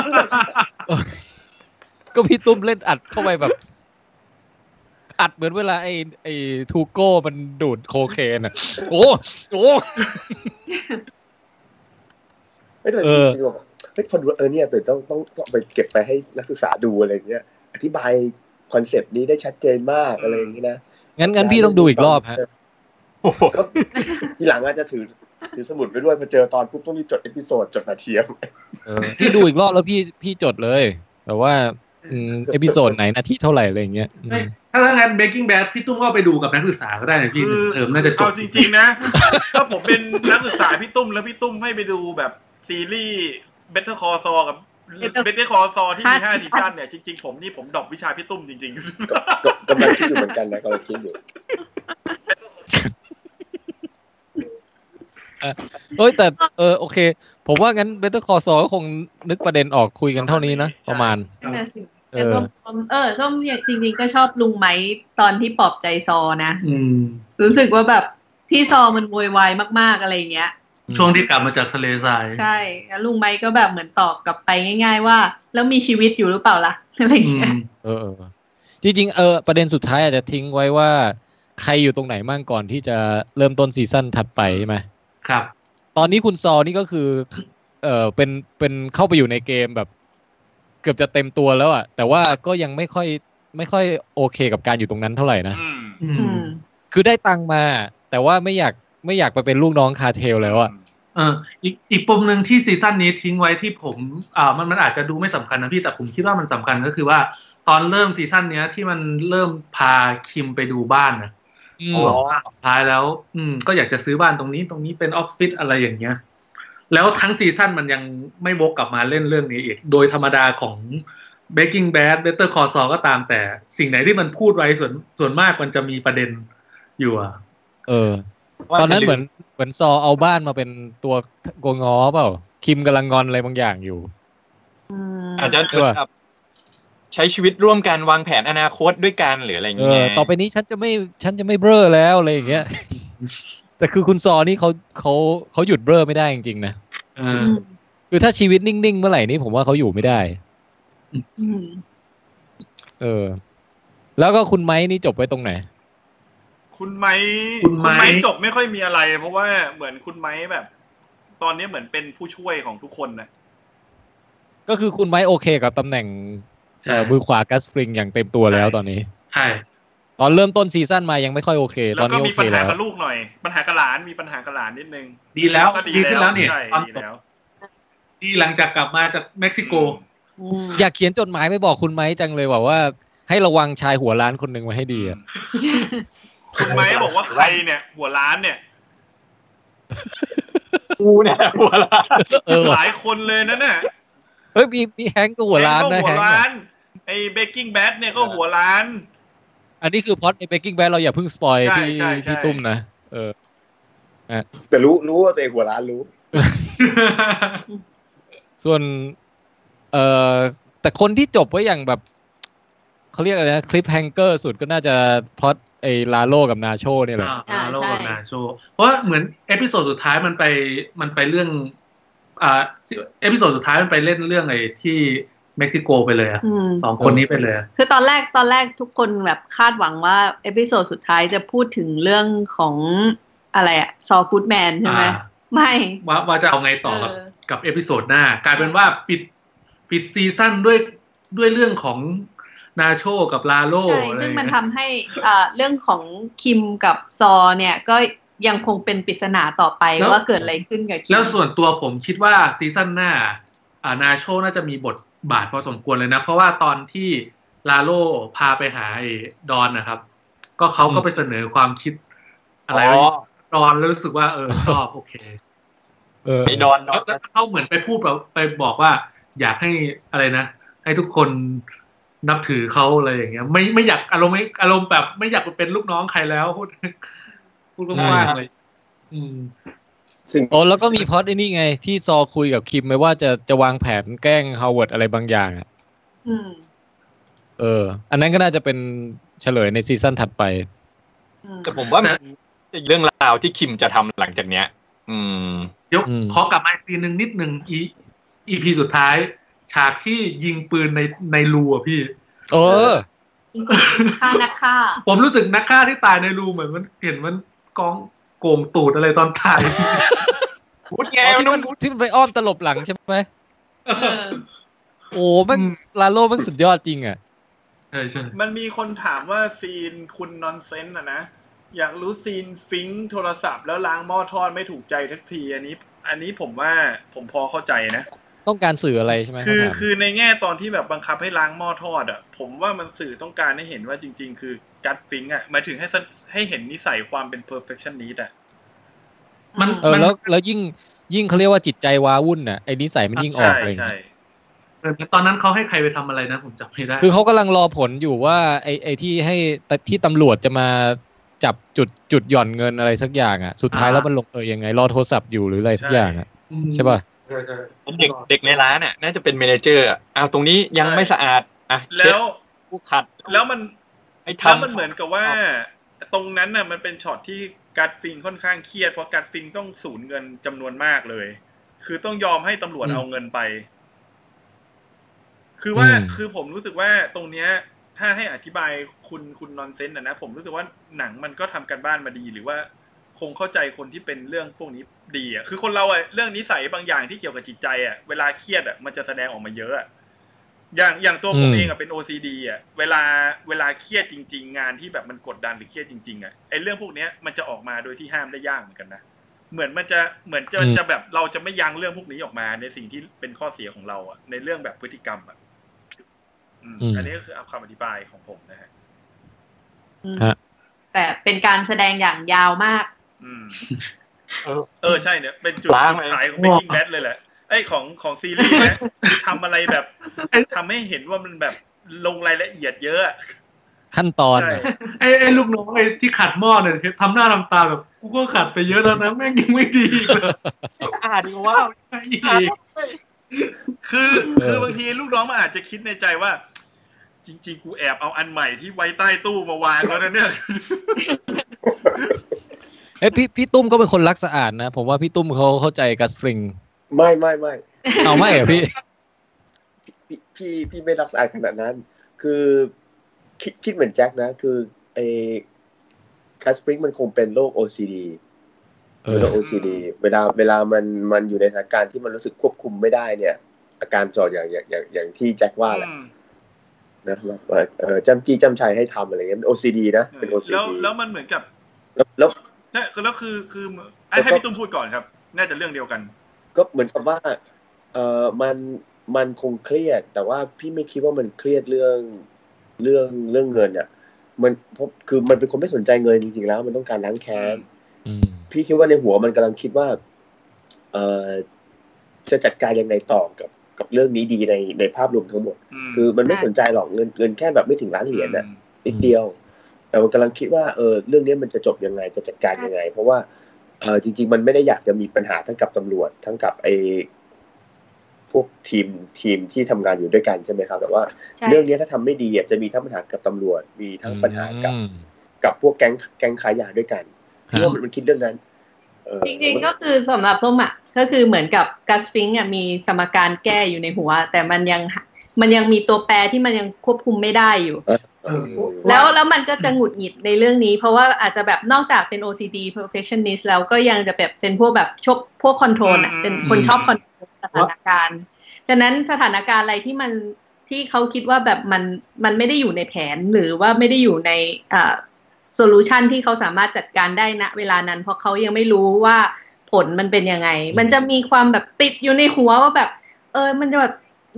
Speaker 2: ก็พี่ตุ้มเล่นอัดเข้าไปแบบ อัดเหมือนเวลาไอ้ไอ้ทูโก้มันดูดโคเคนอ่ะ โอ้โอ้
Speaker 8: ไม่ต้อง
Speaker 2: เออ
Speaker 8: เป็นแบบเฮ้ยพอดูเออเนี่ยเดี๋ยวต้องต้องต้องไปเก็บไปให้นักศึกษาดูอะไรอย่างเงี้ยอธิบายคอนเซปต์นี้ได้ชัดเจนมากอะไรอย่างนี้นะ
Speaker 2: งั้นงั้นพี่ต้องดูอีกรอบฮะ
Speaker 8: ก็ ทีหลังอาจจะถือถือสมุดไปด้วยพอเจอตอนปุ๊บต้องมีจดเอพิโซดจดนาทีเอาไว้
Speaker 2: เออพี่ดูอีกรอบแล้วพี่พี่จดเลย แต่ว่าอืมเอพิโซดไหนนาทีเท่าไหร่อะไรอย่างเงี้ยอืม
Speaker 4: ไม่ถ้าถ้างั้น Breaking Bad พี่ตุ้มก็ไปดูกับนักศึกษาก็ได้นะพี่
Speaker 3: คือ
Speaker 4: เทอมน่าจะจบ
Speaker 3: เอาจริง ๆ นะ ถ้าผมเป็นนักศึกษาพี่ตุ้มแล้วพี่ตุ้มให้ไปดูแบบซีรีส์ Better Call Saul กับ
Speaker 5: Better-
Speaker 3: Better Call Saul ที่มีห้า
Speaker 5: ห้า
Speaker 3: ซีซั่นเนี่ยจริง ๆ ผมนี่ผมดรอปวิชาพี่ตุ้มจริง
Speaker 8: ก็ก็ กำลังคิดอยู่เหมือนกันนะกำลังคิดอยู่
Speaker 2: เอ้ยแต่เออโอเค ผมว่างั้นเบ t เตอร์คอซอก็คงนึกประเด็นออกคุยกันเท่านี้นะ
Speaker 3: ใช่
Speaker 2: ประมาณ
Speaker 5: นั่นน่ะสิ
Speaker 2: เออ
Speaker 5: แต่ส้มส้มเออส้มเนี่ยจริงๆก็ชอบลุงไม้ตอนที่ปลอบใจซอนะ
Speaker 4: อืม
Speaker 5: รู้สึกว่าแบบที่ซอมันโวยวายมากๆอะไรอย่างเงี้ย
Speaker 4: ช่วงที่กลับมาจากทะเลทราย
Speaker 5: ใช่แล้วลุงไม้ก็แบบเหมือนตอบกลับไปง่าย ๆ ว่า แล้วมีชีวิตอยู่หรือเปล่าล่ะ อะไรอย่าง
Speaker 4: อื
Speaker 5: เงี้ย
Speaker 4: ม
Speaker 2: เออเออจริงๆเออประเด็นสุดท้ายอาจจะทิ้งไว้ว่า ใครอยู่ตรงไหนมั่งก่อนที่จะเริ่มต้นซีซั่นถัดไปใช่ไหม
Speaker 4: ครับ
Speaker 2: ตอนนี้คุณซอนี่ก็คือเออเป็นเป็นเข้าไปอยู่ในเกมแบบ เกือบจะเต็มตัวแล้วอ่ะแต่ว่าก็ยังไม่ค่อยไม่ค่อยโอเคกับการอยู่ตรงนั้นเท่าไหร่นะ
Speaker 3: ๆอืม
Speaker 4: อื
Speaker 5: อื
Speaker 4: ม
Speaker 5: ม
Speaker 2: คือได้ตังค์มา แต่ว่าไม่อยากไม่อยากไปเป็นลูกน้องคาเทลแล้วอะ
Speaker 4: เอออีกอีกปมหนึ่งที่ซีซั่นนี้ทิ้งไว้ที่ผมอ่ามันมันอาจจะดูไม่สำคัญนะพี่แต่ผมคิดว่ามันสำคัญก็คือว่า ตอนเริ่มซีซั่นเนี้ยที่มันเริ่มพาคิมไปดูบ้านนะ
Speaker 2: อ๋อ
Speaker 4: สุดท้ายแล้ว อืม ก็อยากจะซื้อบ้านตรงนี้ตรงนี้เป็นออฟฟิศอะไรอย่างเงี้ย แล้วทั้งซีซั่นมันยังไม่วกกลับมาเล่นเรื่องนี้อีก โดยธรรมดาของ Breaking Bad Better Call Saul ก็ตามแต่สิ่งไหนที่มันพูดไว้ส่วนส่วนมากมันจะมีประเด็นอยู่อะ
Speaker 2: เออ
Speaker 7: ว่า
Speaker 2: ตอนนั้น
Speaker 7: จะลื
Speaker 2: เหมือนเหมือนซอเอาบ้านมาเป็นตัวโกงอเปล่า คิมกำลังงอนอะไรบางอย่างอยู่
Speaker 7: อาจจะ
Speaker 2: เออ
Speaker 7: แบบใช้ชีวิตร่วมกันวางแผนอนาคตด้วยกันหรืออะไรอย่าง
Speaker 2: เอ
Speaker 7: เงี้
Speaker 2: อ
Speaker 7: ย
Speaker 2: ต่อไปนี้ฉันจะไม่ฉันจะไม่เบ้อแล้วอะไรอย่างเงี้ย แต่คือคุณซอนี่เขาเขาเขาหยุดเบ้อไม่ได้จริงๆนะ
Speaker 4: เอ
Speaker 5: อื
Speaker 4: อ
Speaker 5: ม
Speaker 2: คือถ้าชีวิตนิ่งๆ เมื่อไหร่นี่ผมว่าเขาอยู่ไม่ได้
Speaker 5: อืม
Speaker 2: เออ แล้วก็คุณไม้นี่จบไว้ตรงไหน
Speaker 3: คุณไม้
Speaker 4: คุณไม้
Speaker 3: จบไม่ค่อยมีอะไร เพราะว่าเหมือนคุณไม้แบบ ตอนนี้เหมือนเป็นผู้ช่วยของทุกคนนะ
Speaker 2: ก็คือคุณไม้โอเคกับตำแหน่งเอ่อ
Speaker 4: ใช่
Speaker 2: มือขวากัสปริงอย่างเต็มตัวแล้วตอนนี้
Speaker 4: ใช่
Speaker 2: ตอนเริ่มต้นซีซั่นมายังไม่ค่อยโอเค
Speaker 3: แล้
Speaker 2: ตอ
Speaker 3: วนก็
Speaker 2: นี้โอ
Speaker 3: มี
Speaker 2: เค
Speaker 3: ปัญหา
Speaker 2: แล้ว
Speaker 3: กับลูกหน่อย ปัญหากับหลานมีปัญหากับหลานนิดนึง
Speaker 4: ดีแล้ว
Speaker 3: ก็ดี
Speaker 4: ดีขึ้น
Speaker 3: แล้
Speaker 4: แล้ว วเนี่ย
Speaker 3: ใช่
Speaker 4: ตอน
Speaker 3: ดี
Speaker 4: จบ
Speaker 3: แล้ว
Speaker 4: ที่หลังจากกลับมาจากเม็กซิโก
Speaker 5: อืม
Speaker 2: อยากเขียนจดหมายไปบอกคุณไม้จังเลยว่าว่า ให้ระวังชายหัวล้านคนหนึ่งไว้ให้ดีอะ
Speaker 3: คุณไม้บอกว่าใครเนี่ย หัวล้านเนี่ย
Speaker 7: กูเนี่ยหัวละ
Speaker 2: เออ
Speaker 3: ห
Speaker 2: ว่ะ
Speaker 3: ลายคนเลยนะเนี่ย
Speaker 2: เฮ้ยมีมีแฮงก์ก็หัวล้านนะ
Speaker 3: แฮ
Speaker 2: แฮ
Speaker 3: ง
Speaker 2: ง
Speaker 3: ก์ก็หั
Speaker 2: ก์
Speaker 3: วล้า
Speaker 2: อะ
Speaker 3: น ไอ้เบกกิ้งแบทเนี่ยก็หัวล้าน
Speaker 2: อันนี้คือพล็อดในเบกกิ้งแบดเราอย่าเพิ่งสปอย
Speaker 3: ใช่
Speaker 2: ที่
Speaker 3: ใช่ใช่
Speaker 2: ที่ตุ้มนะ เออ
Speaker 8: แต่รู้รู้ว่าตัวเองหัวร้านรู้
Speaker 2: ส่วน เออแต่คนที่จบไว้อย่างแบบเขาเรียกอะไรนะคลิปแฮงเกอร์สุดก็น่าจะพล็อด ไอ้ลาโลกับนาโชเนี่ยแหละ
Speaker 4: อ่าโลก
Speaker 5: ใช่
Speaker 4: นาโชว์เพราะว่าเหมือนเอพิโซดสุดท้ายมันไปมันไปเรื่อง อ่าเอพิโซดสุดท้ายมันไปเล่นเรื่องไอ้ที่เม็กซิโกไปเลยอะ
Speaker 5: อืม
Speaker 4: สองคนนี้ไปเลยอะ
Speaker 5: คือตอนแรกตอนแรกทุกคนแบบคาดหวังว่า เอพิโซดสุดท้ายจะพูดถึงเรื่องของอะไรอะซอฟูดแมนใช่ไหม
Speaker 4: อ่า
Speaker 5: ไม่
Speaker 4: ว่าว่าจะเอาไงต่อกับ
Speaker 5: เออ
Speaker 4: กับเอพิโซดหน้ากลายเป็นว่าปิดปิดซีซั่นด้วยด้วยเรื่องของนาโชกับลาโล
Speaker 5: ใช่
Speaker 4: อะไร
Speaker 5: ซึ่ง
Speaker 4: อย่าง
Speaker 5: มัน
Speaker 4: เงี้ย
Speaker 5: ทำให้อ่าเรื่องของคิมกับซอเนี่ยก็ยังคงเป็นปริศนาต่อไปว่าเกิดอะไรขึ้นกับคิม
Speaker 4: แล้วส่วนตัวผมคิดว่าซีซั่นหน้าอ่านาโชน่าจะมีบทบาทพอสมควรเลยนะ เพราะว่าตอนที่ลาโลพาไปหาไอ้ดอนนะครับ ก็เขาก็ไปเสนอความคิดอะไรไว้ ดอนแล้วรู้สึกว่าเออชอบโอเค
Speaker 2: เออ
Speaker 7: ไอ้ดอนดอ
Speaker 4: แล้ว
Speaker 7: น
Speaker 4: แล้วเขาเหมือนไปพูดแบบไปบอกว่า อยากให้อะไรนะ ให้ทุกคนนับถือเขาอะไรอย่างเงี้ย ไม่ไม่อยากอารมณ์ไม่อารมณ์แบบไม่อยากเป็นลูกน้องใครแล้วพูดพูดกว้างๆเลยอืม
Speaker 8: ซึ่ง
Speaker 2: โอ้แล้วก็มีพล็อดไอ้นี่ไง ที่ซอคุยกับคิมไหมว่าจะจะวางแผนแกล้งฮาวเวิร์ดอะไรบางอย่างอะ
Speaker 5: อืม
Speaker 2: เออ อันนั้นก็น่าจะเป็นเฉลยในซีซั่นถัดไป
Speaker 5: อืม
Speaker 7: แต่ผมว่ามันมีเรื่องราวที่คิมจะทำหลังจากเนี้ย อืม
Speaker 4: เดี๋ยว
Speaker 2: อืม
Speaker 4: ขอกลับมาอีกทีหนึ่งนิดหนึ่งอีอีพีสุดท้าย ฉากที่ยิงปืนในในรูอ่ะพี่
Speaker 2: เออ
Speaker 5: ฆ่านักฆ่า
Speaker 4: ผมรู้สึกนักฆ่าที่ตายในรูเหมือนมันเห็นมันกองโกงตูดอะไรตอน ถ่าย
Speaker 7: พูดไง
Speaker 2: อ๋อ
Speaker 7: มัน
Speaker 2: ที่มัน
Speaker 7: ต้องพูด
Speaker 2: ที่มันไปอ้อมตลบหลังใช่ไหม
Speaker 5: เออ
Speaker 2: โอ้แมัน
Speaker 4: อืม
Speaker 2: ลาโลแมันสุดยอดจริงอ่ะ
Speaker 4: ใช่ใช่
Speaker 3: มันมีคนถามว่าซีนคุณนอนเซนต์อะนะ อยากรู้ซีนฟิงค์โทรศัพท์แล้วล้างหม้อทอดไม่ถูกใจทักที อันนี้ อันนี้ผมว่าผมพอเข้าใจนะ
Speaker 2: ต้องการสื่ออะไรใช่ไหม
Speaker 3: คือ
Speaker 2: เขาถาม
Speaker 3: คือในแง่ตอนที่แบบบังคับให้ล้างหม้อทอดอ่ะ ผมว่ามันสื่อต้องการให้เห็นว่าจริง ๆ คือกัดฟิงค์อ่ะหมายถึงให้สให้เห็นนิสัยความเป็น perfectionist อ่ะ
Speaker 4: มัน
Speaker 2: เออแล้วแล้วยิ่งยิ่งเขาเรียกว่าจิตใจว้าวุ่นน่ะไอ้นิสัยมันยิ่งออ
Speaker 3: ใช่
Speaker 2: กอะไรอย่าง
Speaker 3: ใช่
Speaker 2: เงี้ย
Speaker 4: เออตอนนั้นเขาให้ใครไปทำอะไรนะ ผมจำไม่ได้
Speaker 2: คือเขากำลังรอผลอยู่ว่าไอ้ไอ้ที่ให้แต่ที่ตำรวจจะมาจับจุดจุดหย่อนเงินอะไรสักอย่างอ่ะสุดท้าย
Speaker 4: อ่า
Speaker 2: แล้วมันลงเอยยังไง รอโทรศัพท์อยู่หรืออะไรสักอย่างอ่ะ
Speaker 4: ม
Speaker 2: ใช่ป่ะ
Speaker 4: ใช่ใช่
Speaker 7: เป็นเด็กเด็กในร้านน่ะน่าจะเป็นเมเนเจอร์อะอ้าวตรงนี้ยังไม่สะอาดอ่ะเช็ด
Speaker 3: แล้ว
Speaker 7: ผู้ขัด
Speaker 3: แล้วมัน
Speaker 7: ไอ้
Speaker 3: แล้ว
Speaker 7: ทำ
Speaker 3: มันเหมือนกับว่า ตรงนั้นน่ะมันเป็นช็อตที่กัดฟิงค่อนข้างเครียด เพราะกัดฟิงต้องสูญเงินจำนวนมากเลย คือต้องยอมให้ตำรวจ
Speaker 2: อืม
Speaker 3: เอาเงินไป คือว่า
Speaker 2: อืม
Speaker 3: คือผมรู้สึกว่าตรงเนี้ย ถ้าให้อธิบายคุณคุณนอนเซนต์นะนะผมรู้สึกว่าหนังมันก็ทำกันบ้านมาดีหรือว่า คงเข้าใจคนที่เป็นเรื่องพวกนี้ดีอ่ะคือคนเราอ่ะเรื่องนิสัยบางอย่างที่เกี่ยวกับจิตใจอ่ะเวลาเครียดอ่ะมันจะแสดงออกมาเยอะอะอย่างอย่างตัวผม
Speaker 2: อืม
Speaker 3: เองอ่ะเป็น OCD อ่ะเวลาเวลาเครียดจริง ๆ งานที่แบบมันกดดันหรือเครียดจริงๆอ่ะไอเรื่องพวกเนี้ยมันจะออกมาโดยที่ห้ามได้ยากเหมือนกันนะเหมือนมันจะเหมือนจะ
Speaker 2: อืม
Speaker 3: จะแบบเราจะไม่ยั้งเรื่องพวกนี้ออกมา ในสิ่งที่เป็นข้อเสียของเราอ่ะในเรื่องแบบพฤติกรรมอ่ะอืมอันนี้ก็คือเอาคำอธิบายของผมนะฮะ
Speaker 5: อืม
Speaker 2: ฮะ
Speaker 5: แต่เป็นการแสดงอย่างยาวมาก
Speaker 3: อืม
Speaker 7: เออ
Speaker 3: เออใช่เนี่ยเป็นจุด
Speaker 7: ล้าง
Speaker 3: จุ
Speaker 7: ไหม
Speaker 3: ดขายของ Breaking Bad เลยแหละไอยของของซีรีส์นะ ทำอะไรแบบทำให้เห็นว่ามันแบบลงรายละเอียดเยอะอะ
Speaker 2: ขั้นตอน
Speaker 3: ใช่
Speaker 2: น่ะ
Speaker 4: ไอ้ไอ้ลูกน้องไอ้ที่ขัดหม้อเนี่ยทำหน้าทำตาแบบกูก็ขัดไปเยอะแล้วนะแม่งยังไม่ดีอีกเลย
Speaker 7: อ่านดีกว่า
Speaker 4: ไม่ดีอีก
Speaker 3: คือคือบางทีลูกน้องมันอาจจะคิดในใจว่า จริง ๆ กูแอบเอาอันใหม่ที่ไว้ใต้ตู้มาวางแล้วนะเนี่ย
Speaker 2: เอ้ยพี่พี่ตุ้มก็เป็นคนรักสะอาดนะ ผมว่าพี่ตุ้มเขาเข้าใจกัสฟริง
Speaker 8: ไม่ไม่ไม่
Speaker 2: เอาไม่เหรอพี่
Speaker 8: พี่พี่พี่ไม่รักสะอาดขนาดนั้น คือคิดคิดเหมือนแจ็คนะ คือไอ้คัสปริงมันคงเป็นโรค OCD
Speaker 2: เอ
Speaker 8: เป็น
Speaker 2: อ
Speaker 8: โรค OCD เวลาเวลามันมันอยู่ในสถานการณ์ที่มันรู้สึกควบคุมไม่ได้เนี่ย อาการจออย่างอย่างอย่างอย่างที่แจ็คว่าแหละ
Speaker 3: อืม
Speaker 8: นะครับว่าเออจำจี้จำชัยให้ทำอะไรเงี้ยมัน OCD นะเป็น OCD
Speaker 3: แล้วแล้วมันเหมือนกับ
Speaker 8: แล้วแล้ว
Speaker 3: ใช่แล้วคือคือไอ้ให้พี่ตุ้มพูดก่อนครับ น่าจะเรื่องเดียวกัน
Speaker 8: ก็เหมือนกับว่า เออมันมันคงเครียด แต่ว่าพี่ไม่คิดว่ามันเครียดเรื่องเรื่องเรื่องเงินอ่ะ มันเพราะคือมันเป็นคนไม่สนใจเงินจริงๆแล้ว มันต้องการล้างแค้น
Speaker 2: อืม
Speaker 8: พี่คิดว่าในหัวมันกำลังคิดว่า เออจะจัดการยังไงต่อกับกับเรื่องนี้ดีในในภาพรวมทั้งหมด
Speaker 3: อืม
Speaker 8: คือมันไม่สนใจหรอกเงินเงินแค่แบบไม่ถึงล้านเหรียญอ่ะ นิดเดียว แต่มันกำลังคิดว่าเออเรื่องนี้มันจะจบยังไงจะจัดการยังไง เพราะว่าเออจริง ๆ มันไม่ได้อยากจะมีปัญหาทั้งกับตำรวจ ทั้งกับไอ้พวกทีมทีมที่ทำงานอยู่ด้วยกันใช่ไหมครับ แต่ว่า
Speaker 5: ใช่
Speaker 8: เรื่องนี้ถ้าทำไม่ดีอ่ะจะมีทั้งปัญหากับตำรวจ มีทั้งปัญหากับ กับพวกแก๊งแก๊งขายยาด้วยกันที่ว่ามันมันคิดเรื่องนั้นเออ
Speaker 5: จริงๆก็คือสำหรับส้มอ่ะก็คือเหมือนกับกัสฟิงอ่ะมีสมการแก้อยู่ในหัว แต่มันยังมันยังมีตัวแปรที่มันยังควบคุมไม่ได้อยู่
Speaker 8: เออ
Speaker 5: แล้วแล้วมันก็จะหงุดหงิดในเรื่องนี้ เพราะว่าอาจจะแบบนอกจากเป็น OCD perfectionist แล้วก็ยังจะแบบเป็นพวกแบบชกพวกคอนโทรลอ่ะ
Speaker 3: อืม
Speaker 5: เป็นคนชอบคอนโทรลสถานการณ์ฉะนั้นสถานการณ์อะไรที่มันที่เขาคิดว่าแบบมันมันไม่ได้อยู่ในแผนหรือว่าไม่ได้อยู่ในอ่าโซลูชันที่เขาสามารถจัดการได้ณเวลานั้น เพราะเขายังไม่รู้ว่าผลมันเป็นยังไง มันจะมีความแบบติดอยู่ในหัวว่าแบบ เออมันจะแบบ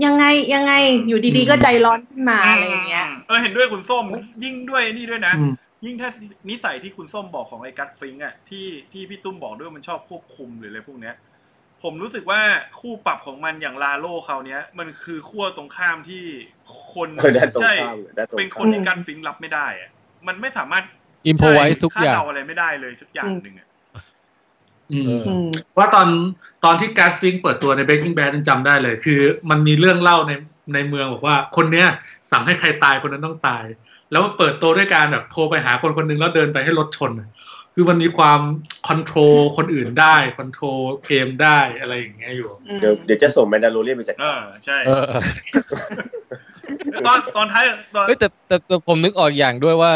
Speaker 5: ยังไงยังไงอยู่ดีๆ ก็ใจร้อนขึ้นมาอะไรอย่างเงี้ย
Speaker 3: เออเห็นด้วยคุณส้ม ยิ่งด้วยนี่ด้วยนะ
Speaker 4: อืม
Speaker 3: ยิ่งถ้านิสัยที่คุณส้มบอกของไอ้กัตฟิงค์อ่ะที่ที่พี่ตุ้มบอกด้วยมันชอบควบคุมหรืออะไรพวกเนี้ย ผมรู้สึกว่าคู่ปรับของมันอย่างลาโลเขาวเนี้ย มันคือขั้วตรงข้ามที่คน
Speaker 8: เออด้านตรงข้ามด้านตรงข้าม
Speaker 3: เป็นคนที่กัตฟิงค์รับไม่ได้อะมันไม่สามารถ
Speaker 2: อิมพอไว้ทุกอ
Speaker 3: คด
Speaker 2: ย่าง
Speaker 3: เดาอะไรไม่ได้เลยสักอย่างหนึ่งอะ
Speaker 4: อืม
Speaker 2: เออ
Speaker 5: อืม
Speaker 4: ว่าตอนตอนที่แกสฟิงเปิดตัวใน Breaking Bad ยังจำได้เลย คือมันมีเรื่องเล่าในในเมืองบอกว่าคนเนี้ยสั่งให้ใครตายคนนั้นต้องตาย แล้วมันเปิดตัวด้วยการแบบโทรไปหาคนคนหนึงแล้วเดินไปให้รถชนน่ะคือมันมีความคอนโทรลคนอื่นได้คอนโทรลเกมได้อะไรอย่างเงี้ยอยู่
Speaker 5: อืม
Speaker 8: เดี๋ยวเดี๋ยวจะส่งแมนดาโลเรียนไปจัด
Speaker 3: เอ
Speaker 8: การ
Speaker 3: อใช่
Speaker 2: เออเออ
Speaker 3: ตอนตอนท้ายตอน
Speaker 2: เฮ้ยแต่แต่แต่ผมนึกออกอย่างด้วยว่า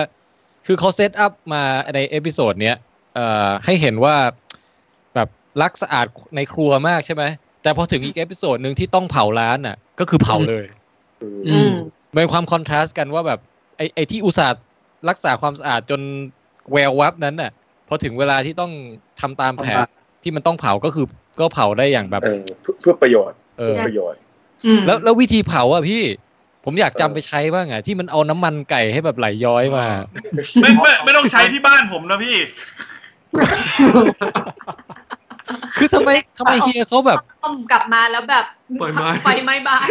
Speaker 2: คือเขาเซตอัพมาในเอพิโซดเนี้ยเอ่อให้เห็นว่าแบบรักสะอาดในครัวมากใช่ไหม แต่พอถึงอีกเอพิโซดหนึ่งที่ต้องเผาร้านน่ะ ก็คือเผาเลย
Speaker 8: อืม
Speaker 4: อื
Speaker 5: อื
Speaker 4: ม
Speaker 5: ม
Speaker 2: เป็นความคอนทราสต์กันว่าแบบไอ้ไอ้ที่อุตส่าห์รักษาความสะอาดจนแวววับนั้นน่ะพอถึงเวลาที่ต้องทำตามแผน
Speaker 4: ทำตาม
Speaker 2: ที่มันต้องเผาก็คือก็เผาได้อย่างแบบ
Speaker 8: เออเพื่อเพื่อประโยชน์
Speaker 2: เออ
Speaker 8: เพื่อประโยชน์
Speaker 5: อืม
Speaker 2: แล้วแล้ววิธีเผาอ่ะพี่ ผมอยากจำ
Speaker 8: เออ
Speaker 2: ไปใช้บ้างอ่ะที่มันเอาน้ำมันไก่ให้แบบไหลย้อยมา
Speaker 3: ไม่ไม่ไม่ต้องใช้ที่บ้านผมนะพี่
Speaker 2: คือทำไมทำไมเฮียเขาแบบ
Speaker 5: ต้มกลับมาแล้วแบบ
Speaker 4: ปล่อยไม้
Speaker 5: ไฟไหม้บ้าน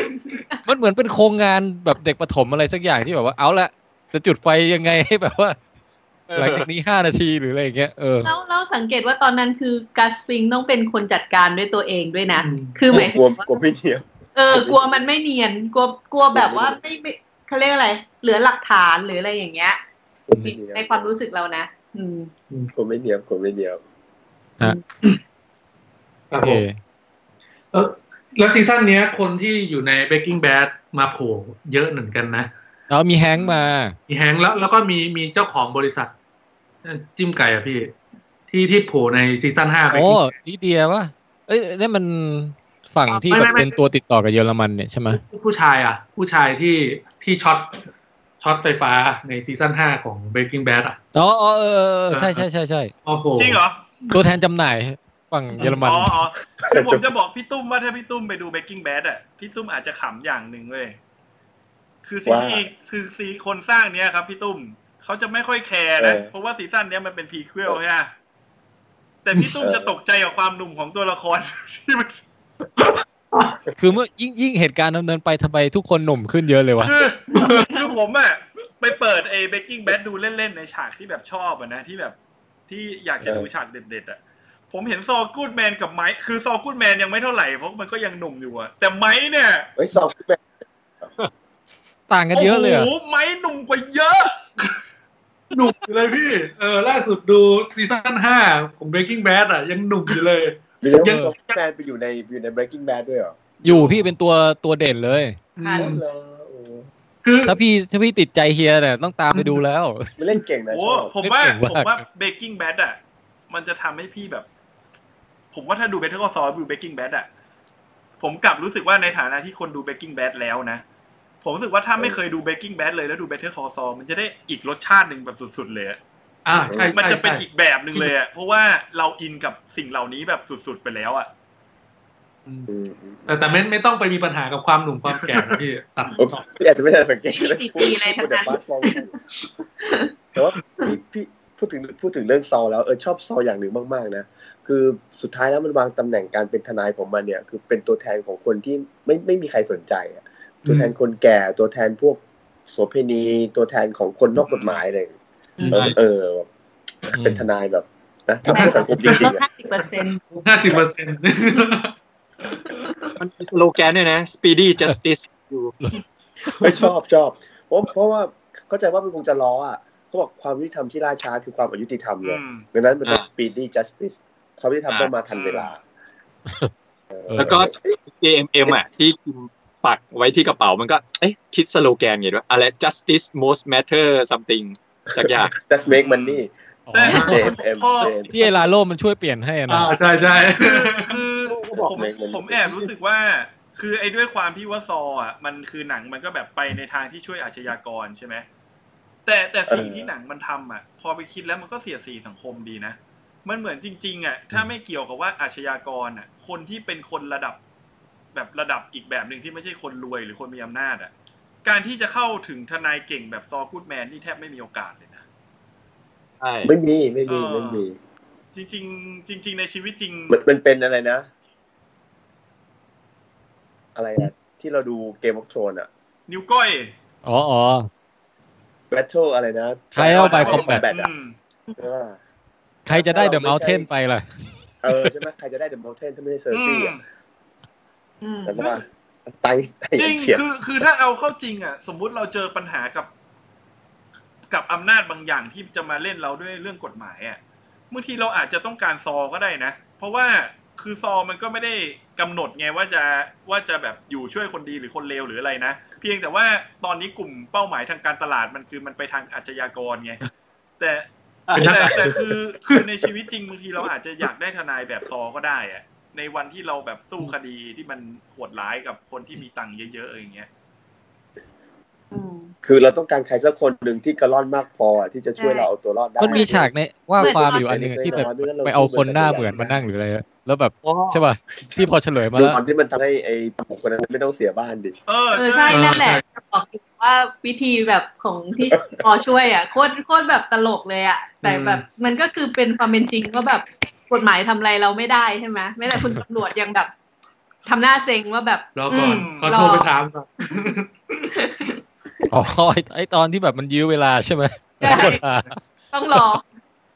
Speaker 2: มันเหมือนเป็นโครงงานแบบเด็กประถมอะไรสักอย่างที่แบบว่าเอาละจะจุดไฟยังไงให้แบบว่า หลังจากนี้ห้านาทีหรืออะไรอย่างเงี้ยเออ
Speaker 5: แล้วแล้วสังเกตว่าตอนนั้นคือกัสฟิงต้องเป็นคนจัดการด้วยตัวเองด้วยนะ
Speaker 4: อืม
Speaker 5: คือหมาย
Speaker 8: ก
Speaker 5: ถึ
Speaker 8: ลัว
Speaker 5: งว่าก
Speaker 8: ลัวไม่เนียน
Speaker 5: เออกลัวมันไม่เนียน กลัวกลัวแบบว่าไม่ไม่เขาเรียกอะไร เหลือหลักฐานหรืออะไรอย่างเงี้ย
Speaker 8: กลัวไม่เนียน
Speaker 5: ในความรู้สึกเรานะ อืม
Speaker 8: กลัวไม่เนียนกลัวไม่เนียน
Speaker 4: ครับ
Speaker 2: โอ
Speaker 4: ผ
Speaker 2: เค
Speaker 4: มเออแล้วซีซั่นเนี้ย คนที่อยู่ใน Breaking Bad มาโผล่เยอะเหมือนกันนะ
Speaker 2: แล้วมีแฮงค์มา
Speaker 4: มีแฮงค์แล้วแล้วก็มีมีเจ้าของบริษัทเอ่อจิ้มไก่อะพี่ ที่ที่โผล่ในซีซั่นห้าไป
Speaker 2: โอ้ลิเดียวะเอ้ยนี่นมันฝั่งที่
Speaker 4: ไม่
Speaker 2: แบ
Speaker 4: ไม่
Speaker 2: บ
Speaker 4: ไม่
Speaker 2: เป็นตัวติดต่อกับเยอรมันเนี่ยใช่ไหม
Speaker 4: ผู้ชายอะผู้ชายที่ที่ช็อตช็อตไฟฟ้าในซีซั่นห้าของ Breaking Bad อะ
Speaker 2: อ๋ออ๋อเออเออเออใช่ใช่ใช่ใช่
Speaker 4: มาโผล่
Speaker 3: จริงเหรอ
Speaker 2: ตัวแทนจำหน่ายฝั่งเยอรมัน
Speaker 3: อ๋ออ๋อคือผมจะบอกพี่ตุ้มว่าถ้าพี่ตุ้มไปดู Breaking Bad อ่ะ พี่ตุ้มอาจจะขำอย่างหนึ่งเว้ย คือซีรีส์
Speaker 8: ว่า
Speaker 3: คือซีคนสร้างเนี้ยครับพี่ตุ้มเขาจะไม่ค่อยแคร์นะ
Speaker 8: เออ
Speaker 3: เพราะว่าซีซั่นเนี้ยมันเป็นพีควลใช่ไหมแต่พี่ตุ้ม
Speaker 8: เออ
Speaker 3: จะตกใจกับความหนุ่มของตัวละค ร ที่มัน
Speaker 2: คือเมื่อยิ่งยิ่งเหตุการณ์ดำเนินไปทำไมทุกคนหนุ่มขึ้นเยอะเลยวะ
Speaker 3: คือคือผมอ่ะไปเปิดไอ้ Breaking Bad ดูเล่น ๆ ในฉากที่แบบชอบอะนะ ที่แบบที่อยากจะ
Speaker 8: เออ
Speaker 3: ดูฉากเด็ด ๆ อ่ะ ผมเห็นซอลกูดแมนกับไมค์คือซอลกูดแมนยังไม่เท่าไหร่เพราะมันก็ยังหนุ่มอยู่อะแต่ไมค์เนี่ย
Speaker 8: เฮ้ยสอบขึ้นไป
Speaker 2: ต่างกันเยอะเลยเหรอ
Speaker 3: โอ้โหไม้หนุ่มกว่าเยอะ
Speaker 4: หนุ่มอยู่เลยพี่ เออล่าสุดดูซีซั่นห้าของ Breaking Bad อะยังหนุ่มอยู่เลย
Speaker 8: เดี๋ยว
Speaker 4: ยัง
Speaker 8: สอบแฟนไปอยู่ในอยู่ใน breaking bad ด้วยเหรอ
Speaker 2: อยู่พี่เป็นตัวตัวเด่นเลย
Speaker 4: อื
Speaker 5: ค่ะ
Speaker 4: ม
Speaker 8: เหรอโอ้
Speaker 4: คือ
Speaker 2: ถ้าพี่ถ้าพี่ติดใจเฮียเนี่ยต้องตามไปดูแล้ว
Speaker 8: มันเล่นเก่งนะ
Speaker 3: โอ้
Speaker 8: ชอบ
Speaker 3: ผมว่า
Speaker 2: เก่งมาก
Speaker 3: ผมว่าเบกกิ้งแบดอ่ะ มันจะทำให้พี่แบบ ผมว่าถ้าดูเบทเทอร์คอซอดูเบกกิ้งแบดอ่ะ ผมกลับรู้สึกว่าในฐานะที่คนดูเบกกิ้งแบดแล้วนะ ผมรู้สึกว่าถ้าไม่เคยดูเบกกิ้งแบดเลยแล้วดูเบทเทอร์คอซอมันจะได้อีกรสชาติหนึ่งแบบสุดๆเลยอะ
Speaker 4: อ่าใช่ใช่
Speaker 3: มันจะเป็น
Speaker 4: ใช่
Speaker 3: อีกแบบหนึ่งเลยอ่ะ เพราะว่าเราอินกับสิ่งเหล่านี้แบบสุดๆไปแล้วอ่ะ
Speaker 4: อืม
Speaker 8: อืม
Speaker 4: แต่แต่ไม่ไม่ต้องไปมีปัญหากับความหนุ่มความแก่นะพี่ตัด
Speaker 8: โอ้
Speaker 4: ออก
Speaker 8: พี่อาจจะไม่ได้สังเกต
Speaker 5: ไม่มีปีอะไรทั้งนั้น
Speaker 8: พูดแต่บ้าซอล แต่ว่าพี่พี่พูดถึงพูดถึงเรื่องซอลแล้วเออชอบซอลอย่างหนึ่งมากๆนะคือสุดท้ายแล้วมันวางตำแหน่งการเป็นทนายของมันเนี่ย คือเป็นตัวแทนของคนที่ไม่ไม่มีใครสนใจอะตัวแทนคนแก่ตัวแทนพวกโสเภณีตัวแทนของคนนอกกฎหมายเลย
Speaker 4: อืม
Speaker 8: เออเออแบบเป็นทนายแบบนะทำเพื่อสังคมจริงๆอะ
Speaker 5: ห้าสิบเปอร์เซ็นต์
Speaker 4: ห้าสิบเปอร์เซ็นต์
Speaker 7: มันมีสโลแกนด้วยนะ speedy justice อยู่
Speaker 8: ไม่ชอบชอบเพราะเพราะว่าเข้าใจว่ามันคงจะล้ออ่ะ เขาบอกความยุติธรรมที่ล่าช้าคือความอายุติธรรมเล
Speaker 3: อื
Speaker 8: ย
Speaker 3: ม
Speaker 8: ดังนั้นมันเป็น
Speaker 7: อ่า
Speaker 8: speedy justice ความยุติธรรมต้องมาทันเวลา
Speaker 7: แล้วก็ JMM อ่ะที่กิมปักไว้ที่กระเป๋ามันก็ เอ๊ะคิดสโลแกนไงด้วยอะไร justice most matter something สักอย่าง
Speaker 8: just make money
Speaker 2: อ๋อ
Speaker 3: แต่
Speaker 8: เจมเอ็ม
Speaker 3: พ่อ
Speaker 8: เจม
Speaker 2: ที่ไอลาโลมันช่วยเปลี่ยนให้นะ
Speaker 4: อ่าใช่ใช่
Speaker 3: คือคือ
Speaker 8: ก็บอก
Speaker 3: ผม
Speaker 8: เลยมัน
Speaker 3: ผมแอบรู้สึกว่า คือไอ้ด้วยความที่ว่าซออ่ะมันคือหนังมันก็แบบไปในทางที่ช่วยอาชญากรใช่ไหมแต่แต่สิ่งที่หนังมันทำอ่ะ พอไปคิดแล้วมันก็เสียดสีสังคมดีนะ มันเหมือนจริง ๆ อ่ะ ถ้าไม่เกี่ยวกับว่าอาชญากรอ่ะ คนที่เป็นคนระดับ แบบระดับอีกแบบหนึ่งที่ไม่ใช่คนรวยหรือคนมีอำนาจอ่ะ การที่จะเข้าถึงทนายเก่งแบบซอกูดแมนนี่แทบไม่มีโอกาสเลยนะ
Speaker 7: ใช่
Speaker 8: ไม่มีไม่มีไม่มี
Speaker 3: จริง ๆ จริง ๆ ในชีวิตจริง
Speaker 8: มันมันเป็นอะไรนะ อะไรนะที่เราดูเกมออฟโทรนอะ
Speaker 3: นิ้วก้อย
Speaker 2: อ๋ออ๋อ
Speaker 8: Battle อะไรนะ
Speaker 2: Trial by
Speaker 8: Trial
Speaker 2: Combat
Speaker 8: อะ
Speaker 3: อืม
Speaker 8: ใช่ปะ
Speaker 2: ใครจะได้เดอะเม t เทนไปล่ะ
Speaker 8: เออใช่ไหมใครจะได้ The Mountain ถ้าไม่ใช่เซอร์ซี่อะ
Speaker 5: อืม
Speaker 8: แต่ว่าไตไต
Speaker 3: จริง
Speaker 8: เขียน
Speaker 3: คือคือถ้าเอาเข้าจริงอ่ะ สมมุติเราเจอปัญหากับ กับอำนาจบางอย่างที่จะมาเล่นเราด้วยเรื่องกฎหมายอ่ะบางทีเราอาจจะต้องการซอก็ได้นะ เพราะว่าคือซอมันก็ไม่ได้กำหนดไงว่าจะว่าจะแบบอยู่ช่วยคนดีหรือคนเลวหรืออะไรนะ เพียงแต่ว่าตอนนี้กลุ่มเป้าหมายทางการตลาดมันคือมันไปทางอาชญากรไง แต่แต่แต่คือคือในชีวิตจริงบางทีเราอาจจะอยากได้ทนายแบบซอก็ได้อะในวันที่เราแบบสู้คดีที่มันโหดร้ายกับคนที่มีตังค์เยอะๆอย่างเงี้ย
Speaker 5: อืม
Speaker 8: คือเราต้องการใครสักคนหนึ่งที่กระล่อนมากพอที่จะช่วยเราเอาตัวรอดได้
Speaker 2: มันมีฉากในว่าความอยู่อันหนึง
Speaker 8: ไม่ได้
Speaker 2: ที่แบบ
Speaker 8: ไม่ได้เรา
Speaker 2: ไปเอาคนหน้าเหมือนมานั่งหรืออะไรอะแล้วแบบใช่ป่ะที่พอเฉลยมา
Speaker 8: ดู
Speaker 2: แล้ว
Speaker 8: ความที่มันทำให้ไอ้บุคคลนั้นไม่ต้องเสียบ้านดิ
Speaker 3: เออ
Speaker 5: เออ
Speaker 3: ใช่
Speaker 5: ใช่นั่นแหละจะบอกอยู่ว่าวิธีแบบของที่พอช่วยอ่ะโคตรโคตรแบบตลกเลยอ่ะแต่แบบมันก็คือเป็นความเป็นจริงว่าแบบกฎหมายทำอะไรเราไม่ได้ใช่ไหมแม้แต่คุณตำรวจยังแบบทำหน้าเซ็งว่าแบบ
Speaker 4: รอก่อน
Speaker 5: ม
Speaker 4: ขอโทรไป
Speaker 5: รอ
Speaker 4: ถามก่อน
Speaker 2: อ๋อไอ้ไอตอนที่แบบมันยื้อเวลาใช่ไหม
Speaker 5: ใช่ต้องรอ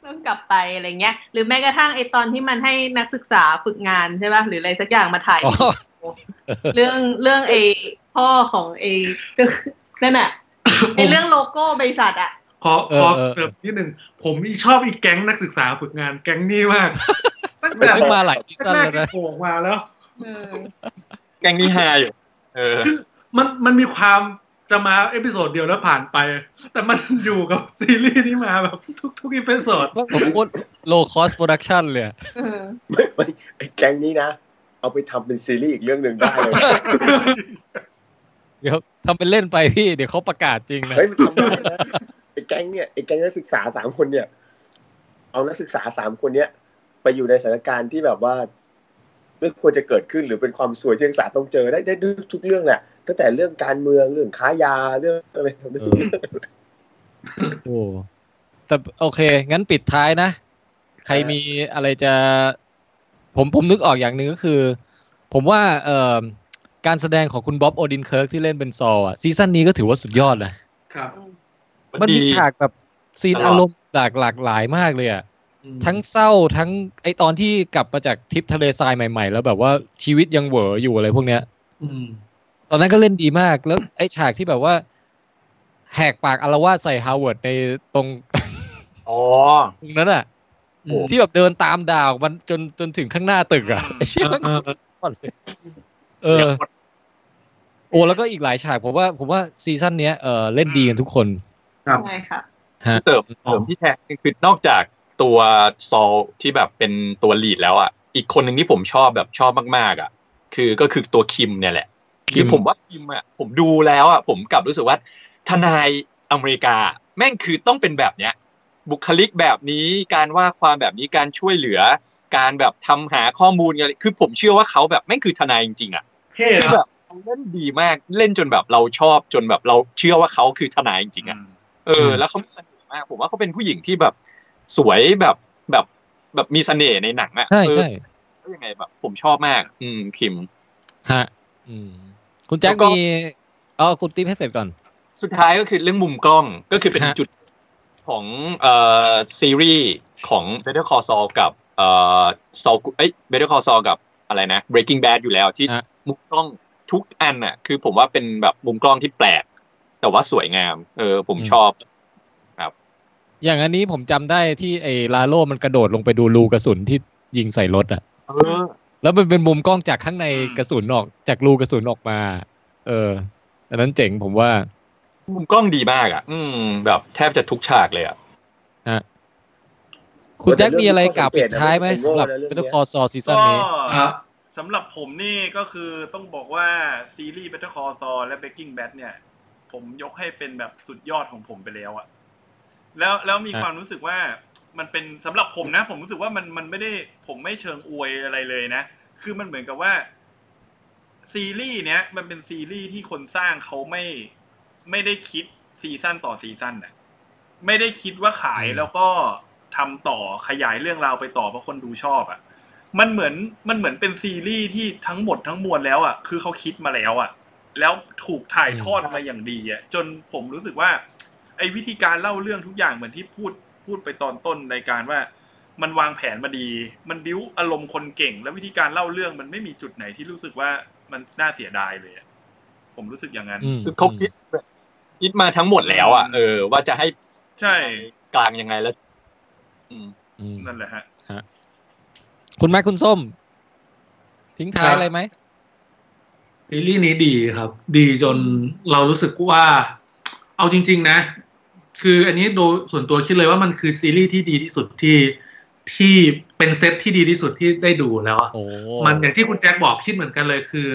Speaker 5: ต้องกลับไปอะไรเงี้ย หรือแม้กระทั่งไอตอนที่มันให้นักศึกษาฝึกงานใช่ป่ะหรืออะไรสักอย่างมาถ่าย
Speaker 2: อ๋อ
Speaker 5: เรื่องเรื่องไอพ่อของไอ นั่นอ่ะไอเรื่องโลโก้บริษัทอ่ะ
Speaker 4: ขอขอเสริมนิดนึงผมนี่ชอบอีกแก๊งนักศึกษาฝึกงานแก๊งนี้มากตั้ง
Speaker 8: ไม่
Speaker 4: แต่
Speaker 8: ต้
Speaker 2: เพิ่ง
Speaker 8: อ
Speaker 2: มาหลายซีซั่น
Speaker 4: แรก
Speaker 2: แล้วนะ
Speaker 4: ๆที่โผล่มาแล้ว
Speaker 5: เออ
Speaker 7: แกงนี้ฮาอยู่ เออ
Speaker 4: คือมันมันมีความจะมาเอพิโซดเดียวแล้วผ่านไป แต่มันอยู่กับซีรีส์นี้มาแบบทุกทุกอีพิโซด
Speaker 2: ว่าผมโคตรโลคอสโปรดักชันเลยอะ
Speaker 5: เออ
Speaker 8: ไม่ไม่ไอ้แก๊งนี้นะ เอาไปทำเป็นซีรีส์อีกเรื่องหนึ่งได้ เลย
Speaker 2: เดี๋ยวทำเป็นเล่นไปพี่ เดี๋ยวเขาประกาศจริงนะ
Speaker 8: เฮ้ยมันทำได้นะไอ้แก๊งเนี่ยไอ้แก๊งนักศึกษาสามคนเนี่ย เอานักศึกษาสามคนเนี้ยไปอยู่ในสถานการณ์ที่แบบว่าไม่ควรจะเกิดขึ้นหรือเป็นความสวยที่นักศึกษาต้องเจอได้ได้ทุกเรื่องแหละตั้งแต่เรื่องการเมืองเรื่องค้ายาเรื่องอะไรทำได้
Speaker 2: เออโอ้แต่โอเค งั้นปิดท้ายนะ ใครมีอะไรจะ ผมผมนึกออกอย่างหนึ่งก็คือ ผมว่าเอ่อการแสดงของคุณบ๊อบโอดินเคิร์กที่เล่นเป็นซอลอะซีซั่นนี้ก็ถือว่าสุดยอดนะครับ มันมีฉากแบบซีน
Speaker 7: ตลอด
Speaker 2: อารมณ์หลากหลากหลายมากเลยอะ ทั้งเศร้าทั้งไอตอนที่กลับมาจากทริปทะเลทรายใหม่ ๆ แล้วแบบว่าชีวิตยังเหวออยู่อะไรพวกเนี้ย
Speaker 4: อืม
Speaker 2: ตอนนั้นก็เล่นดีมากแล้วไอฉากที่แบบว่า แหกปากอารวาสใส่ฮาวเวิร์ดในตรง
Speaker 7: อ๋อ
Speaker 2: ตรงนั้นอ่ะ
Speaker 4: อืม
Speaker 2: ที่แบบเดินตามดาวมันจนจนถึงข้างหน้าตึกอ่ะ
Speaker 3: อืม
Speaker 2: ไอ้เชี่ยมัน
Speaker 4: เออเออ
Speaker 2: เออโอ้แล้วก็อีกหลายฉากผมว่า ผมว่าซีซั่นเนี้ยเออเล่นดีกันทุกคน
Speaker 5: ใช่ค่ะ
Speaker 7: เติมเติมที่แท้คือนอกจากตัวซอลที่แบบเป็นตัวลีดแล้วอ่ะ อีกคนหนึ่งที่ผมชอบแบบชอบมากๆ อ่ะ คือก็คือตัวคิมเนี่ยแหละ
Speaker 2: คิม
Speaker 7: คือผมว่าคิมอ่ะผมดูแล้วอ่ะผมกลับรู้สึกว่า ทนายอเมริกา แม่งคือต้องเป็นแบบเนี้ย บุคลิกแบบนี้การว่าความแบบนี้การช่วยเหลือ การแบบทำหาข้อมูลอะไรคือผมเชื่อว่าเขาแบบแม่งคือทนายจริงๆอ่ะ
Speaker 4: เท่
Speaker 7: คือ
Speaker 4: อะ
Speaker 7: แบบเขาเล่นดีมากเล่นจนแบบเราชอบจนแบบเราเชื่อว่าเขาคือทนายจริงๆอ่ะเออแล้วเขามีเสน่ห์มากผมว่าเขาเป็นผู้หญิงที่แบบ สวยแบบแบบแบบมีเสน่ห์ในหนังอ่ะ
Speaker 2: ใช่ใช่
Speaker 7: เออยังไงแบบ ผมชอบมาก อืมคิม
Speaker 2: ฮะอืมคุณแจ็ค
Speaker 7: แล้วก็
Speaker 2: มีเอ๋อคุณติ๊บให้เสร็จก่อน
Speaker 7: สุดท้ายก็คือเรื่องมุมกล้องก็คือเป็น
Speaker 2: ฮะ
Speaker 7: จุดของเอ่อซีรีส์ของ Better Call Saul กับเอ่อ Saul เอ้ย Better Call Saul กับอะไรนะ Breaking Bad อยู่แล้วที่มุมกล้องทุกอันน่ะ คือผมว่าเป็นแบบมุมกล้องที่แปลก แต่ว่าสวยงาม เออผมชอบ
Speaker 2: อย่างอันนี้ผมจำได้ที่ไอ้ลาโลมันกระโดดลงไปดูรูกระสุนที่ยิงใส่รถอ่ะ
Speaker 7: เออ
Speaker 2: แล้วมันเป็นมุมกล้องจากข้างใน
Speaker 3: อืม
Speaker 2: กระสุนออกจากรูกระสุนออกมา เอออันนั้นเจ๋งผมว่า
Speaker 7: มุมกล้องดีมากอ่ะ อืม แบบแทบจะทุกฉากเลยอ่ะ
Speaker 2: คุณ
Speaker 8: แต่
Speaker 2: แจ็ค
Speaker 8: เรื่อง
Speaker 2: มีอะไร
Speaker 8: ที่
Speaker 2: กล่าว
Speaker 8: ข้อสังเก
Speaker 2: ปิ
Speaker 8: ต
Speaker 2: ดท้ายไหม
Speaker 8: นะผม
Speaker 2: สำหรับ
Speaker 8: ผมโง่นะเรื่อง
Speaker 2: เบต
Speaker 8: เนี้ย
Speaker 2: คอซอซีซั่น
Speaker 3: ก็
Speaker 2: นี้
Speaker 4: อ่ะ
Speaker 3: สำหรับผมนี่ก็คือต้องบอกว่า ซีรีส์ Better Call Saul และ Breaking Bad เนี่ย ผมยกให้เป็นแบบสุดยอดของผมไปแล้วอะแล้วแล้วมี
Speaker 2: ครับ
Speaker 3: ความรู้สึกว่ามันเป็นสำหรับผมนะ ผมรู้สึกว่ามันมันไม่ได้ผมไม่เชิงอวยอะไรเลยนะ คือมันเหมือนกับว่า ซีรีส์เนี้ยมันเป็นซีรีส์ที่คนสร้างเขาไม่ไม่ได้คิดซีซั่นต่อซีซั่นน่ะไม่ได้คิดว่าขายแล้วก็ทำต่อขยายเรื่องราวไปต่อเพราะคนดูชอบอ่ะ มันเหมือนมันเหมือนเป็นซีรีส์ที่ทั้งหมดทั้งมวลแล้วอ่ะคือเขาคิดมาแล้วอ่ะ แล้วถูกถ่ายทอดมาอย่างดีอ่ะจนผมรู้สึกว่า ไอ้วิธีการเล่าเรื่องทุกอย่างเหมือนที่พูดพูดไปตอนต้นรายการว่า มันวางแผนมาดี มันบิ้วอารมณ์คนเก่ง และวิธีการเล่าเรื่องมันไม่มีจุดไหนที่รู้สึกว่ามันน่าเสียดายเลยอะผมรู้สึกอย่างนั้น
Speaker 2: อืม
Speaker 7: คือเขาคิดคิดมาทั้งหมดแล้วอ่ะ เออ ว่าจะให้
Speaker 3: ใช่
Speaker 7: กลางยังไงแล้ว อืม
Speaker 2: อืม
Speaker 3: นั่นแหละฮะ
Speaker 2: คุณแม็กคุณส้ม ทิ้งท้ายอะไรไหม
Speaker 4: ซีรีส์นี้ดีครับ ดีจนเรารู้สึกว่า เอาจริง ๆ นะ คืออันนี้โดยส่วนตัวคิดเลยว่ามันคือซีรีส์ที่ดีที่สุดที่ที่เป็นเซตที่ดีที่สุดที่ได้ดูแล้วอะ
Speaker 2: โอ้
Speaker 4: มันอย่างที่คุณแจ็คบอกคิดเหมือนกันเลยคือ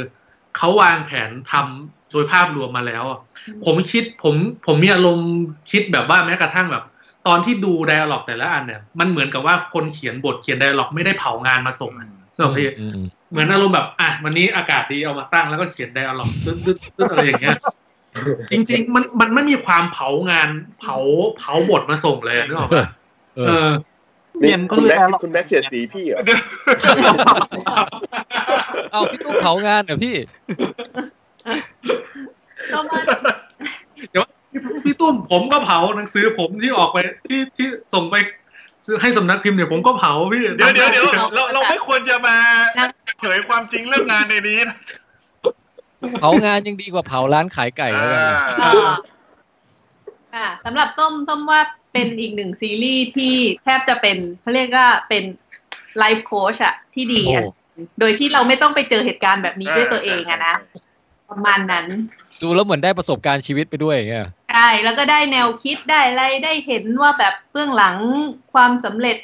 Speaker 4: เขาวางแผนทำโดยภาพรวมมาแล้วอะ
Speaker 5: อืม
Speaker 4: ผมคิดผมผมมีอารมณ์คิดแบบว่าแม้กระทั่งแบบ ตอนที่ดูไดอะล็อกแต่ละอันเนี่ยมันเหมือนกับว่าคนเขียนบทเขียนไดอะล็อกไม่ได้เผางานมาส่งอะนึกออกไหมพี่
Speaker 2: อืมอืม
Speaker 4: เหมือนอารมณ์แบบ อ่ะวันนี้อากาศดีเอามาตั้งแล้วก็เขียนไดอะล็อกตึ๊ดตึ๊ดตึ๊ดอะไรอย่างเงี้ย จริง ๆ มันมันไม่มีความเผางานเผาเผาบทมาส่งเลยอะนึกออกไหม
Speaker 2: เอ
Speaker 4: เอ
Speaker 2: อ
Speaker 4: อ
Speaker 8: นี่
Speaker 7: เรียน
Speaker 8: คุณแม็ก
Speaker 7: เรียน
Speaker 8: ซ์คุณแม็กซ์เสียดสีพี่เหรอ
Speaker 2: เอาพี่ตู้เผางานเหรอพี่
Speaker 5: ก็ว่า
Speaker 4: พี่ตุ้มผมก็เผาหนังสือผมที่ออกไปที่ที่ส่งไปซื้อให้สำนักพิมพ์เนี่ยผมก็เผาพี่
Speaker 3: เดี๋ยวเดี๋ยวเดี๋ยวเราเราไม่ควรจะมาเผยความจริงเรื่องงานในนี้นะ
Speaker 2: เผางานยังดีกว่าเผาร้านขายไก่แล้วกันนะ
Speaker 5: อ่าอ่าสำหรับส้มส้มว่าเป็นอีกหนึ่งซีรีส์ที่แทบจะเป็นเขาเรียกว่าเป็นไลฟ์โค้ชอะที่ดีอะ
Speaker 2: โอ้
Speaker 5: โดยที่เราไม่ต้องไปเจอเหตุการณ์แบบนี้ด้วยตัวเองอะนะ ประมาณนั้น
Speaker 2: ดูแล้วเหมือนได้ประสบการณ์ชีวิตไปด้วยอย่างเงี้ย
Speaker 5: ใช่ แล้วก็ได้แนวคิดได้อะไรได้เห็นว่าแบบเบื้องหลังความสำเร็จ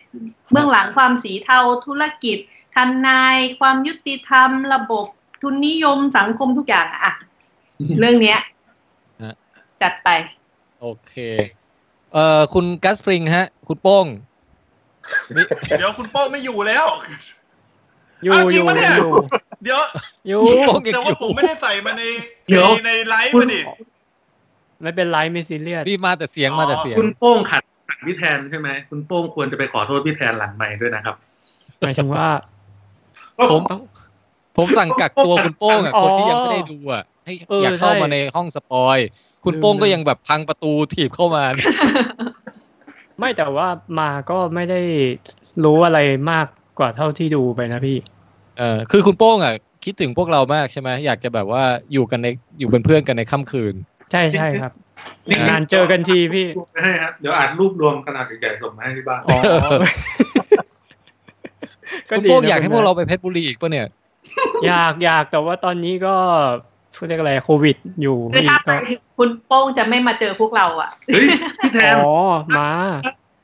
Speaker 5: เบื้องหลังความสีเทาธุรกิจทนาย ความยุติธรรม ระบบทุนนิยมสังคมทุกอย่างอะอะเรื่องเนี้ย
Speaker 2: ฮะ
Speaker 5: จัดไป
Speaker 2: โอเค เอ่อคุณกัสปริงฮะ คุณโป้ง
Speaker 3: เดี๋ยวคุณโป้งไม่อยู่แล้ว
Speaker 6: อยู่
Speaker 3: อ้าวจ
Speaker 6: อ
Speaker 3: ริง
Speaker 6: ยู่
Speaker 3: ปะเนี่ย
Speaker 6: อยู่
Speaker 3: เดี๋ยว
Speaker 6: อยู่
Speaker 2: โป้งยัง
Speaker 3: แต่
Speaker 2: อ
Speaker 3: ว่า
Speaker 2: ยู่
Speaker 3: ผมไม่ได้ใส่มาใน
Speaker 4: เดี๋ยว
Speaker 3: ในในไลฟ์มาดิ
Speaker 6: ไม่เป็นไรไม่ซีเรียส
Speaker 2: นี่มาแต่เสียงมาแต่เสียง
Speaker 4: คุณโป้งขัดขัดพี่แทนใช่ไหมคุณโป้งควรจะไปขอโทษพี่แทนหลังใหม่ด้วยนะครับ
Speaker 6: หมายถึงว่า
Speaker 2: ผมผมสั่งกักตัวคุณโป้งอ่ะ
Speaker 6: อ๋อ
Speaker 2: คนที่ยังไม่ได้ดูอ่ะ ให้
Speaker 6: เอออย
Speaker 2: อากเข้า
Speaker 6: ใช่
Speaker 2: มาในห้องสปอย คุณโป้ง
Speaker 6: ลืม
Speaker 2: ก็ยังแบบพังประตูถีบเข้ามา เนี่ย
Speaker 6: ไม่แต่ว่ามาก็ไม่ได้รู้อะไรมากกว่าเท่าที่ดูไปนะพี่
Speaker 2: เออคือคุณโป้งอ่ะ คิดถึงพวกเรามากใช่ไหมอยากจะแบบว่าอยู่กันในอยู่เป็นเพื่อนกันในค่ำคืน
Speaker 6: ใช่ใช่ครับ
Speaker 4: นี่คือ
Speaker 6: นานเจอกันทีพี่
Speaker 4: ไม่ให้ครับเดี๋ยวอ่านรูปรวมขนาดใหญ่ๆส่งมาให้ที่บ้าน
Speaker 6: อ๋อ
Speaker 2: คุณโป้ง
Speaker 6: นะ
Speaker 2: อยากให้
Speaker 6: คุณ
Speaker 2: พวก
Speaker 6: นะ
Speaker 2: เราไปเพชรบุรีอีกปะเนี่ย
Speaker 6: อยากอยากแต่ว่าตอนนี้ก็พูดเรียกอะไรโควิดอยู่
Speaker 5: คือ
Speaker 6: พี่
Speaker 5: ถ้าไป
Speaker 6: ก็
Speaker 5: คุณโป้งจะไม่มาเจอพวกเราอะ
Speaker 4: เฮ้ ยพี่แทน
Speaker 6: อ๋อมา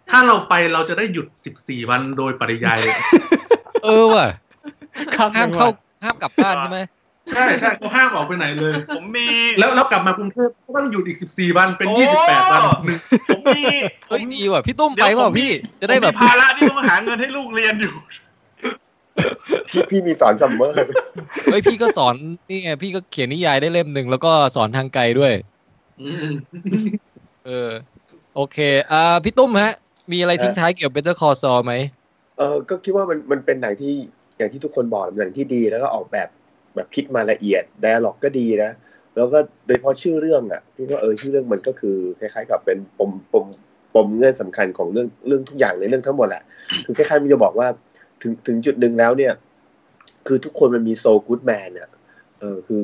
Speaker 4: ถ้าเราไปเราจะได้หยุด 14 วันโดยปริยายเลย
Speaker 2: เออว่ะ
Speaker 6: ครับ
Speaker 2: ห้ามเข้าห้ามกลับบ้านใช่ไหม
Speaker 4: ใช่ใช่เขาห้ามออกไปไหนเลย
Speaker 3: ผมมี
Speaker 4: แล้วแล้วกลับมากรุงเทพก็ต้องหยุดอีก 14 วันเป็น
Speaker 3: โอ้
Speaker 4: 28 วันหนึ่ง
Speaker 3: ผมมีผ
Speaker 2: เฮ้ย
Speaker 3: ม
Speaker 2: ดีว่ะพี่ตุ้ม
Speaker 3: เดี๋
Speaker 2: ไป
Speaker 3: ย
Speaker 2: เป
Speaker 3: วผ
Speaker 2: ล่าม พี่จะได้แบบ
Speaker 3: ผมมีภาระที่ต้องหาเงินให้ลูกเรียนอยู่
Speaker 8: พี่พี่มีสอนซัมเมอร์
Speaker 2: เฮ้ยพี่ก็สอนนี่ไงพี่ก็เขียนนิยายได้เล่มหนึ่งแล้วก็สอนทางไกลด้วย
Speaker 4: อืม
Speaker 2: เออ โอเคอ่าพี่ตุ้มฮะ มีอะไรทิ้งท้ายเกี่ยวกับ Better Call Saul ไหม
Speaker 8: เออก็คิดว่ามันมันเป็นหนังที่อย่างที่ทุกคนบอกหนังที่ดีแล้วก็ออกแบบแบบคิดมาละเอียดไดอะล็อกก็ดีนะ แล้วก็โดยเฉพาะชื่อเรื่องอ่ะพี่ว่าเออชื่อเรื่องมันก็คือคล้ายๆกับเป็นปมปมปมเงื่อนสำคัญของเรื่องเรื่องทุกอย่างในเรื่องทั้งหมดแหละ คือคล้ายๆมันจะบอกว่าถึงถึงจุดหนึ่งแล้วเนี่ย คือทุกคนมันมีโซกู o แมนอ่ะเออคือ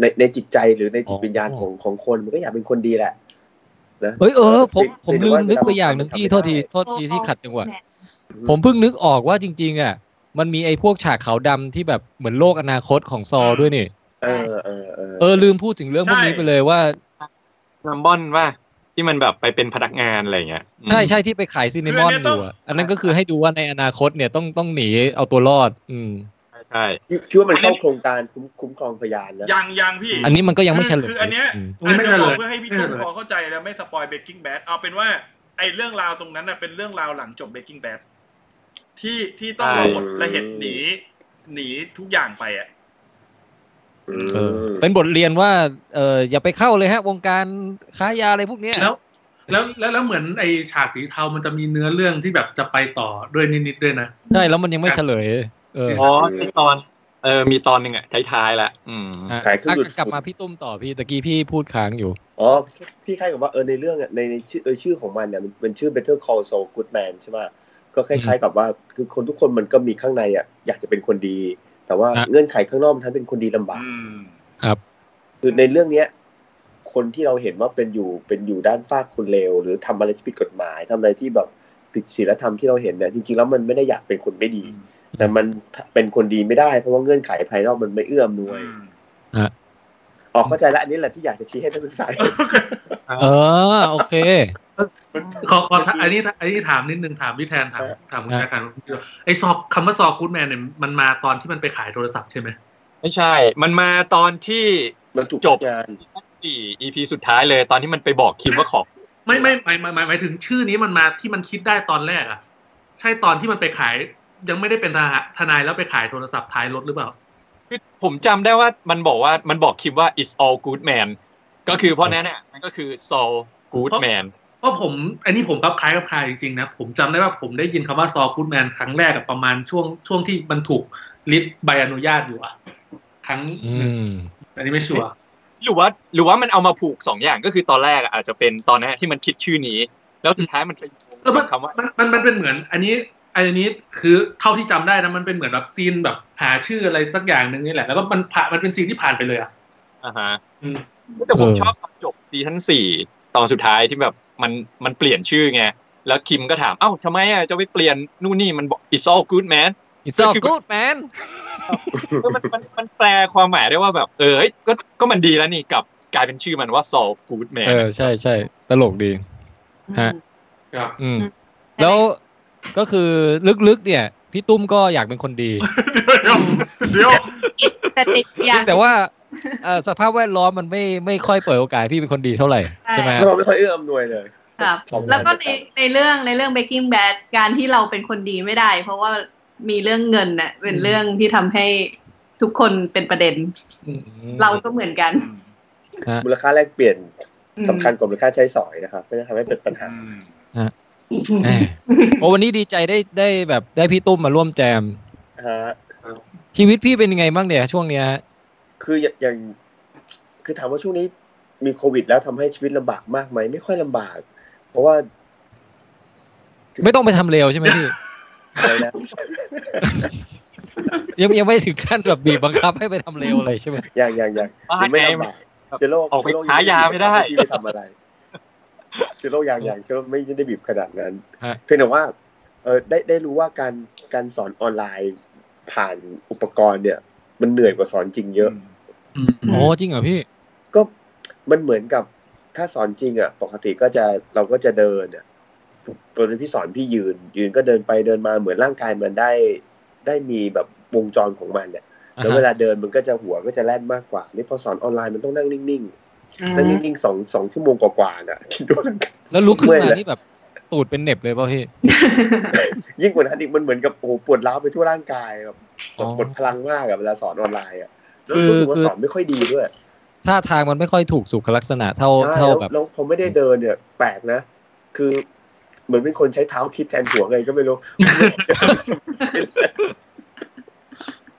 Speaker 8: ในในจิตใจหรือในจิตวิญญาณของของคนมันก็อยากเป็นคนดีแหละ นะ
Speaker 2: เฮ้ยเออผม
Speaker 8: ติด
Speaker 2: ผม
Speaker 8: ติด
Speaker 2: ลืม
Speaker 8: ว่า
Speaker 2: นึกไป
Speaker 8: ทำ
Speaker 2: อย่างหนึ่ง
Speaker 8: ทำ
Speaker 2: พี่
Speaker 8: ไม่
Speaker 2: โทษที
Speaker 8: ได้
Speaker 2: โทษทีที่ขัดจังหวะ
Speaker 5: แหม่
Speaker 2: ผมเพิ่งนึกออกว่าจริง ๆ อ่ะ มันมีไอ้พวกฉากขาวดำที่แบบเหมือนโลกอนาคตของซอด้วยนี่
Speaker 8: เออเออเออ
Speaker 2: เออลืมพูดถึงเรื่องพวกนี้ไปเลยว่า
Speaker 7: นัมบอนว่าที่มันแบบไปเป็นพนักงานอะไรเงี้ยอืม
Speaker 2: ใช่ใช่ที่ไปขายซินนามอนอ
Speaker 3: คืออันเนี้ยต้อง
Speaker 2: ยู่อะอันนั้นก็คือให้ดูว่าในอนาคตเนี่ยต้องต้องหนีเอาตัวรอด อืม
Speaker 7: ใช่
Speaker 8: คิดคิดว่ามันเข้าโครงการคุ้มคุ้มครองพยานนะ
Speaker 3: ยังยังพี่
Speaker 2: อันนี้มันก็ยังไม่เฉลย
Speaker 3: คืออันเนี้ย
Speaker 2: ม
Speaker 4: อันนี้
Speaker 3: อาจจะ
Speaker 4: ไม่เฉลย
Speaker 3: บอกเพื่อให้พี่ตุ้ม
Speaker 4: ไม่เฉลย
Speaker 3: พอเข้าใจแล้วไม่สปอยเบกกิ้งแบดเอาเป็นว่าไอ้เรื่องราวตรงนั้นน่ะเป็นเรื่องราวหลังจบเบกกิ้งแบดที่ที่ต้องรอหมด
Speaker 8: ใช่
Speaker 3: และเห็นหนี หนีทุกอย่างไปอ่ะ
Speaker 2: เออ
Speaker 8: ม
Speaker 2: เป็นบทเรียนว่าเอออย่าไปเข้าเลยฮะ วงการค้ายาอะไรพวกเนี้ย
Speaker 4: แล้วแล้วแล้วแล้วเหมือนไอฉากสีเทามันจะมีเนื้อเรื่องที่แบบจะไปต่อด้วยนิดๆด้วยนะ
Speaker 2: ใช่แล้วมันยังไม่เฉลย เออ
Speaker 7: อ๋อที่ตอนเออมีตอนหนึ่งอ่ะท้ายๆละอืม
Speaker 2: อ่ะ
Speaker 8: ขายเครื่องดูดฝุ่น
Speaker 2: กลับมาพี่ตุ้มต่อพี่ตะกี้พี่พูดค้างอยู่
Speaker 8: อ๋อพี่คล้ายกับว่าเออในเรื่องอะในในชื่อเออชื่อของมันเนี่ยมันเป็นชื่อ Better Call Saul Goodman ใช่ไหมก็คล้ายๆกับว่าคือคนทุกคนมันก็มีข้างในอ่ะอยากจะเป็นคนดี แต่ว่า
Speaker 2: อ่ะ
Speaker 8: เงื่อนไขข้างนอกมันทำให้เป็นคนดีลำบาก
Speaker 3: อืม
Speaker 8: คือในเรื่องเนี้ย คนที่เราเห็นว่าเป็นอยู่เป็นอยู่ด้านฟากคนเลวหรือทำอะไรที่ผิดกฎหมายทำอะไรที่แบบผิดศีลธรรมที่เราเห็นเนี่ยจริงๆแล้วมันไม่ได้อยากเป็นคนไม่ดี
Speaker 3: อืม
Speaker 8: แต่มันเป็นคนดีไม่ได้เพราะว่าเงื่อนไขภายนอกมันไม่เอื้อมนวย
Speaker 3: อืม
Speaker 8: ออกเข้าใจละอันนี้แหละที่อยากจะชี้ให้นักศึกษาเห็น
Speaker 2: เออ โอเค
Speaker 4: ขอขอถามอันนี้อันนี้ถามนิดนึงถามพี่แทนถามถามคุณแทนถามคุณเดียวไอซอกคำว่าซอกูดแมนเนี่ยมันมาตอนที่มันไปขายโทรศัพท์ใช่ไหม
Speaker 7: ไม่ใช่ มันมาตอนที่
Speaker 8: มันถูก
Speaker 7: จบ
Speaker 8: งาน
Speaker 7: สี่ EP สุดท้ายเลยตอนที่มันไปบอกคิมว่าขอบ
Speaker 4: ไม่ไม่หมายหมายหมายหมายถึงชื่อนี้มันมาที่มันคิดได้ตอนแรกอ่ะ ใช่ตอนที่มันไปขายยังไม่ได้เป็นทหารทนายแล้วไปขายโทรศัพท์ท้ายรถหรือเปล่า
Speaker 7: คือผมจำได้ว่ามันบอกว่ามันบอกคิมว่า it's all good man ก็คือเพราะนั้นน่ะมันก็คือ Saul good man
Speaker 4: เพราะผมอันนี้ผมครับคล้ายกับคายจริงๆนะ ผมจำได้ว่าผมได้ยินคำว่าซอฟูดแมนครั้งแรกอะประมาณช่วงช่วงที่มันถูกลิสต์ใบอนุญาตอยู่อะครั้ง
Speaker 2: อื
Speaker 4: หนึ่ง
Speaker 2: ม
Speaker 4: อันนี้ไม่ชัวร์
Speaker 7: หรือว่าหรือว่ามันเอามาผูกสองอย่างก็คือตอนแรกอะอาจจะเป็นตอนนั้นที่มันคิดชื่อนี้ แล้วสุดท้ายมันไปโยง
Speaker 4: แล้วมัน
Speaker 7: กับคำว่า
Speaker 4: มันมันมันเป็นเหมือน อันนี้อันนี้คือเท่าที่จำได้นะมันเป็นเหมือนแบบซีนแบบหาชื่ออะไรสักอย่างหนึ่งนี่แหละแล้วก็มันผ่านมันเป็นซีนที่ผ่านไปเลยอะ
Speaker 7: อ่าฮะ
Speaker 4: อืม
Speaker 7: แต่ผม
Speaker 2: เออ
Speaker 7: ชอบตอนจบซีทั้นสี่ตอนสุดท้ายที่แบบมันมันเปลี่ยนชื่อไง แล้วคิมก็ถาม เอ้าทำไมอ่ะจะไปเปลี่ยนนู่นนี่มันบอก it's all good man
Speaker 2: it's all good man
Speaker 7: เออมันมันมันแปลความหมายได้ว่าแบบ เออเอ้ยก็ก็มันดีแล้วนี่กลับกลายเป็นชื่อมันว่า solve good
Speaker 2: เอ
Speaker 7: man
Speaker 2: อ ใช่ใช่ตลกดี ฮะ
Speaker 4: ครับ
Speaker 2: อืม แล้วก็คือลึกๆเนี่ย พี่ตุ้มก็อยากเป็นคนดี
Speaker 3: เดี๋ยวเดี๋ยว
Speaker 5: แต่ติดอย่าง
Speaker 2: แต่ว่าเอ่อสภาพแวดล้อมมันไม่ไม่ค่อยเปิดโอกาสให้พี่เป็นคนดีเท่าไหร่
Speaker 5: ใช่
Speaker 2: ใช่ไหม
Speaker 8: เราไม่ค่อยเอื้ออำนวยเลย
Speaker 5: ครับ แล้วก็ในในเรื่องในเรื่อง Breaking Bad การที่เราเป็นคนดีไม่ได้ เพราะว่ามีเรื่องเงินน่ะเป็นเรื่องที่ทำให้ทุกคนเป็นประเด็น เราก็เหมือนกัน
Speaker 8: มูลค่าแลกเปลี่ยน
Speaker 5: อืม
Speaker 8: สำคัญกว่ามูลค่าใช้สอยนะครับไม่ได้ทำให้เป็นปัญหา
Speaker 3: อืม
Speaker 2: แหม่โอ้วันนี้ดีใจได้ได้แบบได้พี่ตุ้มมาร่วมแจม
Speaker 8: ฮะ
Speaker 2: ชีวิตพี่เป็นยังไงบ้างเนี่ยช่วงเนี้ยฮะ
Speaker 8: คืออย่างอย่างคือถามว่าช่วงนี้มีโควิดแล้วทำให้ชีวิตลำบากมากไหม ไม่ค่อยลำบาก เพราะว่า
Speaker 2: ไม่ต้องไปทำเลวใช่ไหมพี่
Speaker 8: อะไรนะ
Speaker 2: ยังยังไม่ถึงขั้นแบบบีบบังคับให้ไปทำเลวเลยใช่ไหม
Speaker 8: อย่างอย่างอย่าง
Speaker 7: บ้า
Speaker 8: คือไม่
Speaker 7: ไง
Speaker 8: ลำบากเชื้อโรค
Speaker 7: ออกไป
Speaker 8: เชื้โรค
Speaker 7: หายาไม่ได้
Speaker 8: ที่ไปทำอะไรเชื้อโรคอย่างอย่างเชื้อโรคไม่ได้บีบขนาดนั้น
Speaker 2: ฮะ
Speaker 8: เพียงแต่ว่า เออได้ได้รู้ว่าการการสอนออนไลน์ผ่านอุปกรณ์เนี่ย มันเหนื่อยกว่าสอนจริงเยอะ
Speaker 4: อืม
Speaker 2: โอ้จริงเหรอพี่
Speaker 8: ก็มันเหมือนกับถ้าสอนจริงอ่ะ ปกติก็จะเราก็จะเดินอ่ะตอนนี้พี่สอนพี่ยืน ยืนก็เดินไปเดินมาเหมือนร่างกายมันได้ได้มีแบบวงจรของมันเนี่ยแล้วเวลาเดินมันก็จะหัวก็จะแล่นมากกว่า นี่พอสอนออนไลน์มันต้องนั่งนิ่งๆนั่งนิ่งๆสองสองชั่วโมงกว่าๆน่ะ คิดดูแล้วกัน
Speaker 2: แล้วลุกขึ้น
Speaker 8: เมื่
Speaker 2: มา
Speaker 8: อยเลย
Speaker 2: นี่แบบตูดเป็นเหน็บเลยเปล่ะพี่
Speaker 8: ยิ่งกว่านั้นอีกมันเหมือนกับโอ้โหปวดร้าวไปทั่วร่างกายแบบ
Speaker 2: อ๋อ
Speaker 8: ปวดพลังมากอะเวลาสอนออนไลน์อ่ะแล้ว
Speaker 2: คือ
Speaker 8: รู้สึกว่า
Speaker 2: คือ
Speaker 8: สอนไม่ค่อยดีด้วย
Speaker 2: ท่าทางมันไม่ค่อยถูกสุขลักษณะเท่า
Speaker 8: ใช่
Speaker 2: เท่า
Speaker 8: แล้ว
Speaker 2: แบบ
Speaker 8: แล้วผมไม่ได้เดินเนี่ยแปลกนะ คือเหมือนเป็นคนใช้เท้าคิดแทนหัวไงก็ไม่รู้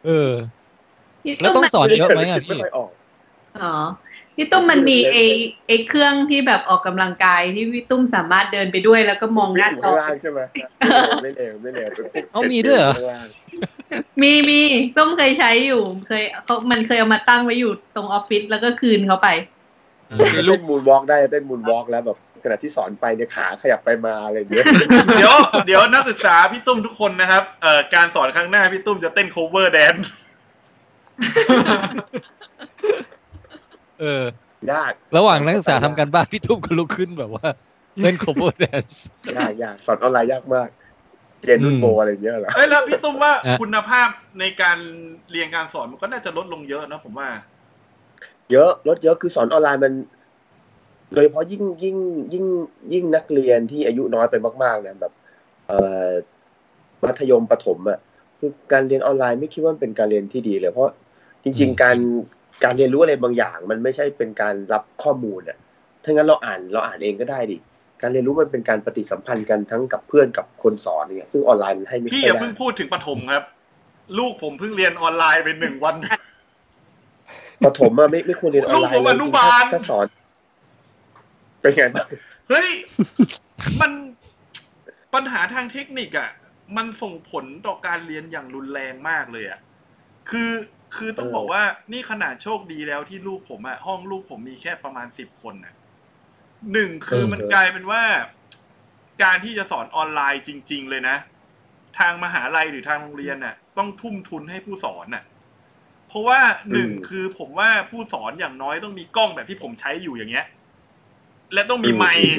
Speaker 2: เออ
Speaker 5: พี่
Speaker 2: แล้วต้อง
Speaker 5: มัน
Speaker 2: ส อนเยอะไหมอ่ะ
Speaker 8: ไม่
Speaker 2: พี่
Speaker 8: ค่อยออก
Speaker 5: อ๋อพี่ตุ้มมันมีไอไอเครื่องที่แบบออกกำลังกายที่พี่ตุ้มสามารถเดินไปด้วยแล้วก็มองห
Speaker 8: วิ่
Speaker 5: น้าง
Speaker 8: อยู่
Speaker 5: จอ
Speaker 8: ข้างล่างใช่ไหมไม่เลวไม่เลวป็นพวก
Speaker 2: เอามีด้วยเหรอ
Speaker 8: ข้างล่าง
Speaker 5: มีมีตุ้มเคยใช้อยู่เคยเขามันเคยเอามาตั้งไว้อยู่ตรงออฟฟิศแล้วก็คืนเขาไป
Speaker 8: เต้นมูนวอล์กได้เต้นมูนวอล์กแล้วแบบ ขณะที่สอนไปเนี่ยขาขยับไปมาอะไรอย่างเงี้ย
Speaker 3: เดี๋ยวเดี๋ยวนักศึกษาพี่ตุ้มทุกคนนะครับเอ่อการสอนครั้งหน้าพี่ตุ้มจะเต้น cover dance
Speaker 2: เออ
Speaker 8: ยาก
Speaker 2: ระหว่างนักศึกษาทำกันบ้านพี่ทุ่มก็ลุกขึ้นแบบว่า เล่น cover dance
Speaker 8: ยากยากสอนออนไลน์ยากมาก เจนรุ่นโปรอะไรอย่างเงี้ยเหรอ
Speaker 3: เอ้ยแล้วพี่ตุ้มว่า
Speaker 2: อ่ะ
Speaker 3: คุณภาพในการเรียนการสอนมันก็น่าจะลดลงเยอะนะผมว่า
Speaker 8: เยอะลดเยอะคือสอนออนไลน์มัน โดยเฉพาะยิ่งยิ่งยิ่งยิ่งนักเรียนที่อายุน้อยไปมากๆเนี่ยแบบ เอ่อมัธยมประถมอ่ะคือการเรียนออนไลน์ไม่คิดว่ามันเป็นการเรียนที่ดีเลย เพราะจริง
Speaker 2: อืม
Speaker 8: ๆ การการเรียนรู้อะไรบางอย่าง มันไม่ใช่เป็นการรับข้อมูลอ่ะถ้างั้นเราอ่านเราอ่านเองก็ได้ดิการเรียนรู้มันเป็นการปฏิสัมพันธ์กันทั้งกับเพื่อนกับคนสอนเนี่ยซึ่งออนไลน์มันให้ไม่ค่
Speaker 3: พี่
Speaker 8: อย
Speaker 3: อย่า
Speaker 8: ได้
Speaker 3: เพิ่งพูดถึงปฐมครับ ลูกผมเพิ่งเรียนออนไลน์เป็นหนึ่งวัน
Speaker 8: ประถมอะไม่ไม่ควรเรียนออนไลน์
Speaker 3: ลูกผมอนุบาล
Speaker 8: ถ้าสอนเป็นไงบ้าง
Speaker 3: เฮ้ย มันปัญหาทางเทคนิคอะมันส่งผลต่อการเรียนอย่างรุนแรงมากเลยอะคือคือต้อง
Speaker 8: เออ
Speaker 3: บอกว่านี่ขนาดโชคดีแล้วที่ลูกผมอะห้องลูกผมมีแค่ประมาณสิบคนอะหนึ่งคือ
Speaker 2: เออ
Speaker 3: มันกลายเป็นว่า การที่จะสอนออนไลน์จริง ๆ เลยนะ ทางมหาลัยหรือทางโรงเรียนน่ะ ต้องทุ่มทุนให้ผู้สอนน่ะ เพราะว่าหนึ่ง
Speaker 8: อืม
Speaker 3: คือผมว่าผู้สอนอย่างน้อยต้องมีกล้องแบบที่ผมใช้อยู่อย่างเงี้ย และต้องมีไมค์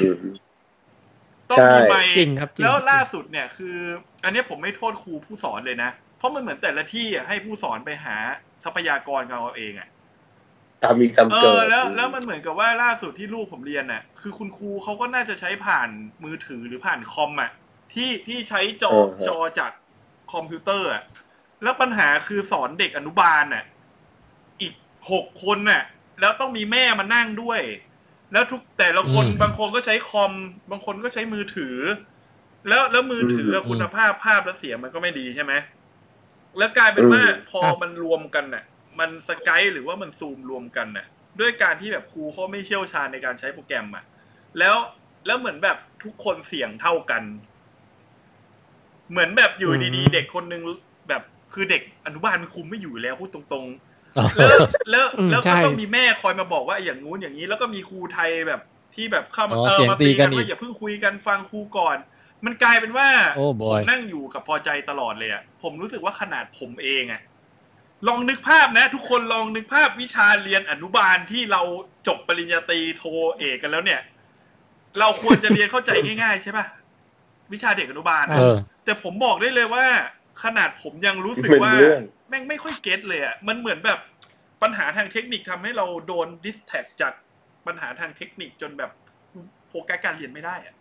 Speaker 3: ต้องมีไมค์
Speaker 6: จริงครับจริง
Speaker 3: แล้วล่าสุดเนี่ยคือ อันเนี้ยผมไม่โทษครูผู้สอนเลยนะ เพราะมันเหมือนแต่ละที่อะให้ผู้สอนไปหาทรัพยากรกันเอาเองอ่ะ
Speaker 8: ตามมีตาม
Speaker 3: เอ
Speaker 8: เกิด
Speaker 3: อแล้วแล้วมันเหมือนกับว่าล่าสุดที่ลูกผมเรียนน่ะ คือคุณครูเขาก็น่าจะใช้ผ่านมือถือหรือผ่านคอมอ่ะที่ที่ใช้จอจอจากคอมพิวเตอร์อ่ะแล้วปัญหาคือสอนเด็กอนุบาลน่ะอีกหกคนน่ะ แล้วต้องมีแม่มานั่งด้วย แล้วทุกแต่ละคน
Speaker 2: อืม
Speaker 3: บางคนก็ใช้คอม บางคนก็ใช้มือถือ แล้วแล้วมือถืออะ
Speaker 2: อืม
Speaker 3: คุณภาพภาพและเสียงมันก็ไม่ดีใช่ไหม แล้วกลายเป็นว่าพอ
Speaker 6: ครับ
Speaker 3: มันรวมกันน่ะ มันสกายหรือว่ามันซูมรวมกันน่ะ ด้วยการที่แบบครูเขาไม่เชี่ยวชาญในการใช้โปรแกรมอ่ะ แล้วแล้วเหมือนแบบทุกคนเสียงเท่ากัน เหมือนแบบอยู่ดี
Speaker 6: อืม
Speaker 3: ๆ เด็กคนนึงแบบคือเด็กอนุบาลมันคุมไม่อยู่แล้วพูดตรงๆ
Speaker 2: อ๋อ
Speaker 3: แล้วแล้ว
Speaker 6: อืม
Speaker 3: แล้ว
Speaker 6: ใช่
Speaker 3: ก็ต้องมีแม่คอยมาบอกว่าอย่างงู้นอย่างนี้ แล้วก็มีครูไทยแบบที่แบบเข้ามา
Speaker 2: อ๋อ
Speaker 3: เออ
Speaker 2: เสียง
Speaker 3: มาตี
Speaker 2: ตีกั
Speaker 3: กัน น
Speaker 2: อีก
Speaker 3: ว่าอย่าเพิ่งคุยกันฟังครูก่อน มันกลายเป็นว่า
Speaker 2: โอ้บ
Speaker 3: ผ
Speaker 2: อย
Speaker 3: มนั่งอยู่กับพอใจตลอดเลยอ่ะผมรู้สึกว่าขนาดผมเองอ่ะลองนึกภาพนะ ทุกคนลองนึกภาพวิชาเรียนอนุบาลที่เราจบปริญญาตรีโทเอกกันแล้วเนี่ย เราควรจะเรียนเข้าใจง่ายๆใช่ป่ะวิชาเด็กอนุบาลอะ
Speaker 2: เออ
Speaker 3: แต่ผมบอกได้เลยว่า ขนาดผมยังรู้สึก
Speaker 8: เป็น
Speaker 3: ว่า
Speaker 8: เรื่อง
Speaker 3: แม่งไม่ค่อยเก็ตเลยอ่ะมันเหมือนแบบปัญหาทางเทคนิคทำให้เราโดนดิสแท็กจากปัญหาทางเทคนิคจนแบบโฟกัสการเรียนไม่ได้อ่ะ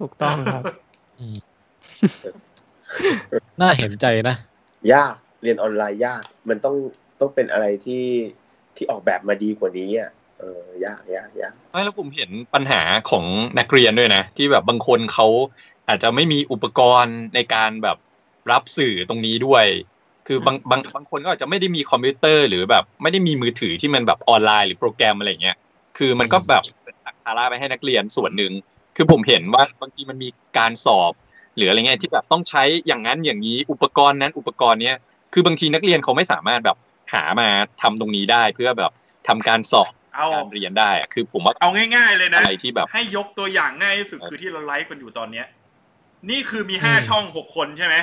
Speaker 6: ถูกต้องครับ
Speaker 2: น่าเห็นใจนะ
Speaker 8: ยากเรียนออนไลน์ยาก มันต้องต้องเป็นอะไรที่ที่ออกแบบมาดีกว่านี้อ่ะเออยากยากยาก
Speaker 7: ไม่แล้วผมเห็นปัญหาของนักเรียนด้วยนะ ที่แบบบางคนเขาอาจจะไม่มีอุปกรณ์ในการแบบรับสื่อตรงนี้ด้วย คือบางบางบางคนก็อาจจะไม่ได้มีคอมพิวเตอร์หรือแบบไม่ได้มีมือถือที่มันแบบออนไลน์หรือโปรแกรมอะไรเงี้ยคือมันก็แบบเป็นสักภาระไปให้นักเรียนส่วนหนึ่งคือผมเห็นว่าบางทีมันมีการสอบ หรืออะไรเงี้ยที่แบบต้องใช้อย่างนั้นอย่างนี้อุปกรณ์นั้นอุปกรณ์เนี้ย คือบางทีนักเรียนเขาไม่สามารถแบบหามาทำตรงนี้ได้เพื่อแบบทำการสอบ
Speaker 3: เอา
Speaker 7: การเรียนได้อะคือผมว่า
Speaker 3: เอาง่ายๆเลยนะ
Speaker 7: อะไรที่แบบ
Speaker 3: ให้ยกตัวอย่างง่ายที่สุดคือที่เราไลฟ์กันอยู่ตอนเนี้ย นี่คือมีห้า
Speaker 2: อืม
Speaker 3: ช่องหกคนใช่ไหม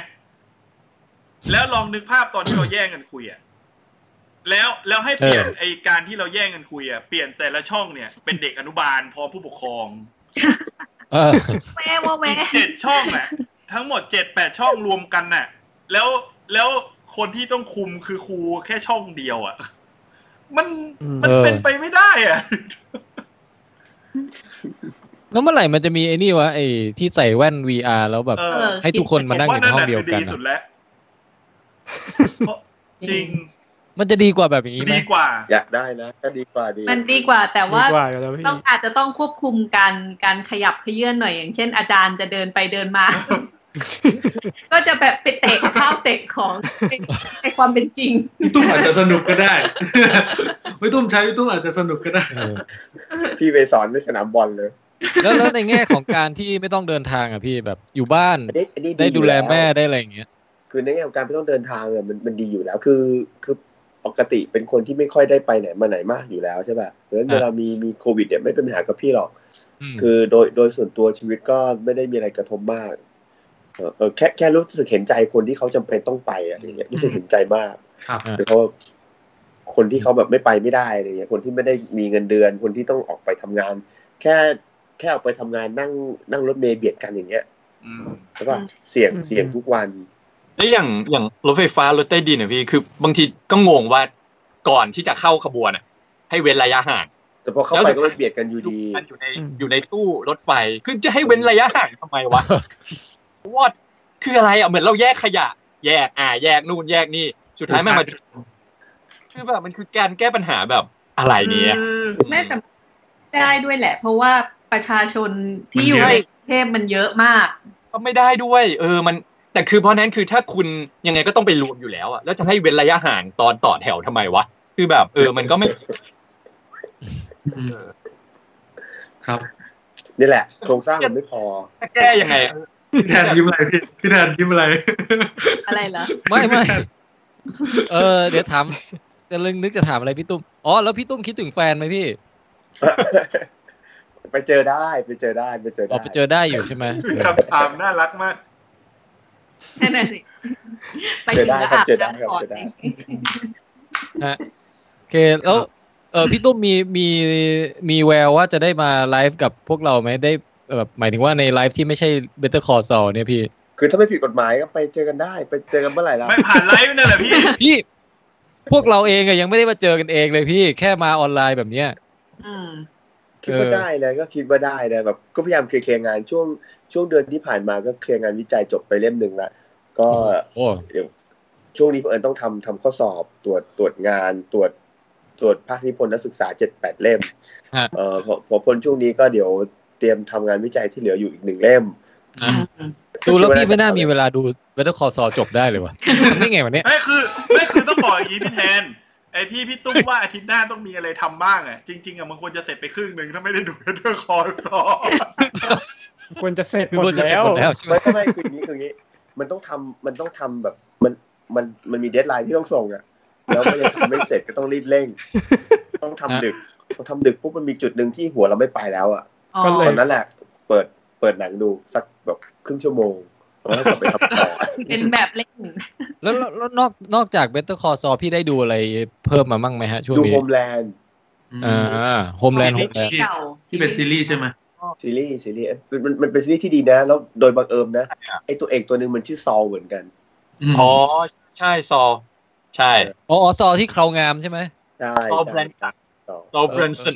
Speaker 3: แล้วลองนึกภาพตอนที่เราแย่งกันคุยอ่ะแล้วแล้วให้เปลี่ยนไอการที่เราแย่งกันคุยอ่ะเปลี่ยนแต่ละช่องเนี่ย เป็นเด็กอนุบาลพร้อมผู้ปกครอง
Speaker 2: เออ
Speaker 5: แม่ว่าแม่
Speaker 3: อีกเจ็ดช่องอ่ะ ทั้งหมดเจ็ดแปดช่องรวมกันน่ะ แล้วแล้วคนที่ต้องคุมคือครูแค่ช่องเดียวอ่ะ มัน
Speaker 6: อืม
Speaker 3: มัน
Speaker 2: เออ
Speaker 3: เป็นไปไม่ได้อ่ะ
Speaker 2: แล้วเมื่อไหร่มันจะมีไอ้นี่วะไอ้ที่ใส่แว่น VR แล้วแบบ
Speaker 3: เอ
Speaker 5: เอ
Speaker 3: อ
Speaker 5: อ
Speaker 2: ให้ทุกคนมานั่ง
Speaker 3: ว่านั่นแห
Speaker 2: อยู่ในห้
Speaker 3: ละ
Speaker 2: องเดีย
Speaker 3: คื
Speaker 2: ว
Speaker 3: อ
Speaker 2: กันอะ
Speaker 3: ดีสุดแล้วเพราะจริง
Speaker 2: มันจะดีกว่าแบบอย่างนี้ไหม
Speaker 3: ดีกว่า
Speaker 8: อยากได้นะก็ดีกว่าดี
Speaker 5: มันดีกว่าแต่
Speaker 6: ดี
Speaker 5: ว่า
Speaker 6: กว่าอยู่แล้วพี่
Speaker 5: ต้องอาจจะต้องควบคุมการการขยับเขยื่อนหน่อยอย่างเช่น อาจารย์จะเดินไปเดินมา ก็จะแบบไปเตะข้าวเตะ ของในความเป็นจริง
Speaker 4: พี่ตุ้มอาจจะสนุกก็ได้ พี่ตุ้มใช้พี่ตุ้มอาจจะสนุกก็ได้
Speaker 2: เออ
Speaker 8: พี่ไปสอนในสนามบอลเลย
Speaker 2: แล้วแล้วในแง่ของการที่ไม่ต้องเดินทางอ่ะพี่แบบอยู่บ้าน
Speaker 8: อันนี้อันนี้
Speaker 2: ได้
Speaker 8: อ
Speaker 2: ดู
Speaker 8: ยู่
Speaker 2: แล
Speaker 8: ว
Speaker 2: แม่ได้อะไรอย่างเงี้ย
Speaker 8: คือในแง่ของการไม่ต้องเดินทางอะมันมันดีอยู่แล้วคือคือปกติเป็นคนที่ไม่ค่อยได้ไปไหนมาไหนมากอยู่แล้วใช่ป่ะเพราะฉะนั้น
Speaker 2: อ่ะ
Speaker 8: เวลามีมีโควิดเนี่ยไม่เป็นปัญหากับพี่หรอก
Speaker 2: อืม
Speaker 8: คือโดยโดยส่วนตัวชีวิตก็ไม่ได้มีอะไรกระทบมากเออเออแค่แค่รู้สึกเห็นใจคนที่เขาจำเป็นต้องไปอะไรอย่างเงี้ยรู้สึกเห็นใจมาก
Speaker 4: ครับ
Speaker 8: โดยเฉพาะคนที่เขาแบบไม่ไปไม่ได้อะไรเงี้ยคนที่ไม่ได้มีเงินเดือน คนที่ต้องออกไปทำงาน แค่แค่ออกไปทำงานนั่งนั่งรถเมล์เบียดกันอย่างเงี้ย
Speaker 3: อืม
Speaker 8: ใช่ป่ะเสี่ยง
Speaker 6: อืม
Speaker 8: เสี่ยงทุกวัน
Speaker 7: แล้วอย่างอย่างรถไฟฟ้ารถใต้ดินเนี่ยพี่คือบางทีก็งงว่าก่อนที่จะเข้าขบวนอ่ะ ให้เว้นระยะห่าง
Speaker 8: แต่พอเข้า
Speaker 7: แล้ว
Speaker 8: ไป
Speaker 7: สุด
Speaker 8: ก็ไม่เบียดกันอยู่
Speaker 7: อยู่
Speaker 8: ดี
Speaker 7: มันอยู่ใน
Speaker 6: อืม
Speaker 7: อยู่ในตู้รถไฟคือจะให้เว้นระยะห่างทำไมวะ วอดคืออะไรอ่ะเหมือนเราแยกขยะ แยกอ่า แยกนู่นแยกนี่ สุดท้ายมันมาคือแบบมันคือการแก้ปัญหาแบบอะไรเนี่ย
Speaker 3: คือ
Speaker 5: แม่แต่ได้ด้วยแหละ เพราะว่าประชาชนที่อยู่ในกรุงเทพมันเยอะมาก
Speaker 7: ก็ไม่ได้ด้วย เออมัน แต่คือเพราะนั้นคือถ้าคุณยังไงก็ต้องไปรวมอยู่แล้วอะแล้วจะให้เว้นระยะห่างตอนต่อแถวทำไมวะคือแบบเออมันก็ไม่
Speaker 4: อืมครับ
Speaker 8: นี่แหละโครงสร้างมันไม่พอ
Speaker 7: แก้ยังไงอะ
Speaker 4: พี่แทนยิ้มอะไรพี่พี่แทนยิ้มอะไร
Speaker 5: อะไรเหรอ
Speaker 2: ไม่ไม่เออเดี๋ยวถามจะเรื่องนึกจะถามอะไรพี่ตุ้มอ๋อแล้วพี่ตุ้มคิดถึงแฟนไหมพี่
Speaker 8: ไปเจอได้ไปเจอได้ไปเจอได้
Speaker 2: เราไปเจอได้อยู่ใช่ไหม
Speaker 3: คำถามน่ารักมาก
Speaker 5: นั่นน่ะสิ ไป
Speaker 8: เจ
Speaker 5: ถึ
Speaker 8: อง ได้
Speaker 5: แล้ว
Speaker 8: ค
Speaker 5: อา
Speaker 8: รับ
Speaker 5: บ
Speaker 8: เจอได้ครั
Speaker 5: น้ำ
Speaker 8: บ
Speaker 5: ก่อน
Speaker 8: เจอได้
Speaker 2: โอเคแล้วเออพี่ตุ้มมีมีมีแววว่าจะได้มาไลฟ์กับพวกเราไหมได้เออหมายถึงว่าในไลฟ์ที่ไม่ใช่ Better Call Saul เนี่ยพี่
Speaker 8: คือถ้าไม่ผิดกฎหมายก็ไปเจอกันได้ ไปเจอกันเมื่อไหร่ล่ะ
Speaker 3: ไม่ผ่านไลฟ์นั่นแหละพี่
Speaker 2: พี่พวกเราเองอะยังไม่ได้มาเจอกันเองเลยพี่แค่มาออนไลน์แบบเนี้ย
Speaker 5: อืม
Speaker 8: คิดว่าได้นะก็คิดว่าได้นะแบบก็พยายามเคลียร์งานช่วงช่วงเดือนที่ผ่านมาก็เคลียร์งานวิจัยจบไปเล่มหนึ่งละก็
Speaker 2: โอ้
Speaker 8: เดี๋ยวช่วงนี้เผอิญต้องทำทำข้อสอบตรวจตรวจงานตรวจตรวจภาคนิพนธ์นักศึกษาเจ็ดแปดเล่ม
Speaker 2: ฮะ
Speaker 8: เอ่อพอพอพ้นช่วงนี้ก็เดี๋ยวเตรียมทำงานวิจัยที่เหลืออยู่อีกหนึ่งเล่ม
Speaker 2: อ่ะดูแล้วพี่ไม่น่ามีเวลาดู Better Call Saul จบได้เลยวะ ทำได้ไงวะเนี่ย
Speaker 3: ไม่คือไม่คือต้องบอกอย่างนี้พี่แทน ไอ้ที่พี่ตุ้มว่าอาทิตย์หน้าต้องมีอะไรทำบ้างอ่ะ จริง ๆอ่ะมันควรจะเสร็จไปครึ่งหนึ่งถ้าไม่ได้ดูเรื่องคอร์สอ
Speaker 6: ควรจะเสร็จ
Speaker 2: คือ
Speaker 6: หม
Speaker 2: รู้
Speaker 6: ด
Speaker 2: จะเสร็จหมด
Speaker 6: แล้ว
Speaker 2: แล้วใช่ไหม
Speaker 8: ไม่ไม่คืออย่างนี้คืออย่างนี้ มันต้องทำมันต้องทำแบบมันมันมันมีเดทไลน์ที่ต้องส่งอะแล้วก็ยังทำไม่เสร็จก็ต้องรีบเร่ง ต้องทำดึกพอทำดึกปุ๊บมันมีจุดหนึ่งที่หัวเราไม่ไปแล้วอะ
Speaker 5: อ๋อ
Speaker 6: ก็เล
Speaker 8: ต
Speaker 6: ย
Speaker 8: อนนั้นแหละเปิดเปิดหนังดูสักแบบครึ่งชั่ว โมงแล้วก็กลับไปทำต่อ
Speaker 5: เป็นแบบเล่น
Speaker 2: แล้วแล้วแล้วนอกนอกจาก Better Call Saul พี่ได้ดูอะไรเพิ่มมามั่งไหมฮะช่วง
Speaker 8: ดู
Speaker 2: นี้
Speaker 8: โฮมแลนด์
Speaker 2: อ่าโฮมแลนด์โฮมแลนด์
Speaker 5: เก่า
Speaker 4: ที่เป็นซีรีส์ใช่ไหม
Speaker 8: ซีรีส์ซีรีส์เอ้ยมันมันมันเป็นซีรีส์ที่ดีนะ แล้วโดยบังเอิญนะไอตัวเอกตัวหนึ่งมันชื่อซอลเหมือนกัน
Speaker 4: ม
Speaker 7: อ๋อใช่ซอใช่
Speaker 2: อ๋ออ๋อซอที่เครางามใช่ไหม
Speaker 8: ใช่
Speaker 7: ซอแบร
Speaker 8: ใช่
Speaker 7: นสัน
Speaker 8: ซอล
Speaker 7: ซอแบรนสัน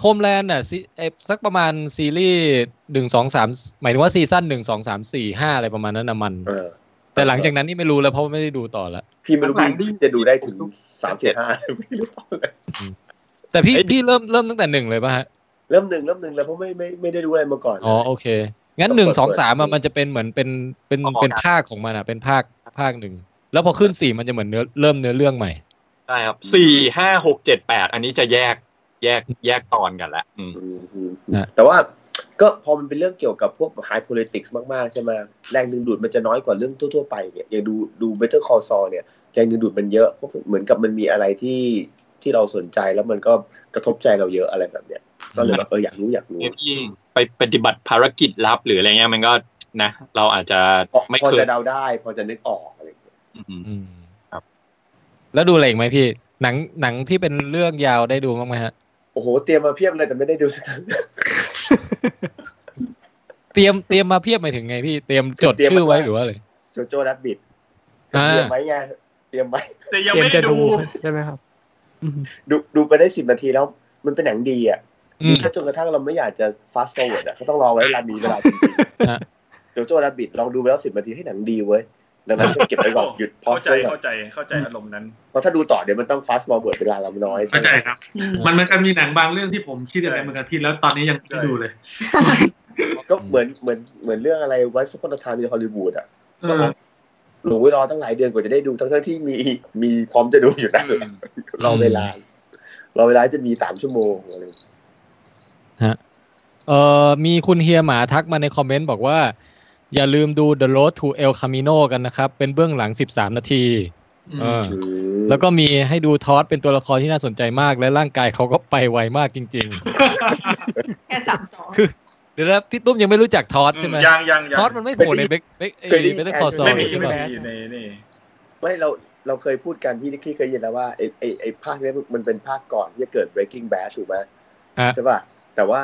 Speaker 2: โฮมแลนด์น่ะซีเอ่อสักประมาณซีรีส์หนึ่งสองสามหมายถึงว่าซีซั่นหนึ่งสองสามสี่ห้าอะไรประมาณนั้นนะมัน
Speaker 8: เออ
Speaker 2: แต่หลังจากนั้นนี่ไม่รู้แล้วเพราะไม่ได้ดูต่อละ
Speaker 8: พี่ไม่รู้พี่จะดูได้ถึงสามสี่ห้า
Speaker 2: แต่พี่พี่เริ่มเริ่มตั้งแต่หนึ่งเลยป่ะฮะ
Speaker 8: เริ่มหนึ่งเริ่มหนึ่งแล้วเพราะไม่ไม่ไม่ได้ดูอะไรมาก่อน
Speaker 2: อ๋อโอเค งั้น
Speaker 8: ต้อง
Speaker 2: หนึ่ง
Speaker 8: เปิด
Speaker 2: สอง
Speaker 8: เปิด
Speaker 2: สามอะ
Speaker 8: ดู
Speaker 2: มันจะเป็นเหมือนเป็นเป็นเป็นภาคของมันอะเป็นภาคภาคหนึ่ง แล้วพอขึ้นสี่มันจะเหมือนเนื้อเริ่มเนื้อเรื่องใหม่
Speaker 7: ใช่ครับสี่ห้าหกเจ็ดแปดอันนี้จะแยกแยกแยกตอนกันละอืม
Speaker 8: อืมอืม
Speaker 2: นะ
Speaker 8: แต่ว่าก็พอมันเป็นเรื่องเกี่ยวกับพวก high politics มากๆ ใช่ไหมแรงดึงดูดมันจะน้อยกว่าเรื่องทั่ว ๆ ไปเนี่ยอย่างดูดู Better Call Saul เนี่ยแรงดึงดูดมันเยอะเพราะเหมือนกับมันมีอะไรที่ที่เราสนใจแล้วมันก็กระทบใจเราเยอะอะไรแบบเนี้ยก็เลยแบบเอออยากรู้อยากรู้
Speaker 7: เนี่ยที่ไปปฏิบัติภารกิจลับหรืออะไรเงี้ยมันก็นะ เราอาจจะ
Speaker 8: พอ
Speaker 7: ไม่
Speaker 8: พอ
Speaker 7: เคย
Speaker 8: จะเดาได้ พอจะนึกออกอะไรอย่างเงี้ย
Speaker 7: อืม
Speaker 2: อืม
Speaker 7: ครับ
Speaker 2: แล้วดูอะไรอีกไหมพี่ หนังหนังที่เป็นเรื่องยาวได้ดูบ้างไหมฮะ
Speaker 8: โอ้โหเตรียมมาเพียบเลยแต่ไม่ได้ดูสักครั้ง
Speaker 2: เตรียมเตรียมมาเพียบหมายถึงไงพี่ เตรียมจดชื่อไว้หรือว่าอะไร
Speaker 8: โจโจ้แรบบิท
Speaker 2: อ่า
Speaker 8: เตรียมไว้ไงเตรียมไว้
Speaker 3: แต่ยัง
Speaker 6: เตรียม
Speaker 3: ไม่
Speaker 6: จะ
Speaker 3: ได้
Speaker 6: ดู
Speaker 3: ดู
Speaker 6: ใช่ไหมครับ
Speaker 8: ดูดูไปได้สิบนาทีแล้วมันเป็นหนังดีอ่ะ
Speaker 2: อืม
Speaker 8: ถ้าจนกระทั่งเราไม่อยากจะ fast forward อ่ะก็ต้องรอไว้เวลามีเวลาจริง
Speaker 2: ฮะ
Speaker 8: ๆโจโจ้รับบิดลองดูไปแล้วสิบนาทีให้หนังดีเว้ย ดังนั้นก็เก็บไว้ก่อนหยุดพอ
Speaker 3: เข้า
Speaker 8: ส
Speaker 3: ใจ
Speaker 8: ไว้ก่อ
Speaker 3: เข้าน ใจเข้าใจอารมณ์นั้น
Speaker 8: เพราะถ้าดูต่อเดี๋ยวมันต้อง fast forward เวลาเราน้อยใช่
Speaker 4: เข้า
Speaker 8: ไห
Speaker 4: ใจ
Speaker 8: ม
Speaker 4: ครับ
Speaker 5: อืม
Speaker 4: มันมันจะมีหนังบางเรื่องที่ผมคิดอะไรเหมือนกันพี่แล้วตอนนี้ยังไม่ดูเลย
Speaker 8: ก็เหมือนเหมือนเหมือนเรื่องอะไรวั c สุพนทานในฮอลลีวูดอ่ะ
Speaker 4: เออ
Speaker 8: หนูไว้รอตั้งหลายเดือนกว่าจะได้ดูทั้งทั้งๆที่มีมีพร้อมจะดูอยู่นะรอเวลารอเวลาจะมีสามชั่วโมงอะไรอย่างเงี้ย
Speaker 2: เอ่อมีคุณเฮียหมาทักมาในคอมเมนต์บอกว่า อย่าลืมดู The Road to El Camino กันนะครับ เป็นเบื้องหลัง 13 นาที
Speaker 4: อืม
Speaker 2: เออ
Speaker 8: อืม
Speaker 2: แล้วก็มีให้ดูทอสเป็นตัวละครที่น่าสนใจมาก และร่างกายเขาก็ไปไวมากจริง
Speaker 5: แค่สามสอง
Speaker 2: คือ ๆ เดี๋ยวนะพี่ตุ้มยังไม่รู้จักทอสใช่ไหม
Speaker 3: ยังยังยัง
Speaker 2: ทอสมันไม่โผล่ในเบคเบคเอเบเตอร์คอร์ซอ
Speaker 3: ไม่มี
Speaker 2: ใช่
Speaker 3: ไม่
Speaker 2: ปะ
Speaker 3: มีอยู่ในนี่
Speaker 8: ไม่เราเราเคยพูดกันพี่ลิกกี้เคยยินแล้วว่าไอ้ไอ้ไอ้ภาคเนี้ยมันเป็นภาคก่อนที่จะเกิด Breaking Bad ถูกไหม
Speaker 2: อ่ะ
Speaker 8: ใช่ป่ะแต่ว่า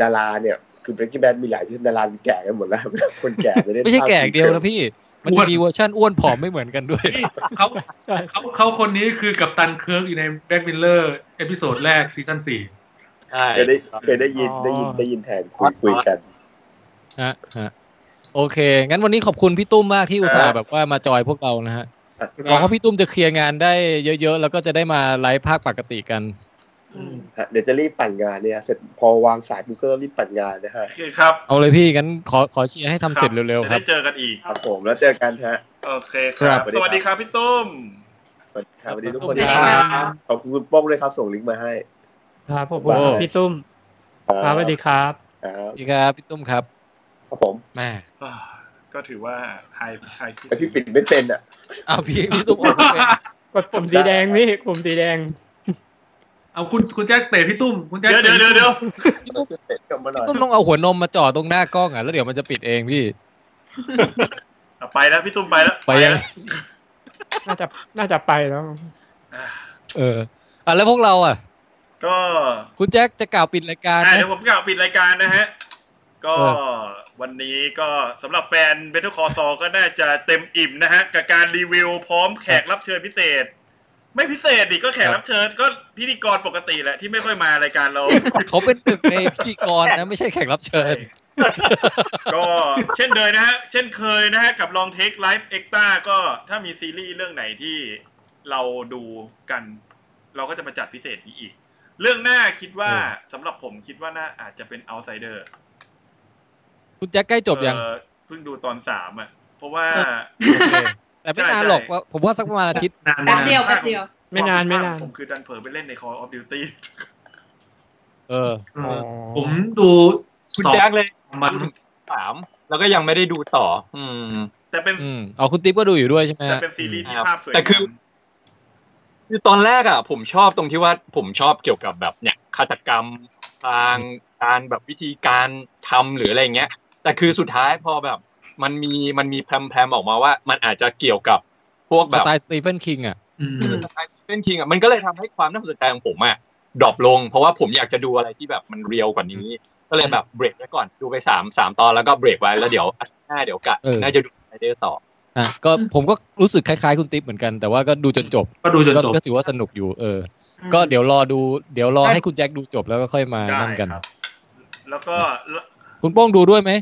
Speaker 8: ดาราเนี่ยคือ Breaking Bad มีหลายที่ดาราแก่กันหมดแล้ว คนแก่ไม่ได้
Speaker 2: ไม่ใช่
Speaker 8: ภาค
Speaker 2: แก่อย่างเดียวนะพี่ มัน
Speaker 4: อ้วน
Speaker 2: มีเวอร์ชั่นอ้วนผอมไม่เหมือนกันด้วย
Speaker 4: นี่เขา
Speaker 6: ใช่
Speaker 4: เขาเขาคนนี้คือกับตันเคิร์กอยู่ในแบ็กมิลเลอร์เอพิโซดแรกซีซั่นสี่
Speaker 7: ใช่
Speaker 8: เคยได้เคยได้ยินได้ยินได้ยินแทนคุยคุยกัน
Speaker 2: ฮะฮะโอเค งั้นวันนี้ขอบคุณพี่ตุ้มมากที่อุตส่าห์แบบว่ามาจอยพวกเรานะฮะหวังว่าพี่ตุ้มจะเคลียร์งานได้เยอะๆ แล้วก็จะได้มาไลฟ์ภาคปกติกัน
Speaker 5: อืม
Speaker 8: ฮะเดี๋ยวจะรีบปั่นงานเนี่ยเสร็จพอวางสายปุ๊บก็รีบปั่นงานนะฮะ
Speaker 3: โอเคครับ
Speaker 2: เอาเลยพี่งั้นขอขอเชียร์ให้ทำเสร็จเร็วๆ
Speaker 3: จะ
Speaker 2: ครั
Speaker 3: ได้
Speaker 2: บ
Speaker 3: เจอกันอีก
Speaker 8: ครับผมแล้วเจอกันฮะ
Speaker 3: โอเคครับ
Speaker 8: ครับ
Speaker 3: สวัสดีครับพี่ตุ้ม
Speaker 8: สวัสดีครับสวัสดีทุก
Speaker 2: ขอบ
Speaker 8: ค
Speaker 2: คุณ
Speaker 8: นนะ
Speaker 5: ได้
Speaker 8: ค
Speaker 5: ครับ รับ
Speaker 8: ขอบคุณคุณโป้องด้วยครับส่งลิงก์มาให้
Speaker 6: ครับผมขอบคุณครับพี่ตุ้มครับสวัสดีครับ
Speaker 8: ครับ
Speaker 2: พี่ครับพี่ตุ้มครับ
Speaker 8: ครับผม
Speaker 2: แม่
Speaker 3: อ่าก็ถือว่าหายหายคิด
Speaker 8: ไอพี่ปิดไม่เป็นอ่ะ
Speaker 2: อ้าวพี่พี่ตุ้มออกไม่เป็น
Speaker 6: กดปุ่มสีแดงนี่ปุ่มสีแดง
Speaker 4: เอาคุณคุณแจ็คเตะพี่ตุ้มคุณแจ็ค
Speaker 3: เดี๋ยวเดี๋ยวเดี๋ยวเดี๋ยว
Speaker 8: กลับมาหน่
Speaker 2: พี่
Speaker 8: อย
Speaker 2: ตุ้มต้องเอาหัวนมมาจ่อตรงหน้ากล้องอ่ะแล้วเดี๋ยวมันจะปิดเองพี่
Speaker 3: อ่ะไปแล้วพี่ตุ้มไปแล้ว
Speaker 2: ไปยัง
Speaker 3: แล้ว
Speaker 6: น่าจะน่าจะไปแล้ว
Speaker 3: อ่ะ
Speaker 2: เอออ่ะแล้วพวกเราอ่ะ
Speaker 3: ก็
Speaker 2: คุณแจ็คจะกล่าวปิดรายการ
Speaker 3: อ่ะ
Speaker 2: นะ
Speaker 3: เดี๋ยวผมกล่าวปิดรายการนะฮะ ก็
Speaker 2: เอ
Speaker 3: วันนี้ก็สำหรับแฟนเบนทคอซอก็น่าจะเต็มอิ่มนะฮะ กับการรีวิวพร้อมแขกรับเชิญพิเศษ ไม่พิเศษดิก็แขกรับเชิญก็พิธีกรปกติแหละที่ไม่ค่อยมารายการเรา
Speaker 2: เขาเป็นตึกในพิธีกรนะไม่ใช่แขกรับเชิญ
Speaker 3: ก็เช่นเดิมนะฮะ เช่นเคยนะฮะ กับลองเทคไลฟ์เอ็กตาก็ถ้ามีซีรีส์เรื่องไหนที่เราดูกัน เราก็จะมาจัดพิเศษนี้อีก เรื่องหน้าคิดว่า
Speaker 2: เออ
Speaker 3: สำหรับผมคิดว่าน่าอาจจะเป็น Outsider
Speaker 2: คุณแจ็คใกล้จบยัง
Speaker 3: เอ่อเพิ่งดูตอนสามอ่ะ เพราะว่า
Speaker 2: แต่ไม่นานหรอกว่าผมว่าสักประมาณอาทิตย์
Speaker 4: นาน
Speaker 5: แป๊บ
Speaker 4: นาน
Speaker 5: เดียวแป๊บเดียว
Speaker 6: ไม่นานไม่นาน
Speaker 3: ผมคือดันเผลอไปเล่นใน Call of Duty
Speaker 2: เออ
Speaker 4: เออผมดู
Speaker 7: คุณ
Speaker 4: สอง
Speaker 7: แจ็คเลย
Speaker 4: มัน
Speaker 7: ดูถึงสามแล้วก็ยังไม่ได้ดูต่อ อืม
Speaker 3: แต่เป็น
Speaker 2: อืมเอาคุณติ๊บก็ดูอยู่ด้วยใช่ไหม
Speaker 3: แต่
Speaker 2: ฮะ
Speaker 3: เป็นซีรีส์ที่
Speaker 7: ครับ
Speaker 3: ภาพสวย
Speaker 7: แต่
Speaker 3: งาม
Speaker 7: คือ คือตอนแรกอ่ะ ผมชอบตรงที่ว่าผมชอบเกี่ยวกับแบบเนี่ยฆาตกรรมทางการแบบวิธีการทำหรืออะไรเงี้ย แต่คือสุดท้ายพอแบบมันมีมันมีแพรมๆออกมาว่า มันอาจจะเกี่ยวกับพวก
Speaker 2: ส
Speaker 7: แบบ
Speaker 2: ไตล์สตีเฟนคิงอ่ะ
Speaker 4: อืม
Speaker 7: สไตล์สเตนคิงอ่ะมันก็เลยทำให้ความน่าสนใจของผมอ่ะดรอปลง เพราะว่าผมอยากจะดูอะไรที่แบบมันเรียวกว่านี้ ก็เลยแบบเบรกไว้ก่อนดูไปสามสามตอนแล้วก็เบรกไว้แล้วเดี๋ยวอาทิตย์หน้าเดี๋ยวกะ
Speaker 2: เออ
Speaker 7: น่าจะดูอะไรได้ต่อ
Speaker 2: อ่ะก็ผมก็รู้สึกคล้ายๆคุณติ๊บเหมือนกัน แต่ว่าก็ดูจนจบ
Speaker 4: ก็ดูจน
Speaker 2: ก็
Speaker 4: จบ
Speaker 2: ก็ถือว่าสนุกอยู่เออ ก็เดี๋ยวรอดูเดี๋ยวรอให้คุณแจ็คดูจบแล้วก็ค่อยมา
Speaker 3: ได้
Speaker 2: นั่นกัน
Speaker 3: ครับ แล้วก็
Speaker 2: คุณโป้งดูด้วยไหม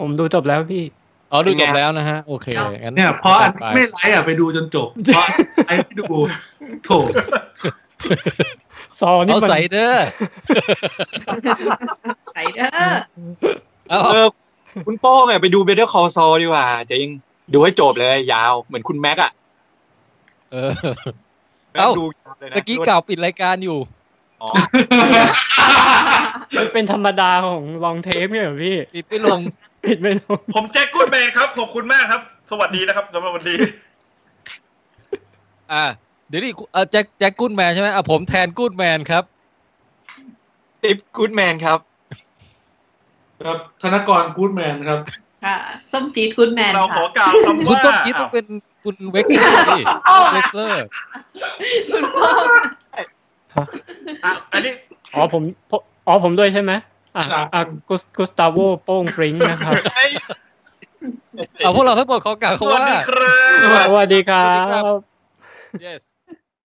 Speaker 6: ผมดูจบแล้วพี่
Speaker 2: อ๋อดูจบ
Speaker 7: เป็นไง
Speaker 2: แล้วนะฮะ โอเค
Speaker 5: เอา
Speaker 2: งั้น
Speaker 4: เนี่ยพออัน
Speaker 2: ไป
Speaker 4: ไม่ไลฟ์อ่ะไปดูจนจบเพราะไลฟ์ไม่ดูโถ
Speaker 6: ซอนี่
Speaker 2: เอา
Speaker 6: มัน
Speaker 2: ใส่เด้อ
Speaker 5: ใส่เด้อ
Speaker 2: เอา
Speaker 7: เออคุณโป้งอะไปดูเบเตอร์คอซอดีกว่าจริงดูให้จบเลยยาวเหมือนคุณแม็กอะ
Speaker 2: เออ
Speaker 7: แม็ก
Speaker 2: เอ้า
Speaker 7: ดูยาวเลยนะ
Speaker 2: ตะกี้กล่าวปิดรายการอยู่
Speaker 7: อ๋อ
Speaker 6: มันเป็นธรรมดาของลองเทปเนี่ยเหรอพี่
Speaker 2: ปิดไม่ลง
Speaker 6: ปิดไม่ลง
Speaker 3: ผมแจ็คกูดแมนครับ ขอบคุณมากครับ สวัสดีนะครับสำหรับวันนี้
Speaker 2: อ่ะเดี๋ยวนี่เออแจ็คแจ็คกูดแมนใช่ไหมอ่ะผมแทนกูดแมนครับ
Speaker 7: ติปกูดแมนครับ
Speaker 4: ครับธนกรกูดแมนครับ
Speaker 5: ค่ะส้มจี๊ดคุณแมน
Speaker 3: เราขอก
Speaker 5: ค่ะ
Speaker 3: ล่าวคำ
Speaker 2: คุณ
Speaker 3: ว่า
Speaker 2: ส้มจีดต้องเป็นคุณเว็กซ์เลอร์ดิเว็กซ์เลอร์
Speaker 5: คุณพ่อ
Speaker 3: อ่ะอันนี้
Speaker 6: อ๋อผมผมอ๋อผมด้วยใช่ไหมอ่ะ
Speaker 4: ครับ
Speaker 6: อ่ะกุสกุสตาโวโป้งปริ้งนะครับ
Speaker 2: เอาพวกเราทั้งหมดขอกล่าว
Speaker 3: ส
Speaker 2: คำ
Speaker 3: วัส
Speaker 2: ว่า
Speaker 3: ดีครั
Speaker 6: ส
Speaker 3: บ
Speaker 2: สวัสดีครั
Speaker 6: วัสดีครั
Speaker 2: บ บ yes